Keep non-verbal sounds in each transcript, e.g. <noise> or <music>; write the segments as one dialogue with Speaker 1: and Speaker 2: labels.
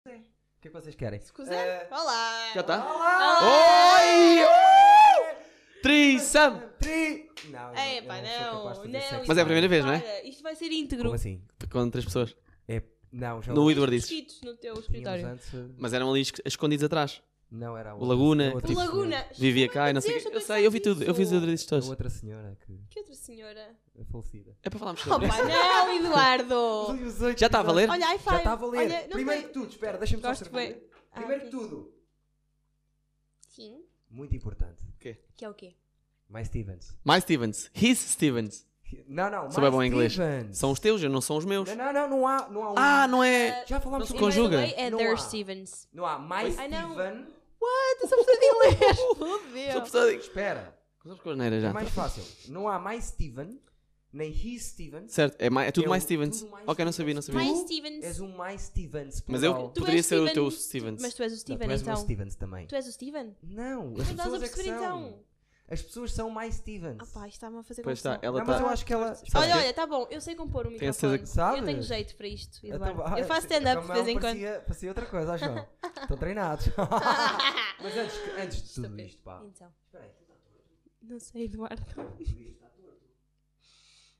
Speaker 1: O que é que vocês querem?
Speaker 2: Cozé?
Speaker 3: É,
Speaker 2: Olá!
Speaker 1: Já tá?
Speaker 2: Olá!
Speaker 1: Oi! Uh! Trissam!
Speaker 3: Tri... Não,
Speaker 2: É,
Speaker 3: eu
Speaker 2: pá,
Speaker 3: sou
Speaker 2: não.
Speaker 3: capaz de fazer
Speaker 2: não,
Speaker 3: sexo.
Speaker 2: isto
Speaker 1: Mas é a primeira vez, não é?
Speaker 2: para, Isto vai ser
Speaker 3: Como
Speaker 2: íntegro.
Speaker 3: assim?
Speaker 1: Com três pessoas.
Speaker 3: É... Não, já
Speaker 1: No
Speaker 3: ouvi.
Speaker 1: Edward disse.
Speaker 2: Mosquitos no teu
Speaker 3: Tínhamos
Speaker 2: escritório.
Speaker 3: antes, eh,
Speaker 1: Mas eram ali esc- escondidos atrás.
Speaker 3: Não, era a
Speaker 1: O
Speaker 3: outra-
Speaker 1: Laguna.
Speaker 3: a outra
Speaker 2: O
Speaker 3: senhora.
Speaker 2: Laguna.
Speaker 1: Vivia
Speaker 3: é
Speaker 1: cá e não sei o
Speaker 2: Deus,
Speaker 1: quê. Eu
Speaker 2: eu
Speaker 1: sei, eu vi
Speaker 2: pensava
Speaker 1: tudo. Eu fiz os
Speaker 2: nisso.
Speaker 1: Edwardices
Speaker 3: A
Speaker 1: todos.
Speaker 3: outra senhora que
Speaker 2: Que outra senhora?
Speaker 3: é falecida.
Speaker 1: É para falarmos
Speaker 2: Oh,
Speaker 1: sobre isso.
Speaker 2: pá, não, Eduardo!
Speaker 1: Já está a valer?
Speaker 2: Olha, high Oh. five.
Speaker 3: Já está a valer.
Speaker 2: Olha, não
Speaker 3: Primeiro
Speaker 2: foi-
Speaker 3: que tudo, espera, deixa-me só
Speaker 2: Gosto
Speaker 3: escrever.
Speaker 2: bem. Ah,
Speaker 3: Primeiro que
Speaker 2: ok.
Speaker 3: tudo,
Speaker 2: Sim.
Speaker 3: muito importante,
Speaker 2: Que é o quê?
Speaker 3: mais Stevens.
Speaker 1: My Stevens. His Stevens.
Speaker 3: Não, não,
Speaker 1: Sou é bem
Speaker 3: mais
Speaker 1: bom em inglês.
Speaker 3: Stevens.
Speaker 1: São os teus, eu não são os meus.
Speaker 3: Não, não, não, não há, não há um.
Speaker 1: Ah, não é.
Speaker 3: Já
Speaker 1: não
Speaker 3: falámos
Speaker 1: se
Speaker 3: sobre
Speaker 2: By the
Speaker 1: conjuga.
Speaker 2: way, é
Speaker 3: Não
Speaker 2: their
Speaker 3: há. <laughs>
Speaker 2: Stevens.
Speaker 3: Não há mais
Speaker 2: Ai, não.
Speaker 3: Steven.
Speaker 2: What? Só precisa de <laughs> inglês! Fudeu!
Speaker 1: Só precisava de-
Speaker 3: Espera,
Speaker 1: Coisas com as neiras já.
Speaker 3: é mais fácil. Não há mais Steven, nem he Stevens.
Speaker 1: Certo, é, mais- é tudo
Speaker 3: É
Speaker 1: mais
Speaker 3: o-
Speaker 1: Stevens.
Speaker 3: tudo mais
Speaker 1: Ok, não sabia, não sabia.
Speaker 2: Mais
Speaker 3: Tu
Speaker 2: Stevens.
Speaker 3: És um mais Stevens.
Speaker 1: Mas eu-
Speaker 3: plural.
Speaker 2: Tu
Speaker 1: Poderia
Speaker 2: és
Speaker 1: ser o teu
Speaker 2: tu-
Speaker 1: Stevens.
Speaker 2: Mas tu és o
Speaker 3: Não,
Speaker 2: Steven,
Speaker 3: tu és
Speaker 2: então.
Speaker 3: mais Stevens também.
Speaker 2: Tu és o Steven?
Speaker 3: Não, as
Speaker 2: Mas estás a
Speaker 3: pessoas é que
Speaker 2: perceber,
Speaker 3: são.
Speaker 2: então.
Speaker 3: As pessoas são mais Stevens.
Speaker 2: Ah pá, isto está-me a fazer
Speaker 1: Pois está,
Speaker 2: confusão.
Speaker 1: ela tá.
Speaker 3: não, mas eu
Speaker 1: está.
Speaker 3: acho que ela.
Speaker 2: Olha,
Speaker 1: Sabe?
Speaker 2: olha, tá bom, eu sei compor o
Speaker 1: Tenho a certeza
Speaker 2: microfone.
Speaker 3: que sabes.
Speaker 2: Eu tenho jeito para isto,
Speaker 3: Então,
Speaker 2: Eduardo.
Speaker 3: ah,
Speaker 2: eu faço stand-up de
Speaker 3: então
Speaker 2: vez em quando.
Speaker 3: parecia, Parecia outra coisa, acho não.
Speaker 2: <laughs>
Speaker 3: Estão treinados. Mas antes, que- antes de tudo
Speaker 2: Estúpido.
Speaker 3: isto, pá.
Speaker 2: Então,
Speaker 3: Espera aí, tá- aquilo está torto.
Speaker 2: não sei, Eduardo.
Speaker 3: Isto está tá torto.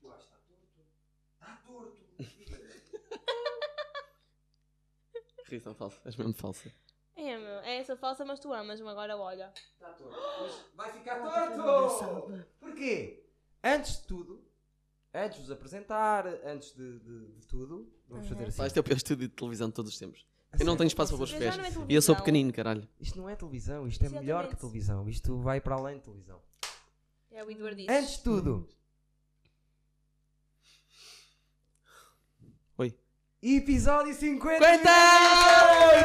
Speaker 3: Eu acho que está torto. Está torto.
Speaker 1: Rita, falsa. És mesmo falsa.
Speaker 2: É, meu, é essa falsa, mas tu amas-me agora, olha.
Speaker 3: Está Tá
Speaker 2: <gasps>
Speaker 3: torto. Mas vai ficar torto. Porquê? Antes de tudo, antes de vos apresentar, antes de, de- de tudo, vamos
Speaker 2: Uhum.
Speaker 3: fazer assim.
Speaker 1: Este é o pior estúdio de televisão de todos os tempos. Eu não tenho espaço para pôr os
Speaker 2: Mas
Speaker 1: pés.
Speaker 2: já não é
Speaker 1: E eu sou
Speaker 2: televisão.
Speaker 1: pequenino, caralho.
Speaker 3: Isto não é televisão, isto é melhor que
Speaker 2: Exatamente.
Speaker 3: televisão. Isto vai para além de televisão.
Speaker 2: É o Eduardo
Speaker 3: Antes de tudo,
Speaker 1: Oi.
Speaker 3: episódio um! 50!
Speaker 1: 50!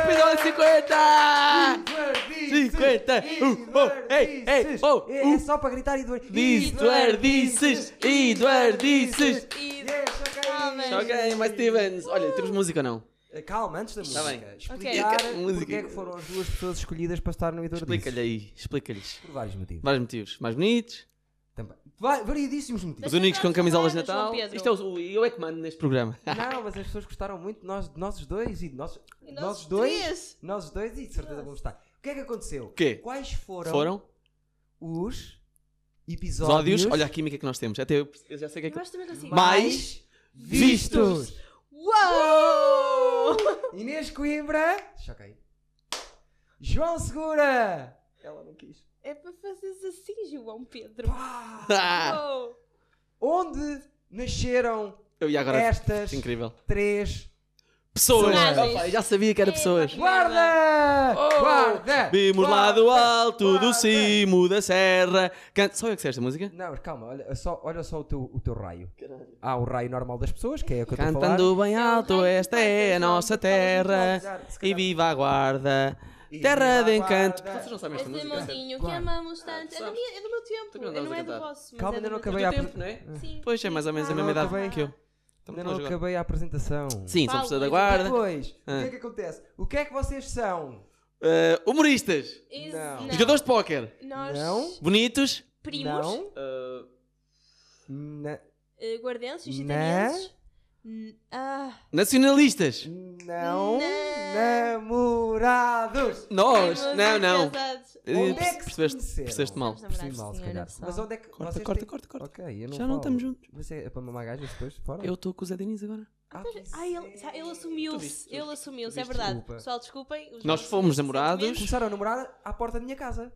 Speaker 1: Episódio 50! 50! Uh, oh, ei, ei, oh,
Speaker 3: É, é
Speaker 1: uh. é
Speaker 3: só para gritar Eduardo. é
Speaker 1: Eduardices! é Eduardices!
Speaker 3: Yeah, choca aí.
Speaker 2: Calma.
Speaker 1: Ok, mais Stevens. Olha, temos música ou não?
Speaker 3: Eh, Calma, antes da
Speaker 1: Está
Speaker 3: música.
Speaker 1: Tá bem.
Speaker 3: Explicar
Speaker 1: Ok.
Speaker 3: porque é que foram as duas pessoas escolhidas para estar no Eduardo.
Speaker 1: Explica-lhe aí, explica-lhes.
Speaker 3: Por vários motivos.
Speaker 1: Vários motivos. Mais bonitos,
Speaker 3: Também. Vai- variedíssimos motivos.
Speaker 1: os únicos com
Speaker 2: estamos
Speaker 1: camisolas de
Speaker 2: a falar,
Speaker 1: Natal.
Speaker 2: João Pedro.
Speaker 1: Isto é o. o- Eu é que mando neste programa.
Speaker 3: Não, mas as pessoas gostaram muito de nós, de nós os dois e de nós,
Speaker 2: E
Speaker 3: nós
Speaker 2: nós
Speaker 3: os dois.
Speaker 2: três.
Speaker 3: Nós os dois e de certeza vamos estar. O que é que aconteceu?
Speaker 1: quê?
Speaker 3: Quais foram,
Speaker 1: Foram?
Speaker 3: os episódios,
Speaker 1: Ódios. Olha a química que nós temos. Até eu, eu já sei o que é
Speaker 2: Eu
Speaker 1: que.
Speaker 2: acho que assim, também consigo.
Speaker 1: Mais vistos.
Speaker 2: Uou!
Speaker 3: Inês Coimbra. Choca aí. João Segura. Ela não quis.
Speaker 2: É para fazeres assim, João Pedro.
Speaker 3: Pá!
Speaker 1: Ah,
Speaker 2: Uou!
Speaker 3: Onde nasceram
Speaker 1: <laughs> eu ia agora. é
Speaker 3: estas
Speaker 1: Incrível.
Speaker 3: três
Speaker 1: Pessoas!
Speaker 2: Personagens.
Speaker 1: Opa, eu já sabia que era
Speaker 2: É,
Speaker 1: pessoas.
Speaker 2: pá.
Speaker 3: Guarda!
Speaker 1: Oh!
Speaker 3: Guarda!
Speaker 1: Vimos lá do
Speaker 3: Guarda!
Speaker 1: alto do
Speaker 3: Guarda!
Speaker 1: cimo da serra. Canta. Só eu que sei esta música?
Speaker 3: Não, mas calma, olha só, olha só o, teu, o teu raio. Há o raio normal das pessoas, que é o que eu estou a falar.
Speaker 1: Cantando bem alto,
Speaker 2: Ai,
Speaker 1: esta é a
Speaker 2: não,
Speaker 1: nossa
Speaker 2: não,
Speaker 1: terra.
Speaker 3: não, não, se
Speaker 1: E
Speaker 3: calhar.
Speaker 1: viva a guarda,
Speaker 3: E
Speaker 1: terra
Speaker 3: viva
Speaker 1: de
Speaker 3: a
Speaker 1: encanto.
Speaker 3: guarda.
Speaker 1: Vocês não sabem esta
Speaker 2: Esse
Speaker 1: música?
Speaker 2: mãozinho que
Speaker 3: Guarda.
Speaker 2: amamos tanto. É, da
Speaker 1: sabes?
Speaker 2: minha- é do meu tempo.
Speaker 1: Tu não
Speaker 2: É,
Speaker 1: andavas
Speaker 2: Não é
Speaker 1: a
Speaker 2: do
Speaker 1: cantar.
Speaker 2: vosso. mas
Speaker 3: Calma,
Speaker 2: é do
Speaker 3: ainda não
Speaker 2: meu
Speaker 3: acabei a
Speaker 1: tempo,
Speaker 3: apre-
Speaker 1: não é?
Speaker 2: tempo. Sim.
Speaker 1: Pois é, mais ou menos a mesma
Speaker 3: Ah,
Speaker 1: idade
Speaker 3: também.
Speaker 1: que eu. Estamos
Speaker 3: Ainda não
Speaker 1: longe agora.
Speaker 3: acabei a apresentação.
Speaker 1: Sim, são
Speaker 2: Fala,
Speaker 1: pessoas da
Speaker 2: Luís,
Speaker 1: guarda.
Speaker 3: Depois,
Speaker 1: Ah.
Speaker 3: o que é que acontece? O que é que vocês são?
Speaker 1: Eh, humoristas,
Speaker 2: Isso-
Speaker 3: Não.
Speaker 2: não.
Speaker 1: jogadores de póquer,
Speaker 2: Nós,
Speaker 3: Não.
Speaker 1: bonitos,
Speaker 2: primos,
Speaker 3: Não.
Speaker 1: eh,
Speaker 3: Na-
Speaker 2: eh, guardenses,
Speaker 3: Né?
Speaker 2: italianos. N- Ah,
Speaker 1: nacionalistas.
Speaker 3: Não.
Speaker 2: Né.
Speaker 3: Namorados.
Speaker 1: Nós,
Speaker 2: primos
Speaker 1: Oh, não,
Speaker 2: e
Speaker 1: não.
Speaker 2: casados.
Speaker 1: Eh,
Speaker 3: Onde é que se
Speaker 1: Percebeste,
Speaker 3: conheceram?
Speaker 1: percebeste mal.
Speaker 2: Estamos
Speaker 3: Percebi
Speaker 2: namorados,
Speaker 3: mal, se
Speaker 2: senhora,
Speaker 3: calhar.
Speaker 2: pessoal.
Speaker 3: Mas onde é que
Speaker 1: Corta,
Speaker 3: vocês
Speaker 1: corta,
Speaker 3: têm-
Speaker 1: corta, corta.
Speaker 3: Ok, eu não
Speaker 1: Já não
Speaker 3: falo.
Speaker 1: estamos juntos.
Speaker 3: Mas é é para mamar gajas depois? Fora?
Speaker 1: Eu estou com o Zé Diniz agora.
Speaker 3: Ah, pois
Speaker 2: Ah, ele, sa- ele
Speaker 3: é.
Speaker 1: Tu viste,
Speaker 2: assumiu-se.
Speaker 1: tu
Speaker 2: Ele
Speaker 1: viste,
Speaker 2: assumiu-se,
Speaker 1: tu
Speaker 2: é
Speaker 1: viste,
Speaker 2: verdade.
Speaker 3: desculpa.
Speaker 2: Pessoal, desculpem. os
Speaker 1: Nós
Speaker 2: nossos
Speaker 1: fomos
Speaker 2: sentimentos.
Speaker 1: namorados.
Speaker 3: Começaram a namorar à porta da minha casa.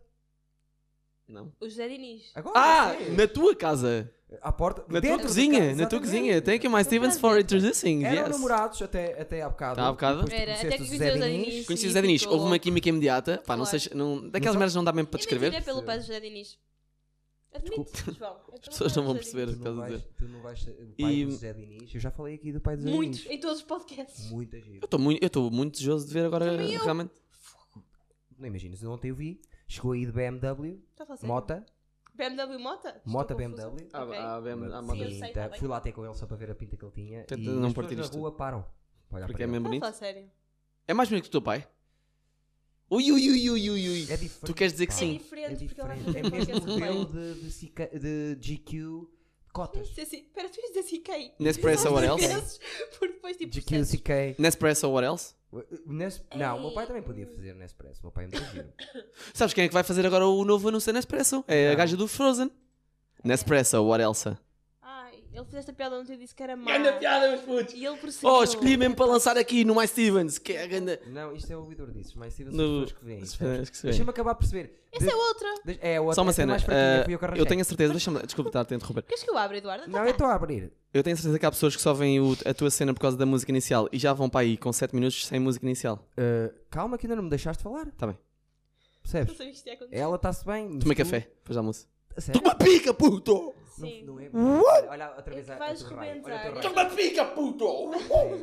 Speaker 1: Não.
Speaker 2: O José Diniz.
Speaker 3: Agora?
Speaker 1: Ah,
Speaker 3: eu sei.
Speaker 1: na tua casa,
Speaker 3: à porta.
Speaker 1: na
Speaker 3: dentro
Speaker 1: tua
Speaker 3: da casa,
Speaker 1: cozinha, na tua
Speaker 3: exatamente. um
Speaker 1: cozinha. Thank you, my Stevens, for introducing.
Speaker 3: Eram
Speaker 1: Yes.
Speaker 3: namorados até, até há bocado.
Speaker 1: Tá, há bocado.
Speaker 3: Depois tu
Speaker 2: Era, até
Speaker 3: conheceste
Speaker 2: que
Speaker 3: o Zé
Speaker 2: conheceu o Zé
Speaker 3: Diniz.
Speaker 2: Diniz.
Speaker 1: Conheci o
Speaker 2: e
Speaker 1: Zé Diniz,
Speaker 2: ficou-
Speaker 1: houve uma química imediata. Pá, não sei. se- Não, daquelas
Speaker 3: Não
Speaker 1: merdas não dá mesmo para
Speaker 2: É mentira, é
Speaker 1: descrever.
Speaker 2: pelo pés do José Diniz. Admite, João. é
Speaker 1: <laughs>
Speaker 2: pelo
Speaker 1: As pessoas
Speaker 2: pai
Speaker 1: não
Speaker 2: do
Speaker 1: vão
Speaker 2: José Diniz.
Speaker 1: perceber o
Speaker 3: Tu
Speaker 1: que estás
Speaker 3: não,
Speaker 1: a
Speaker 3: vais,
Speaker 1: dizer.
Speaker 3: tu não vais. O pai
Speaker 1: E-
Speaker 3: do Zé Diniz. Eu já falei aqui do pai do Zé
Speaker 2: Muitos,
Speaker 3: Diniz.
Speaker 2: em todos os podcasts.
Speaker 3: Muita gente.
Speaker 1: Eu estou muito, eu estou muito desejoso de ver agora
Speaker 2: Também eu.
Speaker 1: realmente.
Speaker 3: Não imaginas, ontem eu vi. Chegou aí de BMW,
Speaker 2: Está a falar sério?
Speaker 3: Mota,
Speaker 2: BMW Mota?
Speaker 3: Mota
Speaker 2: Estou confusa.
Speaker 3: BMW.
Speaker 2: Ok.
Speaker 1: Há, há,
Speaker 3: uma
Speaker 1: bem- há
Speaker 2: Sim,
Speaker 1: modas.
Speaker 2: eu sei,
Speaker 3: Ah, pinta.
Speaker 2: tá bem.
Speaker 3: Fui lá até com ele só para ver a pinta que ele tinha.
Speaker 1: Tenta
Speaker 3: e
Speaker 1: não
Speaker 3: as
Speaker 1: partir
Speaker 3: pessoas
Speaker 1: isto
Speaker 3: na rua param. para olhar
Speaker 1: Porque
Speaker 3: para
Speaker 1: é
Speaker 3: ele.
Speaker 1: mesmo
Speaker 2: Está a
Speaker 1: bonito.
Speaker 2: falar sério.
Speaker 1: É mais bonito que o teu pai? Ui, ui, ui, ui, ui, ui.
Speaker 3: É diferente.
Speaker 1: Tu queres dizer que
Speaker 3: pá.
Speaker 1: sim?
Speaker 2: É
Speaker 3: É
Speaker 2: diferente, porque ela vai
Speaker 3: diferente. É mesmo
Speaker 2: fazer podcast com o
Speaker 3: modelo
Speaker 2: pai.
Speaker 3: de, de, CK de GQ cotas.
Speaker 2: assim, Espera, tu ias dizer CK.
Speaker 1: Nespresso, what
Speaker 2: Duas
Speaker 1: else?
Speaker 2: <laughs> vezes, Porque depois tipo.
Speaker 3: GQ,
Speaker 1: assim?
Speaker 2: percebes.
Speaker 3: CK.
Speaker 1: Nespresso, what else?
Speaker 3: Nes- Não, o meu pai
Speaker 2: Ei.
Speaker 3: também podia fazer Nespresso. O meu pai é muito giro.
Speaker 1: Sabes quem é que vai fazer agora o novo anúncio da Nespresso? É a
Speaker 3: Não.
Speaker 1: gaja do Frozen. Nespresso, what Elsa?
Speaker 2: Ai, ele fez esta piada ontem e disse que era má.
Speaker 1: Grande piada, meus putos.
Speaker 2: E ele percebeu.
Speaker 1: Oh, escolhi mesmo para lançar aqui no My Stevens, que é a grande...
Speaker 3: Não, isto é o ouvidor disso. Mas se as
Speaker 1: No-
Speaker 3: pessoas que veem.
Speaker 1: Acho
Speaker 3: percebes?
Speaker 1: que se vê.
Speaker 3: Deixa-me acabar a perceber.
Speaker 2: Essa é outra.
Speaker 3: De- É outra.
Speaker 1: Só uma
Speaker 3: essa é
Speaker 1: cena.
Speaker 3: mais fraquinha,
Speaker 1: ah,
Speaker 3: fui eu que
Speaker 1: eu
Speaker 3: arranjei.
Speaker 1: tenho a certeza, deixa-me, desculpa estar a te interromper.
Speaker 2: Queres que eu abra, Eduardo? Então
Speaker 3: Não, é eu estou a abrir.
Speaker 1: Eu tenho a certeza que há pessoas que só veem o- a tua cena por causa da música inicial e já vão para aí com 7 minutos sem música inicial.
Speaker 3: Ah, calma, que ainda não me deixaste falar.
Speaker 1: Tá bem.
Speaker 2: Não
Speaker 3: Percebes?
Speaker 2: sabia que é isto ia acontecer.
Speaker 3: Ela está-se Tá bem. mas
Speaker 1: Tomei
Speaker 3: tu-
Speaker 1: café, depois do almoço.
Speaker 3: A sério?
Speaker 1: Toma pica, puto!
Speaker 2: Sim.
Speaker 3: Não, não é Olha, olha outra
Speaker 2: É
Speaker 3: vez
Speaker 2: que
Speaker 3: a, a
Speaker 2: vais
Speaker 3: teu raio. Olha o teu
Speaker 2: rebentar. é
Speaker 3: raio.
Speaker 1: Toma pica, puto!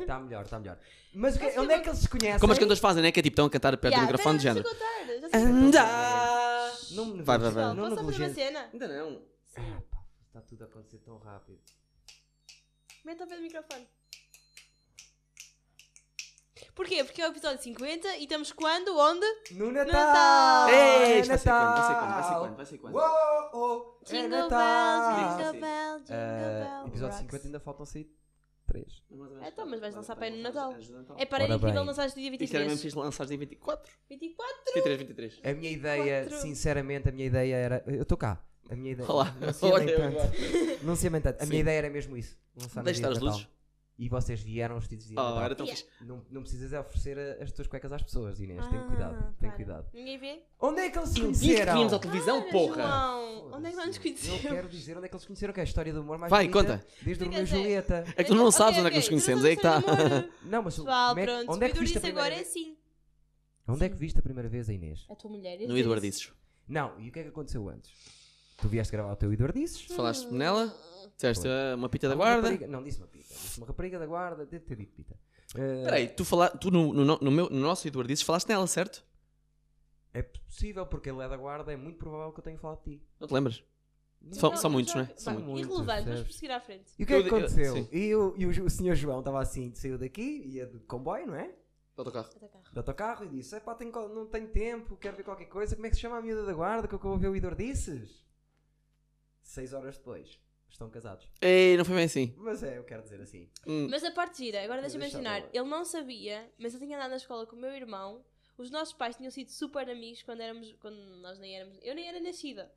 Speaker 3: Está melhor, está melhor. Mas o que- onde é que eles se conhecem?
Speaker 1: Como as cantores fazem, né? Que é tipo, estão a cantar perto
Speaker 2: Tá Yeah,
Speaker 1: do microfone de
Speaker 2: espera,
Speaker 1: género. Tá
Speaker 2: deixa eu contar, já sei que- é
Speaker 1: Anda!
Speaker 3: Não me
Speaker 1: Vai, vai, vai.
Speaker 2: Pessoal,
Speaker 3: Não
Speaker 2: Posso só fazer uma
Speaker 3: negligencie.
Speaker 2: cena?
Speaker 1: Ainda não.
Speaker 2: Sim.
Speaker 3: Está tudo a acontecer tão rápido.
Speaker 2: Mete ao pé do microfone. Porquê? Porque é o episódio 50 e estamos quando? Onde?
Speaker 3: No
Speaker 2: Natal!
Speaker 3: Natal!
Speaker 1: Ei,
Speaker 3: É
Speaker 1: isto vai ser quando? Vai ser quando? Vai ser
Speaker 3: Natal!
Speaker 1: quando? Vai ser quando?
Speaker 3: Uou, oh, é
Speaker 2: Jingle
Speaker 3: Natal!
Speaker 2: Bell, Jingle Bell, Jingle
Speaker 3: Ah,
Speaker 2: Bell.
Speaker 3: episódio
Speaker 2: rocks.
Speaker 3: 50 ainda faltam sair 3.
Speaker 2: Então, mas vais lançar para aí no Natal. É
Speaker 1: É
Speaker 2: para
Speaker 3: Ora
Speaker 2: aí que
Speaker 3: bem.
Speaker 2: ele lançaste dia
Speaker 1: Isto era
Speaker 2: 23.
Speaker 1: mesmo fixe lançar em 24?
Speaker 2: 24?
Speaker 1: 23, 23.
Speaker 3: A minha ideia,
Speaker 2: Quatro.
Speaker 3: sinceramente, a minha ideia era. Eu estou cá. A minha ideia.
Speaker 1: Olá.
Speaker 3: Não se amem
Speaker 1: Olha,
Speaker 3: tanto. Não se amem tanto. A
Speaker 1: Sim.
Speaker 3: minha ideia era mesmo isso. Lançar no
Speaker 1: Deixa
Speaker 3: dia
Speaker 1: estar as
Speaker 3: de Natal.
Speaker 1: luzes.
Speaker 3: E vocês vieram os vestidos de dia de
Speaker 1: Oh,
Speaker 3: Natal.
Speaker 1: era tão
Speaker 2: Yeah.
Speaker 1: fixe.
Speaker 3: Não, não precisas é oferecer a- as tuas cuecas às pessoas, Inês. Tem cuidado. Tem
Speaker 2: Ah, para.
Speaker 3: cuidado.
Speaker 2: Ninguém vê?
Speaker 3: Onde é que eles se
Speaker 1: Disse Tipo, que
Speaker 3: conheceram?
Speaker 1: vínhamos à televisão,
Speaker 2: Cara,
Speaker 1: porra!
Speaker 2: João, onde é que nós nos
Speaker 3: Eu
Speaker 2: conhecemos?
Speaker 3: quero dizer onde é que eles conheceram, que é a história do amor mais
Speaker 1: Vai,
Speaker 3: bonita
Speaker 1: conta.
Speaker 3: Desde o Romeu e
Speaker 2: Fica a dizer.
Speaker 3: Julieta.
Speaker 1: É que tu não
Speaker 2: Ok,
Speaker 1: sabes onde é
Speaker 2: ok,
Speaker 1: que nos
Speaker 2: tu não
Speaker 1: conhecemos,
Speaker 2: sabes
Speaker 1: é que tá.
Speaker 2: onde é que namoro.
Speaker 3: Não, mas
Speaker 2: Pessoal,
Speaker 3: como é que- onde
Speaker 2: pronto.
Speaker 3: é que viste
Speaker 2: Vitor
Speaker 3: a
Speaker 2: disse
Speaker 3: primeira
Speaker 2: agora é
Speaker 3: vez?
Speaker 2: assim.
Speaker 3: Onde é que viste a primeira vez a Inês?
Speaker 2: A tua mulher. é
Speaker 1: No Eduardices.
Speaker 3: Não, e o que é que aconteceu antes? Tu vieste gravar o teu Eduardices?
Speaker 1: Falaste nela,
Speaker 2: Hum.
Speaker 1: disseste ah, uma pita da
Speaker 3: Uma
Speaker 1: guarda.
Speaker 3: rapariga- Não, disse uma pita. Disse uma rapariga da guarda, deve ter dito pita. Eh,
Speaker 1: Peraí, tu, fala, tu no, no, no meu, no nosso Eduardices falaste nela, certo?
Speaker 3: É possível, porque ele é da guarda, é muito provável que eu tenha falado de ti.
Speaker 1: Não te lembras?
Speaker 3: Não.
Speaker 1: Só- são muitos, não é? São
Speaker 2: São
Speaker 3: muitos.
Speaker 2: Irrelevante, vamos
Speaker 3: Percebes?
Speaker 2: prosseguir à frente.
Speaker 3: E o que é que
Speaker 1: Eu- eu-
Speaker 3: aconteceu?
Speaker 1: sim.
Speaker 3: e o, e o, Ju- o senhor João estava assim, saiu daqui, ia de comboio, não é?
Speaker 1: Autocarro.
Speaker 2: Até cá.
Speaker 3: Do autocarro e disse: Epá, tenho, co- não tenho tempo, quero ver qualquer coisa. Como é que se chama a miúda da guarda que eu que eu vou ver o Idor disses? Seis horas depois, estão casados.
Speaker 1: Ei, não foi bem assim.
Speaker 3: Mas é, eu quero dizer assim.
Speaker 1: Hum.
Speaker 2: Mas a parte gira, agora deixa-me
Speaker 3: Deixa
Speaker 2: imaginar.
Speaker 3: agora.
Speaker 2: Ele não sabia, mas eu tinha andado na escola com o meu irmão. Os nossos pais tinham sido super amigos quando éramos. quando nós nem éramos. Eu nem era nascida.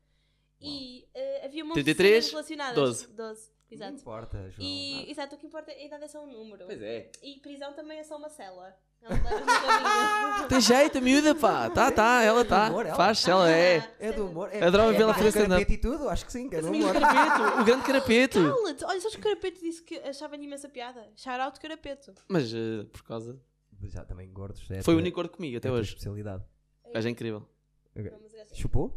Speaker 2: E eh, havia um monte
Speaker 1: 33,
Speaker 2: de cenas relacionadas.
Speaker 1: 12.
Speaker 2: 12,
Speaker 3: Não
Speaker 2: exato.
Speaker 3: importa, João.
Speaker 2: E, exato, o que importa é a idade é só um número.
Speaker 1: Hum. Pois é.
Speaker 2: E prisão também é só uma cela. Não levas no
Speaker 1: <laughs>
Speaker 2: caminho.
Speaker 1: Tem jeito, a miúda, pá. Tá, tá, ela tá.
Speaker 3: Amor, ela.
Speaker 1: Faz,
Speaker 2: <laughs>
Speaker 1: ela é.
Speaker 3: É do humor. É,
Speaker 1: Adorava
Speaker 3: é,
Speaker 1: vê-la
Speaker 3: é
Speaker 1: fazer
Speaker 3: do
Speaker 1: stand-up.
Speaker 3: carpete e tudo? Acho que sim, que é do
Speaker 2: <laughs>
Speaker 3: humor.
Speaker 1: Carapeto, o grande carapeto.
Speaker 2: Cala-te! Olha, sabes que o Carapeto disse que achava-lhe imensa piada? Shout-out Carapeto.
Speaker 1: Mas eh, por causa.
Speaker 3: Já também gordos. é
Speaker 1: Foi o
Speaker 3: tua-
Speaker 1: único gordo comigo
Speaker 3: é a
Speaker 1: até
Speaker 3: tua
Speaker 1: hoje.
Speaker 3: especialidade.
Speaker 1: O gajo é incrível.
Speaker 2: Não, mas eu acho-
Speaker 3: Chupou?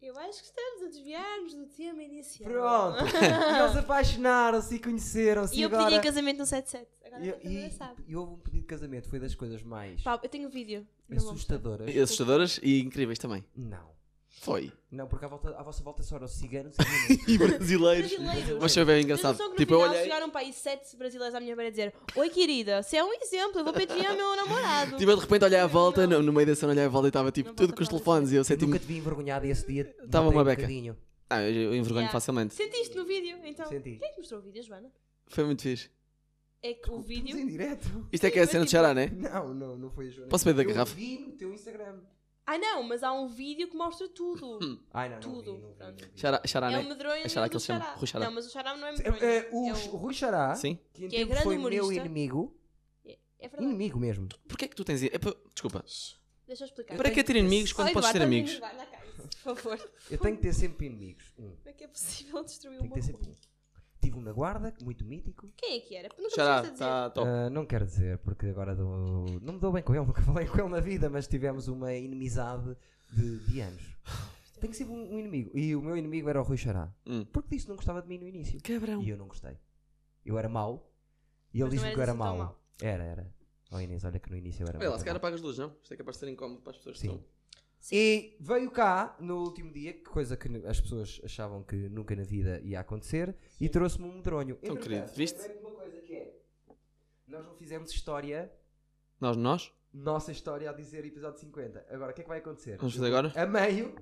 Speaker 2: Eu acho que estamos a desviar-nos do tema inicial. <laughs>
Speaker 3: Pronto. e eles apaixonaram-se e conheceram-se.
Speaker 2: E eu
Speaker 3: agora...
Speaker 2: pedi em casamento no 77. Agora
Speaker 3: E,
Speaker 2: a família
Speaker 3: e-
Speaker 2: sabe.
Speaker 3: e houve um pedido de casamento, foi das coisas mais
Speaker 2: Pá, eu tenho vídeo. Não vou mostrar.
Speaker 3: assustadoras.
Speaker 1: E assustadoras e incríveis também.
Speaker 3: Não.
Speaker 1: Foi.
Speaker 3: Não, porque à, volta, à vossa volta é só é eram ciganos e meninos.
Speaker 1: E brasileiros.
Speaker 2: Brasileiros.
Speaker 1: Mas foi bem
Speaker 2: Mas
Speaker 1: engraçado.
Speaker 2: só que no
Speaker 1: Tipo, eu
Speaker 2: final
Speaker 1: olhei.
Speaker 2: chegaram para aí sete brasileiros à minha beira dizer Oi querida, você é um exemplo, eu vou pedir ao meu namorado.
Speaker 1: Tipo, eu de repente olhei à volta, no, no meio da cena olhei à volta e estava tipo
Speaker 2: Não
Speaker 1: tudo
Speaker 2: volta
Speaker 1: com os
Speaker 2: para
Speaker 1: telefones e eu
Speaker 3: Eu
Speaker 1: <laughs> senti-me.
Speaker 3: nunca te vi envergonhado e esse dia.
Speaker 1: Tava
Speaker 3: notei
Speaker 1: uma
Speaker 3: um
Speaker 1: beca.
Speaker 3: bocadinho.
Speaker 1: Ah, eu, eu envergonho
Speaker 2: Yeah.
Speaker 1: facilmente.
Speaker 2: Sentiste no vídeo, então. Quem
Speaker 3: Senti.
Speaker 2: é que mostrou o vídeo, Joana?
Speaker 1: Foi muito fixe.
Speaker 2: É que o vídeo.
Speaker 3: Estamos em direto?
Speaker 1: Isto é que é a
Speaker 2: Sim,
Speaker 1: cena de
Speaker 2: mas tipo-
Speaker 1: Xará,
Speaker 3: Não,
Speaker 1: né?
Speaker 3: não, não foi a Joana.
Speaker 1: Posso beber da
Speaker 3: Eu
Speaker 1: garrafa?
Speaker 3: vi no teu Instagram.
Speaker 2: Ah não, mas há um vídeo que mostra tudo.
Speaker 3: Ai, não,
Speaker 2: Tudo.
Speaker 3: não vi, não vi, não vi.
Speaker 1: Xará, xará,
Speaker 2: é
Speaker 1: né?
Speaker 2: o medronho
Speaker 1: Hum. É Xará
Speaker 2: do
Speaker 1: que ele chama,
Speaker 2: Xará.
Speaker 1: Rui Xará.
Speaker 2: Não, mas o Xará não é medronho.
Speaker 3: É, é, o
Speaker 2: é
Speaker 3: Ch- Rui Xará,
Speaker 1: Sim.
Speaker 3: que, em
Speaker 2: Que é
Speaker 3: tempo
Speaker 2: grande
Speaker 3: foi meu
Speaker 2: humorista.
Speaker 3: inimigo,
Speaker 2: É verdade.
Speaker 3: inimigo mesmo.
Speaker 1: Porquê é que tu tens. é pa- Desculpa.
Speaker 2: Shh, Deixa eu explicar.
Speaker 1: Para que é ter inimigos quando
Speaker 2: Oh,
Speaker 1: podes ter
Speaker 2: Eduardo,
Speaker 1: amigos?
Speaker 2: vai na casa, Por favor.
Speaker 3: Eu tenho que ter sempre inimigos. Um.
Speaker 2: Como é que é possível destruir
Speaker 3: Tenho
Speaker 2: uma
Speaker 3: que ter sempre um.
Speaker 2: coisa?
Speaker 3: Tive um na guarda, muito mítico.
Speaker 2: Quem é que era? Nunca me
Speaker 1: Xará,
Speaker 2: chegaste a dizer.
Speaker 1: tá top.
Speaker 3: Ah, não quero dizer, porque agora dou- não me dou bem com ele, <laughs> nunca falei com ele na vida, mas tivemos uma inimizade de, de anos. Tenho sempre um, um inimigo. E o meu inimigo era o Rui Xará.
Speaker 1: Hum.
Speaker 3: Porque disse que não gostava de mim no início.
Speaker 1: Cabrão.
Speaker 3: E eu não gostei. Eu era mau. E ele
Speaker 2: Mas não
Speaker 3: disse-me que eu
Speaker 2: eras
Speaker 3: era
Speaker 2: assim tão
Speaker 3: mau.
Speaker 2: mau.
Speaker 3: Era, era. Oh Inês, olha que no início eu era
Speaker 1: Olha lá,
Speaker 3: muito
Speaker 1: se calhar
Speaker 3: mau.
Speaker 1: apaga as luzes, não? Isto é capaz de ser incómodo para as pessoas que
Speaker 3: Sim.
Speaker 1: estão.
Speaker 3: E veio cá no último dia, que coisa que n- as pessoas achavam que nunca na vida ia acontecer, e trouxe-me um medronho.
Speaker 1: Tão
Speaker 3: Entretanto,
Speaker 1: querido, viste?
Speaker 3: lembrei-me de uma coisa que é, Nós não fizemos história
Speaker 1: Nós, nós?
Speaker 3: nossa história a dizer episódio 50. Agora, o que é que vai acontecer?
Speaker 1: Vamos fazer agora?
Speaker 3: A meio.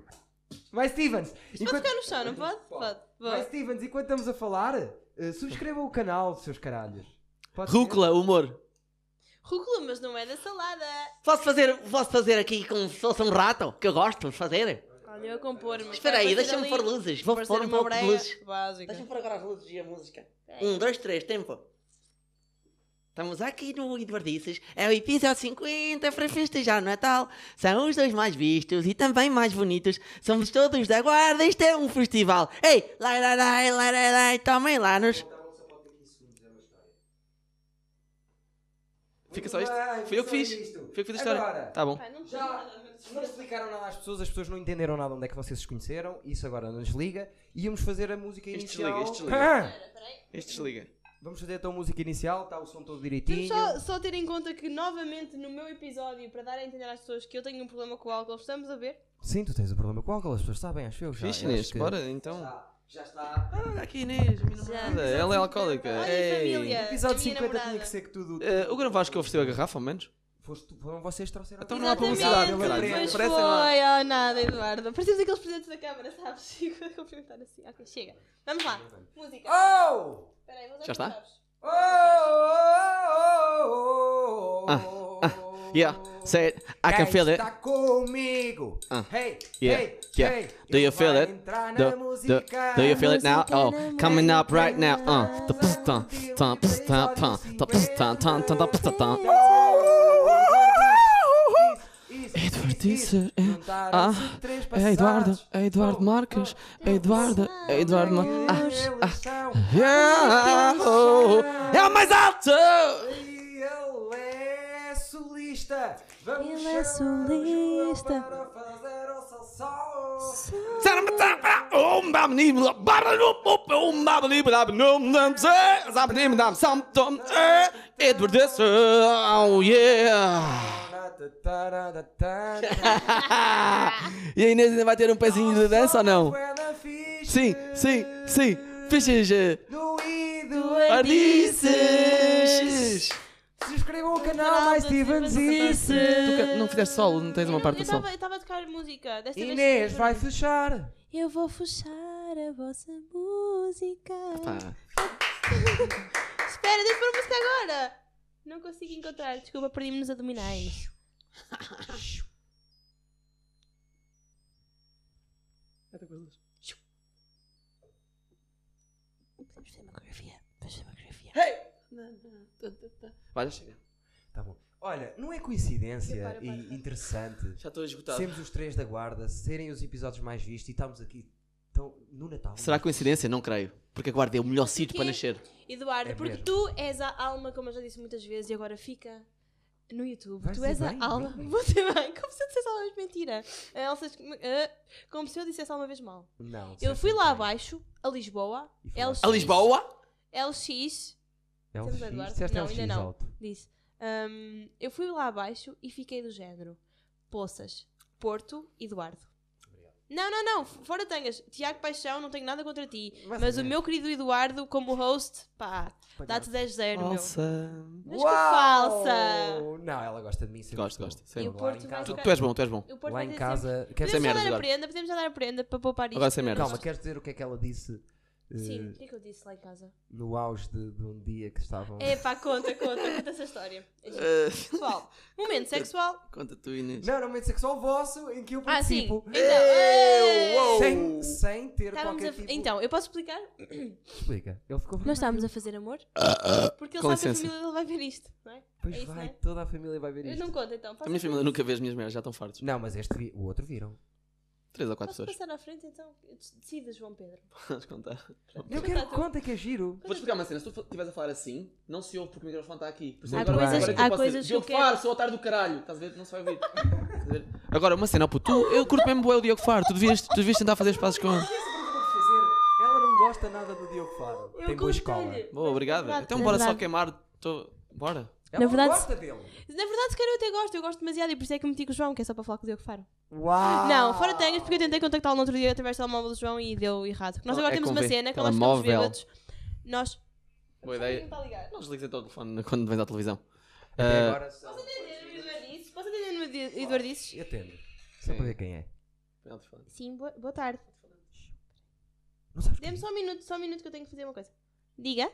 Speaker 3: Mais Stevens!
Speaker 2: Pode
Speaker 3: Enquanto...
Speaker 2: ficar no chão, não pode? Pode.
Speaker 3: Mais
Speaker 2: Pode.
Speaker 3: Stevens, enquanto estamos a falar, eh, subscrevam o canal, seus caralhos. Pode ser?
Speaker 1: Rúcula, humor.
Speaker 2: Rúcula, mas não é da salada.
Speaker 4: Posso fazer, posso fazer aqui como se fosse um rato, que eu gosto de fazer?
Speaker 2: Olha, eu a compor-me.
Speaker 4: Espera aí, deixa-me pôr luzes. Vou pôr um pouco de luzes.
Speaker 2: Básica.
Speaker 4: Deixa-me pôr agora as luzes e a música.
Speaker 2: É.
Speaker 4: Um, dois, três, tempo. Estamos aqui no Eduardices, é o episódio 50 para festejar o Natal. é São os dois mais vistos e também mais bonitos. Somos todos da guarda, isto é um festival. Ei, lá, lá, lá, lá, lá, lá, tomem lá nos...
Speaker 1: Fica só isto. Fui eu que fiz. Fui eu que fiz a história.
Speaker 3: Agora,
Speaker 1: Tá bom.
Speaker 2: Pai, não
Speaker 3: Já.
Speaker 2: tem nada.
Speaker 3: não explicaram nada às pessoas, as pessoas não entenderam nada onde é que vocês se conheceram, isso agora nos liga. Íamos fazer a música
Speaker 1: Este
Speaker 3: inicial.
Speaker 1: desliga, este desliga.
Speaker 3: Ah!
Speaker 2: Espera, peraí.
Speaker 1: Este desliga.
Speaker 3: Vamos fazer então a música inicial, está o som todo
Speaker 2: Temos
Speaker 3: direitinho.
Speaker 2: só, só ter em conta que, novamente, no meu episódio, para dar a entender às pessoas que eu tenho um problema com o álcool, estamos a ver.
Speaker 3: Sim, tu tens o problema com o álcool, as pessoas sabem, acho eu. Já,
Speaker 1: Fixe,
Speaker 3: eu acho
Speaker 1: Inês.
Speaker 3: que-
Speaker 1: Bora, então.
Speaker 3: Já, já está.
Speaker 1: Ah, aqui Inês, a minha namorada. Ela é alcoólica.
Speaker 2: Olha,
Speaker 1: Ei.
Speaker 2: família.
Speaker 3: Episódio
Speaker 2: a minha
Speaker 3: 50
Speaker 2: namorada.
Speaker 3: tinha que ser que tudo.
Speaker 1: Eh, o Gravasco ofereceu a garrafa, ao menos?
Speaker 3: Foste tu- foram vocês que trouxeram
Speaker 1: Então não há
Speaker 3: a
Speaker 2: Exatamente,
Speaker 1: publicidade,
Speaker 2: pois
Speaker 1: caralho.
Speaker 2: foi,
Speaker 1: Parece lá.
Speaker 2: oh, nada, Eduardo. Parecemos aqueles presentes da câmara, sabes? <laughs> Chego a cumprimentar assim. Ok, chega. Vamos lá. Música.
Speaker 3: Oh!
Speaker 2: Espera aí, vou dar
Speaker 1: Já está?
Speaker 2: sabes.
Speaker 3: Oh! Oh!
Speaker 1: Ah, Yeah, say it. I can
Speaker 3: Quem
Speaker 1: feel it.
Speaker 3: Está comigo.
Speaker 1: Ah.
Speaker 3: Hey,
Speaker 1: Yeah,
Speaker 3: hey,
Speaker 1: yeah.
Speaker 3: hey.
Speaker 1: Do you
Speaker 3: Eu
Speaker 1: feel
Speaker 3: vai
Speaker 1: it?
Speaker 3: entrar na
Speaker 1: Do, do,
Speaker 3: música.
Speaker 1: do you feel it now? Oh, coming up right now. Uh, the pss, tum, tum, pss, tum, tum, the pss, tum, tum, tum, tum, pss, tum. Eduardo Tisser, é- ah, É Eduardo, é
Speaker 3: Oh,
Speaker 1: Eduardo Marques, é Eduardo, é Eduardo Marques. Ah, ah, yeah, oh, é o mais alto!
Speaker 3: Ele é solista. Vamos
Speaker 2: Ele
Speaker 3: chamar
Speaker 2: é
Speaker 3: o João
Speaker 2: solista.
Speaker 3: para fazer o sol.
Speaker 1: um, Edward Tisser, é, oh yeah! <laughs>
Speaker 2: <laughs>
Speaker 1: E a Inês ainda vai ter um pezinho de
Speaker 2: É
Speaker 1: dança ou não?
Speaker 3: é
Speaker 1: Sim, sim, sim, fichas eh,
Speaker 3: Do Ido
Speaker 2: é-
Speaker 1: ardices!
Speaker 3: Subscrevam o canal mais Stevens
Speaker 1: Tu que- não fizeste solo, não tens
Speaker 2: Eu
Speaker 1: uma
Speaker 2: não-
Speaker 1: parte
Speaker 2: eu
Speaker 1: do solo.
Speaker 2: tava- Eu estava a tocar música. Desta vez
Speaker 3: Inês
Speaker 2: foi
Speaker 3: vai
Speaker 2: por mim.
Speaker 3: fechar.
Speaker 2: Eu vou fechar a vossa música.
Speaker 1: Pá,
Speaker 2: Espera, deixa eu pôr a música agora. Não consigo encontrar. Desculpa, perdi-me nos abdominais. Podemos fazer uma coreografia. Podemos fazer uma coreografia.
Speaker 1: Vai, já chega.
Speaker 3: Tá bom. Olha, não é coincidência
Speaker 2: Para, para,
Speaker 3: e
Speaker 2: para.
Speaker 3: interessante
Speaker 1: Já estou esgotado.
Speaker 3: sermos os três da guarda, serem os episódios mais vistos e estamos aqui tão, no Natal.
Speaker 1: Será coincidência? Não creio. Porque a guarda é o melhor sítio para nascer.
Speaker 2: Eduardo,
Speaker 3: É
Speaker 2: porque
Speaker 3: mesmo.
Speaker 2: tu és a alma, como eu já disse muitas vezes, e agora fica no YouTube.
Speaker 3: Vai
Speaker 2: tu
Speaker 3: ser
Speaker 2: és
Speaker 3: bem,
Speaker 2: a alma.
Speaker 3: bem, bem.
Speaker 2: Você bem. Como se eu dissesse alguma vez mentira. Ah, Elsa, ah, como se eu dissesse alguma vez mal.
Speaker 3: Não.
Speaker 2: Eu fui lá É
Speaker 3: vai.
Speaker 2: abaixo, a Lisboa,
Speaker 3: E foi lá.
Speaker 2: LX,
Speaker 1: A Lisboa?
Speaker 2: LX,
Speaker 3: É um
Speaker 2: Temos Eduardo.
Speaker 3: Disseste
Speaker 2: Não,
Speaker 3: LX
Speaker 2: ainda não.
Speaker 3: alto.
Speaker 2: disse. Ahm, eu fui lá abaixo e fiquei do género. Poças, Porto, Eduardo. Não, não, não, fora tangas. Tiago Paixão, não tenho nada contra ti.
Speaker 3: Mais
Speaker 2: Mas,
Speaker 3: ou
Speaker 2: o
Speaker 3: menos.
Speaker 2: meu querido Eduardo, como host, pá, dá-te 10-0, meu. Mas que
Speaker 3: Uau!
Speaker 2: falsa!
Speaker 3: Não, ela gosta de mim. sempre
Speaker 1: Gosto,
Speaker 3: gostou.
Speaker 1: gosto.
Speaker 3: Sempre.
Speaker 1: E
Speaker 2: o
Speaker 3: Lá
Speaker 2: Porto
Speaker 3: em
Speaker 2: vai
Speaker 1: Tu,
Speaker 3: casa,
Speaker 2: ficar-
Speaker 1: tu és bom, tu és bom.
Speaker 2: O Porto
Speaker 3: lá
Speaker 2: vai
Speaker 3: em
Speaker 2: dizer
Speaker 3: casa
Speaker 2: sempre-
Speaker 3: quer
Speaker 1: Sem
Speaker 2: Podemos
Speaker 3: dizer,
Speaker 2: já dar
Speaker 1: merdas
Speaker 2: a
Speaker 1: agora.
Speaker 2: prenda, podemos já dar a prenda para poupar isto.
Speaker 1: Agora sem merdas.
Speaker 3: calma, queres dizer o que é que ela disse eh,
Speaker 2: Sim, o que é que eu disse lá em casa?
Speaker 3: no auge de, de um dia que estavam.
Speaker 2: É pá, conta, conta, conta essa história. É
Speaker 1: <laughs>
Speaker 2: giro.
Speaker 1: Ah,
Speaker 2: Sexual. Momento sexual.
Speaker 1: conta tu, Inês.
Speaker 3: Não, era um momento sexual vosso em que eu
Speaker 2: Ah, sim.
Speaker 3: participo.
Speaker 2: Então,
Speaker 1: uou.
Speaker 3: Sem, sem ter
Speaker 2: Estávamos
Speaker 3: qualquer
Speaker 2: a-
Speaker 3: tipo...
Speaker 2: Então, eu posso explicar?
Speaker 3: Explica. Ele ficou...
Speaker 2: Nós estávamos a fazer amor. Porque ele
Speaker 1: Com
Speaker 2: sabe que a
Speaker 1: licença.
Speaker 2: família dele vai ver isto, não é?
Speaker 3: Pois
Speaker 2: é isso,
Speaker 3: vai,
Speaker 2: né?
Speaker 3: toda a família vai ver
Speaker 2: Eu
Speaker 3: isto.
Speaker 2: não conto então.
Speaker 1: A
Speaker 2: Posso,
Speaker 1: minha família nunca vê as minhas mulheres, já estão fartos.
Speaker 3: Não, mas este vi... o outro viram.
Speaker 1: Três ou quatro
Speaker 2: posso
Speaker 1: pessoas.
Speaker 2: passar à frente então? Decida, João Pedro.
Speaker 1: Vamos contar.
Speaker 2: Então
Speaker 3: Eu
Speaker 2: tá,
Speaker 3: quero que conta que é giro.
Speaker 1: Vou-te explicar uma cena. Se tu estiveres a falar assim, não se ouve porque o microfone está aqui. Por isso
Speaker 3: Há
Speaker 1: agora-
Speaker 3: coisas-
Speaker 1: agora é que
Speaker 2: há
Speaker 1: eu posso
Speaker 2: coisas
Speaker 1: dizer, Diogo
Speaker 2: que eu quero-
Speaker 1: Faro, sou otário do caralho. Estás a ver? Não se vai ouvir. Estás a ver? Agora, uma cena, puto. Tu, eu curto mesmo bué o Diogo Faro. Tu devias, tu devias tentar fazer os passos com...
Speaker 3: Ela não gosta nada do Diogo Faro. Tem boa escola.
Speaker 2: contei-lhe.
Speaker 1: Boa, obrigado.
Speaker 2: Verdade,
Speaker 1: Então bora só
Speaker 2: verdade.
Speaker 1: queimar. Tô... Bora.
Speaker 3: Ela não
Speaker 2: verdade-
Speaker 3: gosta dele.
Speaker 2: Na verdade, se calhar eu até gosto, eu gosto demasiado e por isso é que eu meti com o João, que é só para falar com o Diogo Faro.
Speaker 3: Uau!
Speaker 2: Não, fora tangas, porque eu tentei contactá-lo no outro dia através do telemóvel do João e deu errado. Nós
Speaker 1: Oh,
Speaker 2: agora
Speaker 1: é
Speaker 2: temos
Speaker 1: com
Speaker 2: uma
Speaker 1: V.
Speaker 2: cena que nós ficamos
Speaker 1: Telemóvel.
Speaker 2: bêbados. Nós.
Speaker 1: Boa ideia. Não desligues então o telefone quando vens à televisão.
Speaker 3: Até
Speaker 1: Ah,
Speaker 3: agora são...
Speaker 2: Posso atender no Eduardices?
Speaker 3: Atende. Só para ver quem é.
Speaker 1: vem ao telefone.
Speaker 2: Sim, boa, boa tarde.
Speaker 3: Não sabes
Speaker 2: Dê-me só um minuto, só um minuto que eu tenho que fazer uma coisa. Diga.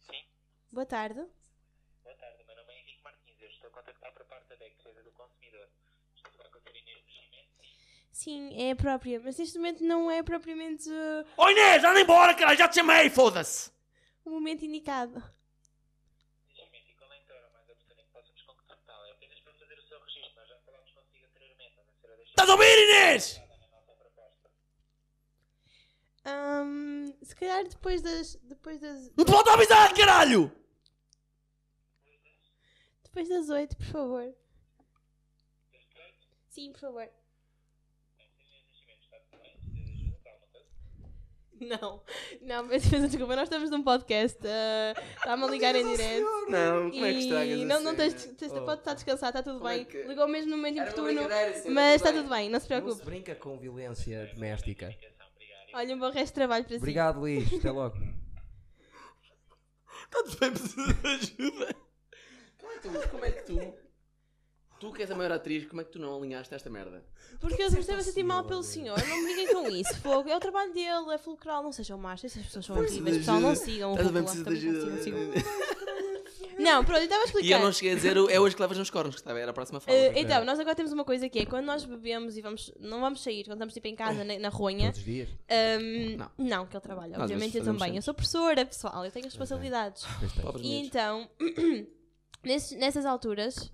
Speaker 2: Sim. Boa tarde.
Speaker 5: Boa tarde, meu nome
Speaker 6: é contactar por parte da DEC, defesa do consumidor. Estou a falar com a Inês do Nascimento.
Speaker 2: Sim, é a própria, mas neste momento não é propriamente uh,
Speaker 4: Ô Inês, anda embora, caralho, já te chamei, foda-se!
Speaker 2: o momento indicado.
Speaker 6: Nascimento e qual é então mais a pessoa em que possamos contactá-la? É apenas para fazer o seu registro. Nós já falámos consigo anteriormente, a senhora deixou
Speaker 4: Estás a ouvir, Inês?
Speaker 6: na nossa proposta.
Speaker 2: Ahm, se calhar depois das, depois das,
Speaker 4: Não te volto a avisar, caralho!
Speaker 2: depois das 8, por favor. Sim, por favor. Não, não, mas mas desculpa, nós estamos num podcast. ah, Está-me a ligar em direto.
Speaker 4: Não,
Speaker 3: é
Speaker 2: E não, não tens, tens, pode estar descansado, está tudo
Speaker 3: Oh. Como é
Speaker 2: bem.
Speaker 3: que-
Speaker 2: Ligou mesmo no momento
Speaker 3: Era uma
Speaker 2: oportuno,
Speaker 3: brincadeira, sim,
Speaker 2: mas
Speaker 3: tudo
Speaker 2: está
Speaker 3: bem.
Speaker 2: tudo bem, não se
Speaker 3: Não se
Speaker 2: preocupe.
Speaker 3: brinca com violência doméstica.
Speaker 2: Olha, um bom resto de trabalho para si.
Speaker 3: Obrigado, Luís. Até logo.
Speaker 1: <laughs>
Speaker 4: Estás bem, preciso de ajuda.
Speaker 1: Como é que tu, como é que tu, tu que és a maior atriz, como é que tu não alinhaste esta merda?
Speaker 2: Porque eu me estava a sentir
Speaker 3: assim,
Speaker 2: mal pelo senhor, não me liguem com isso. Fogo, é o trabalho dele, é fulcral, não sejam más, essas pessoas são antigas, pessoal, não sigam o
Speaker 1: Estás bem,
Speaker 2: Rucula,
Speaker 1: preciso de
Speaker 2: Então, também não
Speaker 1: ajuda.
Speaker 2: sigam, sigam. Não, pronto, eu estava a explicar.
Speaker 1: E eu não né? cheguei a dizer, o- é hoje que levas nos cornos, que estava, era a próxima fala.
Speaker 2: Eh, então, nós agora temos uma coisa que é quando nós bebemos e vamos, não vamos sair, quando estamos tipo em casa, na, na ronha.
Speaker 3: Todos os dias.
Speaker 2: ehm,
Speaker 1: Não.
Speaker 2: não, que ele trabalha,
Speaker 1: Às
Speaker 2: obviamente
Speaker 1: vezes
Speaker 2: eu
Speaker 1: fazemos
Speaker 2: também. Eu
Speaker 1: cenas.
Speaker 2: sou professora, pessoal, eu tenho responsabilidades.
Speaker 3: Pois tem.
Speaker 1: Pobres
Speaker 2: E
Speaker 1: miúdos.
Speaker 2: então, <clears throat> nesses- nessas alturas,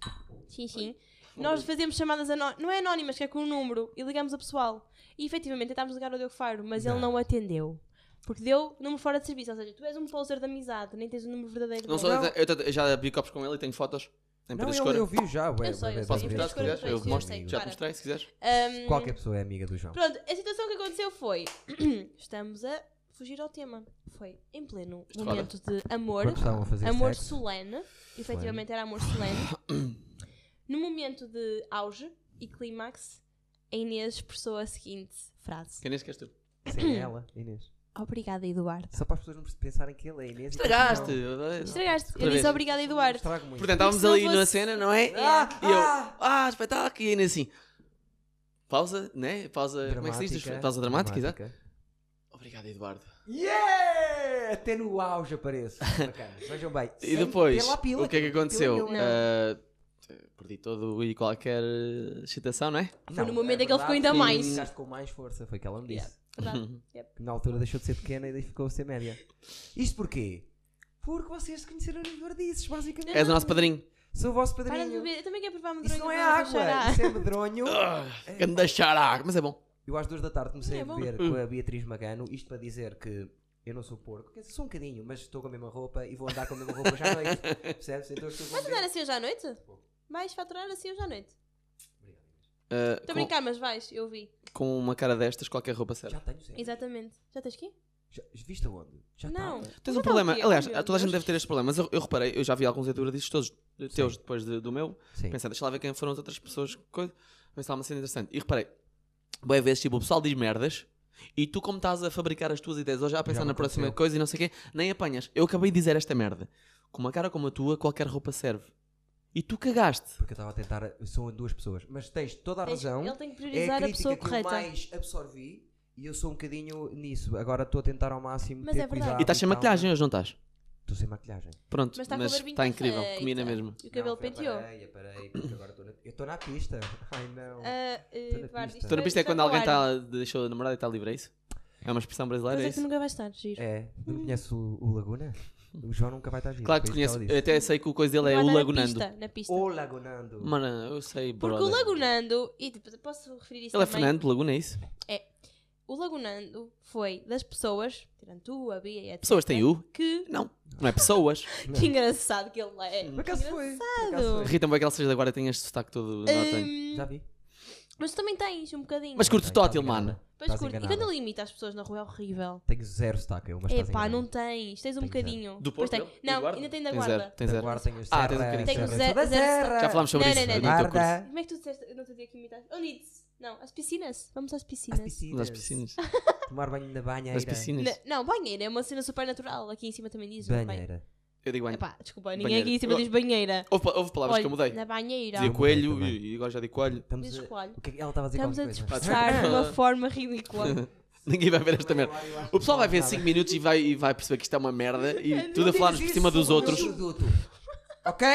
Speaker 2: sim, sim, nós fazemos chamadas anónimas, não é anónimas, que é com um número, e ligamos ao pessoal. E efetivamente tentámos ligar ao Diogo Faro, mas ele não atendeu. Porque deu número fora de serviço, ou seja, tu és um poser de amizade, nem tens o número verdadeiro
Speaker 1: Não
Speaker 2: dele.
Speaker 1: sou, eu, t- eu já vi copos com ele e tenho fotos em
Speaker 3: Não,
Speaker 1: período
Speaker 3: eu,
Speaker 1: escuro.
Speaker 3: eu vi já, ué. ué,
Speaker 2: Eu sei, eu sei,
Speaker 1: Posso
Speaker 3: ué,
Speaker 2: eu
Speaker 1: mostrar se
Speaker 2: escuro,
Speaker 1: quiseres?
Speaker 2: eu
Speaker 1: Eu
Speaker 2: sei,
Speaker 1: mostro,
Speaker 2: eu sei,
Speaker 1: já te
Speaker 2: para.
Speaker 1: mostrei se quiseres.
Speaker 2: Ahm,
Speaker 3: Qualquer pessoa é amiga do João.
Speaker 2: Pronto, a situação que aconteceu foi. <clears throat> Estamos a fugir ao tema. Foi em pleno
Speaker 1: Isto roda.
Speaker 2: momento de amor.
Speaker 3: Quando estavam a fazer
Speaker 2: Amor
Speaker 3: sexo.
Speaker 2: solene. Efetivamente era amor solene. <clears throat> No momento de auge e clímax, a Inês expressou a seguinte frase:
Speaker 1: Quem é esse que és tu?
Speaker 3: Sim, ela, Inês.
Speaker 2: Obrigada, Eduardo.
Speaker 3: Só para as pessoas não pensarem que ele é Inês. e que
Speaker 1: Estragaste!
Speaker 3: não.
Speaker 2: Estragaste.
Speaker 1: Outra
Speaker 2: Eu disse
Speaker 1: vez.
Speaker 2: obrigada, Eduardo.
Speaker 3: Estrago muito.
Speaker 1: Portanto, estávamos
Speaker 2: se não
Speaker 1: ali
Speaker 2: fosse-
Speaker 1: na cena, não é?
Speaker 3: Ah,
Speaker 1: E eu,
Speaker 3: ah!
Speaker 1: ah, espetáculo! E ainda assim, pausa, né? Pausa, como é que se diz?
Speaker 3: Dramática,
Speaker 1: Pausa dramática, exato. Obrigado, Eduardo.
Speaker 3: Yeah! Até no auge
Speaker 1: <laughs>
Speaker 3: apareço. Bacana. Vejam bem.
Speaker 1: E
Speaker 3: Sem-
Speaker 1: depois,
Speaker 3: pela pila,
Speaker 1: o que é que
Speaker 3: pela
Speaker 1: aconteceu?
Speaker 3: pila.
Speaker 1: Ah, perdi todo e qualquer eh, excitação, não é?
Speaker 2: Foi no
Speaker 3: Não,
Speaker 2: momento em que ele ficou
Speaker 3: verdade
Speaker 2: ainda
Speaker 3: que
Speaker 2: mais.
Speaker 3: Ficaste com mais força, foi o que ela me disse.
Speaker 2: Yeah. Verdade.
Speaker 3: Que na altura deixou de ser pequena e daí ficou a ser média. Isto porquê? Porque vocês se conheceram nos verdices, basicamente.
Speaker 1: És o nosso padrinho.
Speaker 3: Sou o vosso
Speaker 2: É. Para de
Speaker 3: padrinho.
Speaker 2: beber. Eu também quero provar um
Speaker 3: Isso
Speaker 2: drone,
Speaker 3: não é
Speaker 2: vou
Speaker 3: água,
Speaker 2: deixar a-
Speaker 3: isso é
Speaker 2: <laughs>
Speaker 3: medronho.
Speaker 1: Ganda chará, mas é bom.
Speaker 3: Eu às duas da tarde comecei
Speaker 2: Ah, É
Speaker 3: a
Speaker 2: bom.
Speaker 3: beber com a Beatriz Magano, isto para dizer que eu não sou porco, quer dizer, sou um bocadinho, mas estou com a mesma roupa e vou andar com a mesma roupa já à noite.
Speaker 2: <laughs>
Speaker 3: Percebes? Então estou
Speaker 2: Vais
Speaker 3: com
Speaker 2: andar assim hoje à noite? Vais faturar assim hoje à noite?
Speaker 1: Ah,
Speaker 2: Estou a
Speaker 1: com,
Speaker 2: brincar, mas vais, eu vi.
Speaker 1: com uma cara destas, qualquer roupa serve.
Speaker 3: Já tenho, sim.
Speaker 2: Exatamente. Já tens aqui?
Speaker 3: Já, viste aonde? Já tá?
Speaker 2: Não.
Speaker 3: estava.
Speaker 1: Tens
Speaker 2: Mas
Speaker 1: um
Speaker 2: é
Speaker 1: problema,
Speaker 2: o quê?
Speaker 1: aliás,
Speaker 2: Meu
Speaker 1: toda a gente
Speaker 2: Deus.
Speaker 1: deve ter este problema, mas eu, eu reparei, eu já vi alguns eduradices todos de- teus depois de- do meu,
Speaker 3: Sim.
Speaker 1: pensando, deixa lá ver quem foram as outras pessoas, coisa, pensava uma cena interessante. E reparei, boa vezes, tipo, o pessoal diz merdas e tu, como estás a fabricar as tuas ideias ou já a pensar
Speaker 3: me
Speaker 1: na próxima
Speaker 3: aconteceu.
Speaker 1: coisa e não sei o quê, nem apanhas. Eu acabei de dizer esta merda. Com uma cara como a tua, qualquer roupa serve. E tu cagaste.
Speaker 3: Porque eu estava a tentar, são duas pessoas, mas tens toda a
Speaker 2: Tens-
Speaker 3: razão.
Speaker 2: Ele tem que
Speaker 3: é
Speaker 2: priorizar a
Speaker 3: crítica
Speaker 2: pessoa
Speaker 3: que
Speaker 2: correta.
Speaker 3: eu mais absorvi e eu sou um bocadinho nisso. Agora estou a tentar ao máximo
Speaker 2: Mas
Speaker 3: ter
Speaker 2: é verdade.
Speaker 3: cuidado
Speaker 1: E estás sem
Speaker 3: tal.
Speaker 1: maquilhagem hoje, não estás?
Speaker 3: Estou sem maquilhagem.
Speaker 1: Pronto,
Speaker 2: Mas
Speaker 1: mas
Speaker 2: está com a
Speaker 1: está
Speaker 2: barbinha
Speaker 1: incrível,
Speaker 2: feita.
Speaker 1: comi na mesma.
Speaker 2: E o cabelo
Speaker 3: Não, é foi-
Speaker 2: penteou.
Speaker 3: Aparei, aparei, porque agora estou na... Eu estou na pista. <laughs> Ai não.
Speaker 2: Ah, eh,
Speaker 3: Estou na
Speaker 2: Eduardo,
Speaker 3: pista.
Speaker 2: isto
Speaker 1: Tu não
Speaker 2: vai
Speaker 1: viste é
Speaker 2: ficar
Speaker 1: quando
Speaker 2: no
Speaker 1: alguém
Speaker 2: ar.
Speaker 1: tá, deixou a namorada e está livre, é isso? É uma expressão brasileira,
Speaker 2: Mas
Speaker 1: é
Speaker 2: é que tu
Speaker 1: isso?
Speaker 2: nunca vais estar, giro.
Speaker 3: É, não conheces o, o Laguna? O João nunca vai estar vivo.
Speaker 1: Claro que
Speaker 3: foi isso
Speaker 1: conheço,
Speaker 3: ela
Speaker 1: eu
Speaker 3: disse.
Speaker 1: até sei que o coisa dele
Speaker 2: Vai
Speaker 1: é
Speaker 2: dar
Speaker 1: o
Speaker 2: na
Speaker 1: Lagunando.
Speaker 2: pista, Na pista.
Speaker 3: O Lagunando.
Speaker 1: Mano, eu sei,
Speaker 2: Porque
Speaker 1: brother.
Speaker 2: o Lagunando, e tipo, posso referir isso
Speaker 1: Ele é
Speaker 2: também?
Speaker 1: Fernando, de Laguna, é isso?
Speaker 2: O Lagunando foi das pessoas, tirando tu, a Bia e etc.
Speaker 1: Pessoas têm U?
Speaker 2: Que,
Speaker 3: <laughs>
Speaker 1: Não, não é pessoas.
Speaker 2: que engraçado que ele é.
Speaker 3: Por acaso
Speaker 2: Que
Speaker 3: foi.
Speaker 2: engraçado.
Speaker 3: por acaso foi.
Speaker 1: Rita-me bem que ele seja de agora tem este sotaque todo norte.
Speaker 2: Hum,
Speaker 3: Já vi. tá
Speaker 2: mas tu também tens um bocadinho.
Speaker 1: Mas curto
Speaker 3: Estás
Speaker 1: tótil,
Speaker 3: enganada.
Speaker 1: mano.
Speaker 2: Pois
Speaker 3: estás
Speaker 2: curto. E
Speaker 3: enganada.
Speaker 2: quando ele imita as pessoas na rua é horrível.
Speaker 3: Tenho zero sotaque eu, mas
Speaker 2: É
Speaker 3: estás
Speaker 2: pá, não
Speaker 3: enganada.
Speaker 2: tens. Tens um
Speaker 3: Tenho zero.
Speaker 2: bocadinho.
Speaker 1: Do
Speaker 2: Pois
Speaker 1: Porto,
Speaker 2: tem.
Speaker 1: ele?
Speaker 2: Não,
Speaker 1: Eduardo?
Speaker 2: ainda tem da
Speaker 1: Tem zero,
Speaker 2: guarda.
Speaker 1: tem zero.
Speaker 3: Agora tenho
Speaker 1: Ah, tens um bocadinho.
Speaker 3: Serra,
Speaker 2: Tenho
Speaker 3: sou
Speaker 2: zero-
Speaker 3: da
Speaker 2: zero sotaque.
Speaker 3: Serra.
Speaker 1: Já falámos sobre
Speaker 2: Não,
Speaker 1: isso
Speaker 2: não,
Speaker 1: no
Speaker 2: não,
Speaker 1: teu curso.
Speaker 3: Guarda.
Speaker 2: Como é que tu disseste no outro dia que imitaste? Oh, Nietzsche. Não, as piscinas. Vamos às
Speaker 3: Às
Speaker 2: piscinas.
Speaker 1: Mas As piscinas.
Speaker 3: Tomar banho na banheira.
Speaker 1: As piscinas.
Speaker 2: Na- não, banheira é uma cena super natural. Aqui em cima também diz. Banheira.
Speaker 3: Banheira.
Speaker 1: Eu digo banho.
Speaker 2: Epá, desculpa, ninguém
Speaker 1: Banheira.
Speaker 2: aqui em cima diz banheira.
Speaker 1: Houve, pa- houve palavras que eu
Speaker 2: Olha,
Speaker 1: mudei.
Speaker 2: Na banheira.
Speaker 1: Dizia
Speaker 3: mudei
Speaker 1: coelho
Speaker 3: também.
Speaker 1: e e agora já digo coelho. <laughs>
Speaker 3: Estamos
Speaker 2: Diz
Speaker 3: a-
Speaker 2: coalho.
Speaker 3: o que é que ela estava a dizer
Speaker 2: Estamos a
Speaker 3: qualquer coisa.
Speaker 2: dispersar de uma forma ridícula.
Speaker 1: Ninguém vai ver esta merda. O pessoal vai ver 5 minutos e vai, e vai perceber que isto é uma merda e tudo a falarmos por cima dos outros.
Speaker 3: Ok?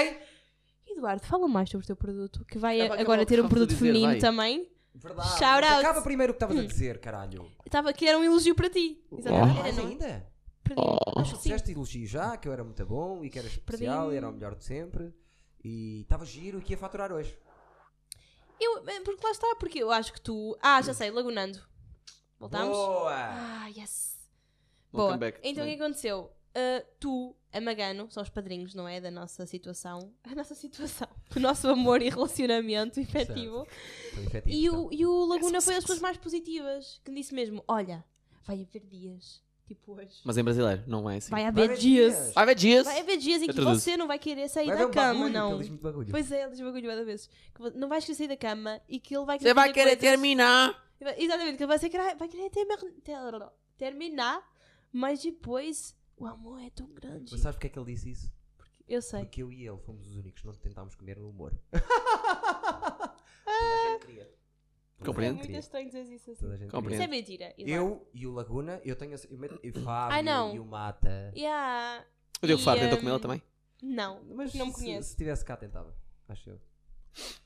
Speaker 2: E Eduardo, fala mais sobre o teu produto, que vai
Speaker 7: É, vai, que
Speaker 2: agora
Speaker 7: eu
Speaker 2: ter um
Speaker 7: gostava de
Speaker 2: produto
Speaker 7: dizer,
Speaker 2: feminino
Speaker 7: vai.
Speaker 2: também.
Speaker 3: Verdade.
Speaker 2: Shout
Speaker 3: mas
Speaker 2: out.
Speaker 3: Acaba primeiro o que estavas a dizer, caralho.
Speaker 2: Estava que era um elogio para ti. Exatamente. Era,
Speaker 3: Mais
Speaker 2: não é?
Speaker 3: ainda?
Speaker 2: Perdi. Acho
Speaker 3: Tu
Speaker 1: Oh.
Speaker 2: que sim.
Speaker 3: fizeste elogio já, que eu era muito bom e que era especial e era o melhor de sempre. E estava giro e que ia faturar hoje.
Speaker 2: Eu, eh, porque lá está, porque eu acho que tu. Ah, já sei, lagunando. Voltámos?
Speaker 3: Boa!
Speaker 2: Ah, yes.
Speaker 7: Welcome
Speaker 2: Boa.
Speaker 7: back.
Speaker 2: Então o que aconteceu? Ah, tu, a Magano, são os padrinhos, não é? Da nossa situação. A nossa situação. O nosso amor e relacionamento efetivo.
Speaker 3: Foi efetivo,
Speaker 2: E
Speaker 3: então.
Speaker 2: o, e o Laguna foi as pessoas mais positivas. Que disse mesmo: olha, vai haver dias. Tipo hoje.
Speaker 7: Mas em brasileiro, não é assim.
Speaker 2: Vai
Speaker 3: Vai
Speaker 2: haver
Speaker 3: haver
Speaker 2: dias.
Speaker 3: dias.
Speaker 7: Vai ver dias.
Speaker 2: Vai haver dias em
Speaker 7: Eu
Speaker 2: que
Speaker 7: traduzo.
Speaker 2: você não vai querer sair
Speaker 3: Vai
Speaker 2: da
Speaker 3: haver um
Speaker 2: cama,
Speaker 3: bagulho, que
Speaker 2: não.
Speaker 3: ele diz muito bagulho.
Speaker 2: Pois é, ele diz bagulho várias vezes. Que vo- Não vais querer sair da cama e que ele vai querer.
Speaker 4: Você vai
Speaker 2: fazer
Speaker 4: querer
Speaker 2: coisas-
Speaker 4: terminar?
Speaker 2: Exatamente, que ele vai ser- vai querer ter- ter- terminar, mas depois o amor é tão grande.
Speaker 3: Mas sabes porque é que ele disse isso?
Speaker 2: Eu sei.
Speaker 3: Porque eu e ele fomos os únicos que não tentámos comer no
Speaker 2: <laughs>
Speaker 3: humor. Toda a gente queria. Toda a
Speaker 2: É
Speaker 7: Compreendo.
Speaker 3: gente
Speaker 2: muito
Speaker 3: queria.
Speaker 2: estranho dizer isso assim.
Speaker 3: Toda a gente
Speaker 7: Compreendo.
Speaker 2: Isso
Speaker 3: queria.
Speaker 2: é mentira. Eduardo.
Speaker 3: Eu e o Laguna, eu tenho. Eu meto,
Speaker 2: <coughs>
Speaker 3: e o
Speaker 2: Ai,
Speaker 3: Fábio
Speaker 2: não.
Speaker 3: e o Mata.
Speaker 2: Yeah.
Speaker 7: O Diogo
Speaker 2: E,
Speaker 7: Fábio tentou
Speaker 2: hum,
Speaker 7: com ela também.
Speaker 2: Não,
Speaker 3: Mas
Speaker 2: não me
Speaker 3: se-
Speaker 2: conheço.
Speaker 3: Se, tivesse cá, tentava. Acho eu.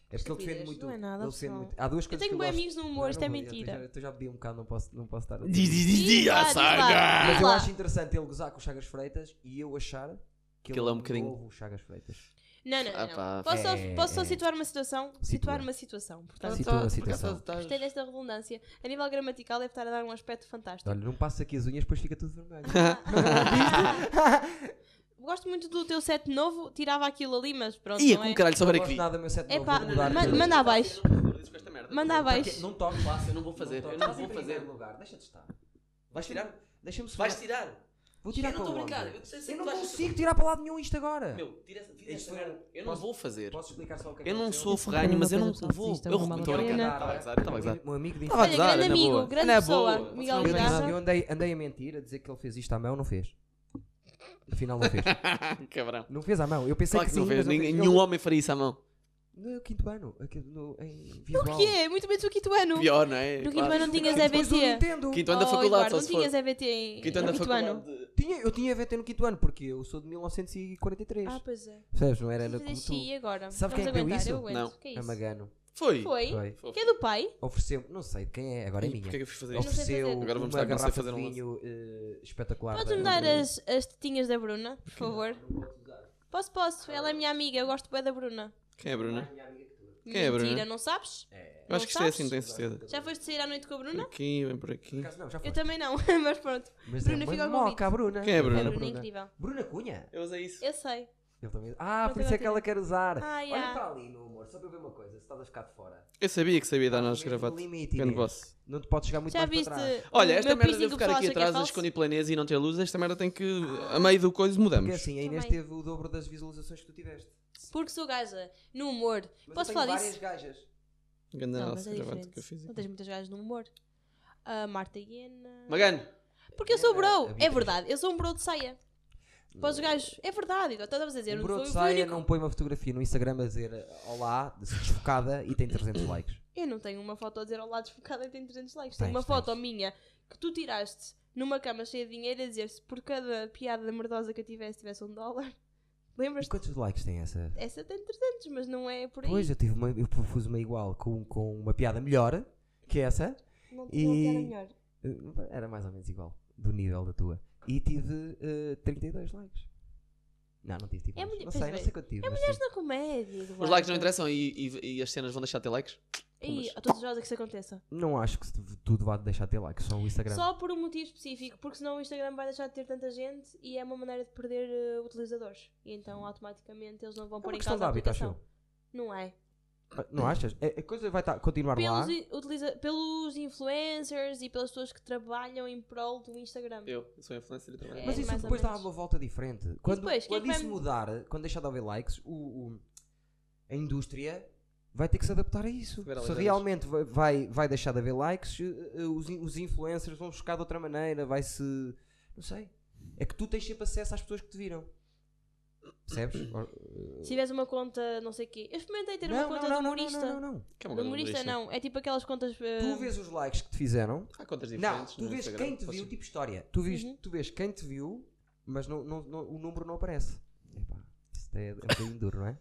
Speaker 3: É porque ele defende
Speaker 2: Estupidez,
Speaker 3: muito.
Speaker 2: não é nada,
Speaker 3: ele defende
Speaker 2: pessoal.
Speaker 3: muito. Há duas
Speaker 2: Eu
Speaker 3: coisas que
Speaker 2: tenho bem
Speaker 3: gosto.
Speaker 2: amigos no humor,
Speaker 3: Não,
Speaker 2: isto é
Speaker 3: não vou- eu- Eu já,
Speaker 2: mentira.
Speaker 3: eu já bebi um bocado, não posso, não posso estar a
Speaker 7: Diz, diz, diz, diz, a
Speaker 2: Diz lá, diz lá.
Speaker 7: saga!
Speaker 3: Mas eu
Speaker 2: Olá.
Speaker 3: acho interessante ele gozar com o Chagas Freitas e eu achar que,
Speaker 7: ele é um bocadinho-
Speaker 3: novo Chagas Freitas.
Speaker 2: Não, não, não.
Speaker 7: Ah, pá,
Speaker 2: não. Posso, só,
Speaker 3: é,
Speaker 2: posso só
Speaker 3: é.
Speaker 2: situar uma situação? Situar uma situação. Portanto,
Speaker 3: Situa a situação.
Speaker 2: Tá gostei desta redundância. A nível gramatical deve estar a dar um aspecto fantástico.
Speaker 3: Olha, não passa aqui as unhas, depois fica tudo vermelho.
Speaker 7: <laughs>
Speaker 2: <laughs> Gosto muito do teu set novo, tirava aquilo ali, mas pronto.
Speaker 7: Ia
Speaker 2: não
Speaker 7: com
Speaker 2: é?
Speaker 7: caralho, só
Speaker 3: não
Speaker 7: ver
Speaker 3: gosto
Speaker 7: aqui.
Speaker 3: nada do meu set
Speaker 2: É
Speaker 3: novo,
Speaker 2: pá,
Speaker 3: vou mudar
Speaker 2: ma-
Speaker 3: tudo.
Speaker 2: manda abaixo. Manda
Speaker 3: Porque
Speaker 2: abaixo.
Speaker 3: Não toques
Speaker 7: Eu não vou fazer. Eu não vou fazer.
Speaker 3: lugar, deixa de estar. Vais tirar? Deixa-me
Speaker 7: Vais
Speaker 3: segurar.
Speaker 7: tirar.
Speaker 3: Vou tirar
Speaker 7: Eu não
Speaker 3: para
Speaker 7: estou a
Speaker 3: onde?
Speaker 7: brincar. Eu sei- sei
Speaker 3: Eu
Speaker 7: que
Speaker 3: não
Speaker 7: tu achas-
Speaker 3: consigo tirar para lado nenhum isto agora.
Speaker 7: Meu, tira essa- tira
Speaker 3: Isto
Speaker 7: essa
Speaker 2: um
Speaker 3: era-
Speaker 7: merda. Eu não
Speaker 3: posso-
Speaker 7: vou fazer.
Speaker 3: Posso explicar só o que é que
Speaker 7: Eu não
Speaker 3: aconteceu?
Speaker 7: sou ferranho, mas eu não
Speaker 2: Isso é uma
Speaker 7: vou.
Speaker 2: coisa
Speaker 7: Eu
Speaker 2: racista,
Speaker 7: recomendo.
Speaker 2: uma
Speaker 7: Estava
Speaker 2: maluca.
Speaker 7: a gozar, estava a gozar.
Speaker 3: Um amigo disse.
Speaker 7: Estava a
Speaker 2: Olha,
Speaker 7: gozar,
Speaker 2: grande
Speaker 7: na
Speaker 2: amigo,
Speaker 7: boa.
Speaker 2: grande
Speaker 7: Na
Speaker 2: pessoa,
Speaker 7: boa.
Speaker 2: Miguel
Speaker 3: Eu,
Speaker 2: Graça.
Speaker 3: eu andei, andei a mentir, a dizer que ele fez isto à mão, não fez. Afinal,
Speaker 2: <laughs>
Speaker 3: não fez.
Speaker 7: <laughs> Cabrão.
Speaker 3: Não fez à mão. Eu pensei
Speaker 7: Claro que
Speaker 3: sim,
Speaker 7: não
Speaker 3: mas
Speaker 7: fez.
Speaker 3: não
Speaker 7: Ninguém-
Speaker 3: fez.
Speaker 7: Nenhum homem faria isso à mão.
Speaker 3: No meu quinto ano, aqui no, em visual.
Speaker 2: O que é? Muito menos o quinto ano.
Speaker 7: Pior, não é?
Speaker 2: No quinto
Speaker 7: Claro.
Speaker 2: ano
Speaker 7: <laughs>
Speaker 2: não tinhas
Speaker 3: Depois do
Speaker 2: EBT.
Speaker 3: Nintendo.
Speaker 7: Quinto ano da
Speaker 2: Oh,
Speaker 7: faculdade,
Speaker 2: Eduardo,
Speaker 7: só
Speaker 2: não
Speaker 7: se for.
Speaker 2: tinhas EBT em
Speaker 7: Quinto ano
Speaker 2: no
Speaker 7: da faculdade. de-
Speaker 3: Tinha, eu tinha EBT no quinto ano, porque eu sou de 1943.
Speaker 2: Ah, pois é.
Speaker 3: Percebes? Não era,
Speaker 2: Era
Speaker 3: era como
Speaker 2: fazer chi
Speaker 3: tu.
Speaker 2: agora.
Speaker 3: Sabe
Speaker 2: Vamos
Speaker 3: quem é que deu
Speaker 2: aguentar,
Speaker 3: isso?
Speaker 2: Eu aguento.
Speaker 7: Não.
Speaker 2: Que é
Speaker 3: A
Speaker 2: isso?
Speaker 3: Magano.
Speaker 7: Foi.
Speaker 2: Foi?
Speaker 3: Foi.
Speaker 2: Que é do pai?
Speaker 3: Ofereceu, não sei de quem é, agora é
Speaker 7: Ih, Porquê
Speaker 3: minha.
Speaker 7: que eu fui fazer
Speaker 2: Eu
Speaker 7: isto?
Speaker 2: não sei
Speaker 3: Ofereceu
Speaker 2: fazer.
Speaker 7: Agora
Speaker 3: uma
Speaker 7: vamos estar a começar a
Speaker 3: garrafa
Speaker 7: fazer
Speaker 3: de
Speaker 7: um lance.
Speaker 3: vinho eh, espetacular.
Speaker 2: Podes-me
Speaker 3: da-
Speaker 2: dar as, as tetinhas da Bruna, por favor? Posso, posso. Ela é minha amiga, eu gosto bem da Bruna.
Speaker 7: Quem é a Bruna? Quem
Speaker 2: Mentira,
Speaker 7: é a Bruna?
Speaker 2: não sabes?
Speaker 7: Eu acho que isto é
Speaker 2: sabes?
Speaker 7: assim, tenho certeza.
Speaker 2: Já foste sair à noite com a
Speaker 7: Por
Speaker 2: Bruna?
Speaker 7: aqui, vem por aqui.
Speaker 3: Por acaso não, já foi.
Speaker 2: Eu também não, <laughs> mas pronto.
Speaker 3: Mas
Speaker 2: Bruna,
Speaker 3: é uma
Speaker 2: fica ao
Speaker 3: moca,
Speaker 2: convite.
Speaker 3: a Bruna.
Speaker 7: Quem é a Bruna?
Speaker 2: A Bruna é
Speaker 3: Bruna.
Speaker 2: incrível.
Speaker 3: Bruna Cunha?
Speaker 7: Eu usei isso.
Speaker 2: Eu sei.
Speaker 3: Ele também... Ah,
Speaker 2: Eu
Speaker 3: por isso é
Speaker 2: também
Speaker 3: que ela
Speaker 2: tenho.
Speaker 3: quer usar.
Speaker 2: Ah,
Speaker 3: Olha
Speaker 2: yeah.
Speaker 3: para ali, meu amor, só para ver uma coisa, se estás a ficar de fora.
Speaker 7: Eu sabia que sabia dar nas
Speaker 3: Mesmo um
Speaker 7: gravatas.
Speaker 3: limite,
Speaker 7: Grande
Speaker 3: Inês.
Speaker 7: boss.
Speaker 3: Não te podes chegar muito
Speaker 2: Já
Speaker 3: mais
Speaker 2: viste.
Speaker 3: para trás.
Speaker 7: Olha,
Speaker 2: o
Speaker 7: esta
Speaker 2: Então,
Speaker 7: merda
Speaker 2: meu piercing
Speaker 7: de eu
Speaker 2: que o
Speaker 7: ficar aqui
Speaker 2: pessoal acha que é
Speaker 7: atrás, a
Speaker 2: falso?
Speaker 7: esconder planês e não ter luz, esta merda tem que. A meio do coisa mudamos.
Speaker 3: Porque assim, a Inês
Speaker 2: Também.
Speaker 3: teve o dobro das visualizações que tu tiveste.
Speaker 2: Porque sou gaja, no humor.
Speaker 3: Mas
Speaker 2: Posso
Speaker 3: eu tenho
Speaker 2: falar
Speaker 3: várias
Speaker 2: disso?
Speaker 3: gajas.
Speaker 7: Grande
Speaker 2: Não,
Speaker 7: nossa
Speaker 2: mas é
Speaker 7: gravata que eu
Speaker 2: diferente.
Speaker 7: fiz.
Speaker 2: Não
Speaker 7: aqui.
Speaker 2: tens muitas gajas no humor. A Marta Hiena.
Speaker 7: Magano,
Speaker 2: Porque eu sou bro.
Speaker 3: Beatriz.
Speaker 2: É verdade, eu sou um bro de saia. Para os gajos, é verdade. Então estavas a dizer,
Speaker 3: Um
Speaker 2: eu
Speaker 3: broto
Speaker 2: não
Speaker 3: de
Speaker 2: sou o
Speaker 3: saia
Speaker 2: único.
Speaker 3: não põe uma fotografia no Instagram a dizer olá, desfocada e tem
Speaker 2: <coughs>
Speaker 3: 300 likes.
Speaker 2: Eu não tenho uma foto a dizer ao lado desfocada e tem 300 likes.
Speaker 3: Tens,
Speaker 2: Tenho uma
Speaker 3: tens.
Speaker 2: foto minha que tu tiraste numa cama cheia de dinheiro a dizer se por cada piada merdosa que eu tivesse tivesse um dólar. <laughs>
Speaker 3: E
Speaker 2: Lembras-te?
Speaker 3: quantos likes tem essa?
Speaker 2: Essa tem 300, mas não é por aí.
Speaker 3: Pois, eu, tive uma, eu pus uma igual com, com uma piada melhor que essa.
Speaker 2: Não tinha uma
Speaker 3: E-
Speaker 2: piada melhor.
Speaker 3: Eh, Era mais ou menos igual, do nível da tua. E tive eh, 32 likes. Não, não tive. tive
Speaker 2: É
Speaker 3: mais.
Speaker 2: mulher-
Speaker 3: não
Speaker 2: pois
Speaker 3: sei, não
Speaker 2: bem.
Speaker 3: sei quanto tive. mas
Speaker 2: Mas
Speaker 3: tive.
Speaker 2: na comédia.
Speaker 7: os likes não interessam e, e- e as cenas vão deixar de ter likes?
Speaker 2: E a todos os jogos é que isso aconteça.
Speaker 3: Não acho que se tudo vá deixar de ter likes, só o Instagram. É
Speaker 2: Só por um motivo específico, porque senão o Instagram vai deixar de ter tanta gente e é uma maneira de perder eh, utilizadores. E então automaticamente eles não
Speaker 3: é
Speaker 2: vão
Speaker 3: uma
Speaker 2: pôr em
Speaker 3: questão
Speaker 2: causa
Speaker 3: de
Speaker 2: a
Speaker 3: hábito, acho
Speaker 2: aplicação.
Speaker 3: eu.
Speaker 2: Não é.
Speaker 3: Ah, Não achas? A a coisa vai tá- continuar lá.
Speaker 2: Pelos, i- utiliza, pelos influencers e pelas pessoas que trabalham em prol do Instagram.
Speaker 7: Eu, sou influencer e trabalho.
Speaker 2: É,
Speaker 3: Mas isso
Speaker 2: mais ou
Speaker 3: depois dá
Speaker 2: menos.
Speaker 3: uma volta diferente. Quando,
Speaker 2: depois, quem é
Speaker 3: quando
Speaker 2: que
Speaker 3: isso
Speaker 2: vai-
Speaker 3: mudar, quando deixar de haver likes, o- o- a indústria vai ter que se adaptar a isso.
Speaker 7: Ver
Speaker 3: Se
Speaker 7: aleijadas.
Speaker 3: realmente vai, vai, vai deixar de haver likes, eh, eh, os, in- os influencers vão buscar de outra maneira, vai-se. Não sei. É que tu tens sempre acesso às pessoas que te viram.
Speaker 7: <coughs>
Speaker 3: Percebes? Or-
Speaker 2: Se tiveres uma conta, não sei o quê. Eu experimentei ter uma
Speaker 3: não, não,
Speaker 2: conta
Speaker 3: não,
Speaker 2: de
Speaker 3: não,
Speaker 2: humorista.
Speaker 3: não, não, não.
Speaker 7: Que é uma
Speaker 2: De
Speaker 7: coisa
Speaker 2: humorista
Speaker 7: modista.
Speaker 2: não, é tipo aquelas contas. eh,
Speaker 3: Tu vês os likes que te fizeram.
Speaker 7: Há contas
Speaker 3: Não,
Speaker 7: diferentes.
Speaker 3: tu
Speaker 7: no
Speaker 3: vês
Speaker 7: Instagram,
Speaker 3: quem te
Speaker 7: posso-
Speaker 3: viu, tipo história. Tu vês,
Speaker 2: Uhum.
Speaker 3: tu vês quem te viu, mas não, não- não- o número não aparece. Epá, isto é, é um bocadinho duro, não é?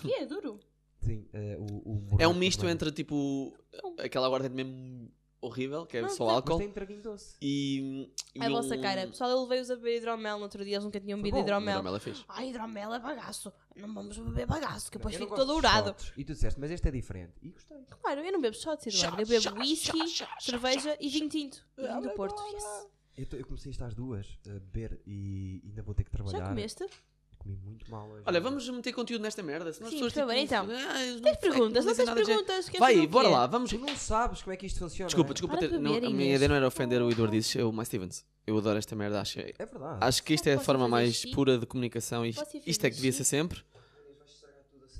Speaker 2: Que é duro.
Speaker 3: Sim, eh, o, o
Speaker 1: É um
Speaker 3: buraco
Speaker 1: misto
Speaker 3: vai-
Speaker 1: entre tipo aquela aguardente mesmo horrível, que é
Speaker 2: Não,
Speaker 1: só
Speaker 2: mas
Speaker 3: Mas
Speaker 1: álcool,
Speaker 3: tem traguinho doce.
Speaker 1: e. e
Speaker 2: A vossa
Speaker 1: um-
Speaker 2: cara. é Pessoal, eu levei-os a beber hidromel no outro dia, eles nunca tinham bebido
Speaker 3: bom,
Speaker 1: Um
Speaker 2: hidromel.
Speaker 1: hidromel é fixe.
Speaker 2: Ai, hidromel é bagaço. Não vamos beber bagaço, que eu depois
Speaker 3: Eu não
Speaker 2: fico
Speaker 3: gosto
Speaker 2: todo
Speaker 3: de
Speaker 2: dourado.
Speaker 3: shots. E tu disseste, mas este é diferente. E gostei.
Speaker 2: Claro, eu não bebo shots, Eduardo. Eu bebo whisky, cerveja e vinho tinto. E vinho do Porto. yes.
Speaker 3: Eu, tô- eu comecei isto às duas a beber e ainda vou ter que trabalhar.
Speaker 2: Já
Speaker 1: <laughs>
Speaker 2: comeste?
Speaker 3: Comi muito mal hoje.
Speaker 1: Olha, vamos meter conteúdo nesta merda, senão as
Speaker 2: Sim,
Speaker 1: pessoas.
Speaker 2: por favor,
Speaker 1: tipo,
Speaker 2: então.
Speaker 1: "Ah, eles não-
Speaker 2: Tens
Speaker 1: é que não
Speaker 2: perguntas? Não
Speaker 1: dizem
Speaker 2: tens
Speaker 1: nada de jeito."
Speaker 2: perguntas? Queres
Speaker 1: Vai,
Speaker 2: saber o é.
Speaker 1: bora
Speaker 2: quê?
Speaker 1: lá, vamos.
Speaker 3: Tu não sabes como é que isto funciona.
Speaker 1: Desculpa, desculpa
Speaker 2: Para
Speaker 1: ter.
Speaker 2: de
Speaker 1: não,
Speaker 2: beber,
Speaker 1: a minha
Speaker 2: Inês.
Speaker 1: ideia não era ofender o Eduardo Dizes, é o Mike Stevens. Eu adoro esta merda, acho.
Speaker 3: É verdade.
Speaker 1: Acho que isto é a
Speaker 2: Posso
Speaker 1: forma
Speaker 2: fazer
Speaker 1: mais
Speaker 2: xixi?
Speaker 1: pura de comunicação e
Speaker 2: Posso ir
Speaker 1: isto é
Speaker 2: fazer
Speaker 1: que devia
Speaker 2: xixi?
Speaker 1: ser sempre.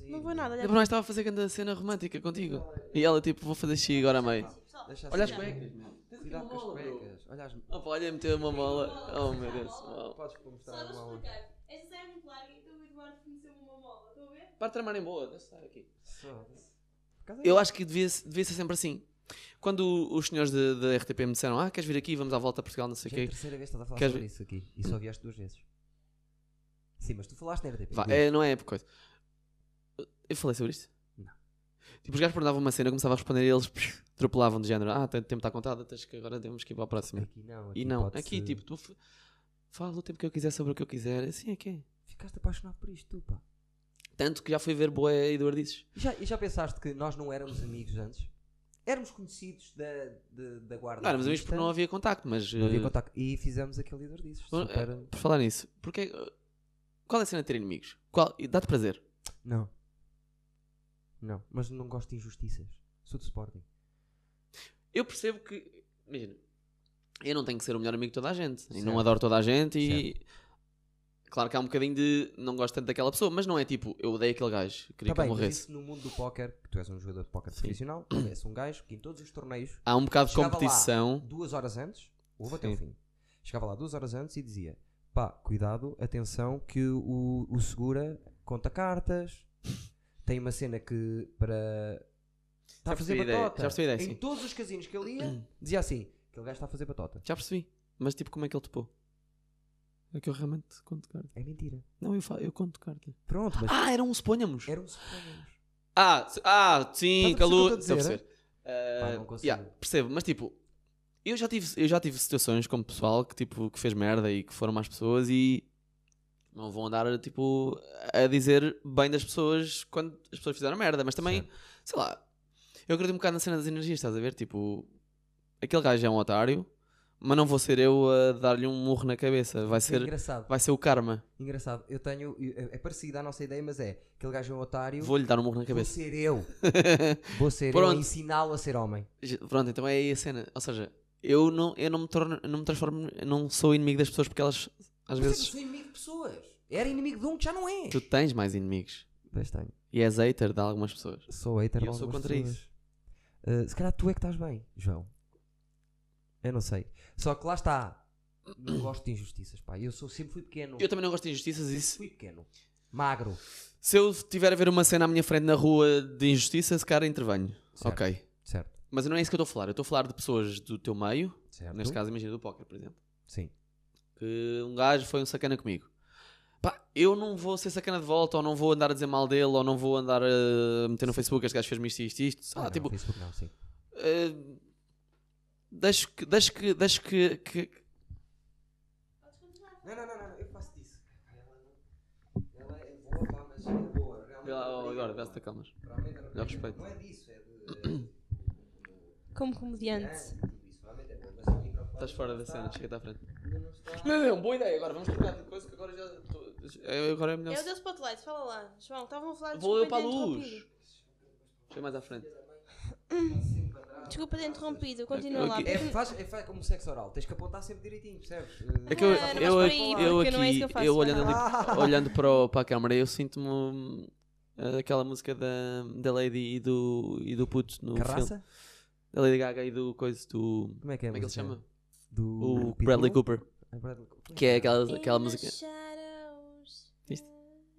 Speaker 2: Não vou
Speaker 1: <laughs>
Speaker 2: nada, olha.
Speaker 1: Eu por nós estava a fazer grande cena romântica contigo. E ela tipo, vou fazer xixi agora à meio.
Speaker 3: Deixa
Speaker 1: Olha as
Speaker 3: assim.
Speaker 1: cuecas, mano. Tens aqui uma
Speaker 3: Cuidado com as
Speaker 1: bola, bro.
Speaker 3: cuecas. Olha as.
Speaker 1: Oh, pá, olha, meteu uma bola. Oh meu Deus. Oh.
Speaker 3: Podes mostrar a mala.
Speaker 2: Esta série é muito larga, então o Eduardo conheceu uma mola. Estão a ver?
Speaker 1: Para de tramar em boa, deixa estar aqui.
Speaker 3: Foda-se. Por é causa
Speaker 1: Eu acho que devia, devia ser sempre assim. Quando os senhores da da RTP me disseram, ah, queres vir aqui, vamos à volta a Portugal, não sei
Speaker 3: Já
Speaker 1: o
Speaker 3: é a
Speaker 1: quê.
Speaker 3: terceira vez que estás a falar
Speaker 1: Queres
Speaker 3: sobre isso aqui. E só vieste duas vezes. Sim, mas tu falaste na RTP.
Speaker 1: Vá,
Speaker 3: Duas.
Speaker 1: é, não é coisa. Eu falei sobre isto?
Speaker 3: Não.
Speaker 1: Tipo, os gajos perguntavam uma cena, eu começava a responder e eles psh, atropelavam de género. Ah, tanto tempo está contado, tens que agora temos que ir para a próxima.
Speaker 3: Aqui não.
Speaker 1: E não,
Speaker 3: pode-se-
Speaker 1: aqui tipo, tu f- fala o tempo que eu quiser sobre o que eu quiser, assim é que é.
Speaker 3: Ficaste apaixonado por isto, tu, pá.
Speaker 1: Tanto que já fui ver Boé e Eduardices.
Speaker 3: E já, e já pensaste que nós não éramos amigos antes? Éramos conhecidos da, da, da guarda.
Speaker 1: Não, éramos amigos
Speaker 3: artista.
Speaker 1: porque não havia contacto, mas.
Speaker 3: é- Não havia
Speaker 1: eh,
Speaker 3: contacto. E fizemos aquele líder disso.
Speaker 1: Bom, é-
Speaker 3: Super...
Speaker 1: Por falar nisso, porque, eh, qual é a cena de ter inimigos? Qual- Dá-te prazer.
Speaker 3: Não. Não. Mas não gosto de injustiças. Sou de Sporting.
Speaker 1: Eu percebo que. Imagina, eu não tenho que ser o melhor amigo de toda a gente. E não
Speaker 3: Certo.
Speaker 1: adoro toda a gente e. Claro que há um bocadinho de. Não gosto tanto daquela pessoa, mas não é tipo, eu odeio aquele gajo, queria
Speaker 3: Tá bem, mas
Speaker 1: que eu morresse.
Speaker 3: isso no mundo do póquer, que tu és um jogador de póquer
Speaker 1: Sim.
Speaker 3: profissional, és um gajo que em todos os torneios
Speaker 1: Há um bocado de
Speaker 3: Chegava lá.
Speaker 1: competição.
Speaker 3: duas horas antes, houve até o
Speaker 1: Sim.
Speaker 3: fim. Chegava lá duas horas antes e dizia: pá, cuidado, atenção, que o, o segura conta cartas. Tem uma cena que para. Está
Speaker 1: Já
Speaker 3: a fazer
Speaker 1: percebi a ideia,
Speaker 3: batota.
Speaker 1: já percebi a ideia,
Speaker 3: em
Speaker 1: sim.
Speaker 3: todos os casinos que ele ia, dizia assim: aquele gajo está a fazer batota.
Speaker 1: Já percebi. Mas tipo, como é que ele topou? É que eu realmente conto carta.
Speaker 3: É mentira.
Speaker 1: Não, eu, fa- eu conto carta.
Speaker 3: Pronto, mas
Speaker 1: Ah, eram suponhamos.
Speaker 3: era um suponhamos.
Speaker 1: Ah, se- ah, sim,
Speaker 3: Estás a perceber o que eu
Speaker 1: calor.
Speaker 3: estou a dizer, é?
Speaker 1: Estou a perceber.
Speaker 3: Pá,
Speaker 1: Ah,
Speaker 3: não consigo.
Speaker 1: yeah, percebo, mas tipo, eu já tive, eu já tive situações com pessoal que tipo que fez merda e que foram más pessoas e não vão andar tipo a dizer bem das pessoas quando as pessoas fizeram merda, mas também, sei lá, eu acredito um bocado na cena das energias, estás a ver? Tipo, aquele gajo é um otário, mas não vou ser eu a dar-lhe um murro na cabeça, vai
Speaker 3: É
Speaker 1: ser,
Speaker 3: engraçado.
Speaker 1: vai ser o karma.
Speaker 3: Engraçado. Eu tenho. É é parecido à nossa ideia, mas é: aquele gajo é um otário.
Speaker 1: Vou-lhe dar um murro na
Speaker 3: vou
Speaker 1: cabeça.
Speaker 3: ser eu.
Speaker 1: <laughs>
Speaker 3: Vou ser eu a
Speaker 1: Pronto.
Speaker 3: ensiná-lo a ser homem.
Speaker 1: Já- Pronto, então é aí a cena. Ou seja, eu não, eu não me torno, eu não me transformo, eu não sou inimigo das pessoas porque elas
Speaker 3: Mas
Speaker 1: às
Speaker 3: é que eu
Speaker 1: vezes
Speaker 3: sou inimigo de pessoas. Era inimigo de um que já não é.
Speaker 1: tu tens mais inimigos
Speaker 3: Pois tenho.
Speaker 1: e és hater de algumas pessoas.
Speaker 3: Sou hater
Speaker 1: E
Speaker 3: de
Speaker 1: eu sou
Speaker 3: algumas
Speaker 1: contra
Speaker 3: pessoas. Uh, se calhar tu é que estás bem, João. Eu não sei. Só que lá está. Não gosto de injustiças, pá. Eu sou, sempre fui pequeno.
Speaker 1: Eu também não gosto de injustiças e
Speaker 3: Sempre
Speaker 1: se,
Speaker 3: fui pequeno. Magro.
Speaker 1: se eu tiver a ver uma cena à minha frente na rua de injustiça, esse cara intervenho.
Speaker 3: Certo.
Speaker 1: Ok.
Speaker 3: Certo.
Speaker 1: Mas não é isso que eu estou a falar. Eu estou a falar de pessoas do teu meio,
Speaker 3: Certo.
Speaker 1: neste caso imagina do póquer, por exemplo.
Speaker 3: Sim.
Speaker 1: que um gajo foi um sacana comigo. Pá, eu não vou ser sacana de volta, ou não vou andar a dizer mal dele, ou não vou andar a meter no Facebook este gajo fez-me isto, isto, isto. Sei lá,
Speaker 3: não,
Speaker 1: tipo,
Speaker 3: Facebook não, sim.
Speaker 1: eh, deixo que, deixo que, deixo que, que-
Speaker 3: Não, não, não, não, eu faço disso. Ela é boa, pá, mas é boa.
Speaker 1: Vê lá, ó, agora, dá-te calmas. Dá respeito.
Speaker 3: Não é disso, é de.
Speaker 2: Como comediante.
Speaker 1: É.
Speaker 3: é
Speaker 1: Estás fora da cena, chega-te à frente. Não, não, boa ideia agora, vamos trocar de coisa que agora já. tô- é- Agora é melhor.
Speaker 2: É o teu spotlight, fala lá. João, estavam a falar de
Speaker 1: Vou eu para a luz. Chega mais à frente.
Speaker 2: Desculpa ter interrompido, continua lá.
Speaker 1: Ok.
Speaker 3: É, faz, é, faz como sexo oral, tens que apontar sempre direitinho, percebes?
Speaker 1: É que eu,
Speaker 2: Ah, não
Speaker 1: eu,
Speaker 2: vais
Speaker 1: aqui-
Speaker 2: por aí,
Speaker 1: eu
Speaker 2: porque não é isso
Speaker 1: aqui,
Speaker 2: que eu faço.
Speaker 1: eu olhando, ali,
Speaker 3: Ah.
Speaker 1: <laughs> olhando para, o- para a câmara, eu sinto-me hum, aquela música da, da Lady e do, e do puto no filme.
Speaker 3: Carraça?
Speaker 1: Da Lady Gaga e do coisa do.
Speaker 3: Como é que é? a
Speaker 1: Como é que ele se
Speaker 3: música?
Speaker 1: chama?
Speaker 3: Do
Speaker 1: O Bradley
Speaker 3: Pitbull?
Speaker 1: Cooper.
Speaker 3: É Bradley Cooper.
Speaker 1: Que é aquela, aquela
Speaker 2: In the
Speaker 1: música.
Speaker 2: Shadows.
Speaker 1: Viste?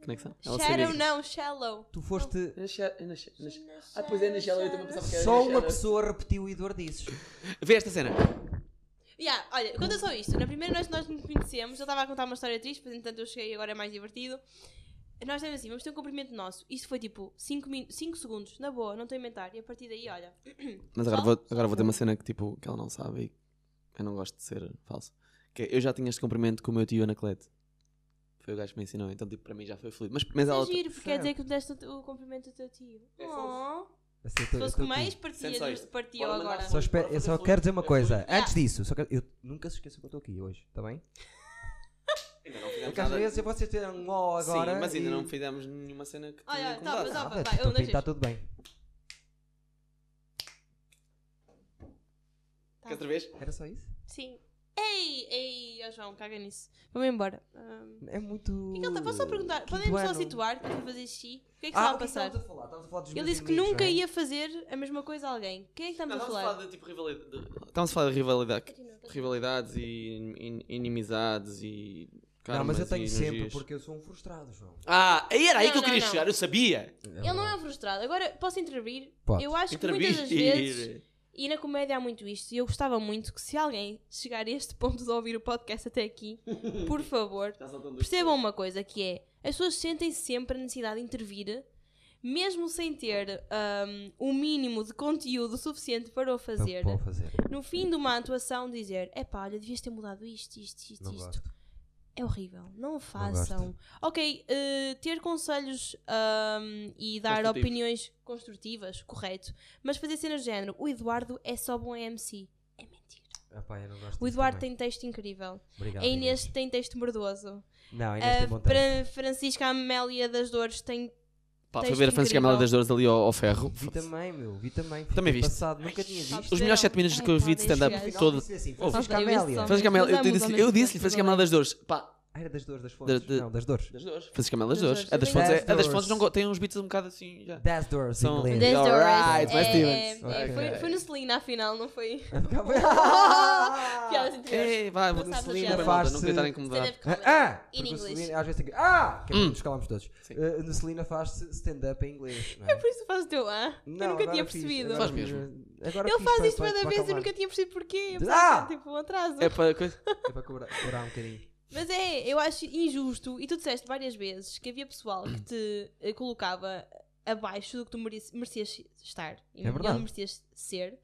Speaker 1: Conexão. é Ela
Speaker 2: Shadow
Speaker 1: sabia.
Speaker 2: não, shallow.
Speaker 3: Tu foste.
Speaker 1: É Na sha- na sha- na sha- Ah, pois é, na Shell eu também pensava que era.
Speaker 3: Só
Speaker 1: na
Speaker 3: uma
Speaker 1: Shell.
Speaker 3: pessoa repetiu o Eduardo disse.
Speaker 1: Vê esta cena.
Speaker 2: Yeah, olha, conta só isto. Na primeira noite que nós nos conhecemos, eu estava a contar uma história triste, mas entretanto eu cheguei e agora é mais divertido. Nós temos assim, vamos ter um cumprimento nosso. Isto foi tipo 5 segundos, na boa, não estou a inventar. E a partir daí, olha.
Speaker 1: Tá Mas agora vou, agora vou ter uma cena que, tipo, que ela não sabe e eu não gosto de ser falso. Que é, eu já tinha este cumprimento com o meu tio Anacleto. Foi o gajo que me ensinou, então tipo, para mim já foi fluido. Mas, mas ela.
Speaker 2: É giro, porque quer dizer que deste o cumprimento do teu tio. Oh.
Speaker 3: Assim,
Speaker 2: Se fosse com mais, partia,
Speaker 1: Senta só
Speaker 2: dos-
Speaker 1: isto.
Speaker 2: partiu
Speaker 1: Bora mandar
Speaker 2: agora.
Speaker 1: foto.
Speaker 3: Só espero- eu só quero dizer uma coisa.
Speaker 2: Ah.
Speaker 3: Antes disso, só quero- eu nunca se esqueça que eu estou aqui hoje, está bem?
Speaker 1: Ainda não fizemos
Speaker 3: Porque às
Speaker 1: nada-
Speaker 3: vezes vocês tiram um ó agora.
Speaker 1: Sim, mas ainda
Speaker 3: e-
Speaker 1: não fizemos nenhuma cena que.
Speaker 2: Olha,
Speaker 1: tenha
Speaker 2: tá,
Speaker 1: incomodado.
Speaker 2: mas ó,
Speaker 3: Nada,
Speaker 2: vai, um, dois,
Speaker 3: está
Speaker 2: três.
Speaker 3: tudo bem.
Speaker 2: Tá.
Speaker 1: Quer outra vez?
Speaker 3: Era só isso?
Speaker 2: Sim. Ei, ei, ó João, caga nisso. Vamos embora. Ahm,
Speaker 3: É muito.
Speaker 2: o que é que ele tá- Vou só perguntar,
Speaker 3: quinto
Speaker 2: podemos só
Speaker 3: ano.
Speaker 2: situar que eu estou a fazer xixi? O que é que
Speaker 3: Uh, Ah, o
Speaker 2: estava a
Speaker 3: que
Speaker 2: passar?
Speaker 3: estávamos a falar? Estávamos a falar dos
Speaker 2: Ele
Speaker 3: meus
Speaker 2: disse que
Speaker 3: amigos,
Speaker 2: nunca
Speaker 3: não é?
Speaker 2: ia fazer a mesma coisa a alguém. Quem é que estamos
Speaker 1: Não,
Speaker 2: a
Speaker 1: estamos a
Speaker 2: falar?
Speaker 1: falar de tipo rivalidade. Estamos a falar de rivalidade. Rivalidades e in- inimizades e.
Speaker 3: Não, mas
Speaker 1: karmas
Speaker 3: eu tenho
Speaker 1: e
Speaker 3: sempre,
Speaker 1: energias.
Speaker 3: porque eu sou um frustrado, João.
Speaker 1: Ah, aí era aí
Speaker 2: Não,
Speaker 1: que eu
Speaker 2: não,
Speaker 1: queria
Speaker 2: não.
Speaker 1: chegar, eu sabia.
Speaker 2: Ele não é um frustrado. Agora, posso intervir?
Speaker 3: Pode.
Speaker 2: Eu acho que muitas das
Speaker 1: <laughs>
Speaker 2: vezes,
Speaker 1: Intervir.
Speaker 2: e na comédia há muito isto, e eu gostava muito que se alguém chegar a este ponto de ouvir o podcast até aqui, por favor,
Speaker 1: Estás ao tom do-
Speaker 2: percebam uma coisa que é, as pessoas sentem sempre a necessidade de intervir, mesmo sem ter hum, o mínimo de conteúdo suficiente para o fazer.
Speaker 3: Vou fazer.
Speaker 2: No fim de uma atuação dizer, epá, olha, devias ter mudado isto, isto, isto,
Speaker 3: Não
Speaker 2: isto.
Speaker 3: gosto.
Speaker 2: É horrível, não o façam. ok, eh, ter conselhos ahm, e dar
Speaker 1: Construtivos.
Speaker 2: opiniões construtivas, correto. Mas fazer cenas do género, o Eduardo é só bom em MC. É mentira.
Speaker 3: Ah, pá, eu não gosto
Speaker 2: O
Speaker 3: disso
Speaker 2: Eduardo
Speaker 3: também.
Speaker 2: tem texto incrível.
Speaker 3: Obrigado,
Speaker 2: a Inês ah, tem texto merdoso.
Speaker 3: Não, a Inês
Speaker 2: A
Speaker 3: tem bom tempo.
Speaker 2: Fra- Francisca Amélia das Dores tem.
Speaker 1: Pá, foi
Speaker 2: Texto
Speaker 1: ver a Francisca
Speaker 2: incrível.
Speaker 1: Amélia das Dores ali ao, ao ferro.
Speaker 3: Vi também, meu, vi também. Fui
Speaker 1: Também viste?
Speaker 3: Passado, nunca tinha
Speaker 2: Sabes é
Speaker 3: visto.
Speaker 1: Os melhores
Speaker 2: serão.
Speaker 1: 7 minutos
Speaker 2: Ai,
Speaker 1: que eu
Speaker 2: pá,
Speaker 1: vi de stand-up
Speaker 2: deixa eu-
Speaker 1: todo.
Speaker 3: Disse assim,
Speaker 1: Ouve.
Speaker 3: Francisca
Speaker 2: Nossa, eu
Speaker 3: Amélia.
Speaker 2: sou-
Speaker 1: Francisca Amélia, eu
Speaker 2: Mas
Speaker 1: disse-
Speaker 2: amo os
Speaker 1: eu
Speaker 2: homens
Speaker 1: disse-lhe
Speaker 2: que
Speaker 1: Francisca
Speaker 2: são
Speaker 1: Amélia das Dores. Pá,
Speaker 3: Ah, Era das duas, das fontes.
Speaker 1: de-
Speaker 3: Não, das duas.
Speaker 1: das Dores. Francisca Amélia das
Speaker 2: Das
Speaker 1: Dores.
Speaker 2: Dores.
Speaker 1: A das fontes, é-
Speaker 3: Das
Speaker 1: a das
Speaker 3: Dores.
Speaker 1: fontes não go- tem uns beats um bocado assim já.
Speaker 3: Das doors,
Speaker 1: São-
Speaker 3: em inglês. <laughs>
Speaker 1: Das-
Speaker 2: Dores.
Speaker 1: Alright, vai,
Speaker 2: É,
Speaker 1: Stevens.
Speaker 2: é,
Speaker 3: Ok.
Speaker 2: foi, foi no Celina, afinal, não foi? <laughs> Piadas
Speaker 3: Ah!
Speaker 2: interiores.
Speaker 1: Ei, vai,
Speaker 2: Não
Speaker 1: vou
Speaker 2: sabes
Speaker 1: Celina,
Speaker 2: a
Speaker 1: bem,
Speaker 2: piada.
Speaker 1: malta, não queria estar a
Speaker 3: Faz-se-
Speaker 1: incomodar.
Speaker 2: Stand-up comedy.
Speaker 3: Ah!
Speaker 2: In
Speaker 3: porque o
Speaker 2: English.
Speaker 3: Celina, Às vezes tem que. Ah! Que é
Speaker 1: Hum.
Speaker 3: nos calamos todos.
Speaker 1: Sim.
Speaker 3: Uh, no Celina faz-se stand-up em inglês. Não é?
Speaker 2: Por isso faz o teu ah?
Speaker 3: Não,
Speaker 2: eu nunca
Speaker 3: agora
Speaker 2: tinha
Speaker 3: fiz,
Speaker 2: percebido.
Speaker 3: agora
Speaker 1: Faz
Speaker 3: fiz, Agora
Speaker 2: Ele
Speaker 3: fiz
Speaker 2: faz
Speaker 3: para-
Speaker 2: isto
Speaker 3: para-
Speaker 2: cada
Speaker 3: para
Speaker 2: vez, eu
Speaker 3: acalmar.
Speaker 2: nunca tinha percebido porquê. Eu
Speaker 3: Ah!
Speaker 2: pensava que era, tipo um atraso.
Speaker 1: É para coisa.
Speaker 3: É para cobrar, cobrar um bocadinho.
Speaker 2: Mas é, eu acho injusto. E tu disseste várias vezes que havia pessoal que te eh, colocava abaixo do que tu mereci- merecias estar. E
Speaker 3: É
Speaker 2: não
Speaker 3: verdade.
Speaker 2: merecias ser.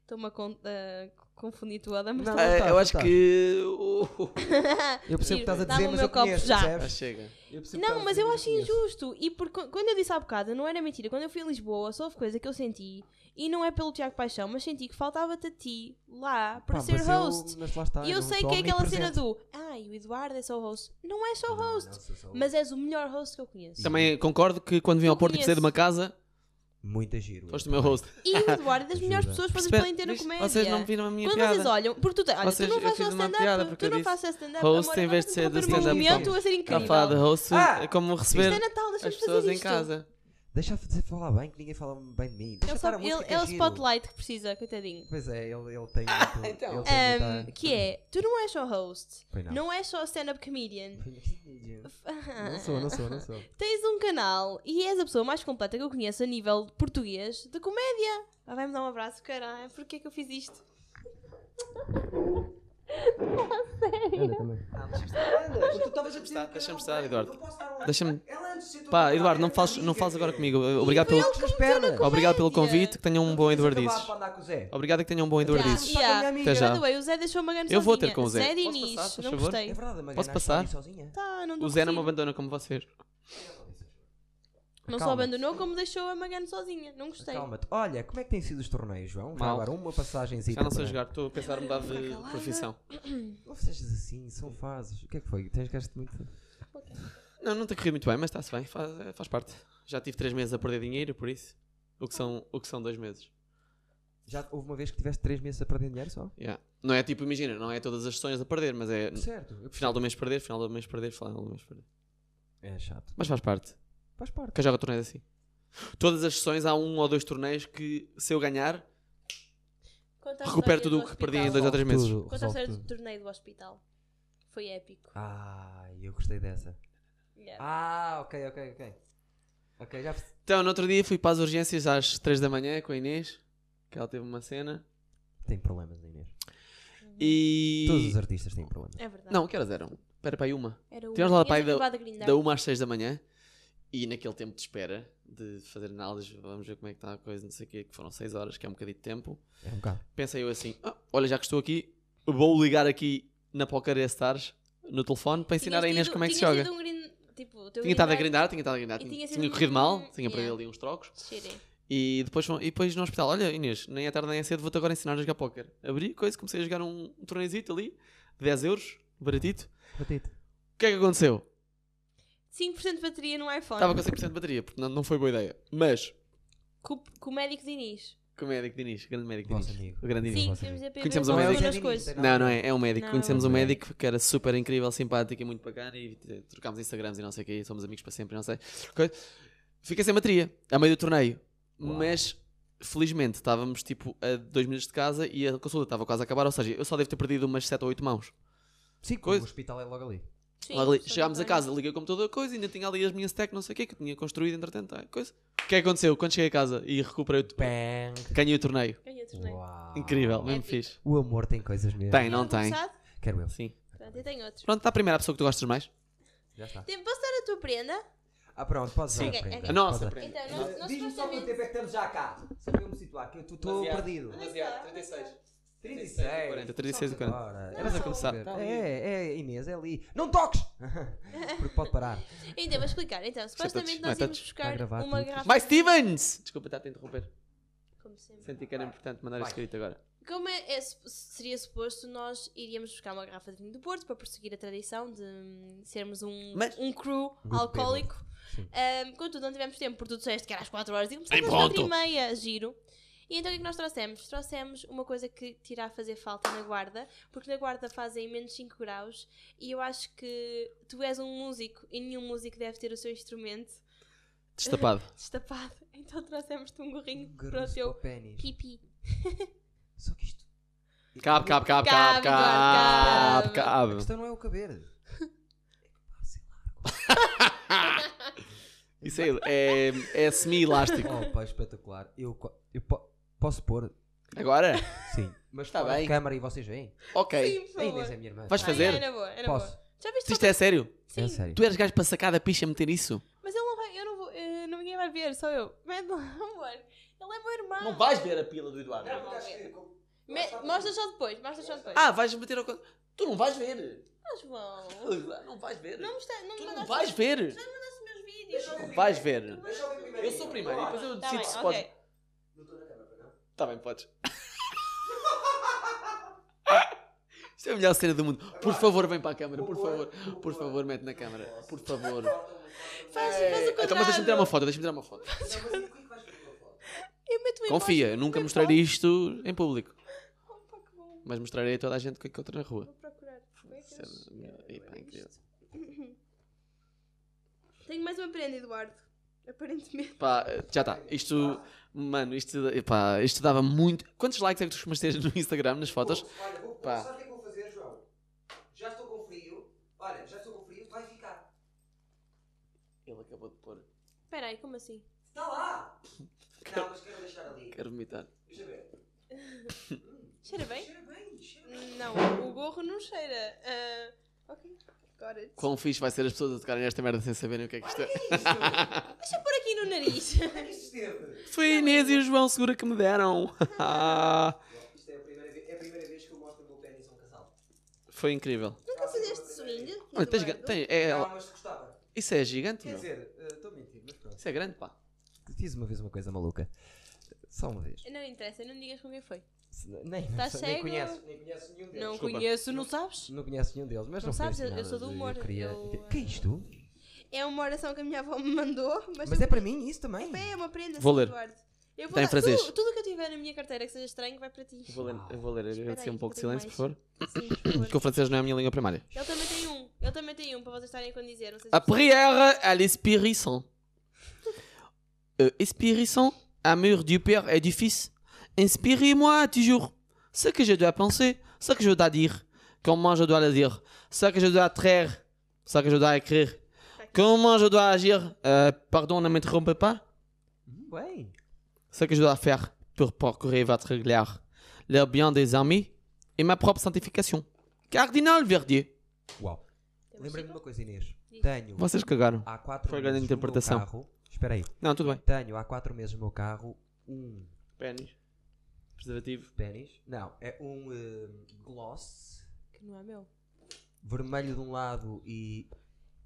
Speaker 2: Estou-me a con- a confundir toda, mas
Speaker 3: Não,
Speaker 2: tá-
Speaker 3: não está,
Speaker 1: Ah, Eu
Speaker 3: não
Speaker 1: acho
Speaker 3: está.
Speaker 1: que. oh, oh,
Speaker 3: <laughs> Eu percebo o que estás a
Speaker 2: Dá-me
Speaker 3: dizer,
Speaker 2: o
Speaker 3: mas
Speaker 2: meu
Speaker 3: eu
Speaker 2: copo
Speaker 3: conheço,
Speaker 2: já.
Speaker 1: ah,
Speaker 3: percebes?
Speaker 1: Chega.
Speaker 3: Eu percebo o que estás
Speaker 2: Não,
Speaker 3: a
Speaker 2: mas
Speaker 3: dizer,
Speaker 2: eu
Speaker 3: eu
Speaker 2: acho
Speaker 3: conheço.
Speaker 2: injusto. E porque quando eu disse há bocado, não era mentira. Quando eu fui a Lisboa, só houve coisa que eu senti. E não é pelo Tiago Paixão, mas senti que faltava-te a ti lá para
Speaker 3: Pá,
Speaker 2: ser
Speaker 3: mas eu-
Speaker 2: host.
Speaker 3: mas lá
Speaker 1: tá
Speaker 3: está,
Speaker 2: E eu
Speaker 3: não
Speaker 2: sei
Speaker 3: sou
Speaker 2: que é aquela cena
Speaker 3: omnipresente.
Speaker 2: do Ai, o Eduardo é só host. Não é só
Speaker 3: Não, não
Speaker 2: host,
Speaker 3: sou só host.
Speaker 2: mas és o melhor host que eu conheço.
Speaker 1: Também concordo que quando vim ao
Speaker 2: Eu
Speaker 1: Porto e precisei de uma casa,
Speaker 3: Muito giro.
Speaker 1: foste o meu host.
Speaker 2: E o Eduardo é
Speaker 1: <laughs>
Speaker 2: das melhores
Speaker 3: Ajuda.
Speaker 2: pessoas que vocês
Speaker 1: Espera,
Speaker 2: podem ter na
Speaker 1: viste?
Speaker 2: comédia.
Speaker 1: Vocês não viram a minha
Speaker 2: Quando
Speaker 1: piada.
Speaker 2: vocês olham, porque tu, te- olha,
Speaker 1: Vocês-
Speaker 2: tu
Speaker 1: eu
Speaker 2: não fazes
Speaker 1: fiz
Speaker 2: só
Speaker 1: uma piada
Speaker 2: stand-up,
Speaker 1: porque eu
Speaker 2: tu não
Speaker 1: disse,
Speaker 2: fazes só stand-up.
Speaker 1: host
Speaker 2: amor, é
Speaker 1: em vez de
Speaker 2: agora
Speaker 1: ser de
Speaker 2: estou a
Speaker 1: stand-up
Speaker 2: interromper o momento
Speaker 1: comedy.
Speaker 2: a ser
Speaker 1: Está a
Speaker 2: incrível.
Speaker 1: falar de host,
Speaker 3: Ah!
Speaker 1: é como
Speaker 2: Isto é
Speaker 1: receber
Speaker 2: Natal,
Speaker 1: as
Speaker 2: deixa-me
Speaker 1: pessoas
Speaker 2: fazer
Speaker 1: em
Speaker 2: isto.
Speaker 1: casa.
Speaker 3: Deixa de falar bem, que ninguém fala bem de mim. Deixa
Speaker 2: Ele,
Speaker 3: estar
Speaker 2: sabe-
Speaker 3: a música,
Speaker 2: ele-
Speaker 3: é
Speaker 2: é o
Speaker 3: giro.
Speaker 2: spotlight que precisa, coitadinho.
Speaker 3: Pois é, ele, ele
Speaker 2: <laughs>
Speaker 3: tem muito... ele tem
Speaker 2: Ahm,
Speaker 3: muita-
Speaker 2: que é, tu não és só host,
Speaker 3: Pois não.
Speaker 2: não és só stand-up comedian,
Speaker 3: Não sou, não sou, não
Speaker 2: <laughs>
Speaker 3: sou.
Speaker 2: tens um canal e és a pessoa mais completa que eu conheço a nível de português de comédia. Ah, Vai-me dar um abraço, caralho, porquê que eu fiz isto?
Speaker 3: Anda também.
Speaker 1: Tu estavas a prestar, deixa-me prestar, Eduardo. Deixa-me.
Speaker 3: é
Speaker 1: Pá, Eduardo, não fales, não fales agora comigo. Obrigado pelo,
Speaker 3: As tuas pernas.
Speaker 1: obrigado pelo
Speaker 2: comédia.
Speaker 1: convite, que tenham um bom Eduardices.
Speaker 3: para andar com o Zé.
Speaker 1: Obrigado e que tenham um bom
Speaker 2: Yeah,
Speaker 1: Eduardices.
Speaker 3: Só com a minha
Speaker 2: yeah.
Speaker 3: amiga.
Speaker 1: Até já.
Speaker 2: By the way, o Zé deixou uma grande
Speaker 1: Eu vou
Speaker 2: sozinha.
Speaker 1: ter com o Zé.
Speaker 2: Zé de
Speaker 1: Posso
Speaker 2: Inês,
Speaker 1: passar, por
Speaker 2: não
Speaker 1: favor?
Speaker 2: gostei.
Speaker 3: É verdade, a Maria
Speaker 1: Posso
Speaker 3: Nath
Speaker 1: passar?
Speaker 3: está ali sozinha.
Speaker 2: Tá, não
Speaker 1: O
Speaker 2: tô
Speaker 1: Zé não me
Speaker 2: consigo. Tipo,
Speaker 1: abandona como vocês.
Speaker 2: Não só
Speaker 3: Calma.
Speaker 2: abandonou, como deixou a Magano sozinha. Não gostei.
Speaker 3: Calma-te. Olha, como é que têm sido os torneios, João? Já
Speaker 1: Mal.
Speaker 3: agora uma passagem
Speaker 1: Já não
Speaker 2: é.
Speaker 1: sei jogar, estou a pensar em mudar de profissão.
Speaker 3: Não sejas assim, são fases. O que é que foi? Tens gasto muito.
Speaker 1: Não, não tem corrido muito bem, mas está-se bem, faz, é, faz parte. Já tive 3 meses a perder dinheiro, por isso. O que são, o que são dois meses.
Speaker 3: Já houve uma vez que tiveste 3 meses a perder dinheiro só?
Speaker 1: Yeah. Não é tipo, imagina, não é todas as sessões a perder, mas é
Speaker 3: Certo. eu
Speaker 1: final do mês perder, final do mês perder, final do mês perder.
Speaker 3: percebi. É chato.
Speaker 1: Mas faz parte.
Speaker 3: Faz parte.
Speaker 1: Que eu jogo torneios assim. Todas as sessões há um ou dois torneios que, se eu ganhar,
Speaker 2: Conta a história
Speaker 1: recupero tudo
Speaker 2: do
Speaker 1: o que perdi em
Speaker 2: hospital.
Speaker 1: dois ou três meses.
Speaker 3: Tudo,
Speaker 2: Conta a
Speaker 3: resolve
Speaker 2: história do
Speaker 3: tudo.
Speaker 2: torneio do hospital. Foi épico.
Speaker 3: Ah, eu gostei dessa.
Speaker 2: Yeah.
Speaker 3: Ah, ok, ok, ok. Ok, já perce-
Speaker 1: Então, no outro dia fui para as urgências às 3 da manhã com a Inês, que ela teve uma cena.
Speaker 3: Tem problemas, Inês.
Speaker 1: E.
Speaker 3: Todos os artistas têm problemas.
Speaker 2: É verdade.
Speaker 1: Não, que horas eram? Espera, para aí uma.
Speaker 2: Era o
Speaker 1: Tivemos lá para aí
Speaker 2: da, da
Speaker 1: Da uma às 6 da manhã. E naquele tempo de espera, de fazer análises, vamos ver como é que está a coisa, não sei o quê, que foram 6 horas, que é um bocadinho de tempo,
Speaker 3: É um bocado.
Speaker 1: pensei eu assim, "Ah, olha, já que estou aqui, vou ligar aqui na Poker Stars, no telefone, para ensinar a Inês como é que se joga.
Speaker 2: Um green, tipo, o teu
Speaker 1: Tinha estado a
Speaker 2: grindar-
Speaker 1: grindar, tinha estado a grindar,
Speaker 2: E
Speaker 1: tinha,
Speaker 2: tinha sido
Speaker 1: tinha
Speaker 2: um-
Speaker 1: corrido mal, tinha
Speaker 2: yeah.
Speaker 1: perdido ali uns trocos.
Speaker 2: Shitty.
Speaker 1: E depois, e depois no hospital, olha Inês, nem à tarde nem à cedo vou-te agora ensinar a jogar póquer. Abri coisa, comecei a jogar um, um torneizito ali, 10 euros, baratito.
Speaker 3: Batito.
Speaker 1: O que é que aconteceu?
Speaker 2: 5% de bateria no iPhone.
Speaker 1: Estava com 100% de bateria, porque não, não foi boa ideia. Mas,
Speaker 2: Com, com o médico de Inês.
Speaker 1: com o médico de Inês, grande médico de
Speaker 3: Nosso
Speaker 1: Inês,
Speaker 3: amigo.
Speaker 1: o grande Inês.
Speaker 2: Sim,
Speaker 3: você.
Speaker 2: tivemos apenas
Speaker 1: Conhecemos
Speaker 2: uma
Speaker 1: o médico.
Speaker 2: pessoa nas
Speaker 3: Não é
Speaker 2: coisas.
Speaker 1: Não, não é, é um médico.
Speaker 2: Não.
Speaker 1: Conhecemos um
Speaker 3: Ok.
Speaker 1: médico que era super incrível, simpático e muito bacana e eh, trocámos Instagrams e não sei o que, e somos amigos para sempre, não sei. Coisa. Fiquei sem bateria, a meio do torneio.
Speaker 3: Uau.
Speaker 1: Mas, felizmente, estávamos tipo a dois minutos de casa e a consulta estava quase a acabar, ou seja, eu só devo ter perdido umas 7 ou 8 mãos.
Speaker 3: Sim,
Speaker 1: Coisa.
Speaker 3: o hospital é logo ali.
Speaker 2: Sim, é
Speaker 1: Logo ali,
Speaker 2: só
Speaker 1: chegámos a
Speaker 2: depois.
Speaker 1: casa, liguei o computador, coisa, ainda tinha ali as minhas tech, não sei o que, que tinha construído, entretanto, ah, coisa. O que é que aconteceu? Quando cheguei a casa e recuperei o.
Speaker 3: Bang.
Speaker 1: Ganhei o torneio.
Speaker 2: Ganhei o torneio.
Speaker 3: Uau.
Speaker 1: Incrível, mesmo
Speaker 2: Épico.
Speaker 1: fixe.
Speaker 3: O amor tem coisas mesmo.
Speaker 1: Tem,
Speaker 2: Tinha
Speaker 1: não tem.
Speaker 2: recomeçado?
Speaker 3: Quero eu.
Speaker 1: Sim.
Speaker 2: Pronto, eu tenho outros.
Speaker 1: Pronto, está a primeira pessoa que tu gostas mais?
Speaker 3: Já está.
Speaker 2: Tem- Posso dar a tua prenda?
Speaker 3: Ah, pronto, podes
Speaker 2: Sim.
Speaker 3: dar a
Speaker 2: Ok,
Speaker 3: prenda.
Speaker 2: ok.
Speaker 1: A nossa,
Speaker 3: Pode dar.
Speaker 1: prenda.
Speaker 2: Então, nós, nós
Speaker 3: Diz-me só quanto
Speaker 2: supostamente...
Speaker 3: tempo é que estamos já cá. Só para eu me situar, ah, que eu estou
Speaker 1: Demasiado.
Speaker 3: perdido.
Speaker 2: é
Speaker 1: Demasiado, 36.
Speaker 3: 36
Speaker 1: 40, 36 e 40.
Speaker 3: Ora,
Speaker 1: Estavas a
Speaker 3: só
Speaker 1: começar.
Speaker 3: perceber. É, é, Inês, é ali. Não toques! <laughs> Porque pode
Speaker 2: <laughs>
Speaker 3: parar.
Speaker 2: Ainda vou explicar. Então, supostamente
Speaker 1: não é
Speaker 2: nós íamos
Speaker 1: touch.
Speaker 2: buscar
Speaker 3: Está é a gravar
Speaker 2: uma
Speaker 3: tudo.
Speaker 2: garrafa...
Speaker 1: Mais Stevens! Desculpa estar a interromper.
Speaker 2: Como sempre.
Speaker 1: Senti que era importante mandar escrito agora.
Speaker 2: Como é, é su- seria suposto, nós iríamos buscar uma garrafa de vinho do Porto para prosseguir a tradição de hum, sermos um,
Speaker 1: Mas-
Speaker 2: um crew
Speaker 3: bêbado.
Speaker 2: alcoólico.
Speaker 3: Sim.
Speaker 2: Hum, contudo, não tivemos tempo, porque tu disseste que era às 4 horas e começamos
Speaker 1: Em
Speaker 2: às 4 e
Speaker 1: ponto.
Speaker 2: meia, giro. E então o que é que nós trouxemos? Trouxemos uma coisa que te irá fazer falta na guarda, porque na guarda fazem menos 5 graus e eu acho que tu és um músico e nenhum músico deve ter o seu instrumento
Speaker 1: Destapado. <laughs>
Speaker 2: destapado. <laughs> Então trouxemos-te um gorrinho para o
Speaker 3: Grosso
Speaker 2: teu
Speaker 3: pênis.
Speaker 2: pipi.
Speaker 3: Só que isto.
Speaker 1: Cabe, cabe, cabe,
Speaker 2: Cabe,
Speaker 1: cabe,
Speaker 2: Eduardo,
Speaker 1: cabe,
Speaker 3: A
Speaker 1: cabe.
Speaker 3: questão não é o caber. É que pá, sei lá.
Speaker 1: Isso aí é, é semi-elástico.
Speaker 3: Oh, pá, espetacular. Eu, co- eu po- posso pôr?
Speaker 1: Agora?
Speaker 3: Sim. Mas
Speaker 1: Está
Speaker 3: fora de
Speaker 1: Tá bem.
Speaker 3: câmara e vocês veem?
Speaker 1: Ok.
Speaker 2: Sim, por
Speaker 3: A
Speaker 2: favor.
Speaker 3: Inês é minha irmã.
Speaker 1: Vais
Speaker 2: Ai,
Speaker 1: fazer?
Speaker 2: ai, na boa, é na
Speaker 3: Posso?
Speaker 2: boa. Já viste
Speaker 1: Isto é sério?
Speaker 2: Sim,
Speaker 3: É sério.
Speaker 1: Tu eras gajo para sacar da picha meter isso?
Speaker 2: mas ele não vai, eu não vou, eh, ninguém vai ver, só eu. <laughs> Mete lá, amor, ele é meu irmão.
Speaker 1: vais ver a pila do Eduardo.
Speaker 3: Tá
Speaker 2: Me- mostra só depois, mostra só depois.
Speaker 1: Ah, vais meter ao. co- Tu não vais ver.
Speaker 2: Ah, João,
Speaker 1: Não vais ver.
Speaker 2: não me está, não
Speaker 1: Tu
Speaker 2: me
Speaker 1: não
Speaker 2: mandaste
Speaker 1: vais ver.
Speaker 2: os meus vídeos.
Speaker 1: Vais ver. Eu sou o primeiro e depois eu
Speaker 2: Tá
Speaker 1: decido
Speaker 2: bem,
Speaker 1: se
Speaker 2: ok.
Speaker 1: podes. Tá bem, podes. Isto é a melhor cena do mundo. Por favor, vem para a câmara, por favor. Por favor, mete na câmara. Por favor.
Speaker 2: Faz, faz o
Speaker 1: Então, mas deixa-me tirar
Speaker 2: quadrado.
Speaker 1: uma foto, deixa-me tirar uma <laughs> foto.
Speaker 3: é
Speaker 2: Eu meto o
Speaker 1: Confia, eu nunca
Speaker 2: Não
Speaker 1: mostrarei isto em público.
Speaker 2: embaixo. Opa, que bom,
Speaker 1: Mas mostrarei a toda a gente o que encontra na rua.
Speaker 2: vou procurar. Como é que
Speaker 1: Isso é
Speaker 2: eles-
Speaker 1: melhor. E pá, incrível.
Speaker 2: Tenho mais uma prenda, Eduardo. Aparentemente.
Speaker 1: Pá, já está. Isto, mano, isto, pá, isto dava muito. Quantos likes é que tu costumas ter no Instagram, nas fotos?
Speaker 3: Olha, vou,
Speaker 1: Pá.
Speaker 3: sabe o que é que eu vou fazer, João? Já estou com frio. Olha, já estou com frio, vai ficar.
Speaker 1: Oh, Ele acabou de pôr.
Speaker 2: Espera aí, como assim?
Speaker 3: Está lá! Não, mas quero deixar ali.
Speaker 1: Quero vomitar.
Speaker 3: Deixa ver.
Speaker 2: Cheira bem?
Speaker 3: Cheira bem,
Speaker 1: <laughs>
Speaker 3: cheira bem.
Speaker 2: Não, o gorro não cheira. Ah, ok, got it.
Speaker 1: Quão fixe vai ser as pessoas a tocarem esta merda sem saberem o que é que isto é.
Speaker 2: Deixa eu pôr aqui no nariz.
Speaker 3: Onde é que isto esteve?
Speaker 1: Foi a Inês e o João Segura que me deram. <laughs>
Speaker 3: Isto é a primeira, ve- é a primeira vez que eu mostro o meu pênis a um casal.
Speaker 1: Foi incrível.
Speaker 2: Nunca fizeste swing?
Speaker 1: Olha, tens, ga-
Speaker 2: Eduardo?
Speaker 1: tem- é,
Speaker 3: Não,
Speaker 1: ela-
Speaker 3: Ah, mas gostava.
Speaker 1: isso é gigante,
Speaker 3: Quer
Speaker 1: meu.
Speaker 3: dizer, eh, estou a mentir, mas pronto.
Speaker 1: Isso é grande, pá.
Speaker 3: Fiz uma vez uma coisa maluca. Só uma vez.
Speaker 2: Não interessa, não digas com quem foi.
Speaker 3: Se- Nem,
Speaker 2: Tá
Speaker 3: nem
Speaker 2: cego?
Speaker 3: conheço, nem conheço nenhum deles.
Speaker 2: Não
Speaker 1: Desculpa.
Speaker 2: conheço, não sabes?
Speaker 3: Não conheço nenhum deles, mas
Speaker 2: Não
Speaker 3: não, foi
Speaker 2: sabes,
Speaker 3: assim
Speaker 2: eu- eu
Speaker 3: nada
Speaker 2: sou do
Speaker 3: de-
Speaker 2: humor,
Speaker 3: queria-
Speaker 2: eu-
Speaker 3: Que é isto?
Speaker 2: É uma oração que a minha avó me mandou, mas,
Speaker 3: Mas é para mim isso também.
Speaker 2: é uma prenda,
Speaker 1: Vou
Speaker 2: sim,
Speaker 1: ler.
Speaker 2: Eduardo. Eu vou
Speaker 1: Está em
Speaker 2: dar-
Speaker 1: francês.
Speaker 2: Tudo, tudo o que eu tiver na minha carteira que seja estranho vai para ti.
Speaker 1: Eu vou ler, eu vou ler.
Speaker 2: Espera
Speaker 1: agradecer
Speaker 2: aí,
Speaker 1: um pouco de
Speaker 2: um bocadinho
Speaker 1: silêncio, por favor.
Speaker 2: Sim,
Speaker 1: <coughs>
Speaker 2: por favor.
Speaker 1: Porque o francês não é a minha língua primária.
Speaker 2: Ele também tem um. Ele também tem um para vocês estarem a condizer. Não sei se
Speaker 1: A prière à l'espérissant. Euh, espérissant, amour du Père et du Fils, inspirez-moi toujours. Ce que je dois penser, ce que je dois dire, comment je dois le dire, ce que je dois traire, ce que je dois écrire, comment je dois agir, euh, pardon, ne me trompez pas,
Speaker 3: Bem,
Speaker 1: ce que je dois faire pour procurer votre gloire, le bien des amis et ma propre sanctification. Cardinal Verdier.
Speaker 3: uau.
Speaker 2: Temos
Speaker 3: Lembra-me de
Speaker 2: cinco?
Speaker 3: uma coisa, Inês.
Speaker 2: Diz.
Speaker 3: Tenho
Speaker 1: Vocês cagaram.
Speaker 3: há 4
Speaker 1: Foi a grande
Speaker 3: meses no meu
Speaker 1: interpretação.
Speaker 3: carro. Espera aí.
Speaker 1: Não, tudo bem.
Speaker 3: Tenho há 4 meses no meu carro um
Speaker 1: Pênis. Preservativo.
Speaker 3: pênis. Não, é um eh, gloss
Speaker 2: Que não é meu.
Speaker 3: vermelho de um lado e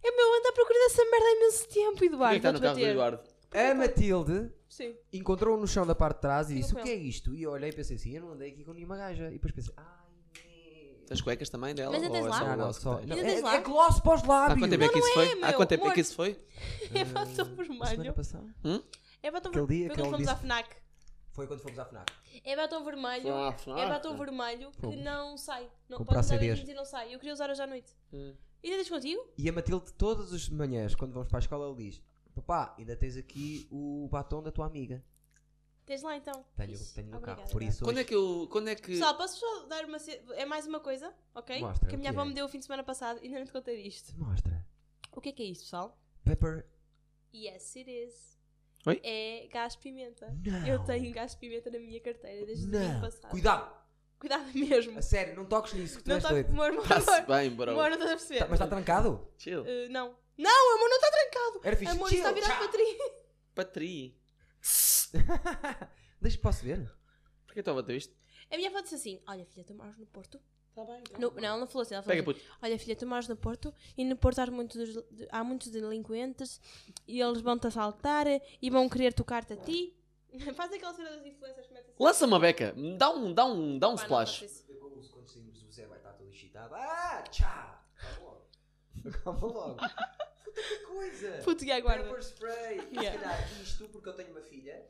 Speaker 2: É meu, ando à procura dessa merda há imenso tempo,
Speaker 1: Quem é
Speaker 2: Eduardo.
Speaker 1: que está no
Speaker 2: vou-te
Speaker 1: carro do
Speaker 2: bater.
Speaker 1: Eduardo?
Speaker 3: a Matilde
Speaker 2: Sim. <laughs>
Speaker 3: encontrou no chão da parte de trás e
Speaker 2: Sim,
Speaker 3: disse:
Speaker 2: com
Speaker 3: O que é isto? E eu olhei e pensei assim: Eu não andei aqui com nenhuma gaja. E depois pensei: Ai, Inês."
Speaker 1: As cuecas também dela?
Speaker 2: Mas
Speaker 1: ou
Speaker 2: ainda
Speaker 1: é
Speaker 2: tens lá?
Speaker 1: só o
Speaker 3: não, não,
Speaker 1: gloss que
Speaker 3: só.
Speaker 1: tem?
Speaker 3: Não,
Speaker 2: Ainda tens
Speaker 3: é,
Speaker 2: lá?
Speaker 3: é gloss para os
Speaker 1: Há
Speaker 3: lábios.
Speaker 1: quanto tempo é que isso
Speaker 2: Não, não é,
Speaker 1: foi? Há
Speaker 2: meu
Speaker 1: quanto tempo é que
Speaker 2: amor.
Speaker 1: isso foi?
Speaker 2: É batom
Speaker 3: Semana
Speaker 2: vermelho.
Speaker 3: passada?
Speaker 2: É batom
Speaker 3: Aquele dia
Speaker 2: vermelho.
Speaker 3: que
Speaker 2: Foi quando
Speaker 3: ele
Speaker 2: fomos à
Speaker 3: disse-
Speaker 2: FNAC.
Speaker 3: Foi quando fomos à FNAC.
Speaker 2: É batom vermelho.
Speaker 1: Foi à
Speaker 2: É
Speaker 3: Ah,
Speaker 1: FNAC.
Speaker 3: tá.
Speaker 2: batom vermelho que
Speaker 3: Fomos.
Speaker 2: não sai. Não
Speaker 3: Comprar
Speaker 2: pode usar
Speaker 3: CDs.
Speaker 2: a e não sai. Eu queria usar hoje à noite.
Speaker 1: Hum.
Speaker 2: E ainda tens contigo?
Speaker 3: E a Matilde, todas as manhãs, quando vamos para a escola, ela diz: Papá, ainda tens aqui o batom da tua amiga.
Speaker 2: Tens lá então?
Speaker 3: Tenho,
Speaker 2: Fixe.
Speaker 3: tenho no
Speaker 2: Obrigada.
Speaker 3: carro. Por isso,
Speaker 1: Quando é
Speaker 3: hoje,
Speaker 1: que eu. Quando é que. <laughs>
Speaker 2: Pessoal, posso só dar uma. ce- É mais uma coisa, ok?
Speaker 3: Mostra,
Speaker 2: que
Speaker 3: o
Speaker 2: a minha
Speaker 3: que
Speaker 2: avó
Speaker 3: é?
Speaker 2: me deu o fim de semana passado e ainda não te contei disto.
Speaker 3: mostra.
Speaker 2: O que é que é isto, pessoal?
Speaker 3: Pepper.
Speaker 2: Yes, it is.
Speaker 1: Oi?
Speaker 2: É gás de pimenta.
Speaker 3: Não.
Speaker 2: Eu tenho gás de pimenta na minha carteira desde o ano
Speaker 3: Não.
Speaker 2: passado.
Speaker 3: Cuidado!
Speaker 2: Cuidado mesmo.
Speaker 3: A sério, não toques nisso, que tu
Speaker 2: Não
Speaker 3: és
Speaker 2: está
Speaker 3: doido.
Speaker 2: amor, amor,
Speaker 1: Está-se
Speaker 2: amor,
Speaker 1: bem, bro.
Speaker 2: amor, não estás a perceber.
Speaker 3: Tá- mas está trancado?
Speaker 1: Chill.
Speaker 2: Uh, não. Não, amor, não está trancado.
Speaker 3: Era fixe.
Speaker 2: Amor, tá
Speaker 3: Chill,
Speaker 2: está virado
Speaker 3: tchau.
Speaker 2: para tri. <laughs>
Speaker 1: Patri.
Speaker 3: Deixa, posso ver?
Speaker 1: Porquê estava a bater isto?
Speaker 2: A minha avó disse assim: Olha, filha, tu moras no Porto?
Speaker 1: Está bem.
Speaker 3: Então,
Speaker 2: No- não, ela não falou assim. Ela falou
Speaker 1: Pega,
Speaker 2: assim,
Speaker 1: puto.
Speaker 2: Olha, filha, tu moras no Porto e no Porto há muitos, de- há muitos delinquentes e eles vão-te assaltar e vão querer tocar-te a ti. <laughs> Faz aquela cena das influencers que metem assim.
Speaker 1: Lança uma beca. Dá um, dá um, dá um
Speaker 2: Pá, não faço
Speaker 1: splash.
Speaker 2: isso.
Speaker 3: Eu como se quando saímos do Zé vai estar todo excitado. Ah, tchau! Calma
Speaker 1: <laughs>
Speaker 3: logo. Puta que coisa!
Speaker 2: Puto, e aguarda.
Speaker 3: Pepper spray. Se
Speaker 2: Yeah.
Speaker 3: calhar isto, porque eu tenho uma filha.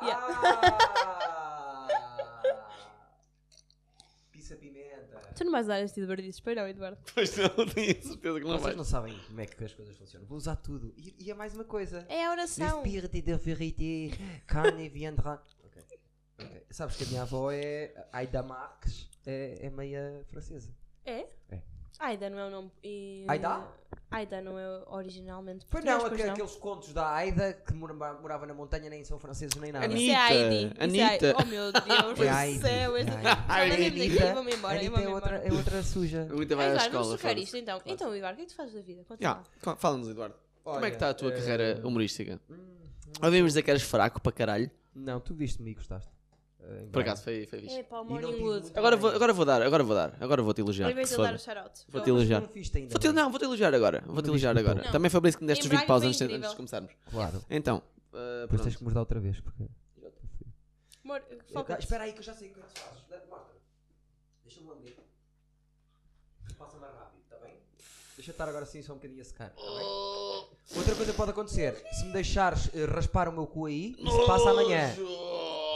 Speaker 2: Yeah.
Speaker 3: <laughs> Ah! Pisa pimenta.
Speaker 2: Tu não vais dar este bardices, pois não, Eduardo.
Speaker 1: Pois não, tenho certeza que não vai.
Speaker 3: Vocês não sabem como é que as coisas funcionam. Vou usar tudo. E, e é mais uma coisa.
Speaker 2: É a oração.
Speaker 3: L'esprit de vérité, carne viendra. Ok. Ok. Sabes que a minha avó é. Aida Marques é, é meia francesa.
Speaker 2: É?
Speaker 3: É.
Speaker 2: Aida não é o nome. e-
Speaker 3: Aida?
Speaker 2: Aida não é originalmente.
Speaker 3: Pois
Speaker 2: português,
Speaker 3: não,
Speaker 2: pois
Speaker 3: aqu- aqueles contos da Aida que mora- morava na montanha nem são franceses nem nada.
Speaker 1: Ani-
Speaker 2: Isso é Heidi. Isso é
Speaker 1: Anitta,
Speaker 2: Heidi.
Speaker 1: Anitta.
Speaker 2: Oh meu Deus
Speaker 3: É Heidi,
Speaker 2: do céu.
Speaker 3: é
Speaker 2: este-
Speaker 3: Heidi.
Speaker 2: Já mandei-me daqui,
Speaker 3: Anitta-
Speaker 2: vou-me embora. eu
Speaker 3: Anitta
Speaker 2: vou-me
Speaker 3: é outra,
Speaker 2: embora.
Speaker 3: é outra suja.
Speaker 1: Muito
Speaker 2: Ah,
Speaker 1: vai à
Speaker 2: Eduardo,
Speaker 1: escola.
Speaker 2: vamos tocar
Speaker 1: foda-se.
Speaker 2: isto então. Então, Eduardo, o que é que tu fazes da vida? Conta
Speaker 1: Ya,
Speaker 2: lá.
Speaker 1: fa- Fala-nos, Eduardo. Como é que está a tua
Speaker 3: Olha,
Speaker 1: carreira
Speaker 3: eh,
Speaker 1: humorística?
Speaker 3: hum,
Speaker 1: Ouvimos dizer que eras fraco para caralho.
Speaker 3: Não, tu viste-me e gostaste. Eh, em
Speaker 1: Por
Speaker 3: breve.
Speaker 1: acaso, foi, foi
Speaker 2: É
Speaker 1: fixe.
Speaker 2: pá, o
Speaker 3: E não
Speaker 2: Morning
Speaker 3: tive
Speaker 2: Wood.
Speaker 3: muito
Speaker 1: Agora
Speaker 3: bem.
Speaker 1: vou, agora vou dar, agora vou dar, agora vou-te elogiar.
Speaker 2: Primeiro de
Speaker 1: que se
Speaker 2: dar o
Speaker 1: foda.
Speaker 2: shout-out.
Speaker 1: Vou-te elogiar.
Speaker 3: Não é? viste ainda.
Speaker 1: Vou-te- não, vou-te elogiar agora. Vou-te elogiar agora.
Speaker 2: Não.
Speaker 1: Também foi por isso que me deste os
Speaker 2: Em
Speaker 1: 20 paus
Speaker 2: Braga
Speaker 1: antes,
Speaker 2: foi
Speaker 1: antes de
Speaker 2: incrível.
Speaker 1: começarmos.
Speaker 3: Claro.
Speaker 1: Então, eh,
Speaker 3: Depois
Speaker 1: pronto.
Speaker 3: tens que me dar outra vez. Porque...
Speaker 2: Amor,
Speaker 3: Eu-
Speaker 2: foca
Speaker 3: Espera aí que eu já sei o que é que tu fazes. Dá- Mostra. Deixa-me lamber. Passa mais rápido, está bem? Deixa eu estar agora assim só um bocadinho a secar. tá
Speaker 2: Oh.
Speaker 3: bem? Outra coisa que pode acontecer. Se me deixares eh, raspar o meu cu aí, isso passa amanhã.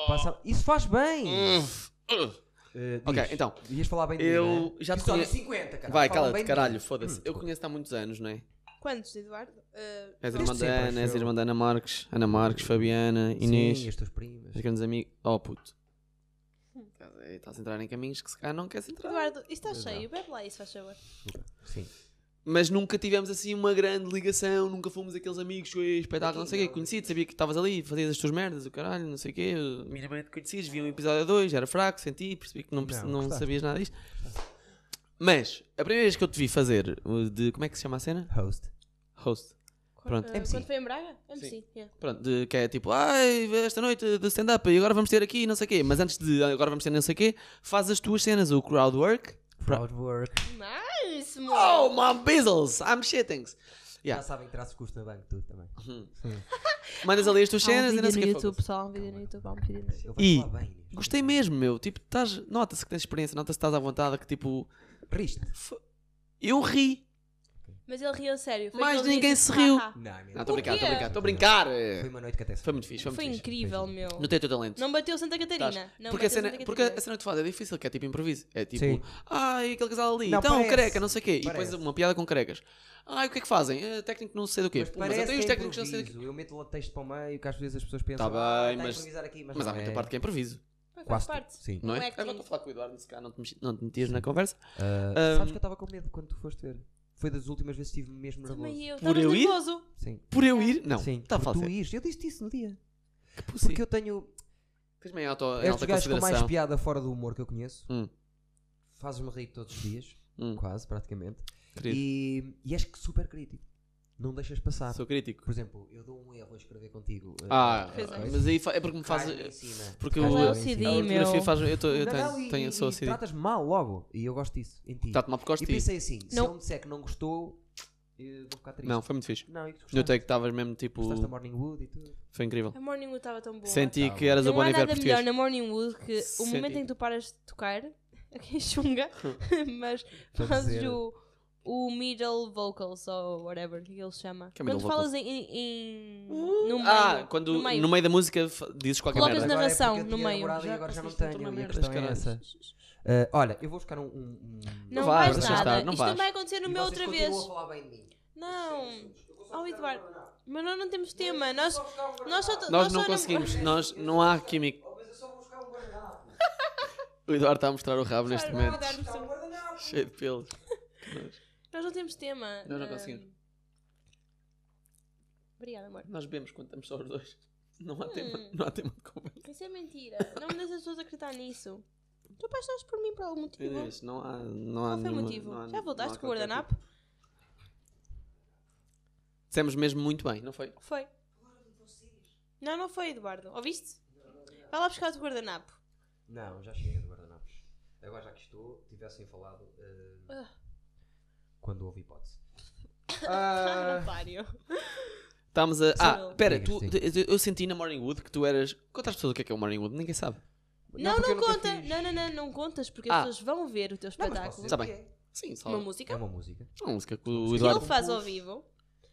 Speaker 3: Passa... Isso faz bem. Eh,
Speaker 1: Ok,
Speaker 3: diz.
Speaker 1: então.
Speaker 3: Ias falar bem de mim,
Speaker 1: Eu
Speaker 3: né?
Speaker 1: já te
Speaker 3: Episódio
Speaker 1: conheço.
Speaker 3: 50, cara.
Speaker 1: Vai,
Speaker 3: Falam
Speaker 1: cala-te,
Speaker 3: bem de
Speaker 1: caralho,
Speaker 3: mim.
Speaker 1: foda-se. Eu conheço-te há muitos anos, não é?
Speaker 2: Quantos, Eduardo? Uh,
Speaker 1: És
Speaker 3: Desde
Speaker 1: irmã da
Speaker 3: sempre, acho
Speaker 1: Ana, és
Speaker 3: eu.
Speaker 1: irmã da Ana Marques, Ana Marques, Fabiana, Inês,
Speaker 3: Sim, as tuas primas.
Speaker 1: os grandes amigos. Oh puto.
Speaker 2: Hum.
Speaker 1: Estás a- Estás a entrar em caminhos que se calhar não queres entrar.
Speaker 2: Eduardo, isto está
Speaker 3: Pois não.
Speaker 2: cheio. Bebe lá isso, faz favor.
Speaker 3: Sim.
Speaker 1: Mas nunca tivemos assim uma grande ligação, nunca fomos aqueles amigos, "Ei, espetáculo, não sei o quê, conhecido, sabia que estavas ali, fazias as tuas merdas, o caralho, não sei o quê, minimamente conhecidos, vi um episódio 2, era fraco, senti, percebi que não, perce-
Speaker 3: Não,
Speaker 1: não
Speaker 3: gostaste.
Speaker 1: sabias nada disto. Mas, a primeira vez que eu te vi fazer, o de, como é que se chama a cena?
Speaker 3: Host.
Speaker 1: Host. Pronto.
Speaker 2: Uh,
Speaker 3: MC.
Speaker 2: Quando foi em Braga? MC. yeah.
Speaker 1: Pronto, de- que é tipo, ai, esta noite de stand-up e agora vamos ter aqui não sei o quê, mas antes de agora vamos ter não sei o quê, faz as tuas cenas, o crowd work.
Speaker 3: Proud work.
Speaker 2: Nice,
Speaker 1: Oh,
Speaker 2: amor.
Speaker 1: my bizzles, I'm shittings. Yeah.
Speaker 3: Já sabem que traços custo na banco tudo também.
Speaker 1: Mandas ali as tuas
Speaker 2: Há
Speaker 1: cenas
Speaker 2: um
Speaker 1: e não
Speaker 2: vídeo
Speaker 1: sei
Speaker 2: no
Speaker 1: o quê.
Speaker 2: YouTube,
Speaker 1: foda-se.
Speaker 2: pessoal. Há um vídeo no YouTube. Há um vídeo no YouTube.
Speaker 3: Eu vou
Speaker 1: E-
Speaker 3: falar bem. Inês.
Speaker 1: Gostei mesmo, meu. Tipo, estás, nota-se que tens experiência, nota-se que estás à vontade, que tipo,
Speaker 3: Riste.
Speaker 1: eu ri.
Speaker 2: Mas ele riu a sério. Foi
Speaker 1: Mais
Speaker 2: aquele
Speaker 1: ninguém
Speaker 2: vídeo
Speaker 1: se
Speaker 2: de
Speaker 1: riu.
Speaker 2: haha.
Speaker 3: Não,
Speaker 1: Não, estou a
Speaker 2: Por quê?
Speaker 1: brincar, estou a brincar, estou a brincar.
Speaker 3: Foi uma noite que até se
Speaker 1: Foi muito fixe, foi muito
Speaker 2: Foi
Speaker 1: fixe.
Speaker 2: incrível, meu.
Speaker 1: Não tem teu talento.
Speaker 2: Não bateu Santa
Speaker 1: Estás.
Speaker 2: Catarina. Não
Speaker 1: porque, a
Speaker 2: bateu
Speaker 1: cena,
Speaker 2: Santa
Speaker 1: porque a
Speaker 2: Catarina.
Speaker 1: cena que tu fazes é difícil, que é tipo improviso. É tipo,
Speaker 3: Sim.
Speaker 1: ai, aquele casal ali,
Speaker 3: Não,
Speaker 1: então,
Speaker 3: parece.
Speaker 1: careca, não sei o quê. E depois
Speaker 3: Parece.
Speaker 1: uma piada com carecas. Ai, o que é que fazem? Eh, técnico não sei do quê.
Speaker 3: Mas
Speaker 1: Pô, Mas, eu
Speaker 3: parece
Speaker 1: tenho os
Speaker 3: que é
Speaker 1: técnicos não sei do quê.
Speaker 3: improviso. Eu meto lá texto para o meio que às vezes as pessoas pensam.
Speaker 1: Tá
Speaker 3: "Ah,
Speaker 1: bem,
Speaker 3: tá a
Speaker 1: mas-
Speaker 3: improvisar aqui", mas
Speaker 1: Mas há
Speaker 3: não
Speaker 1: muita
Speaker 3: é.
Speaker 1: parte que é improviso,
Speaker 2: Faz
Speaker 3: Quase
Speaker 2: parte.
Speaker 3: tudo, Sim.
Speaker 1: não é?
Speaker 2: Um acting.
Speaker 1: Agora estou a falar com o Eduardo, se calhar não te, mexi- não te metias na conversa.
Speaker 3: Ah,
Speaker 1: Ah,
Speaker 3: sabes que eu estava com medo quando tu foste ver. Foi das últimas vezes que estive mesmo nervoso.
Speaker 2: Também eu.
Speaker 1: Por
Speaker 2: Estavas
Speaker 1: eu ir?
Speaker 2: nervoso.
Speaker 3: Sim.
Speaker 1: Por eu ir? Não, Tá
Speaker 3: Sim.
Speaker 1: está a
Speaker 3: por
Speaker 1: falar
Speaker 3: tu
Speaker 1: sério.
Speaker 3: ires. Eu disse isso no dia.
Speaker 1: Que
Speaker 3: Porque
Speaker 1: possível.
Speaker 3: eu tenho.
Speaker 1: Tens meio auto, em
Speaker 3: És dos
Speaker 1: É alta
Speaker 3: gajos com mais
Speaker 1: consideração.
Speaker 3: piada fora do humor que eu conheço.
Speaker 1: Hum.
Speaker 3: Fazes-me rir todos os dias.
Speaker 1: Hum.
Speaker 3: Quase, praticamente.
Speaker 1: Querido,
Speaker 3: E, e és super crítico. Não deixas passar.
Speaker 1: sou crítico.
Speaker 3: Por exemplo, eu dou um erro a escrever contigo. eh,
Speaker 1: Ah,
Speaker 2: Pois é.
Speaker 1: mas aí fa- é porque me faz.
Speaker 3: cai-me em cima.
Speaker 1: Porque
Speaker 3: Faz
Speaker 1: eu,
Speaker 3: lá
Speaker 1: a
Speaker 3: o CD,
Speaker 1: fotografia
Speaker 2: meu.
Speaker 1: faz. Eu, tô, eu
Speaker 3: Não,
Speaker 1: tenho,
Speaker 3: não, e-
Speaker 1: tenho,
Speaker 3: e,
Speaker 1: sou
Speaker 3: e
Speaker 1: assim.
Speaker 3: tratas mal logo. E eu gosto disso em ti.
Speaker 1: Trato-me por causa
Speaker 3: E
Speaker 1: disso.
Speaker 3: pensei assim, se
Speaker 2: Não.
Speaker 3: ele me disser que não gostou, eu vou ficar triste.
Speaker 1: Não, foi muito fixe.
Speaker 3: Não, e que tu gostaste?
Speaker 1: Notei que estavas mesmo tipo.
Speaker 3: Gostaste da Morning Wood e tudo.
Speaker 1: Foi incrível.
Speaker 2: A Morning Wood estava tão boa.
Speaker 1: Senti
Speaker 3: Tá
Speaker 1: que eras a
Speaker 2: Tá não há
Speaker 1: Bonnie Iver
Speaker 2: nada melhor
Speaker 1: português.
Speaker 2: na Morning Wood que o
Speaker 1: Senti.
Speaker 2: momento em que tu paras de tocar, <laughs> aqui chunga,
Speaker 1: Hum.
Speaker 2: <laughs> mas fazes
Speaker 3: dizer-
Speaker 2: o, o middle vocals ou whatever que ele chama.
Speaker 1: Que é
Speaker 2: Quando
Speaker 1: middle
Speaker 2: falas em, em- em- no meio,
Speaker 1: Ah, quando
Speaker 2: no meio.
Speaker 1: da música fa- dizes qualquer
Speaker 2: Colocas
Speaker 1: merda.
Speaker 2: na-
Speaker 3: é
Speaker 2: narração,
Speaker 3: porque eu
Speaker 2: no
Speaker 3: tinha
Speaker 2: meio.
Speaker 3: namorado E
Speaker 1: Já
Speaker 3: agora já não
Speaker 1: passaste por
Speaker 3: tenho.
Speaker 1: uma
Speaker 3: E a
Speaker 1: merda,
Speaker 3: questão é
Speaker 1: caralho.
Speaker 3: essa. Eh, olha, eu vou buscar um. um, um...
Speaker 2: Não,
Speaker 1: vais,
Speaker 2: vais,
Speaker 1: deixa
Speaker 2: nada.
Speaker 1: estar, não
Speaker 2: Isto
Speaker 1: vais.
Speaker 2: vai acontecer no
Speaker 3: E
Speaker 2: meu
Speaker 3: vocês
Speaker 2: outra
Speaker 3: continuam
Speaker 2: vez.
Speaker 3: a falar bem de mim.
Speaker 2: Não. Oh, Eduardo. Mas nós não temos tema. Nós,
Speaker 3: um
Speaker 2: nós, só,
Speaker 1: Nós não
Speaker 2: só
Speaker 1: conseguimos, nós não há química.
Speaker 3: um
Speaker 1: O Eduardo está a mostrar o rabo neste
Speaker 2: Claro, vou
Speaker 1: momento,
Speaker 2: dar-vos um-
Speaker 1: cheio de pelos.
Speaker 2: Nós não temos tema.
Speaker 1: Nós não
Speaker 2: Ah,
Speaker 1: conseguimos.
Speaker 2: Obrigada, amor.
Speaker 1: Nós bebemos quando estamos só os dois. <laughs> Não há tema,
Speaker 2: tema-
Speaker 1: não há tema de conversa.
Speaker 2: Isso é mentira. Não me deixes as pessoas acreditar nisso. Tu apaixonaste por mim por algum motivo?
Speaker 1: não há, não há
Speaker 2: Qual foi o
Speaker 1: nenhuma-
Speaker 2: motivo?
Speaker 1: não há-
Speaker 2: Já
Speaker 1: não
Speaker 2: voltaste
Speaker 1: há
Speaker 2: com o
Speaker 1: qualquer
Speaker 2: guardanapo?
Speaker 1: tipo. Dissemos mesmo muito bem, não foi?
Speaker 2: Foi. Não, não foi, Eduardo. Ouviste? Vai lá buscar o teu guardanapo.
Speaker 3: Não, já cheguei do guardanapos. Agora já que estou, tivessem falado eh,
Speaker 2: Ah.
Speaker 3: quando houve hipótese.
Speaker 2: <laughs> Ah, otário.
Speaker 1: Estamos a. Ah,
Speaker 2: eu.
Speaker 1: pera,
Speaker 3: Digas,
Speaker 1: tu,
Speaker 3: digas.
Speaker 1: eu- eu senti na Morning Wood que tu eras. Conta às pessoas o que é que é o Morning Wood, ninguém sabe.
Speaker 2: Não,
Speaker 3: porque
Speaker 2: não,
Speaker 3: eu nunca
Speaker 2: conta.
Speaker 3: fiz-
Speaker 2: Não, não, não, não contas porque
Speaker 1: Ah.
Speaker 2: as pessoas vão ver o teu
Speaker 3: Não, mas posso
Speaker 2: espetáculo.
Speaker 3: dizer
Speaker 1: Tá
Speaker 3: o que
Speaker 1: bem.
Speaker 3: é.
Speaker 1: Sim, só
Speaker 2: Uma
Speaker 1: uma
Speaker 2: música
Speaker 3: É uma música.
Speaker 1: música que o
Speaker 2: que ele
Speaker 1: Eduardo.
Speaker 2: faz ao vivo.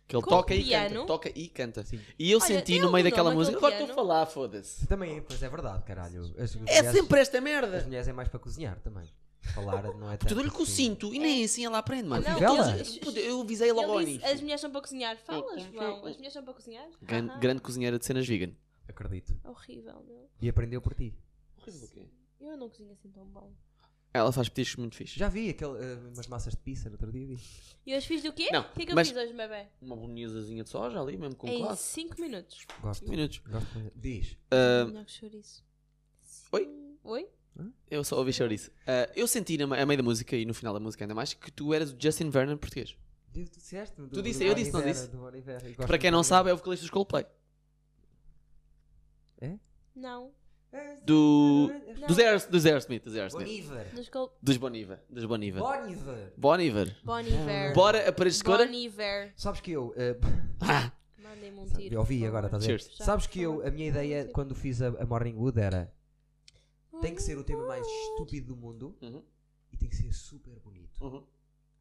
Speaker 1: Que ele
Speaker 2: com
Speaker 1: toca e
Speaker 2: piano.
Speaker 1: canta. Toca e canta. E eu
Speaker 2: Olha,
Speaker 1: senti
Speaker 2: tem
Speaker 1: no meio
Speaker 2: algum
Speaker 1: daquela
Speaker 2: nome
Speaker 1: música.
Speaker 2: aquele
Speaker 1: Agora estou a
Speaker 2: piano?
Speaker 1: falar, foda-se.
Speaker 3: Também, pois é verdade, caralho. As, as
Speaker 1: É
Speaker 3: mulheres-
Speaker 1: sempre esta
Speaker 3: As
Speaker 1: merda.
Speaker 3: mulheres é mais para cozinhar também. Falar não é tanto.
Speaker 1: Tu dou-lhe com o
Speaker 3: assim.
Speaker 1: cinto e nem assim ela aprende, mano.
Speaker 2: Não,
Speaker 3: Fivela?
Speaker 2: ele-
Speaker 1: Puta, Eu visei logo ao
Speaker 2: Ele disse, as
Speaker 1: início.
Speaker 2: mulheres são para cozinhar. Fala,
Speaker 1: Hum,
Speaker 2: João.
Speaker 1: hum,
Speaker 2: As mulheres são para cozinhar?
Speaker 1: Gran-
Speaker 2: Aham. É
Speaker 1: Grande cozinheira de cenas vegan.
Speaker 3: Acredito.
Speaker 2: Horrível, meu.
Speaker 3: E aprendeu por ti.
Speaker 2: Eu não cozinho assim tão bem.
Speaker 1: Ela faz petiscos muito fixe.
Speaker 3: Já vi aquele, eh, umas massas de pizza no outro dia. Vi.
Speaker 2: E hoje fiz do quê?
Speaker 1: Não,
Speaker 2: O que é que eu
Speaker 1: mas-
Speaker 2: fiz hoje, bebê?
Speaker 1: Uma bonezazinha de soja ali, mesmo com
Speaker 2: Em
Speaker 1: classe.
Speaker 2: 5 minutos.
Speaker 3: Gosto.
Speaker 1: Minutos.
Speaker 3: Gosto. muito. Diz.
Speaker 2: Melhor que chouriço.
Speaker 1: Ah, oi?
Speaker 2: Sim. Oi?
Speaker 1: Eu só ouvi chouriço. Ah, eu senti na, a meio da música e no final da música ainda mais que tu eras o Justin Vernon português.
Speaker 3: Tu disseste? Do,
Speaker 1: Tu disse-
Speaker 3: do
Speaker 1: eu
Speaker 3: Bon
Speaker 1: disse, não
Speaker 3: Iver,
Speaker 1: disse?
Speaker 3: do Bon Iver. E gosto
Speaker 1: Para quem
Speaker 3: muito
Speaker 1: não
Speaker 3: dele.
Speaker 1: sabe, é o vocalista dos Coldplay.
Speaker 2: Não.
Speaker 1: Do.
Speaker 2: Não.
Speaker 1: Dos Air, dos Aerosmith, dos
Speaker 3: Bon
Speaker 1: Aerosmith.
Speaker 3: Iver.
Speaker 2: Nos col...
Speaker 1: Dos Boniva. Dos Boniva.
Speaker 3: Bon Iver.
Speaker 1: Bon Iver.
Speaker 2: Bon Iver.
Speaker 1: Bora a paredes de
Speaker 2: Bon
Speaker 1: cor.
Speaker 2: Iver.
Speaker 3: Sabes que eu. eh,
Speaker 2: Mandem-me um tiro.
Speaker 3: eu ouvi
Speaker 2: por
Speaker 3: agora, tá-
Speaker 2: favor.
Speaker 3: estás a ver?
Speaker 1: Cheers.
Speaker 2: Já,
Speaker 3: Sabes
Speaker 2: por
Speaker 3: que eu,
Speaker 2: favor.
Speaker 3: a minha ideia
Speaker 2: Mandem-me um
Speaker 3: quando fiz a, a Morning Wood era
Speaker 2: tiro.
Speaker 3: tem que ser o tema mais
Speaker 2: Uh.
Speaker 3: estúpido do mundo
Speaker 1: Uhum.
Speaker 3: e tem que ser super bonito.
Speaker 1: Uhum.